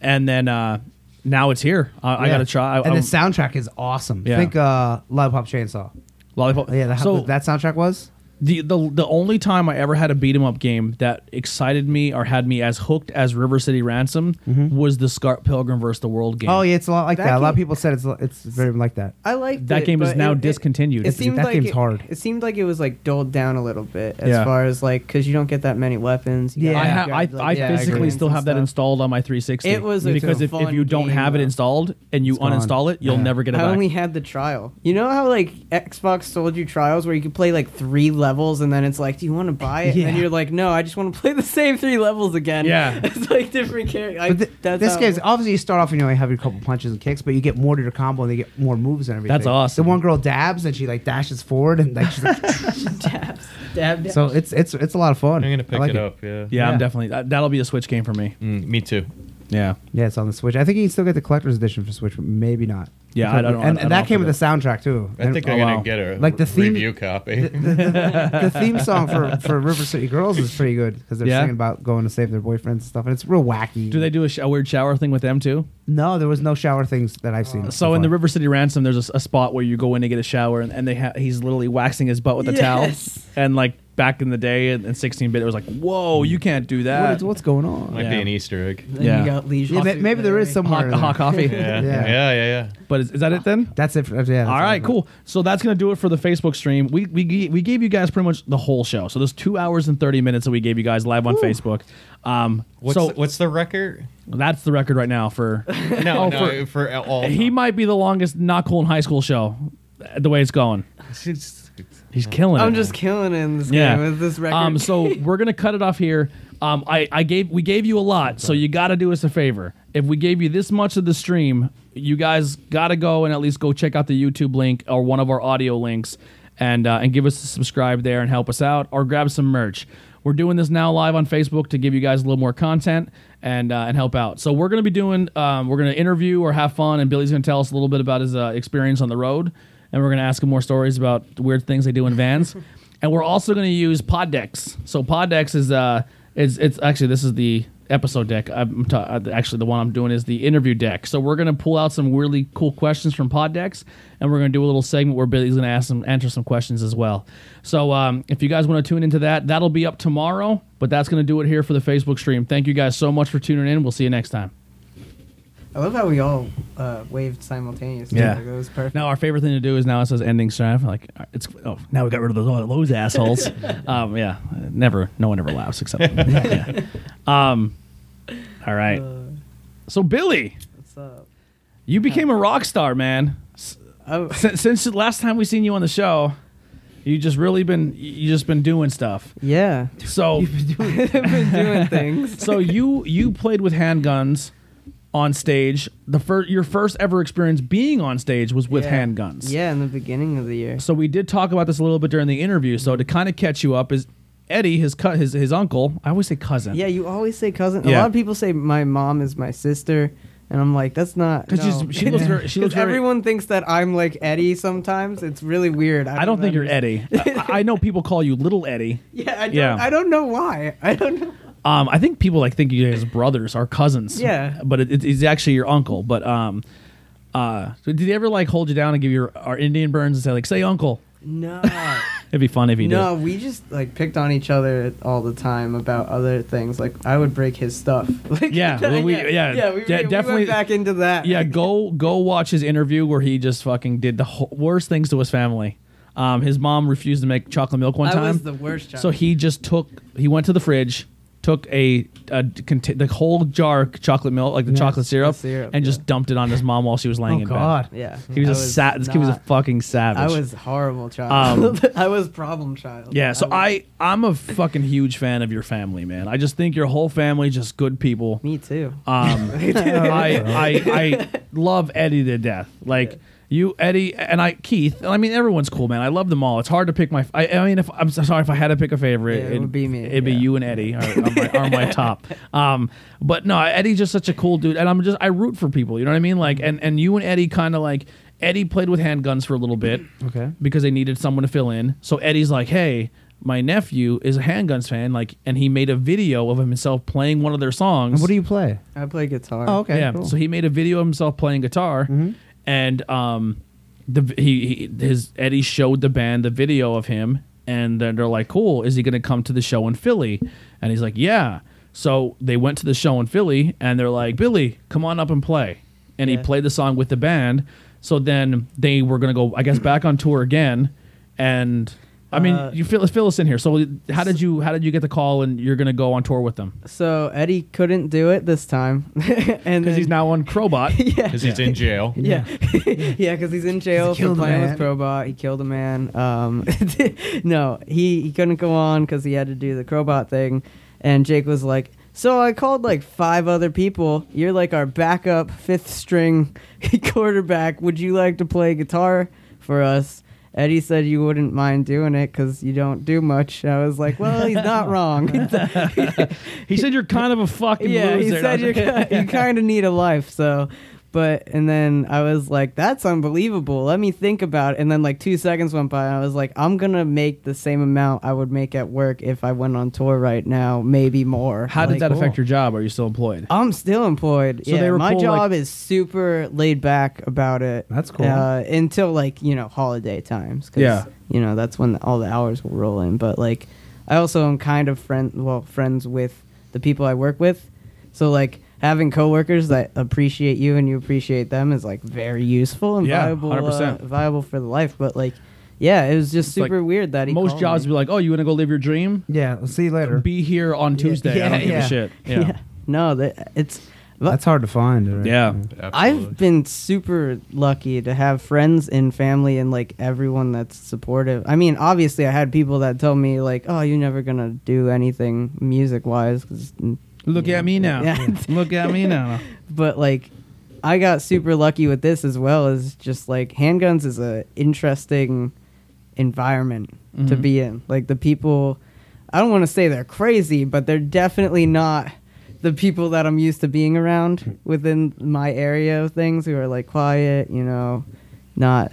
Speaker 1: and then uh now it's here. I, I gotta try. I,
Speaker 3: and
Speaker 1: I'm-
Speaker 3: the soundtrack is awesome.
Speaker 1: Yeah.
Speaker 3: Think uh, Lollipop Chainsaw. Oh,
Speaker 1: Lollipop.
Speaker 3: Yeah, that,
Speaker 1: so
Speaker 3: that soundtrack was.
Speaker 1: the, the the only time I ever had a beat 'em up game that excited me or had me as hooked as River City Ransom was the Scott Pilgrim vs. the World game.
Speaker 3: Mm-hmm. Oh yeah, it's a lot like that.
Speaker 5: That
Speaker 3: A lot of
Speaker 5: game-
Speaker 3: people said it's it's very like that.
Speaker 5: I liked
Speaker 1: That
Speaker 5: it,
Speaker 1: game is
Speaker 5: but
Speaker 1: now
Speaker 5: it- it-
Speaker 1: discontinued.
Speaker 5: It,
Speaker 1: That-
Speaker 5: seemed
Speaker 3: that
Speaker 5: like
Speaker 3: game's
Speaker 5: it,
Speaker 3: hard.
Speaker 5: It seemed like it was like dulled down a little bit as
Speaker 1: Yeah.
Speaker 5: far as like because you don't get that many weapons. you
Speaker 3: Yeah.
Speaker 5: gotta
Speaker 1: I, ha- I,
Speaker 5: grab, like,
Speaker 1: I
Speaker 5: the
Speaker 3: yeah, I
Speaker 1: physically
Speaker 3: agree.
Speaker 5: upgrades
Speaker 1: still
Speaker 5: and
Speaker 1: have that
Speaker 5: stuff.
Speaker 1: installed on my 360.
Speaker 5: It was a
Speaker 1: because if, if
Speaker 5: fun
Speaker 1: you don't
Speaker 5: game,
Speaker 1: have it
Speaker 5: though.
Speaker 1: installed and you
Speaker 3: It's gone.
Speaker 1: uninstall it, you'll
Speaker 3: Yeah.
Speaker 1: never get it
Speaker 5: I
Speaker 1: back.
Speaker 5: only had the trial. You know how like Xbox sold you trials where you could play like three levels and then it's like, do you want to buy it? And
Speaker 3: Yeah.
Speaker 5: then you're like, no, I just want to play the same three levels again.
Speaker 1: Yeah.
Speaker 5: it's like different characters.
Speaker 3: But thi-
Speaker 5: um,
Speaker 3: this game's obviously you start off and you only have your couple punches and kicks, but you get more to your combo and they get more moves and everything.
Speaker 1: That's awesome.
Speaker 3: The one girl dabs and she like dashes forward and like, she's like
Speaker 5: dabs, dab, dab.
Speaker 3: so it's it's it's a lot of fun.
Speaker 2: I'm gonna
Speaker 3: I
Speaker 2: pick
Speaker 3: like
Speaker 2: it, up. Yeah.
Speaker 1: yeah, I'm
Speaker 3: yeah.
Speaker 1: definitely that, that'll be a Switch game for me.
Speaker 2: Mm, me too.
Speaker 1: Yeah,
Speaker 3: Yeah, it's on the Switch. I think you can still get the collector's edition for Switch, but maybe not.
Speaker 1: Yeah, I don't- I
Speaker 3: And, and
Speaker 1: don't
Speaker 3: that came
Speaker 1: offer
Speaker 3: with the soundtrack too.
Speaker 2: I think
Speaker 3: And
Speaker 2: I'm
Speaker 1: oh,
Speaker 2: gonna
Speaker 1: wow.
Speaker 2: get a
Speaker 3: Like the theme-
Speaker 2: review copy.
Speaker 3: the theme song for, for River City Girls is pretty good because they're
Speaker 1: Yeah?
Speaker 3: singing about going to save their boyfriends and stuff, and it's real wacky.
Speaker 1: do they do a, sh- a weird shower thing with them too?
Speaker 3: No, there was no shower things that I've seen.
Speaker 1: Uh, So in the
Speaker 3: far.
Speaker 1: River City Ransom, there's a, s- a spot where you go in to get a shower, and, and they ha- he's literally waxing his butt with a
Speaker 5: Yes.
Speaker 1: towel. And like back in the day in in 16-bit, it was like, whoa, you can't do that.
Speaker 3: What is- what's going on?
Speaker 2: Might
Speaker 1: Yeah.
Speaker 2: be an Easter egg.
Speaker 5: Then
Speaker 1: Yeah.
Speaker 5: you got leisure.
Speaker 3: Yeah, ma-
Speaker 5: suit
Speaker 3: maybe there is
Speaker 5: theory.
Speaker 3: somewhere.
Speaker 1: hot,
Speaker 3: in
Speaker 1: hot
Speaker 3: there.
Speaker 1: coffee.
Speaker 2: Yeah.
Speaker 3: Yeah.
Speaker 2: yeah, yeah, yeah.
Speaker 1: But is, is that it then?
Speaker 3: That's it. For, yeah. that's
Speaker 1: All right,
Speaker 3: it.
Speaker 1: cool. So that's gonna do it for the Facebook stream. We, we g- we gave you guys pretty much the whole show. So those two hours and thirty minutes that we gave you guys live on Facebook. Um,
Speaker 2: What's
Speaker 1: so
Speaker 2: the, what's the record?
Speaker 1: that's the record right now for.
Speaker 2: No,
Speaker 1: Oh,
Speaker 2: no, for, all.
Speaker 1: he might be the longest not cool in high school show, uh, the way it's going. He's killing it.
Speaker 5: I'm just killing it in this
Speaker 1: yeah.
Speaker 5: game with this record.
Speaker 1: Um, so we're gonna cut it off here. Um, I, I gave we gave you a lot, so you got to do us a favor. If we gave you this much of the stream, you guys got to go and at least go check out the YouTube link or one of our audio links, and uh, and give us a subscribe there and help us out, or grab some merch. We're doing this now live on Facebook to give you guys a little more content and uh, and help out. So we're gonna be doing um, we're gonna interview or have fun, and Billy's gonna tell us a little bit about his uh, experience on the road, and we're gonna ask him more stories about the weird things they do in vans. And we're also going to use pod decks. So pod decks is uh is it's actually this is the episode deck. I'm ta- uh, actually the one I'm doing is the interview deck. So we're going to pull out some really cool questions from pod decks, and we're going to do a little segment where Billy's going to ask some answer some questions as well. So um, if you guys want to tune into that, that'll be up tomorrow. But that's going to do it here for the Facebook stream. Thank you guys so much for tuning in. We'll see you next time.
Speaker 5: I love how we all uh, waved simultaneously.
Speaker 1: Yeah.
Speaker 5: Like, it was perfect.
Speaker 1: Now our favorite thing to do is now it says ending strife. Like it's oh now we got rid of those all those assholes. um, yeah, never. No one ever laughs except. yeah. Um, all right.
Speaker 5: Uh,
Speaker 1: So Billy,
Speaker 5: what's up?
Speaker 1: you became a rock star, man. S-
Speaker 5: Oh,
Speaker 1: Since, since the last time we seen you on the show, you just really been you just been doing stuff.
Speaker 5: yeah.
Speaker 1: So
Speaker 5: Been doing things.
Speaker 1: so you you played with handguns on stage. The first your first ever experience being on stage was with
Speaker 5: Yeah.
Speaker 1: handguns.
Speaker 5: Yeah, in the beginning of the year.
Speaker 1: So we did talk about this a little bit during the interview. So
Speaker 5: Mm-hmm.
Speaker 1: to kind of catch you up is Eddie, his cut, his his uncle. I always say cousin.
Speaker 5: Yeah, you always say cousin.
Speaker 1: Yeah.
Speaker 5: A lot of people say my mom is my sister, And I'm like, that's not.
Speaker 1: 'Cause she's-
Speaker 5: no.
Speaker 1: she looks very- she looks
Speaker 5: 'Cause
Speaker 1: very-
Speaker 5: Everyone thinks that I'm like Eddie sometimes. It's really weird.
Speaker 1: I don't think you're Eddie. I, I know people call you Little Eddie.
Speaker 5: Yeah, I don't,
Speaker 1: Yeah.
Speaker 5: I don't know why. I don't know.
Speaker 1: Um, I think people like think you guys are brothers are cousins.
Speaker 5: Yeah.
Speaker 1: but it, it, he's actually your uncle. But um, uh, so did he ever like hold you down and give you our Indian burns and say like say uncle?
Speaker 5: No.
Speaker 1: It'd be fun if he
Speaker 5: no,
Speaker 1: did.
Speaker 5: we just like picked on each other all the time about other things. Like I would break his stuff. Like
Speaker 1: Yeah, well, we- yeah,
Speaker 5: yeah, we,
Speaker 1: de-
Speaker 5: we went
Speaker 1: definitely-
Speaker 5: back into that.
Speaker 1: Yeah, go go watch his interview where he just fucking did the ho- worst things to his family. Um, his mom refused to make chocolate milk one
Speaker 5: I
Speaker 1: time.
Speaker 5: was the worst child.
Speaker 1: So he just took. He went to the fridge, took a, a cont- the whole jar of chocolate milk, like the
Speaker 3: Yes,
Speaker 1: chocolate syrup,
Speaker 5: the syrup,
Speaker 1: and just
Speaker 5: yeah.
Speaker 1: dumped it on his mom while she was laying
Speaker 3: Oh
Speaker 1: in
Speaker 3: God.
Speaker 1: bed.
Speaker 5: yeah,
Speaker 1: He was
Speaker 5: I
Speaker 1: a sa- this kid was a
Speaker 5: not-
Speaker 1: fucking savage. Um,
Speaker 5: I was a horrible child. I was problem child.
Speaker 1: Yeah, so
Speaker 5: was-
Speaker 1: I I'm a fucking huge fan of your family, man. I just think your whole family just good people.
Speaker 5: Me too.
Speaker 1: Um, I, I I love Eddie to death. Like you, Eddie, and I, Keith. and I mean, everyone's cool, man. I love them all. It's hard to pick my. I, I mean, if I'm so sorry if I had to pick a favorite,
Speaker 5: Yeah, it would be me,
Speaker 1: It'd be
Speaker 5: yeah.
Speaker 1: you and Eddie are, are, my, are my top. Um, but no, Eddie's just such a cool dude, and I'm just I root for people. You know what I mean? Like, and and you and Eddie kind of like. Eddie played with handguns for a little bit
Speaker 3: Okay.
Speaker 1: because they needed someone to fill in. So Eddie's like, "Hey, my nephew is a handguns fan, like, and he made a video of himself playing one of their songs."
Speaker 3: And what do you play?
Speaker 5: I play guitar.
Speaker 3: Oh, okay.
Speaker 1: yeah.
Speaker 3: cool.
Speaker 1: So he made a video of himself playing guitar, and um, the he, he his Eddie showed the band the video of him, and then they're like, "Cool, is he going to come to the show in Philly?" And he's like, "Yeah." So they went to the show in Philly, and they're like, "Billy, come on up and play." And he
Speaker 5: Yeah.
Speaker 1: played the song with the band. So then they were going to go, I guess, back on tour again, and. I mean,
Speaker 5: Uh,
Speaker 1: you fill, fill us in here. So, how did you how did you get the call and you're gonna go on tour with them?
Speaker 5: So Eddie couldn't do it this time, and
Speaker 1: Because he's
Speaker 5: then-
Speaker 1: now on Crowbot.
Speaker 5: Yeah,
Speaker 2: because he's in jail.
Speaker 5: yeah, yeah, because he's in jail for
Speaker 3: killed a
Speaker 5: playing
Speaker 3: man.
Speaker 5: with Crowbot. He killed a man. Um, no, he he couldn't go on because he had to do the Crowbot thing, and Jake was like. So I called like five other people. You're like our backup fifth string quarterback. Would you like to play guitar for us? Eddie said you wouldn't mind doing it because you don't do much. I was like, well, he's not wrong.
Speaker 1: He said you're kind of a fucking
Speaker 5: yeah,
Speaker 1: loser.
Speaker 5: he
Speaker 1: And I
Speaker 5: said
Speaker 1: was
Speaker 5: you're,
Speaker 1: like,
Speaker 5: ki- you kind of need a life, so. But and then I was like, "That's unbelievable." Let me think about it. And then like two seconds went by, and I was like, "I'm gonna make the same amount I would make at work if I went on tour right now, maybe more."
Speaker 1: How did
Speaker 5: Like, oh.
Speaker 1: that affect your job? Are you still employed?
Speaker 5: I'm still employed.
Speaker 1: So
Speaker 5: yeah,
Speaker 1: they were
Speaker 5: my
Speaker 1: cool,
Speaker 5: job
Speaker 1: like-
Speaker 5: is super laid back about it.
Speaker 3: That's cool.
Speaker 5: Uh, until like you know holiday times. 'cause,
Speaker 1: Yeah.
Speaker 5: You know that's when all the hours will roll in. But like, I also am kind of friend well friends with the people I work with. So like having coworkers that appreciate you and you appreciate them is like very useful and
Speaker 1: Yeah,
Speaker 5: viable.
Speaker 1: 100%.
Speaker 5: uh, viable for the life. But like, yeah, it was just
Speaker 1: like
Speaker 5: super weird that he
Speaker 1: Most
Speaker 5: called
Speaker 1: jobs
Speaker 5: me.
Speaker 1: be like, "Oh, you want to go live your dream?
Speaker 3: yeah. We'll see you later.
Speaker 1: Be here on Tuesday. I
Speaker 3: yeah,
Speaker 1: don't give a
Speaker 3: yeah.
Speaker 1: shit." Yeah.
Speaker 5: yeah. No, that it's.
Speaker 3: That's hard to find. Right?
Speaker 1: Yeah.
Speaker 2: Absolutely.
Speaker 5: I've been super lucky to have friends and family and like everyone that's supportive. I mean, obviously, I had people that tell me like, "Oh, you're never gonna do anything music wise,"
Speaker 1: Look at me now.
Speaker 5: Yeah.
Speaker 1: Look at me now.
Speaker 5: but like, I got super lucky with this as well as just like handguns is a interesting environment to
Speaker 1: Mhm.
Speaker 5: be in. Like the people, I don't want to say they're crazy, but they're definitely not the people that I'm used to being around within my area of things who are like quiet, you know, not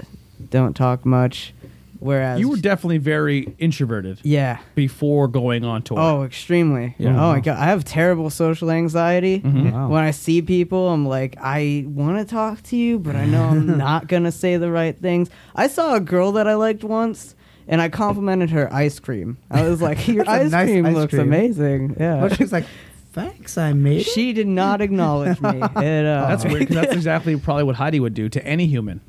Speaker 5: don't talk much. Whereas
Speaker 1: You were definitely very introverted
Speaker 5: yeah.
Speaker 1: before going on tour.
Speaker 5: Oh, extremely.
Speaker 1: Yeah.
Speaker 5: Oh my god, I have terrible social anxiety.
Speaker 1: Mhm.
Speaker 3: Wow.
Speaker 5: When I see people, I'm like, I want to talk to you, but I know I'm not gonna say the right things. I saw a girl that I liked once, and I complimented her ice cream. I was like, your
Speaker 3: That's a
Speaker 5: ice
Speaker 3: nice
Speaker 5: cream
Speaker 3: ice
Speaker 5: looks
Speaker 3: cream."
Speaker 5: amazing.
Speaker 3: But
Speaker 5: Yeah.
Speaker 3: she's like, thanks, I made it.
Speaker 5: She did not acknowledge me. It, uh,
Speaker 1: That's weird 'cause that's exactly probably what Heidi would do to any human.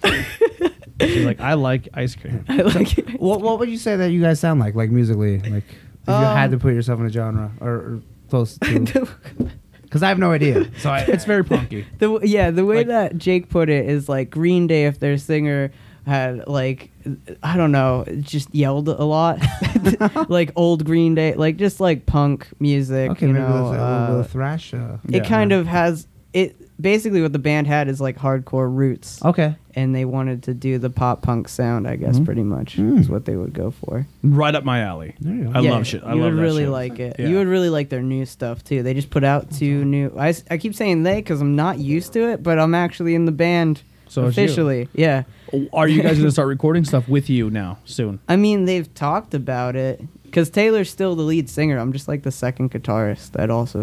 Speaker 1: She's like, "I like ice cream."
Speaker 5: I like it.
Speaker 3: What What would you say that you guys sound like, like musically, like if you had
Speaker 5: Um,
Speaker 3: to put yourself in a genre or, or close to? Because I have no idea. So I,
Speaker 1: It's very punky.
Speaker 5: The w- yeah, the way
Speaker 1: Like-
Speaker 5: that Jake put it is like Green Day if their singer had like I don't know, just yelled a lot, like old Green Day, like just like punk music.
Speaker 3: okay,
Speaker 5: you
Speaker 3: maybe
Speaker 5: know,
Speaker 3: that's a little,
Speaker 5: uh,
Speaker 3: little thrash. Uh,
Speaker 5: it kind of has it. basically what the band had is like hardcore roots,
Speaker 3: Okay.
Speaker 5: and they wanted to do the pop punk sound. I
Speaker 3: Mm-hmm.
Speaker 5: guess pretty much
Speaker 3: Mm.
Speaker 5: is what they would go for.
Speaker 1: Right up my alley.
Speaker 3: you go.
Speaker 1: I
Speaker 5: Yeah,
Speaker 1: love shit. I
Speaker 5: you
Speaker 1: love
Speaker 5: would
Speaker 1: that
Speaker 5: really
Speaker 1: shit.
Speaker 5: like it.
Speaker 1: Yeah. Mm-hmm.
Speaker 5: You would really like their new stuff too. They just put out two new. I, s- I keep saying they because I'm not used to it, but I'm actually in the band
Speaker 1: So it's you.
Speaker 5: officially. Yeah.
Speaker 1: Are you guys gonna start recording stuff with you now soon?
Speaker 5: I mean, they've talked about it because Taylor's still the lead singer. I'm just like the second guitarist that also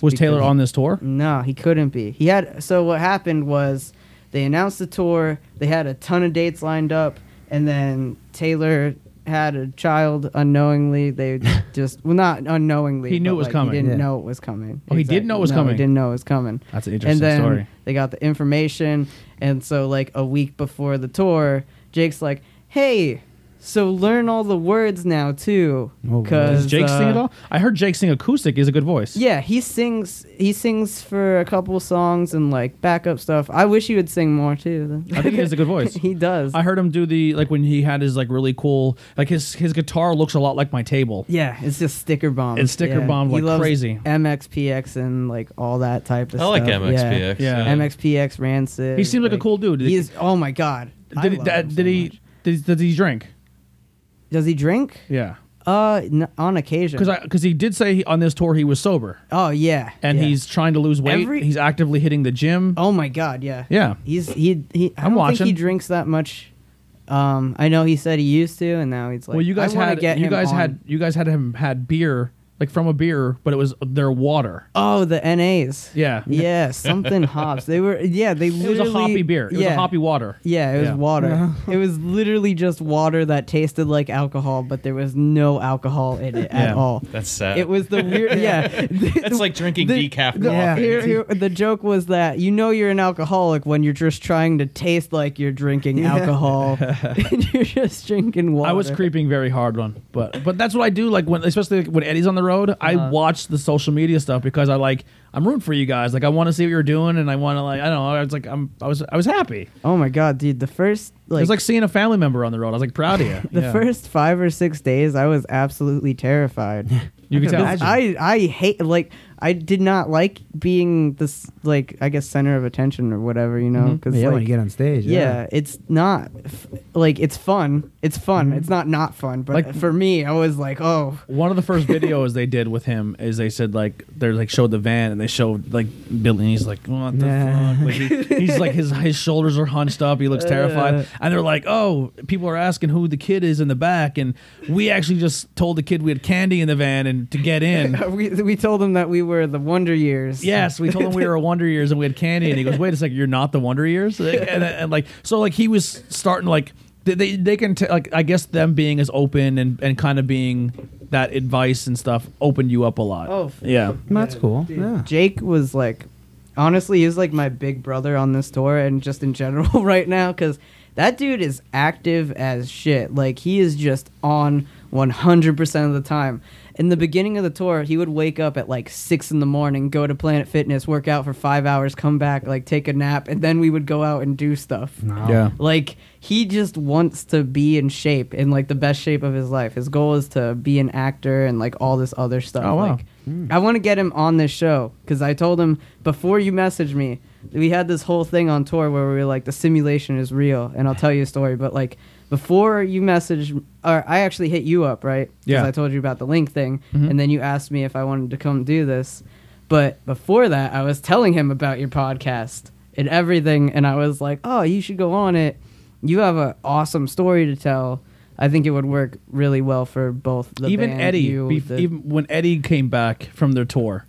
Speaker 1: Was
Speaker 5: because-
Speaker 1: Taylor on this tour?
Speaker 5: No, he couldn't be. He had. So what happened was they announced the tour. They had a ton of dates lined up, and then Taylor had a child unknowingly. They just well, not unknowingly.
Speaker 1: He knew
Speaker 5: but,
Speaker 1: it was
Speaker 5: like,
Speaker 1: coming.
Speaker 5: He didn't
Speaker 3: Yeah.
Speaker 5: know it was coming.
Speaker 1: Oh, he did know it was
Speaker 5: No,
Speaker 1: coming.
Speaker 5: He didn't know it was coming.
Speaker 1: That's an
Speaker 5: and
Speaker 1: interesting
Speaker 5: then
Speaker 1: story.
Speaker 5: they got the information, and so like a week before the tour, Jake's like, "Hey." So learn all the words now too, uh,
Speaker 3: Oh,
Speaker 5: because
Speaker 1: Does Jake sing at all? I heard Jake sing acoustic. He's a good voice.
Speaker 5: yeah, he sings. He sings for a couple songs and like backup stuff. I wish he would sing more too.
Speaker 1: I think he has a good voice.
Speaker 5: he does.
Speaker 1: I heard him do the like when he had his like really cool like his his guitar looks a lot like my table.
Speaker 5: yeah, it's just sticker bombed.
Speaker 1: It's sticker
Speaker 5: yeah.
Speaker 1: bombed
Speaker 5: He
Speaker 1: like
Speaker 5: loves
Speaker 1: crazy.
Speaker 5: MXPX and like all that type of
Speaker 2: I
Speaker 5: stuff.
Speaker 2: like
Speaker 5: Yeah.
Speaker 2: MXPX.
Speaker 1: Yeah.
Speaker 5: MXPX Rancid.
Speaker 1: He seemed like a cool dude. Did-
Speaker 5: He's oh my god. I
Speaker 1: Did he,
Speaker 5: love
Speaker 1: that,
Speaker 5: him so
Speaker 1: did he
Speaker 5: much.
Speaker 1: did, did he drink?
Speaker 5: Does he drink?
Speaker 1: Yeah,
Speaker 5: Uh, n- on occasion.
Speaker 1: because because he did say he, on this tour he was sober
Speaker 5: oh yeah.
Speaker 1: and
Speaker 5: yeah.
Speaker 1: he's trying to lose weight.
Speaker 5: Every-
Speaker 1: he's actively hitting the gym.
Speaker 5: Oh my god, yeah.
Speaker 1: Yeah.
Speaker 5: He's he he I
Speaker 1: I'm
Speaker 5: don't
Speaker 1: watching.
Speaker 5: think he drinks that much. Um I know he said he used to and now he's like
Speaker 1: well, you guys
Speaker 5: I wanna
Speaker 1: had
Speaker 5: get
Speaker 1: you
Speaker 5: him
Speaker 1: guys
Speaker 5: on-
Speaker 1: had you guys had him had beer like from a beer, but it was their water.
Speaker 5: Oh, the NAs.
Speaker 1: Yeah,
Speaker 5: Yeah, something hops. They were yeah, they
Speaker 1: it was
Speaker 5: literally
Speaker 1: a hoppy beer. It
Speaker 5: yeah.
Speaker 1: was a hoppy water.
Speaker 5: Yeah, it was
Speaker 1: Yeah.
Speaker 5: water. it was literally just water that tasted like alcohol, but there was no alcohol in it
Speaker 1: Yeah.
Speaker 5: at all.
Speaker 2: That's sad.
Speaker 5: It was the weird yeah.
Speaker 2: That's like drinking
Speaker 5: the-
Speaker 2: decaf coffee.
Speaker 5: the,
Speaker 3: Yeah.
Speaker 5: here- here- the joke was that you know you're an alcoholic when you're just trying to taste like you're drinking
Speaker 3: Yeah.
Speaker 5: alcohol and you're just drinking water.
Speaker 1: I was creeping very hard on, but but that's what I do. Like when, especially like when Eddie's on the road,
Speaker 5: Uh-huh.
Speaker 1: I watch the social media stuff because I like I'm rooting for you guys. Like I want to see what you're doing, and I want to like I don't know. I was like I'm I was I was happy.
Speaker 5: Oh my god, dude! The first
Speaker 1: it
Speaker 5: like,
Speaker 1: was like seeing a family member on the road. I was like proud of you.
Speaker 5: the
Speaker 1: Yeah.
Speaker 5: first five or six days, I was absolutely terrified.
Speaker 1: you can
Speaker 3: I can
Speaker 1: tell.
Speaker 3: imagine.
Speaker 5: I I hate like I did not like being this like I guess center of attention or whatever you know
Speaker 1: Mhm.
Speaker 5: because
Speaker 3: yeah,
Speaker 5: like,
Speaker 3: when you get on stage.
Speaker 5: yeah, it's not f- like it's fun. It's fun. It's not not fun. But
Speaker 1: Like-
Speaker 5: for me, I was like, oh,
Speaker 1: One of the first videos they did with him is they said like they're like showed the van and they showed like Billy and he's like what the
Speaker 3: Nah.
Speaker 1: fuck like, he- he's like his his shoulders are hunched up he looks terrified and they're like oh people are asking who the kid is in the back and we actually just told the kid we had candy in the van and to get in
Speaker 5: we we told them that we were the Wonder Years.
Speaker 1: yes we told him we were a Wonder Years and we had candy and he goes wait a second you're not the Wonder Years Like, and, and like so like he was starting like they- they they can t- like I guess them being as open and and kind of being that advice and stuff opened you up a lot
Speaker 5: Oh, f-
Speaker 1: yeah.
Speaker 3: That's cool. Yeah.
Speaker 5: Jake was like, honestly, he's like my big brother on this tour and just in general right now because that dude is active as shit. Like, he is just on 100% of the time. In the beginning of the tour, he would wake up at like six in the morning, go to Planet Fitness, work out for five hours, come back, like take a nap, and then we would go out and do stuff.
Speaker 1: Yeah.
Speaker 5: Like he just wants to be in shape in like the best shape of his life. His goal is to be an actor and like all this other stuff.
Speaker 1: Oh, wow.
Speaker 5: Like I want to get him on this show because I told him before you messaged me, we had this whole thing on tour where we were like the simulation is real, and I'll tell you a story. But like before you messaged, or I actually hit you up right because
Speaker 1: Yeah.
Speaker 5: I told you about the link thing,
Speaker 1: Mm-hmm.
Speaker 5: and then you asked me if I wanted to come do this. But before that, I was telling him about your podcast and everything, and I was like, "Oh, you should go on it. You have an awesome story to tell. I think it would work really well for both the
Speaker 1: even
Speaker 5: band,
Speaker 1: Eddie,
Speaker 5: you,
Speaker 1: bef-
Speaker 5: the- Mm-hmm.
Speaker 1: even when Eddie came back from their tour,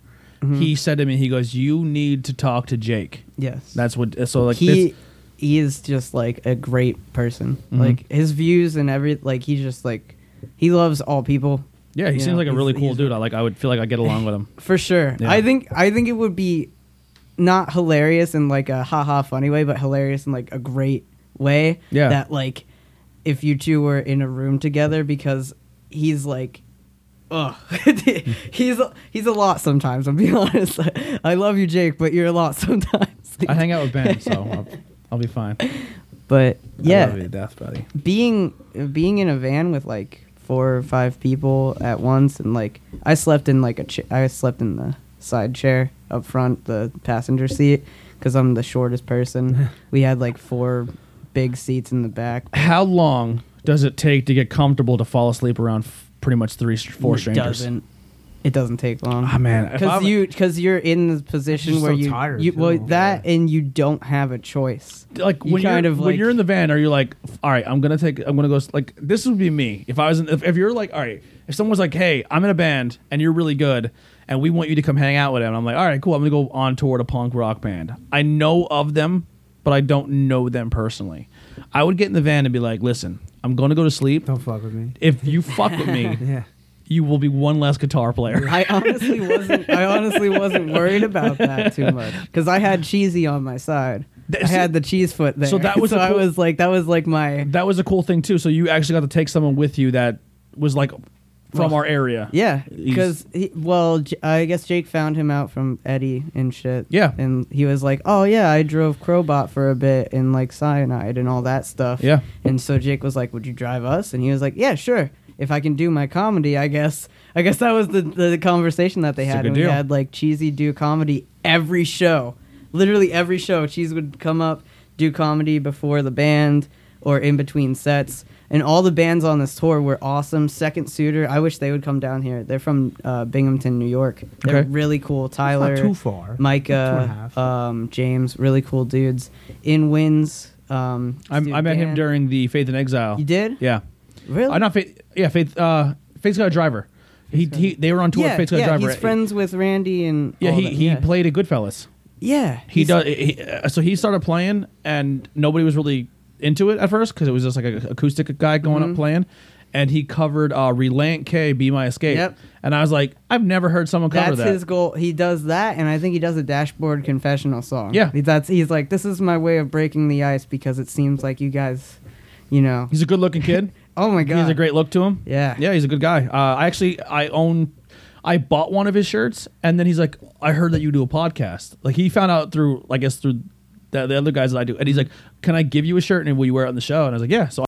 Speaker 1: he said to me, he goes, "You need to talk to Jake."
Speaker 5: yes,
Speaker 1: That's what. So like
Speaker 5: he
Speaker 1: this,
Speaker 5: he is just like a great person.
Speaker 1: Mm-hmm.
Speaker 5: Like his views and every like he's just like he loves all people
Speaker 1: yeah, he
Speaker 5: you
Speaker 1: seems
Speaker 5: know,
Speaker 1: like a
Speaker 5: he's-
Speaker 1: really cool
Speaker 5: he's-
Speaker 1: dude. I like. I would feel like I get along with him.
Speaker 5: for sure.
Speaker 1: Yeah.
Speaker 5: I think I think it would be not hilarious in like a haha funny way, but hilarious in like a great way.
Speaker 1: Yeah.
Speaker 5: That like if you two were in a room together because he's like Ugh. he's a, he's a lot sometimes. I'm being honest. I love you, Jake, but you're a lot sometimes.
Speaker 1: I hang out with Ben, so I'll, I'll be fine. I
Speaker 5: but yeah,
Speaker 1: love you to death, buddy.
Speaker 5: being being in a van with like four or five people at once and like I slept in like a ch- I slept in the side chair up front the passenger seat because I'm the shortest person. we had like four big seats in the back.
Speaker 1: How long does it take to get comfortable to fall asleep around f- pretty much three, four
Speaker 5: it
Speaker 1: strangers?
Speaker 5: doesn't. It doesn't take long.
Speaker 1: Ah, man, if
Speaker 5: because
Speaker 1: I'm-
Speaker 5: you because you're in the position
Speaker 3: Just
Speaker 5: where
Speaker 3: so
Speaker 5: you,
Speaker 3: tired,
Speaker 5: you well
Speaker 3: too.
Speaker 5: that
Speaker 3: Yeah.
Speaker 5: and you don't have a choice.
Speaker 1: like
Speaker 5: You
Speaker 1: when
Speaker 5: kind
Speaker 1: you're
Speaker 5: of,
Speaker 1: when
Speaker 5: like-
Speaker 1: you're in the van, are you like, all right, I'm gonna take, I'm gonna go. s- Like this would be me if I was in, if, if you're like, all right, if someone's like, hey, I'm in a band and you're really good, and we want you to come hang out with them, I'm like, all right, cool, I'm gonna go on tour to punk rock band. I know of them, but I don't know them personally. I would get in the van and be like, listen, I'm gonna go to sleep.
Speaker 3: Don't fuck with me.
Speaker 1: If you fuck with me,
Speaker 3: Yeah.
Speaker 1: you will be one less guitar player.
Speaker 5: I honestly wasn't. I honestly wasn't worried about that too much because I had cheesy on my side.
Speaker 1: Th-
Speaker 5: I
Speaker 1: so-
Speaker 5: had the cheese foot there.
Speaker 1: so that was
Speaker 5: so
Speaker 1: a
Speaker 5: I
Speaker 1: cool-
Speaker 5: was like that was like my
Speaker 1: That was a cool thing too. So you actually got to take someone with you that was like from our area.
Speaker 5: yeah
Speaker 1: He's-
Speaker 5: because well J- I guess Jake found him out from Eddie and shit.
Speaker 1: Yeah.
Speaker 5: and he was like, oh yeah, I drove Crowbot for a bit and like cyanide and all that stuff.
Speaker 1: Yeah.
Speaker 5: and so Jake was like, would you drive us? And he was like, yeah, sure. If I can do my comedy, I guess. I guess that was the, the conversation that they
Speaker 1: It's a
Speaker 5: had.
Speaker 1: good
Speaker 5: And we
Speaker 1: deal.
Speaker 5: had like cheesy do comedy every show literally every show cheese would come up do comedy before the band or in between sets and all the bands on this tour were awesome second suitor i wish they would come down here they're from uh, binghamton new york they're
Speaker 1: Okay.
Speaker 5: really cool tyler
Speaker 3: too far. Two and a
Speaker 5: micah
Speaker 3: half.
Speaker 5: um, james really cool dudes in winds um, this
Speaker 1: I,
Speaker 5: dude
Speaker 1: I met him
Speaker 5: Dan.
Speaker 1: during the Faith in Exile.
Speaker 5: you did
Speaker 1: Yeah.
Speaker 5: really
Speaker 1: I not Faith. Yeah, Faith. Uh, Faith's got a driver. He, he they were on tour.
Speaker 5: yeah,
Speaker 1: with Faith's got
Speaker 5: yeah
Speaker 1: a driver.
Speaker 5: he's friends with randy and
Speaker 1: Yeah,
Speaker 5: all
Speaker 1: he
Speaker 5: them,
Speaker 1: he
Speaker 5: yeah.
Speaker 1: played at Goodfellas.
Speaker 5: yeah
Speaker 1: He
Speaker 5: he's-
Speaker 1: does. He, uh, so he started playing, and nobody was really into it at first because it was just like an acoustic guy going
Speaker 5: Mm-hmm.
Speaker 1: up playing. And he covered uh, "Relent K," "Be My Escape,"
Speaker 5: Yep.
Speaker 1: and I was like, I've never heard someone cover
Speaker 5: That's
Speaker 1: that.
Speaker 5: his goal. He does that, and I think he does a dashboard confessional song.
Speaker 1: Yeah.
Speaker 5: He- that's he's like, this is my way of breaking the ice because it seems like you guys, you know,
Speaker 1: He's a good-looking kid.
Speaker 5: oh my god,
Speaker 1: He has a great look to him.
Speaker 5: Yeah.
Speaker 1: Yeah, he's a good guy. Uh, I actually I own I bought one of his shirts and then he's like, I heard that you do a podcast. Like he found out through I guess through the, the other guys that I do. And he's like, Can I give you a shirt and will you wear it on the show? And I was like, Yeah. So I-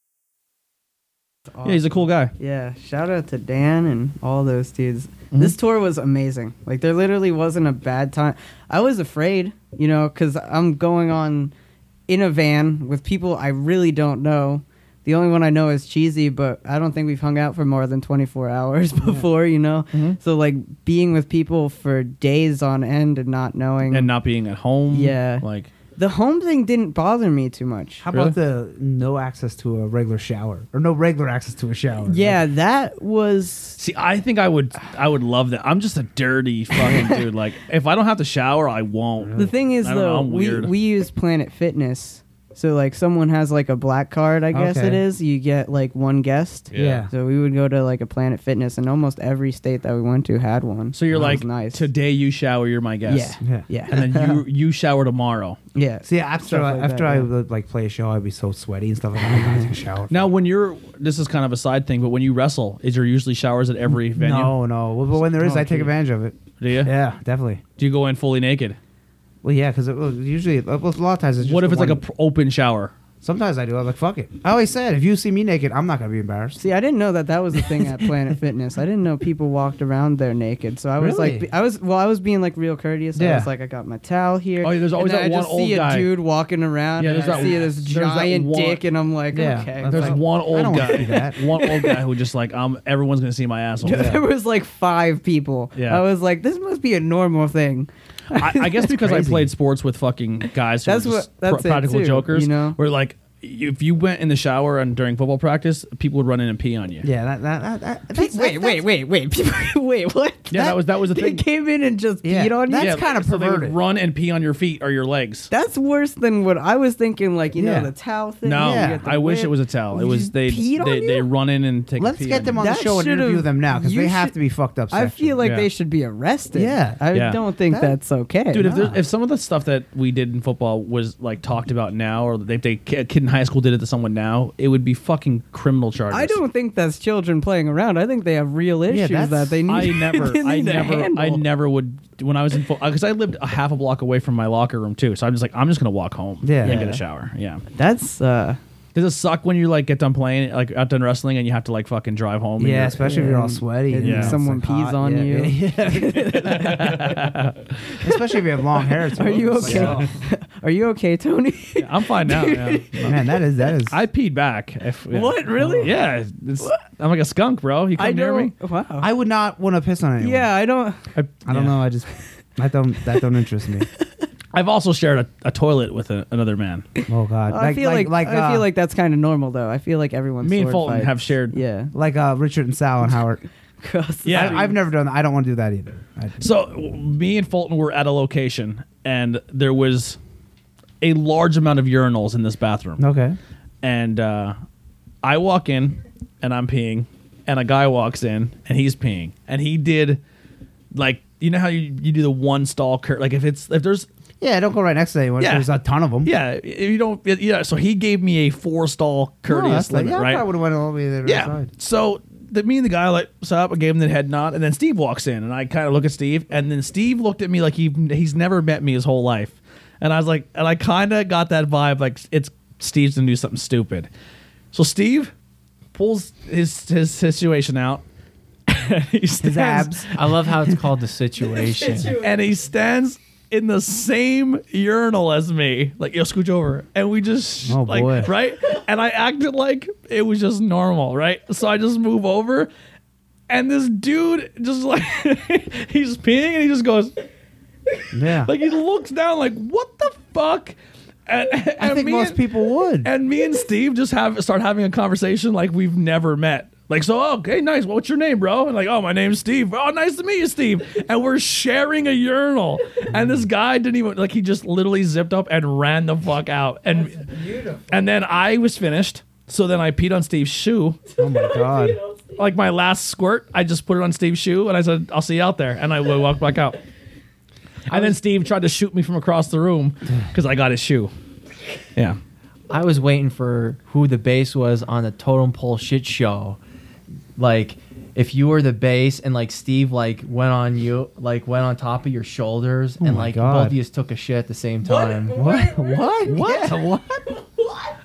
Speaker 1: Yeah, he's a cool guy.
Speaker 5: Yeah, shout out to Dan and all those dudes.
Speaker 1: Mm-hmm.
Speaker 5: This tour was amazing. Like there literally wasn't a bad time. I was afraid, you know, cuz I'm going on in a van with people I really don't know. The only one I know is Cheesy, but I don't think we've hung out for more than 24 hours before, you know.
Speaker 1: Mm-hmm.
Speaker 5: So like being with people for days on end and not knowing
Speaker 1: And not being at home.
Speaker 5: Yeah.
Speaker 1: Like
Speaker 5: the home thing didn't bother me too much.
Speaker 3: How about the no access to a regular shower or no regular access to a shower?
Speaker 5: yeah, that was
Speaker 1: See, I think I would I would love that. I'm just a dirty fucking dude. Like if I don't have to shower, I won't.
Speaker 5: The thing is,
Speaker 1: I don't know,
Speaker 5: though,
Speaker 1: I'm
Speaker 5: we
Speaker 1: weird.
Speaker 5: we use Planet Fitness, so like someone has like a black card, I guess it
Speaker 3: Okay.
Speaker 5: is. You get like one guest.
Speaker 2: Yeah.
Speaker 3: Yeah.
Speaker 5: So we would go to like a Planet Fitness, and almost every state that we went to had one.
Speaker 1: so you're
Speaker 5: That
Speaker 1: like
Speaker 5: was nice.
Speaker 1: today you shower, you're my guest.
Speaker 5: Yeah.
Speaker 3: Yeah.
Speaker 5: Yeah.
Speaker 1: And then you you shower tomorrow.
Speaker 5: yeah.
Speaker 3: See, after
Speaker 5: Stuff
Speaker 3: I,
Speaker 5: like
Speaker 3: after
Speaker 5: that,
Speaker 3: I
Speaker 5: yeah.
Speaker 3: would, like play a show, I'd be so sweaty and stuff. Like, that. I'm not taking a shower.
Speaker 1: Now, when you're, this is kind of a side thing, but when you wrestle, is there usually showers at every venue?
Speaker 3: no, no. Well, but when there is,
Speaker 1: Oh,
Speaker 3: I take
Speaker 1: dude.
Speaker 3: advantage of it.
Speaker 1: Do you?
Speaker 3: Yeah, definitely.
Speaker 1: Do you go in fully naked?
Speaker 3: Well, yeah, because usually uh, well, a lot of times it's just
Speaker 1: what if
Speaker 3: the
Speaker 1: it's like a
Speaker 3: one-
Speaker 1: pr- open shower?
Speaker 3: Sometimes I do. I'm like, fuck it. I always said, if you see me naked, I'm not gonna be embarrassed.
Speaker 5: See, I didn't know that that was a thing at Planet Fitness. I didn't know people walked around there naked. So I was like,
Speaker 3: Really?
Speaker 5: be- I was well, I was being like real courteous. I
Speaker 3: Yeah.
Speaker 5: was like, I got my towel here.
Speaker 1: Oh, yeah, there's always
Speaker 5: and then
Speaker 1: that
Speaker 5: I
Speaker 1: one
Speaker 5: just
Speaker 1: old
Speaker 5: see
Speaker 1: guy.
Speaker 5: a dude walking around.
Speaker 1: Yeah,
Speaker 5: Yeah,
Speaker 1: there's
Speaker 5: the's
Speaker 1: that-
Speaker 5: I see this
Speaker 1: there's that
Speaker 5: giant
Speaker 1: one-
Speaker 5: dick, and I'm like,
Speaker 3: Yeah,
Speaker 5: okay.
Speaker 3: that's
Speaker 1: There's
Speaker 3: like-
Speaker 1: one
Speaker 3: I don't
Speaker 1: old
Speaker 3: wanna
Speaker 1: guy,
Speaker 3: see that.
Speaker 1: one old guy who just like, um, everyone's gonna see my asshole.
Speaker 5: there was like five people.
Speaker 1: Yeah.
Speaker 5: I was like, this must be a normal thing.
Speaker 1: I, I guess because I
Speaker 3: crazy.
Speaker 1: played sports with fucking guys who
Speaker 5: That's
Speaker 1: were
Speaker 5: what-
Speaker 1: just
Speaker 5: that's
Speaker 1: pr-
Speaker 5: it,
Speaker 1: practical
Speaker 5: too,
Speaker 1: jokers,
Speaker 5: you know?
Speaker 1: where like, if you went in the shower and during football practice, people would run in and pee on you.
Speaker 3: Yeah, that that that. that that's-
Speaker 5: wait,
Speaker 3: that's-
Speaker 5: wait, wait, wait, people, wait, what?
Speaker 1: Yeah, that was- that was the
Speaker 5: they
Speaker 1: thing.
Speaker 5: came in and just
Speaker 3: Yeah,
Speaker 5: peed on you.
Speaker 3: that's
Speaker 1: Yeah,
Speaker 3: kinda
Speaker 1: so they would
Speaker 3: perverted.
Speaker 1: Run and pee on your feet or your legs.
Speaker 5: That's worse than what I was thinking. Like you
Speaker 3: Yeah.
Speaker 5: know the towel thing.
Speaker 1: No,
Speaker 5: you
Speaker 3: Yeah.
Speaker 5: get the
Speaker 1: I wish
Speaker 5: whip.
Speaker 1: it was a towel. It
Speaker 5: You
Speaker 1: was
Speaker 5: just
Speaker 1: they
Speaker 5: peed on
Speaker 1: they,
Speaker 5: you?
Speaker 1: they run in and take. a
Speaker 3: Let's
Speaker 1: pee
Speaker 3: get them on the
Speaker 5: That
Speaker 3: show and
Speaker 5: should've-
Speaker 3: interview them now because
Speaker 5: you
Speaker 3: they have
Speaker 5: should-
Speaker 3: to be fucked up.
Speaker 5: I
Speaker 3: section.
Speaker 5: feel like
Speaker 1: Yeah.
Speaker 5: they should be arrested.
Speaker 3: Yeah.
Speaker 5: I
Speaker 1: Yeah.
Speaker 5: don't think
Speaker 3: That-
Speaker 5: that's okay.
Speaker 1: Dude, if,
Speaker 3: Nah.
Speaker 1: there's, if some of the stuff that we did in football was like talked about now, or if they, a kid in high school did it to someone now, it would be fucking criminal charges.
Speaker 5: I don't think that's children playing around. I think they have real issues
Speaker 3: that's-
Speaker 5: that they need.
Speaker 1: I never,
Speaker 5: they
Speaker 1: I
Speaker 5: need to
Speaker 1: never, I
Speaker 5: handle.
Speaker 1: never would. When I was in football, because I lived a half a block away from my locker room too, so I'm just like, I'm just gonna walk home.
Speaker 3: Yeah.
Speaker 1: and get a
Speaker 5: Yeah.
Speaker 1: shower. Yeah,
Speaker 5: That's uh,
Speaker 1: does it suck when you like get done playing, like out done wrestling, and you have to like fucking drive home? and
Speaker 3: Yeah,
Speaker 1: you're-
Speaker 3: especially if you're all
Speaker 5: and-
Speaker 3: sweaty.
Speaker 5: and
Speaker 3: you know, it's,
Speaker 5: someone
Speaker 3: like,
Speaker 5: pees
Speaker 3: hot.
Speaker 5: on
Speaker 3: Yeah,
Speaker 5: you.
Speaker 3: yeah, yeah. especially if you have long hair. Too.
Speaker 5: Are you
Speaker 3: It's like,
Speaker 5: okay?
Speaker 3: oh.
Speaker 5: Are you okay, Tony?
Speaker 1: I'm fine now. Yeah.
Speaker 3: Man, that is that is.
Speaker 1: I peed back. If, yeah.
Speaker 5: What? Really?
Speaker 1: Yeah. it's- I'm like a skunk, bro. You
Speaker 5: I
Speaker 1: couldn't hear
Speaker 5: don't.
Speaker 1: me.
Speaker 5: Wow.
Speaker 3: I would not want to piss on anyone.
Speaker 5: yeah, I don't.
Speaker 1: I,
Speaker 3: I don't
Speaker 1: yeah.
Speaker 3: know. I just I don't that don't interest me.
Speaker 1: I've also shared a, a toilet with a, another man.
Speaker 3: Oh God.
Speaker 5: I feel like, I
Speaker 3: uh,
Speaker 5: feel like that's kind of normal though. I feel like everyone's
Speaker 1: Me and
Speaker 5: sword
Speaker 1: Fulton
Speaker 5: fights.
Speaker 1: have shared.
Speaker 5: Yeah.
Speaker 3: like uh, Richard and Sal and Howard.
Speaker 5: Across the
Speaker 1: Yeah.
Speaker 5: street.
Speaker 3: I, I've never done that. I don't want to do that either. I,
Speaker 1: So w- me and Fulton were at a location, and there was a large amount of urinals in this bathroom.
Speaker 3: okay.
Speaker 1: and uh, I walk in and I'm peeing, and a guy walks in and he's peeing, and he did like you know how you, you do the one stall cur like if it's if there's
Speaker 3: Yeah, don't go right next to anyone.
Speaker 1: Yeah.
Speaker 3: There's a ton of them.
Speaker 1: yeah if you don't yeah so he gave me a four stall courteous
Speaker 3: like,
Speaker 1: limit
Speaker 3: yeah, I
Speaker 1: right
Speaker 3: would have went all the way to the
Speaker 1: yeah
Speaker 3: other side.
Speaker 1: so the, me and the guy like sat up I gave him the head nod and then Steve walks in and I kind of look at Steve and then Steve looked at me like he he's never met me his whole life and I was like and I kind of got that vibe like it's Steve's gonna do something stupid so Steve pulls his his situation out and he stands,
Speaker 3: His abs.
Speaker 4: I love how it's called the situation.
Speaker 1: and he stands in the same urinal as me, like yo, scooch over, and we just
Speaker 3: Oh,
Speaker 1: like
Speaker 3: boy.
Speaker 1: right, and I acted like it was just normal, right? So I just move over, and this dude just like he's peeing, and he just goes
Speaker 3: Yeah.
Speaker 1: like he looks down, like what the fuck? And, and
Speaker 3: I think
Speaker 1: me
Speaker 3: most
Speaker 1: and-
Speaker 3: people would.
Speaker 1: and me and Steve just have start having a conversation like we've never met. Like, so, oh, okay, nice. What's your name, bro? And like, oh, my name's Steve. Oh, nice to meet you, Steve. And we're sharing a urinal. And this guy didn't even like he just literally zipped up and ran the fuck out. And and then I was finished. So then I peed on Steve's shoe.
Speaker 3: oh my God.
Speaker 1: Like my last squirt, I just put it on Steve's shoe and I said, I'll see you out there. And I walked back out. And then Steve tried to shoot me from across the room because I got his shoe. Yeah.
Speaker 4: I was waiting for who the bass was on the totem pole shit show. Like, if you were the bass and like Steve like went on you like went on top of your shoulders and
Speaker 3: Oh my
Speaker 4: like
Speaker 3: God.
Speaker 4: both of you took a shit at the same time.
Speaker 3: What? What?
Speaker 1: What? What?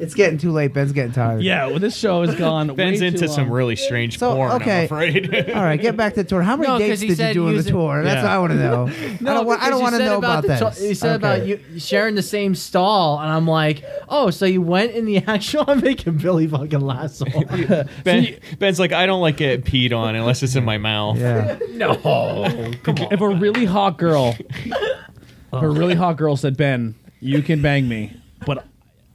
Speaker 3: It's getting too late. Ben's getting tired.
Speaker 1: Yeah, well, this show has gone.
Speaker 2: Ben's
Speaker 1: way
Speaker 2: into
Speaker 1: too
Speaker 2: some
Speaker 1: long.
Speaker 2: really strange
Speaker 3: So,
Speaker 2: porn,
Speaker 3: okay.
Speaker 2: I'm afraid.
Speaker 3: All right, get back to the tour. How many
Speaker 4: No,
Speaker 3: dates
Speaker 4: 'cause he
Speaker 3: did you
Speaker 4: said
Speaker 3: do on the
Speaker 4: use it-
Speaker 3: tour?
Speaker 1: Yeah.
Speaker 3: That's what I want to know. I don't want. I
Speaker 4: because
Speaker 3: don't
Speaker 4: you
Speaker 3: want to
Speaker 4: said
Speaker 3: know about,
Speaker 4: the
Speaker 3: that.
Speaker 4: to- you said about you sharing the same stall, and I'm like, oh, so you went in the actual. I'm making Billy fucking lasso.
Speaker 2: ben, Ben's like, I don't like getting peed on unless it's in my mouth.
Speaker 3: Yeah. Oh,
Speaker 1: No, If a really hot girl, if a really hot girl said, "Ben, you can bang me, but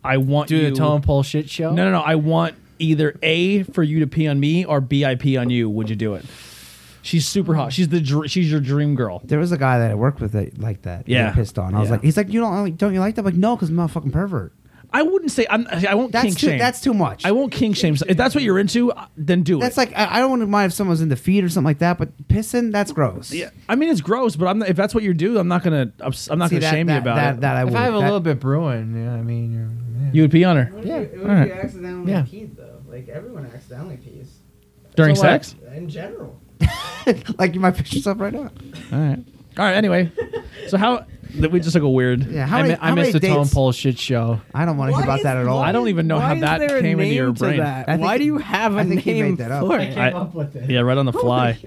Speaker 1: I want
Speaker 4: Do
Speaker 1: you
Speaker 4: the totem pole shit show.
Speaker 1: No, no, no. I want either A for you to pee on me or B I pee on you. Would you do it? She's super hot. She's the dr- she's your dream girl.
Speaker 3: There was a guy that I worked with that like that.
Speaker 1: Yeah.
Speaker 3: got Pissed on. I was
Speaker 1: Yeah.
Speaker 3: like, he's like, you don't like- don't you like that? I'm like, no, because I'm not a fucking pervert.
Speaker 1: I wouldn't say I'm, I won't
Speaker 3: That's
Speaker 1: kink
Speaker 3: too.
Speaker 1: shame.
Speaker 3: That's too much.
Speaker 1: I won't kink shame. If that's what you're into, uh, then do
Speaker 3: That's
Speaker 1: it.
Speaker 3: like I, I don't want to mind if someone's in the feet or something like that, but pissing that's gross.
Speaker 1: yeah. I mean, it's gross, but I'm not, if that's what you do, I'm not gonna ups- I'm not
Speaker 3: See,
Speaker 1: gonna
Speaker 3: that,
Speaker 1: shame
Speaker 3: that,
Speaker 1: you about
Speaker 3: that,
Speaker 1: it.
Speaker 3: That I
Speaker 4: If
Speaker 3: would.
Speaker 4: I have a
Speaker 3: that-
Speaker 4: little bit brewing, yeah, I mean, you're, yeah.
Speaker 1: you would pee on her
Speaker 3: Yeah.
Speaker 5: It would
Speaker 1: Alright.
Speaker 5: be accidentally
Speaker 4: Yeah.
Speaker 5: peed though. Like everyone accidentally pees
Speaker 1: during
Speaker 4: So what?
Speaker 1: sex.
Speaker 5: in general.
Speaker 3: like you might pick yourself right now.
Speaker 1: All right. All right. Anyway, so how that we just like a weird.
Speaker 3: Yeah. How
Speaker 4: I,
Speaker 3: many?
Speaker 4: mi- I
Speaker 3: how many
Speaker 4: missed the totem
Speaker 3: dates-
Speaker 4: pole shit show.
Speaker 3: I don't want to hear about that at all.
Speaker 1: I don't even know how
Speaker 5: Why is
Speaker 1: that
Speaker 5: there a
Speaker 1: came into your
Speaker 5: name to
Speaker 1: brain.
Speaker 5: that?
Speaker 3: I
Speaker 5: Why
Speaker 3: think-
Speaker 5: do you have a
Speaker 3: I think he
Speaker 5: name
Speaker 3: made that up.
Speaker 5: for
Speaker 3: I
Speaker 5: it?
Speaker 1: I- yeah, right on the fly.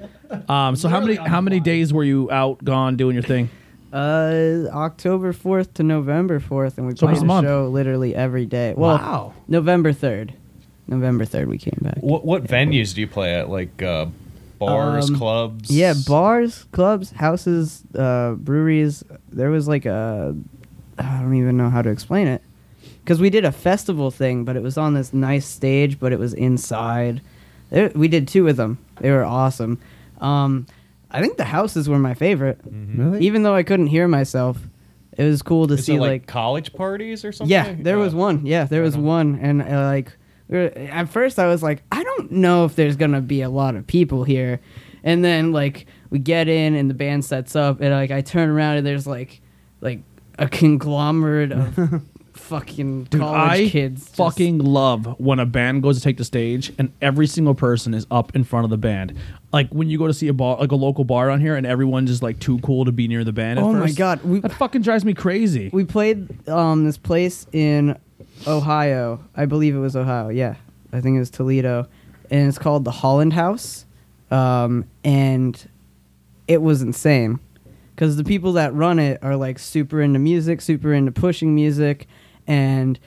Speaker 1: Um, so how many how many days were you out gone doing your thing?
Speaker 5: Uh, October fourth to November fourth, and we
Speaker 1: So it
Speaker 5: played
Speaker 1: was
Speaker 5: a
Speaker 1: a month.
Speaker 5: show literally every day. Well,
Speaker 3: Wow.
Speaker 5: November third, November third, we came back.
Speaker 2: What what venues do you play at? Like uh, bars,
Speaker 5: Um,
Speaker 2: clubs?
Speaker 5: Yeah, bars, clubs, houses, uh, breweries. There was like a, I don't even know how to explain it, because we did a festival thing, but it was on this nice stage, but it was inside. There, we did two of them. They were awesome. Um, I think the houses were my favorite,
Speaker 3: Really?
Speaker 5: even though I couldn't hear myself. It was cool to
Speaker 2: Mm-hmm. Is
Speaker 5: see
Speaker 2: it like,
Speaker 5: like
Speaker 2: college parties or something?
Speaker 5: yeah, there was
Speaker 2: Uh,
Speaker 5: one. Yeah, there was
Speaker 2: don't-
Speaker 5: one, and uh, like we were- at first I was like, I don't know if there's gonna be a lot of people here, and then like we get in and the band sets up, and like I turn around and there's like like a conglomerate of fucking
Speaker 1: Dude,
Speaker 5: college
Speaker 1: I
Speaker 5: kids. just-
Speaker 1: fucking love when a band goes to take the stage and every single person is up in front of the band. Like when you go to see a bar, like a local bar on here, and everyone's just like too cool to be near the band. at
Speaker 5: Oh my
Speaker 1: first.
Speaker 5: God, we-
Speaker 1: that fucking drives me crazy.
Speaker 5: we played um this place in Ohio. I believe it was Ohio. Yeah, I think it was Toledo, and it's called the Holland House, um, and it was insane. because the people that run it are like super into music, super into pushing music, and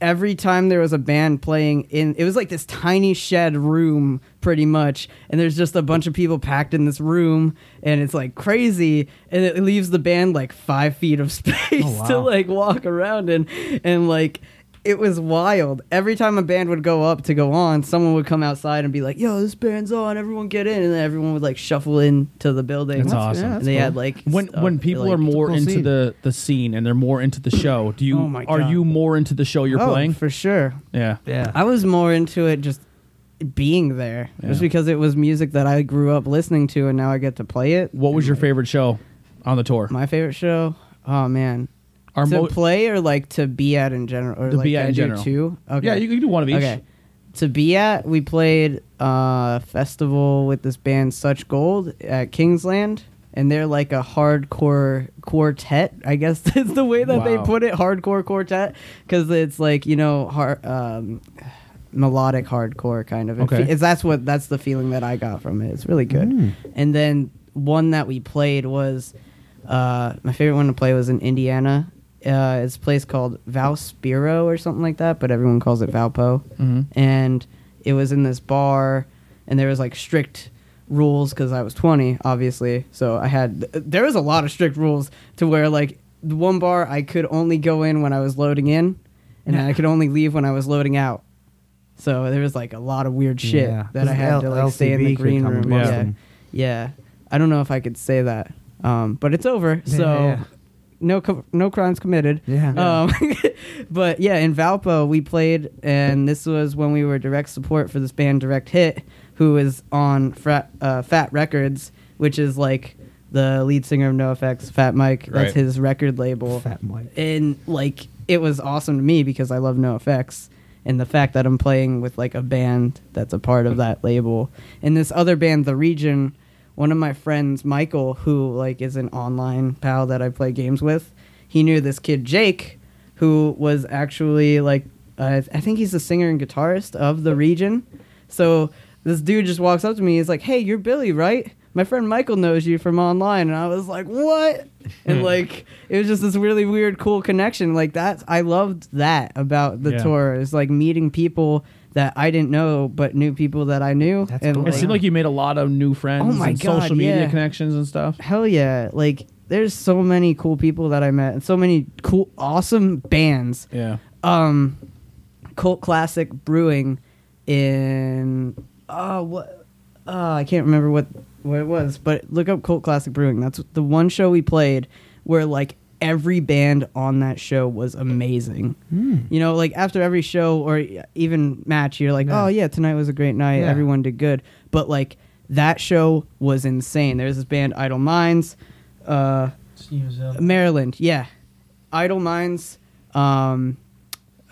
Speaker 5: every time there was a band playing in it was like this tiny shed room pretty much and there's just a bunch of people packed in this room and it's like crazy and it leaves the band like five feet of space to
Speaker 3: wow.
Speaker 5: like walk around in and like it was wild every time a band would go up to go on someone would come outside and be like yo this band's on everyone get in and then everyone would like shuffle into the building
Speaker 1: That's That's- awesome. yeah,
Speaker 5: and they had like
Speaker 1: when
Speaker 5: stuff,
Speaker 1: when people
Speaker 5: like-
Speaker 1: are more
Speaker 3: cool
Speaker 1: into
Speaker 3: scene.
Speaker 1: the the scene and they're more into the show, do you
Speaker 5: Oh my
Speaker 1: are
Speaker 5: God.
Speaker 1: you more into the show you're
Speaker 5: Oh,
Speaker 1: playing?
Speaker 5: for sure
Speaker 1: yeah.
Speaker 4: Yeah.
Speaker 5: I was more into it just being there,
Speaker 1: Yeah.
Speaker 5: just because it was music that I grew up listening to, and now I get to play it.
Speaker 1: What was your favorite show on the tour?
Speaker 5: My favorite show. Oh man,
Speaker 1: Our
Speaker 5: to
Speaker 1: mo-
Speaker 5: play or like to be at in general, or
Speaker 1: To
Speaker 5: like
Speaker 1: be
Speaker 5: did
Speaker 1: at
Speaker 5: I
Speaker 1: in
Speaker 5: do
Speaker 1: general.
Speaker 5: Two. Okay.
Speaker 1: Yeah, you can do one of each.
Speaker 5: Okay. To be at, we played uh, a festival with this band Such Gold at Kingsland, and they're like a hardcore quartet. I guess that's the way that they
Speaker 1: Wow.
Speaker 5: put it, hardcore quartet, because it's like you know, har- um, melodic hardcore kind of. It
Speaker 1: Okay.
Speaker 5: fe- it's- that's what that's the feeling that I got from it. It's really good. And then one that we played was uh, my favorite one to play was in Indiana. Uh, it's a place called Valspiro or something like that, but everyone calls it Valpo.
Speaker 1: Mhm.
Speaker 5: And it was in this bar, and there was like strict rules because I was 20, obviously. So I had th- there was a lot of strict rules to where like the one bar I could only go in when I was loading in, and I could only leave when I was loading out. So there was like a lot of weird shit
Speaker 3: Yeah.
Speaker 5: that I had
Speaker 3: L-
Speaker 5: to like stay in the
Speaker 3: LCB could
Speaker 5: green
Speaker 3: come
Speaker 5: room.
Speaker 1: amongst
Speaker 5: Yeah.
Speaker 3: them.
Speaker 5: yeah, I don't know if I could say that, um, but it's over.
Speaker 3: Yeah,
Speaker 5: so
Speaker 3: yeah.
Speaker 5: no, co- no crimes committed.
Speaker 3: Yeah.
Speaker 5: Um, but yeah, in Valpo we played, and this was when we were direct support for this band Direct Hit, who is on Fra- uh, Fat Records, which is like the lead singer of NoFX, Fat Mike.
Speaker 2: Right.
Speaker 5: That's his record label
Speaker 3: Fat Mike.
Speaker 5: and like it was awesome to me because I love No Effects and the fact that I'm playing with like a band that's a part of that label and this other band, The Region. One of my friends, Michael, who like is an online pal that I play games with, he knew this kid Jake, who was actually like uh, I think he's the singer and guitarist of The Region. So this dude just walks up to me. He's like, "Hey, you're Billy, right?" My friend Michael knows you from online, and I was like, "What?"
Speaker 1: Hmm.
Speaker 5: And like, it was just this really weird, cool connection. Like that, I loved that about the
Speaker 1: Yeah.
Speaker 5: tour. It's like meeting people that I didn't know, but knew people that I knew.
Speaker 3: That's
Speaker 5: and
Speaker 3: cool.
Speaker 1: It seemed like you made a lot of new friends
Speaker 5: Oh my
Speaker 1: and
Speaker 5: God,
Speaker 1: social media
Speaker 5: yeah.
Speaker 1: connections and stuff.
Speaker 5: hell yeah like there's so many cool people that i met and so many cool awesome bands
Speaker 1: Yeah.
Speaker 5: um cult classic brewing in uh what uh i can't remember what what it was but look up cult classic brewing that's the one show we played where like every band on that show was amazing
Speaker 3: Hmm.
Speaker 5: you know like after every show or even match you're like
Speaker 3: Yeah.
Speaker 5: oh yeah tonight was a great night
Speaker 3: Yeah.
Speaker 5: everyone did good but like that show was insane there's this band idle minds uh Maryland, yeah. Idle Minds, um,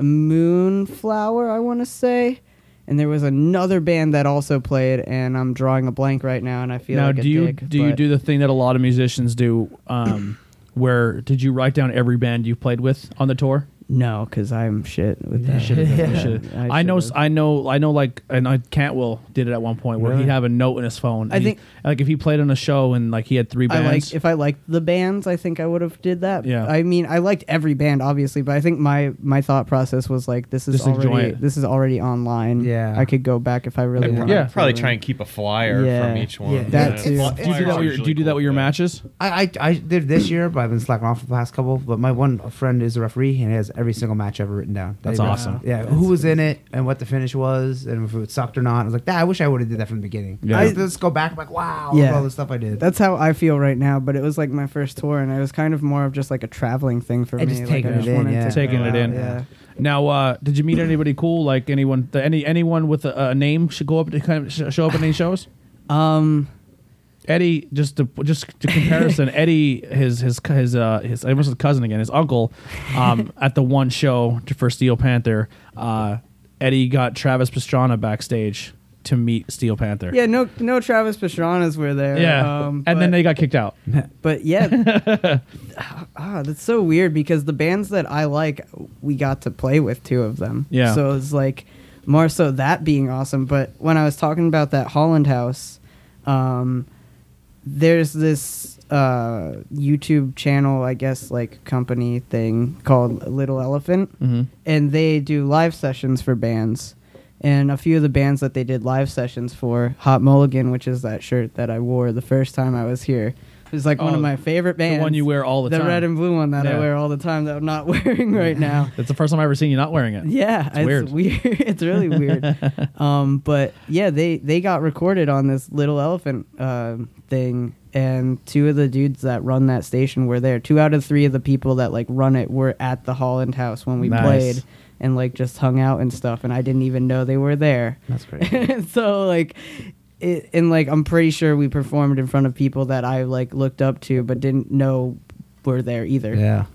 Speaker 5: Moonflower, I want to say. And there was another band that also played, and I'm drawing a blank right now, and I feel
Speaker 1: now,
Speaker 5: like a
Speaker 1: do you
Speaker 5: dick,
Speaker 1: do you
Speaker 5: but-
Speaker 1: do the thing that a lot of musicians do? Um, where did you write down every band you played with on the tour?
Speaker 5: no, because I'm shit with that.
Speaker 1: Should've done that. Should've-
Speaker 5: I
Speaker 1: I know.
Speaker 5: should've.
Speaker 1: I know. I know. Like, and I Cantwell did it at one point where
Speaker 3: Really?
Speaker 1: he'd have a note in his phone.
Speaker 5: I
Speaker 1: He-
Speaker 5: think-
Speaker 1: like, if he played on a show and like he had three
Speaker 5: I
Speaker 1: bands.
Speaker 5: like if I liked the bands, I think I would have did that.
Speaker 1: Yeah.
Speaker 5: I mean, I liked every band, obviously, but I think my my thought process was like, this is
Speaker 1: Just enjoy
Speaker 5: already
Speaker 1: it.
Speaker 5: this is already online.
Speaker 3: Yeah.
Speaker 5: I could go back if I really
Speaker 2: I'd
Speaker 5: wanted.
Speaker 1: Yeah.
Speaker 5: to.
Speaker 2: probably try and keep a flyer
Speaker 5: Yeah.
Speaker 2: from each one.
Speaker 3: Yeah, that
Speaker 5: too.
Speaker 2: Flyers
Speaker 1: do you do that
Speaker 2: are
Speaker 1: with your, do you
Speaker 2: usually
Speaker 1: do that
Speaker 2: cool,
Speaker 1: with your
Speaker 2: but-
Speaker 1: matches?
Speaker 3: I, I I did this year, but I've been slacking off for the past couple. But my one friend is a referee and he has every single match ever written down.
Speaker 1: That's
Speaker 3: They wrote-
Speaker 1: awesome.
Speaker 3: Yeah, who was in it and what the finish was and if it sucked or not. I was like, that. I wish I would have did that from the beginning.
Speaker 1: Yeah.
Speaker 3: I just go back. I'm like, wow, look
Speaker 5: Yeah.
Speaker 3: at all the stuff I did.
Speaker 5: That's how I feel right now, but it was like my first tour, and it was kind of more of just like a traveling thing for
Speaker 3: And
Speaker 5: me.
Speaker 3: just
Speaker 5: like,
Speaker 3: taking
Speaker 5: I just
Speaker 3: it in,
Speaker 5: wanted
Speaker 3: yeah.
Speaker 5: to
Speaker 1: Taking
Speaker 5: go
Speaker 1: it
Speaker 5: out,
Speaker 1: in.
Speaker 5: Yeah.
Speaker 1: Now, uh, did you meet anybody cool? Like anyone, th- any anyone with a, a name should go up to kind of sh- show up at any shows.
Speaker 5: Um,
Speaker 1: Eddie, just to just to comparison, Eddie, his his cu- his uh his I almost said cousin again, his uncle, um, at the one show to- for Steel Panther, uh, Eddie got Travis Pastrana backstage to meet Steel Panther.
Speaker 5: yeah, no, no Travis Pastrana's were there.
Speaker 1: yeah,
Speaker 5: um,
Speaker 1: and then
Speaker 5: but-
Speaker 1: they got kicked out.
Speaker 5: but yeah, ah, that's so weird because the bands that I like, we got to play with two of them.
Speaker 1: Yeah.
Speaker 5: So it's like more so that being awesome. But when I was talking about that Holland House, um, there's this uh, YouTube channel, I guess, like company thing called Little Elephant,
Speaker 1: Mhm.
Speaker 5: and they do live sessions for bands. And a few of the bands that they did live sessions for, Hot Mulligan, which is that shirt that I wore the first time I was here, is like one
Speaker 1: Oh,
Speaker 5: of my favorite bands.
Speaker 1: the one you wear all the, time.
Speaker 5: red and blue one that
Speaker 1: Yeah.
Speaker 5: I wear all the time that I'm not wearing right now.
Speaker 1: That's the first time I've ever seen you not wearing it.
Speaker 5: Yeah, it's,
Speaker 1: weird.
Speaker 5: weird. it's really weird. um, but yeah, they they got recorded on this little elephant um thing, and two of the dudes that run that station were there. Two out of three of the people that like run it were at the Holland House when we
Speaker 1: Nice.
Speaker 5: played, and like just hung out and stuff. And I didn't even know they were there.
Speaker 3: That's great.
Speaker 5: so like. It, and like I'm pretty sure we performed in front of people that I like looked up to but didn't know were there either.
Speaker 3: yeah.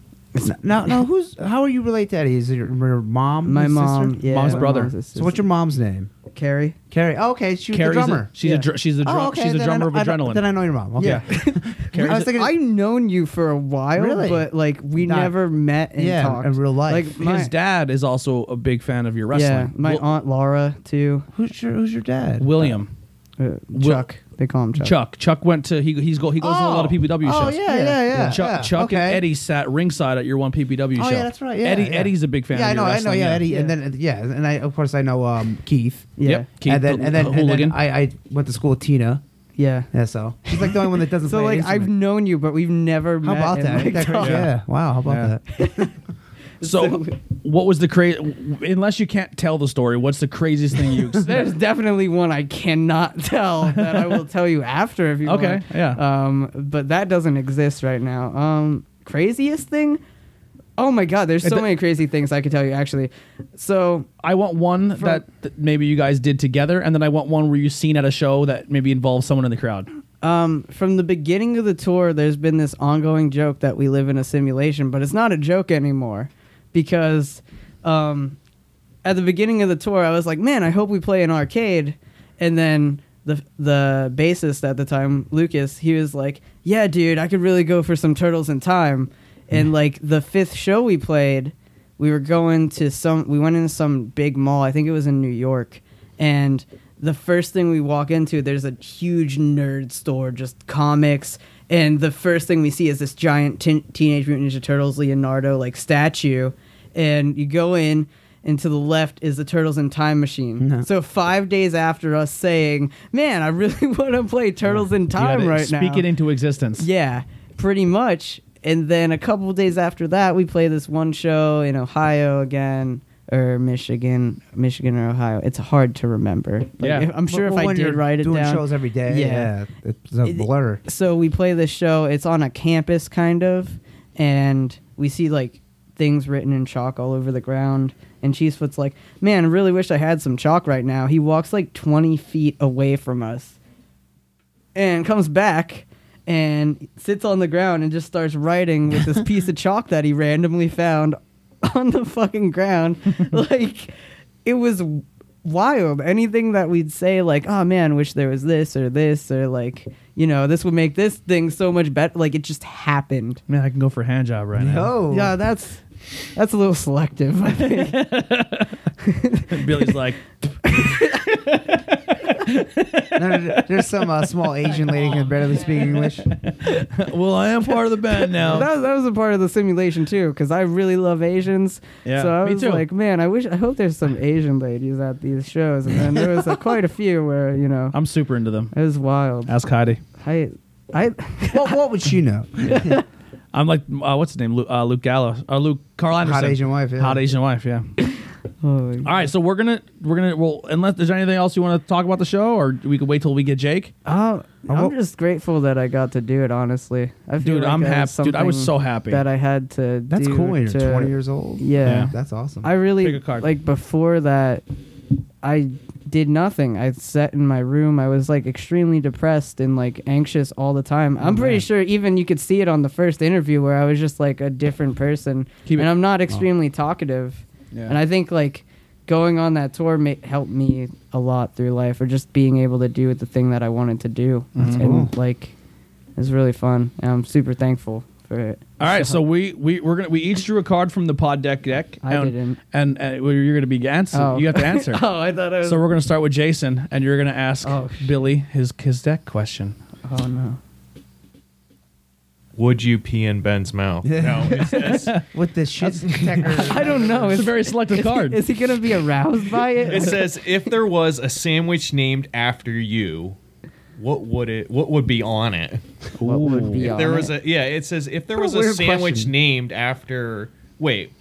Speaker 3: Now, now, who's? How are you related to Eddie? Is it your, your mom?
Speaker 5: My
Speaker 3: his
Speaker 5: mom,
Speaker 3: sister?
Speaker 5: yeah,
Speaker 1: Mom's
Speaker 5: my
Speaker 1: brother.
Speaker 5: sister.
Speaker 3: So, what's your mom's name?
Speaker 5: Carrie?
Speaker 3: Carrie. Oh, okay, she was
Speaker 1: Carrie's
Speaker 3: the
Speaker 1: a-
Speaker 3: drummer.
Speaker 1: she's
Speaker 5: Yeah.
Speaker 1: a dr- she's a drum,
Speaker 3: oh, okay.
Speaker 1: she's a
Speaker 3: then I
Speaker 1: drummer
Speaker 3: know-
Speaker 1: of
Speaker 3: I know-
Speaker 1: adrenaline.
Speaker 3: Then I know your mom. Okay.
Speaker 1: Yeah. Carrie's
Speaker 3: I was
Speaker 1: a-
Speaker 3: thinking.
Speaker 5: I've known you for a while,
Speaker 3: Really?
Speaker 5: but like we
Speaker 3: Not-
Speaker 5: never met and
Speaker 3: Yeah,
Speaker 5: talked
Speaker 3: in real life.
Speaker 5: Like my,
Speaker 1: His dad is also a big fan of your wrestling.
Speaker 5: yeah, my
Speaker 1: Wil-
Speaker 5: aunt Laura too.
Speaker 3: who's your Who's your dad?
Speaker 1: William
Speaker 5: Uh, Chuck, they call him Chuck.
Speaker 1: Chuck. Chuck went to he he's go he goes to a lot of PPW
Speaker 3: oh,
Speaker 1: shows.
Speaker 3: yeah, yeah, yeah. yeah.
Speaker 1: Chuck, Chuck
Speaker 3: okay.
Speaker 1: and Eddie sat ringside at your one PPW
Speaker 3: Oh
Speaker 1: show.
Speaker 3: yeah, that's right. Yeah,
Speaker 1: Eddie
Speaker 3: yeah.
Speaker 1: Eddie's a big fan. of
Speaker 3: Yeah, I
Speaker 1: your
Speaker 3: know, I know.
Speaker 1: wrestling,
Speaker 3: Yeah, Eddie, and
Speaker 5: Yeah.
Speaker 3: then yeah, and I of course I know um, Keith.
Speaker 5: Yeah,
Speaker 1: Yep. Keith
Speaker 3: and then
Speaker 1: the
Speaker 3: and then, and
Speaker 1: hooligan.
Speaker 3: then I, I went to school with Tina.
Speaker 5: yeah.
Speaker 3: Yeah, so she's like the only one that doesn't.
Speaker 5: So
Speaker 3: play
Speaker 5: like
Speaker 3: an
Speaker 5: I've
Speaker 3: instrument.
Speaker 5: known you, but we've never
Speaker 3: How
Speaker 5: met.
Speaker 3: about
Speaker 5: and,
Speaker 3: that?
Speaker 5: like,
Speaker 3: Ain't that crazy?
Speaker 5: talked.
Speaker 3: Yeah. Wow. How about
Speaker 1: Yeah.
Speaker 3: that?
Speaker 1: so what was the crazy unless you can't tell the story, what's the craziest thing you
Speaker 5: There's definitely one I cannot tell that I will tell you after if you
Speaker 1: Okay,
Speaker 5: want.
Speaker 1: yeah.
Speaker 5: Um, but that doesn't exist right now. Um, craziest thing. Oh my God, there's so
Speaker 1: th-
Speaker 5: many crazy things I could tell you actually. So
Speaker 1: I want one
Speaker 5: From-
Speaker 1: that th- maybe you guys did together, and then I want one where you've seen at a show that maybe involves someone in the crowd.
Speaker 5: Um, from the beginning of the tour, there's been this ongoing joke that we live in a simulation, but it's not a joke anymore because um, at the beginning of the tour, I was like, "Man, I hope we play an arcade." And then the the bassist at the time, Lucas, he was like, "Yeah, dude, I could really go for some Turtles in Time." And like the fifth show we played, we were going to some we went into some big mall i think it was in new york and the first thing we walk into there's a huge nerd store just comics and the first thing we see is this giant tin teenage mutant ninja turtles leonardo like statue and you go in and to the left is the Turtles in Time machine. So five days after us saying, "Man, I really want to play Turtles in
Speaker 1: You gotta
Speaker 5: Time right now,"
Speaker 1: Speak it into existence.
Speaker 5: Yeah, pretty much. And then a couple days after that, we play this one show in Ohio again, or Michigan, Michigan or Ohio. It's hard to remember. Like,
Speaker 1: Yeah.
Speaker 5: if- I'm sure
Speaker 3: But
Speaker 5: if I
Speaker 3: when
Speaker 5: did
Speaker 3: you're
Speaker 5: write it
Speaker 3: doing
Speaker 5: down.
Speaker 3: shows every day. Yeah,
Speaker 5: Yeah.
Speaker 3: it's a
Speaker 5: It-
Speaker 3: blur.
Speaker 5: So we play this show. It's on a campus, kind of, and we see like things written in chalk all over the ground. And Cheesefoot's like, "Man, I really wish I had some chalk right now." He walks like 20 feet away from us, and comes back and sits on the ground and just starts writing with this piece of chalk that he randomly found on the fucking ground. like it was wild. Anything that we'd say like, "Oh man, wish there was this or this or like, you know, this would make this thing so much better." Like it just happened.
Speaker 1: Man, I can go for a hand job right now.
Speaker 3: No.
Speaker 5: Yeah, that's that's a little selective. I think.
Speaker 1: Billy's like,
Speaker 3: No, no, no, there's some uh, small Asian lady who can barely speak English.
Speaker 1: well, I am part of the band now.
Speaker 5: that, was, that was a part of the simulation too, because I really love Asians.
Speaker 1: Yeah,
Speaker 5: so I
Speaker 1: me
Speaker 5: was
Speaker 1: too.
Speaker 5: like, man, I wish, I hope there's some Asian ladies at these shows, and then there was uh, quite a few where you know
Speaker 1: I'm super into them.
Speaker 5: it was wild.
Speaker 1: Ask Heidi.
Speaker 5: I, I,
Speaker 3: What, what would she know?
Speaker 1: I'm like, uh, what's his name? Luke, uh, Luke Gallo or Luke Carl Anderson.
Speaker 3: Hot Asian wife. Yeah.
Speaker 1: Hot Asian wife. Yeah.
Speaker 5: oh,
Speaker 1: All right, so we're gonna we're gonna well, unless there's anything else you want to talk about the show, or we could wait till we get Jake.
Speaker 5: Oh,
Speaker 3: well-
Speaker 5: I'm just grateful that I got to do it. Honestly, I feel
Speaker 1: Dude,
Speaker 5: like
Speaker 1: I'm
Speaker 5: that
Speaker 1: happy.
Speaker 5: was
Speaker 1: Dude, I was
Speaker 5: something
Speaker 1: so happy.
Speaker 5: that I had to.
Speaker 3: That's
Speaker 5: do
Speaker 3: cool when you're
Speaker 5: to-
Speaker 3: 20 years old.
Speaker 1: Yeah.
Speaker 5: Yeah,
Speaker 3: That's awesome.
Speaker 5: I really
Speaker 1: Pick a card.
Speaker 5: like before that. I did nothing. I sat in my room. I was like extremely depressed and like anxious all the time. I'm pretty
Speaker 3: man.
Speaker 5: sure even you could see it on the first interview where I was just like a different person.
Speaker 1: Keep
Speaker 5: and
Speaker 1: it-
Speaker 5: I'm not extremely talkative.
Speaker 1: Yeah.
Speaker 5: And I think like going on that tour ma- helped me a lot through life, or just being able to do the thing that I wanted to do.
Speaker 1: That's
Speaker 5: and
Speaker 3: cool.
Speaker 5: like it was really fun. And I'm super thankful for it.
Speaker 1: All right, so we we we're gonna we each drew a card from the pod deck deck.
Speaker 5: I
Speaker 1: and,
Speaker 5: didn't.
Speaker 1: and, and well, you're gonna be answer.
Speaker 5: Oh.
Speaker 1: You have to answer.
Speaker 5: Oh, I thought I was.
Speaker 1: So we're gonna start with Jason, and you're gonna ask
Speaker 5: Oh, sh-
Speaker 1: Billy his his deck question.
Speaker 5: oh no.
Speaker 2: Would you pee in Ben's mouth? No, it's this.
Speaker 3: with the shit
Speaker 1: I don't know. It's a very selective card.
Speaker 3: Is he gonna be aroused by it?
Speaker 2: It says if there was a sandwich named after you, what would it? What would be on it?
Speaker 3: what would be on
Speaker 2: there
Speaker 3: it?
Speaker 2: was a yeah. It says if there
Speaker 3: What a
Speaker 2: was a
Speaker 3: weird
Speaker 2: sandwich
Speaker 3: question.
Speaker 2: named after wait.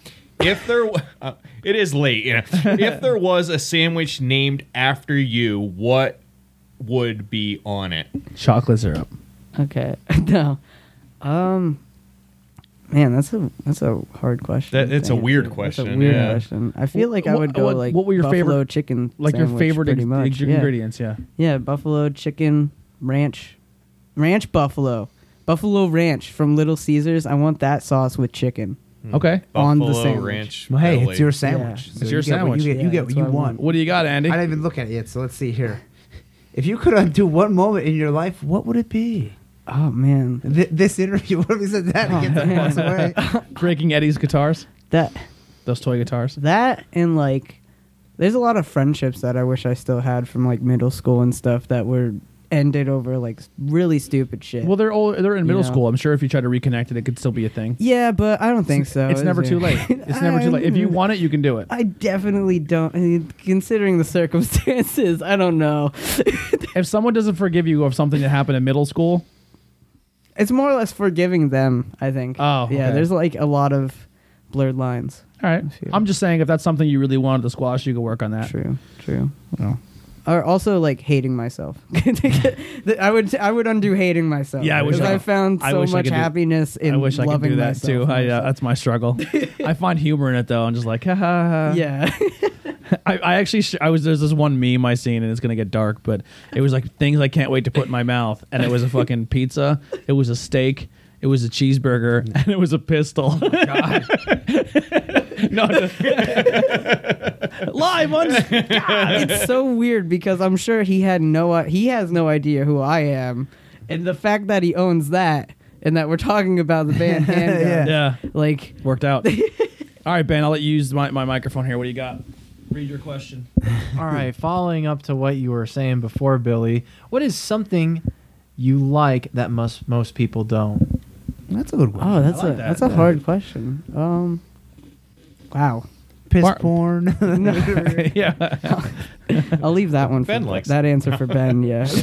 Speaker 2: If there, wa- uh, it is late. Yeah. If there was a sandwich named after you, what would be on it?
Speaker 1: Chocolates are up.
Speaker 5: Okay. no. Um. Man, that's a that's a hard question.
Speaker 2: That- it's a
Speaker 5: Dang it,
Speaker 2: weird
Speaker 5: dude. That's
Speaker 2: question,
Speaker 5: a weird
Speaker 2: yeah.
Speaker 5: question. I feel like I
Speaker 1: What-
Speaker 5: would go
Speaker 1: what-
Speaker 5: like
Speaker 1: what were your
Speaker 5: buffalo
Speaker 1: favorite-
Speaker 5: chicken,
Speaker 1: Like your
Speaker 5: sandwich,
Speaker 1: favorite
Speaker 5: pretty
Speaker 1: ex-
Speaker 5: much.
Speaker 1: ex-
Speaker 5: yeah.
Speaker 1: ingredients, yeah.
Speaker 5: Yeah, buffalo chicken ranch, ranch buffalo, buffalo ranch from Little Caesars. I want that sauce with chicken.
Speaker 1: Okay.
Speaker 5: On the
Speaker 2: Buffalo
Speaker 5: sandwich.
Speaker 2: Ranch.
Speaker 3: Well, hey,
Speaker 2: Belly.
Speaker 3: it's your sandwich.
Speaker 5: Yeah.
Speaker 1: It's your
Speaker 3: you get what-
Speaker 1: sandwich.
Speaker 3: You get, you
Speaker 5: Yeah,
Speaker 3: get
Speaker 5: that's
Speaker 3: what you
Speaker 5: what I
Speaker 3: want.
Speaker 5: want.
Speaker 1: What do you got, Andy?
Speaker 3: I didn't even look at it yet, so let's see here. If you could undo one moment in your life, what would it be?
Speaker 5: Oh man,
Speaker 3: Th- this interview. What if he said that?
Speaker 5: Oh,
Speaker 3: He gets the
Speaker 5: man.
Speaker 3: boss away.
Speaker 1: Breaking Eddie's guitars,
Speaker 5: that
Speaker 1: those toy guitars.
Speaker 5: that and like, there's a lot of friendships that I wish I still had from like middle school and stuff that were ended over like really stupid shit.
Speaker 1: Well, they're old, they're in middle
Speaker 5: Yeah.
Speaker 1: school. I'm sure if you try to reconnect it, it could still be a thing.
Speaker 5: yeah, but I don't think so.
Speaker 1: It's
Speaker 5: is
Speaker 1: never
Speaker 5: it?
Speaker 1: too late. It's never too late. If you want it, you can do it.
Speaker 5: I definitely don't. I mean, Considering the circumstances, I don't know.
Speaker 1: If someone doesn't forgive you of something that happened in middle school,
Speaker 5: It's more or less forgiving them, I think.
Speaker 1: Oh,
Speaker 5: yeah.
Speaker 1: okay.
Speaker 5: There's like a lot of blurred lines.
Speaker 1: all right.
Speaker 5: see.
Speaker 1: I'm just saying, if that's something you really wanted to squash, you could work on that.
Speaker 5: True. True. Or also like hating myself. I would I would undo hating myself.
Speaker 1: Yeah, I wish
Speaker 5: because
Speaker 1: I-
Speaker 5: I found
Speaker 1: I
Speaker 5: so
Speaker 1: wish I
Speaker 5: much
Speaker 1: could do-
Speaker 5: happiness in
Speaker 1: I wish I
Speaker 5: loving
Speaker 1: could do that too.
Speaker 5: myself.
Speaker 1: I, uh, that's my struggle. I find humor in it though. I'm just like, ha ha ha.
Speaker 5: yeah.
Speaker 1: I, I actually, sh- I was there's this one meme I seen, and it's gonna get dark, but it was like things I can't wait to put in my mouth, and it was a fucking pizza, it was a steak, it was a cheeseburger, and it was a pistol. no, lie, Munz.
Speaker 5: it's so weird because I'm sure he had no he has no idea who I am, and the fact that he owns that and that we're talking about the band handgun,
Speaker 1: Yeah,
Speaker 5: like
Speaker 1: worked out. All right, Ben, I'll let you use my, my microphone here. What do you got? Read your question.
Speaker 4: All right, following up to what you were saying before, Billy, what is something you like that most most people don't?
Speaker 3: That's a good one.
Speaker 5: oh that's
Speaker 1: like that.
Speaker 5: a that's a hard question. Um, wow,
Speaker 3: Piss
Speaker 1: Mar-
Speaker 3: porn.
Speaker 1: yeah,
Speaker 5: I'll leave that one.
Speaker 2: Ben
Speaker 5: for
Speaker 2: likes
Speaker 5: that answer for Ben. Yeah,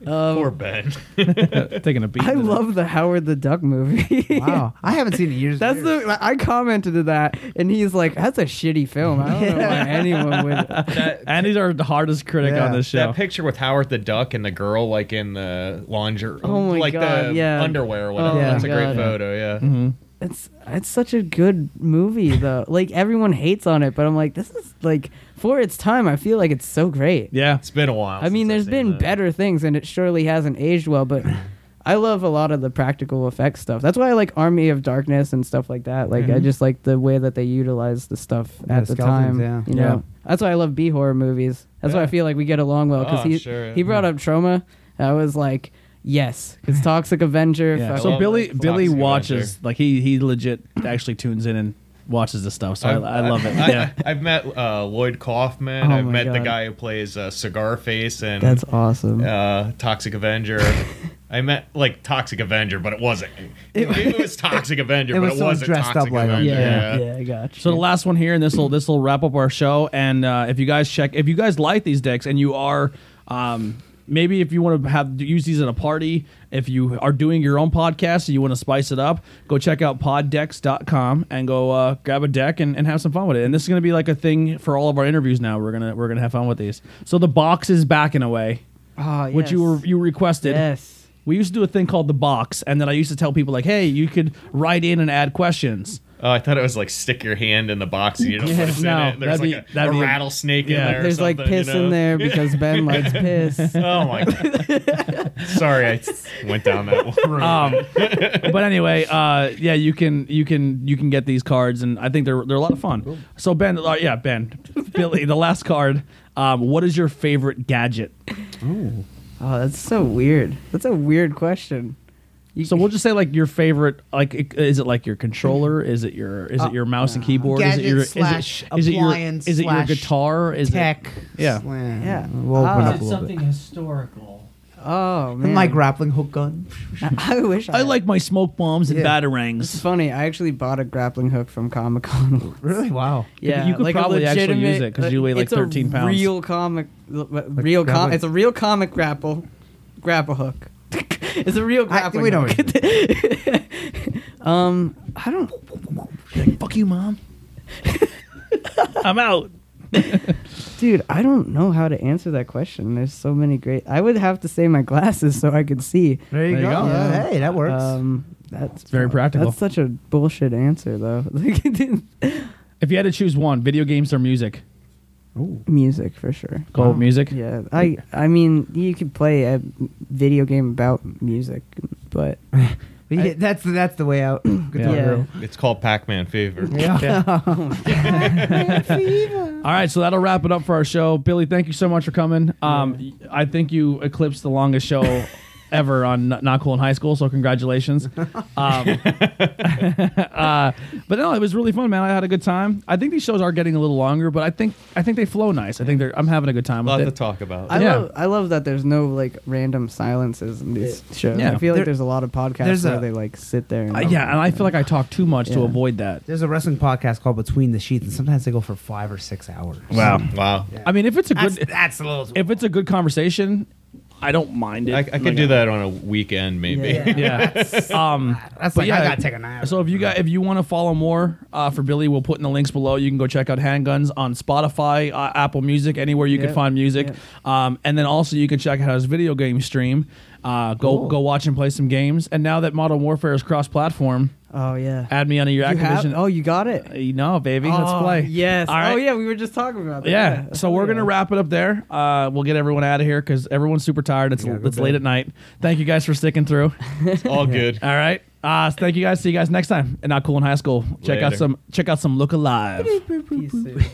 Speaker 5: Um,
Speaker 2: Poor Ben.
Speaker 1: taking a beat.
Speaker 5: I love the Howard the Duck movie.
Speaker 3: wow, I haven't seen it in years. and
Speaker 5: That's
Speaker 3: years.
Speaker 5: the I commented to that and he's like, "That's a shitty film. I don't know why anyone would."
Speaker 2: that,
Speaker 1: Andy's our hardest critic
Speaker 3: Yeah.
Speaker 1: on this show.
Speaker 2: that picture with Howard the Duck and the girl like in the lingerie,
Speaker 5: Oh my
Speaker 2: like
Speaker 5: God,
Speaker 2: the
Speaker 5: yeah.
Speaker 2: underwear. Or
Speaker 5: Oh
Speaker 2: whatever.
Speaker 5: my
Speaker 2: That's a
Speaker 5: God. Mm.
Speaker 2: great photo. Yeah.
Speaker 5: It's it's such a good movie though. like everyone hates on it, but I'm like, this is like for its time. I feel like it's so great.
Speaker 1: yeah,
Speaker 2: It's been a while.
Speaker 5: I mean,
Speaker 2: since
Speaker 5: there's
Speaker 2: I've seen
Speaker 5: been
Speaker 2: that.
Speaker 5: better things, and it surely hasn't aged well. But I love a lot of the practical effects stuff. That's why I like Army of Darkness and stuff like that. Like I just like the way that they utilize the stuff
Speaker 3: Yeah,
Speaker 5: at the
Speaker 3: skeletons,
Speaker 5: time.
Speaker 3: yeah.
Speaker 5: You
Speaker 1: Yeah.
Speaker 5: know, that's why I love B horror movies. That's why I
Speaker 2: Yeah.
Speaker 5: feel like we get along well
Speaker 2: Oh,
Speaker 5: because
Speaker 2: I'm
Speaker 5: he
Speaker 2: sure,
Speaker 5: he brought up trauma. And I was like, yes, because Toxic Avenger.
Speaker 1: Yeah.
Speaker 5: fuck-
Speaker 1: So
Speaker 2: love
Speaker 1: Billy
Speaker 2: that.
Speaker 1: Billy
Speaker 2: Foxy
Speaker 1: watches
Speaker 2: Avenger.
Speaker 1: like he he legit actually tunes in and watches this stuff. So I, I love it.
Speaker 2: I,
Speaker 1: yeah.
Speaker 2: have met uh, Lloyd Kaufman.
Speaker 5: Oh
Speaker 2: I've
Speaker 5: my
Speaker 2: met the
Speaker 5: God.
Speaker 2: guy who plays uh, Cigar Face and
Speaker 5: that's awesome.
Speaker 2: uh, Toxic Avenger. I met like Toxic Avenger, but it wasn't. It, was Toxic Avenger,
Speaker 3: It
Speaker 2: but
Speaker 3: was
Speaker 2: it
Speaker 3: someone
Speaker 2: wasn't
Speaker 3: dressed up
Speaker 2: Toxic
Speaker 3: like him.
Speaker 2: Avenger.
Speaker 5: Yeah, yeah, I got you.
Speaker 1: So the last one here, and this will this will wrap up our show. And uh, if you guys check, if you guys like these decks, and you are, um, maybe if you want to have use these at a party, if you are doing your own podcast and you want to spice it up, go check out poddecks.com and go uh, grab a deck and, and have some fun with it. And this is gonna be like a thing for all of our interviews. Now we're gonna we're gonna have fun with these. So the box is back in a way,
Speaker 5: Ah,
Speaker 1: which you
Speaker 5: yes.
Speaker 1: were you requested.
Speaker 5: Yes.
Speaker 1: We used to do a thing called the box, and then I used to tell people like, "Hey, you could write in and add questions."
Speaker 2: Oh, I thought it was like stick your hand in the box and you don't
Speaker 1: Yeah,
Speaker 2: know what's
Speaker 1: no,
Speaker 2: in it. There's
Speaker 1: that'd be-
Speaker 2: like a,
Speaker 1: that'd
Speaker 2: a
Speaker 1: be a-
Speaker 2: rattlesnake
Speaker 1: yeah.
Speaker 2: in there. or
Speaker 5: There's like
Speaker 2: something, you
Speaker 5: piss
Speaker 2: know?
Speaker 5: in there because Ben likes piss.
Speaker 2: Oh my god! Sorry, I s- went down that road.
Speaker 1: Um, but anyway, uh, yeah, you can you can you can get these cards, and I think they're they're a lot of fun. So Ben, uh, yeah, Ben, Billy, the last card. Um, what is your favorite gadget?
Speaker 5: Oh, that's so weird. That's a weird question. You,
Speaker 1: So we'll just say like your favorite. Like, i- is it like your controller? Is it your is
Speaker 3: Uh,
Speaker 1: it your mouse and keyboard?
Speaker 3: Gadget
Speaker 1: is it your
Speaker 3: slash
Speaker 1: is it, your
Speaker 3: appliance
Speaker 1: is it your
Speaker 3: slash
Speaker 1: guitar? Is
Speaker 3: tech.
Speaker 1: it yeah?
Speaker 3: slam.
Speaker 5: Yeah.
Speaker 3: We'll open
Speaker 5: Ah.
Speaker 3: up a little bit.
Speaker 4: historical?
Speaker 5: Oh man,
Speaker 3: And my grappling hook gun.
Speaker 5: I wish I,
Speaker 1: I like my smoke bombs and
Speaker 3: Yeah.
Speaker 5: It's
Speaker 1: batarangs.
Speaker 5: funny. I actually bought a grappling hook from Comic Con.
Speaker 3: Really? Wow.
Speaker 5: yeah,
Speaker 1: You could
Speaker 5: like a
Speaker 1: probably actually use
Speaker 5: legitimate-
Speaker 1: it 'cause you weigh, like,
Speaker 5: it's a
Speaker 1: 13 pounds.
Speaker 5: Real comic, real com-
Speaker 3: grappling-
Speaker 5: It's a real comic grapple, grapple hook. it's a real
Speaker 3: I-
Speaker 5: grappling.
Speaker 3: we know.
Speaker 5: hook. um, I don't.
Speaker 1: Fuck you, mom. I'm out.
Speaker 5: Dude, I don't know how to answer that question. There's so many great. I would have to say my glasses so I could see.
Speaker 3: There you
Speaker 1: There you
Speaker 3: go.
Speaker 1: go.
Speaker 3: Yeah, Hey, that works.
Speaker 5: Um, that's
Speaker 1: very practical.
Speaker 5: That's such a bullshit answer, though. Like, it didn't-
Speaker 1: If you had to choose one, video games or music,
Speaker 5: music for sure.
Speaker 1: go with music.
Speaker 5: Yeah, I I mean you could play a video game about music, but
Speaker 3: Yeah, that's that's the way out. Good
Speaker 1: Yeah.
Speaker 3: job,
Speaker 5: Yeah.
Speaker 3: girl.
Speaker 2: It's called Pac-Man Fever.
Speaker 1: All right, so that'll wrap it up for our show. Billy, thank you so much for coming. Um, I think you eclipsed the longest show ever on N- Not Cool in High School, so congratulations. Um, uh, but no, it was really fun, man. I had a good time. I think these shows are getting a little longer, but I think I think they flow nice. I think they're. I'm having a good time
Speaker 2: lot
Speaker 1: with
Speaker 2: to
Speaker 1: it.
Speaker 2: talk about.
Speaker 5: I
Speaker 1: Yeah.
Speaker 5: love I love that there's no like random silences in these shows.
Speaker 1: Yeah.
Speaker 5: I feel
Speaker 3: There-
Speaker 5: like there's a lot of podcasts
Speaker 3: there's
Speaker 5: where
Speaker 3: a-
Speaker 5: they like sit there. And
Speaker 1: Uh, yeah, and I feel like I talk too much to
Speaker 5: Yeah.
Speaker 1: avoid that.
Speaker 3: There's a wrestling podcast called Between the Sheets, and sometimes they go for five or six hours.
Speaker 2: Wow.
Speaker 1: I mean, if it's a good
Speaker 3: That's, that's a little.
Speaker 1: if it's a good conversation, I don't mind it.
Speaker 2: I, I could
Speaker 1: Like,
Speaker 2: do that on a weekend, maybe.
Speaker 5: Yeah.
Speaker 1: Yeah. um,
Speaker 3: that's
Speaker 1: but
Speaker 3: like
Speaker 1: yeah,
Speaker 3: I gotta take a nap.
Speaker 1: So if you got if you want to follow more uh, for Billy, we'll put in the links below. You can go check out Handguns on Spotify, uh, Apple Music, anywhere you can
Speaker 5: Yep,
Speaker 1: find music.
Speaker 5: yep.
Speaker 1: Um, and then also you can check out his video game stream. Uh, go
Speaker 3: Cool.
Speaker 1: go watch and play some games. And now that Modern Warfare is cross platform,
Speaker 5: Oh yeah.
Speaker 1: add me onto your
Speaker 5: You have-
Speaker 1: Activision. Uh,
Speaker 5: oh, you got it.
Speaker 1: you know, baby,
Speaker 5: Oh,
Speaker 1: let's play.
Speaker 5: Yes.
Speaker 1: All right.
Speaker 5: Oh yeah, we were just talking about that.
Speaker 1: Yeah. So
Speaker 5: Oh,
Speaker 1: we're gonna
Speaker 5: yeah.
Speaker 1: wrap it up there. Uh, we'll get everyone out of here because everyone's super tired. It's
Speaker 3: Yeah, go
Speaker 1: it's late
Speaker 3: bed.
Speaker 1: at night. Thank you guys for sticking through.
Speaker 2: It's all good.
Speaker 1: All right. Uh, so thank you guys. See you guys next time. And not cool in high school. Check out
Speaker 2: Later.
Speaker 1: some. Check out some look alive.
Speaker 5: Peace.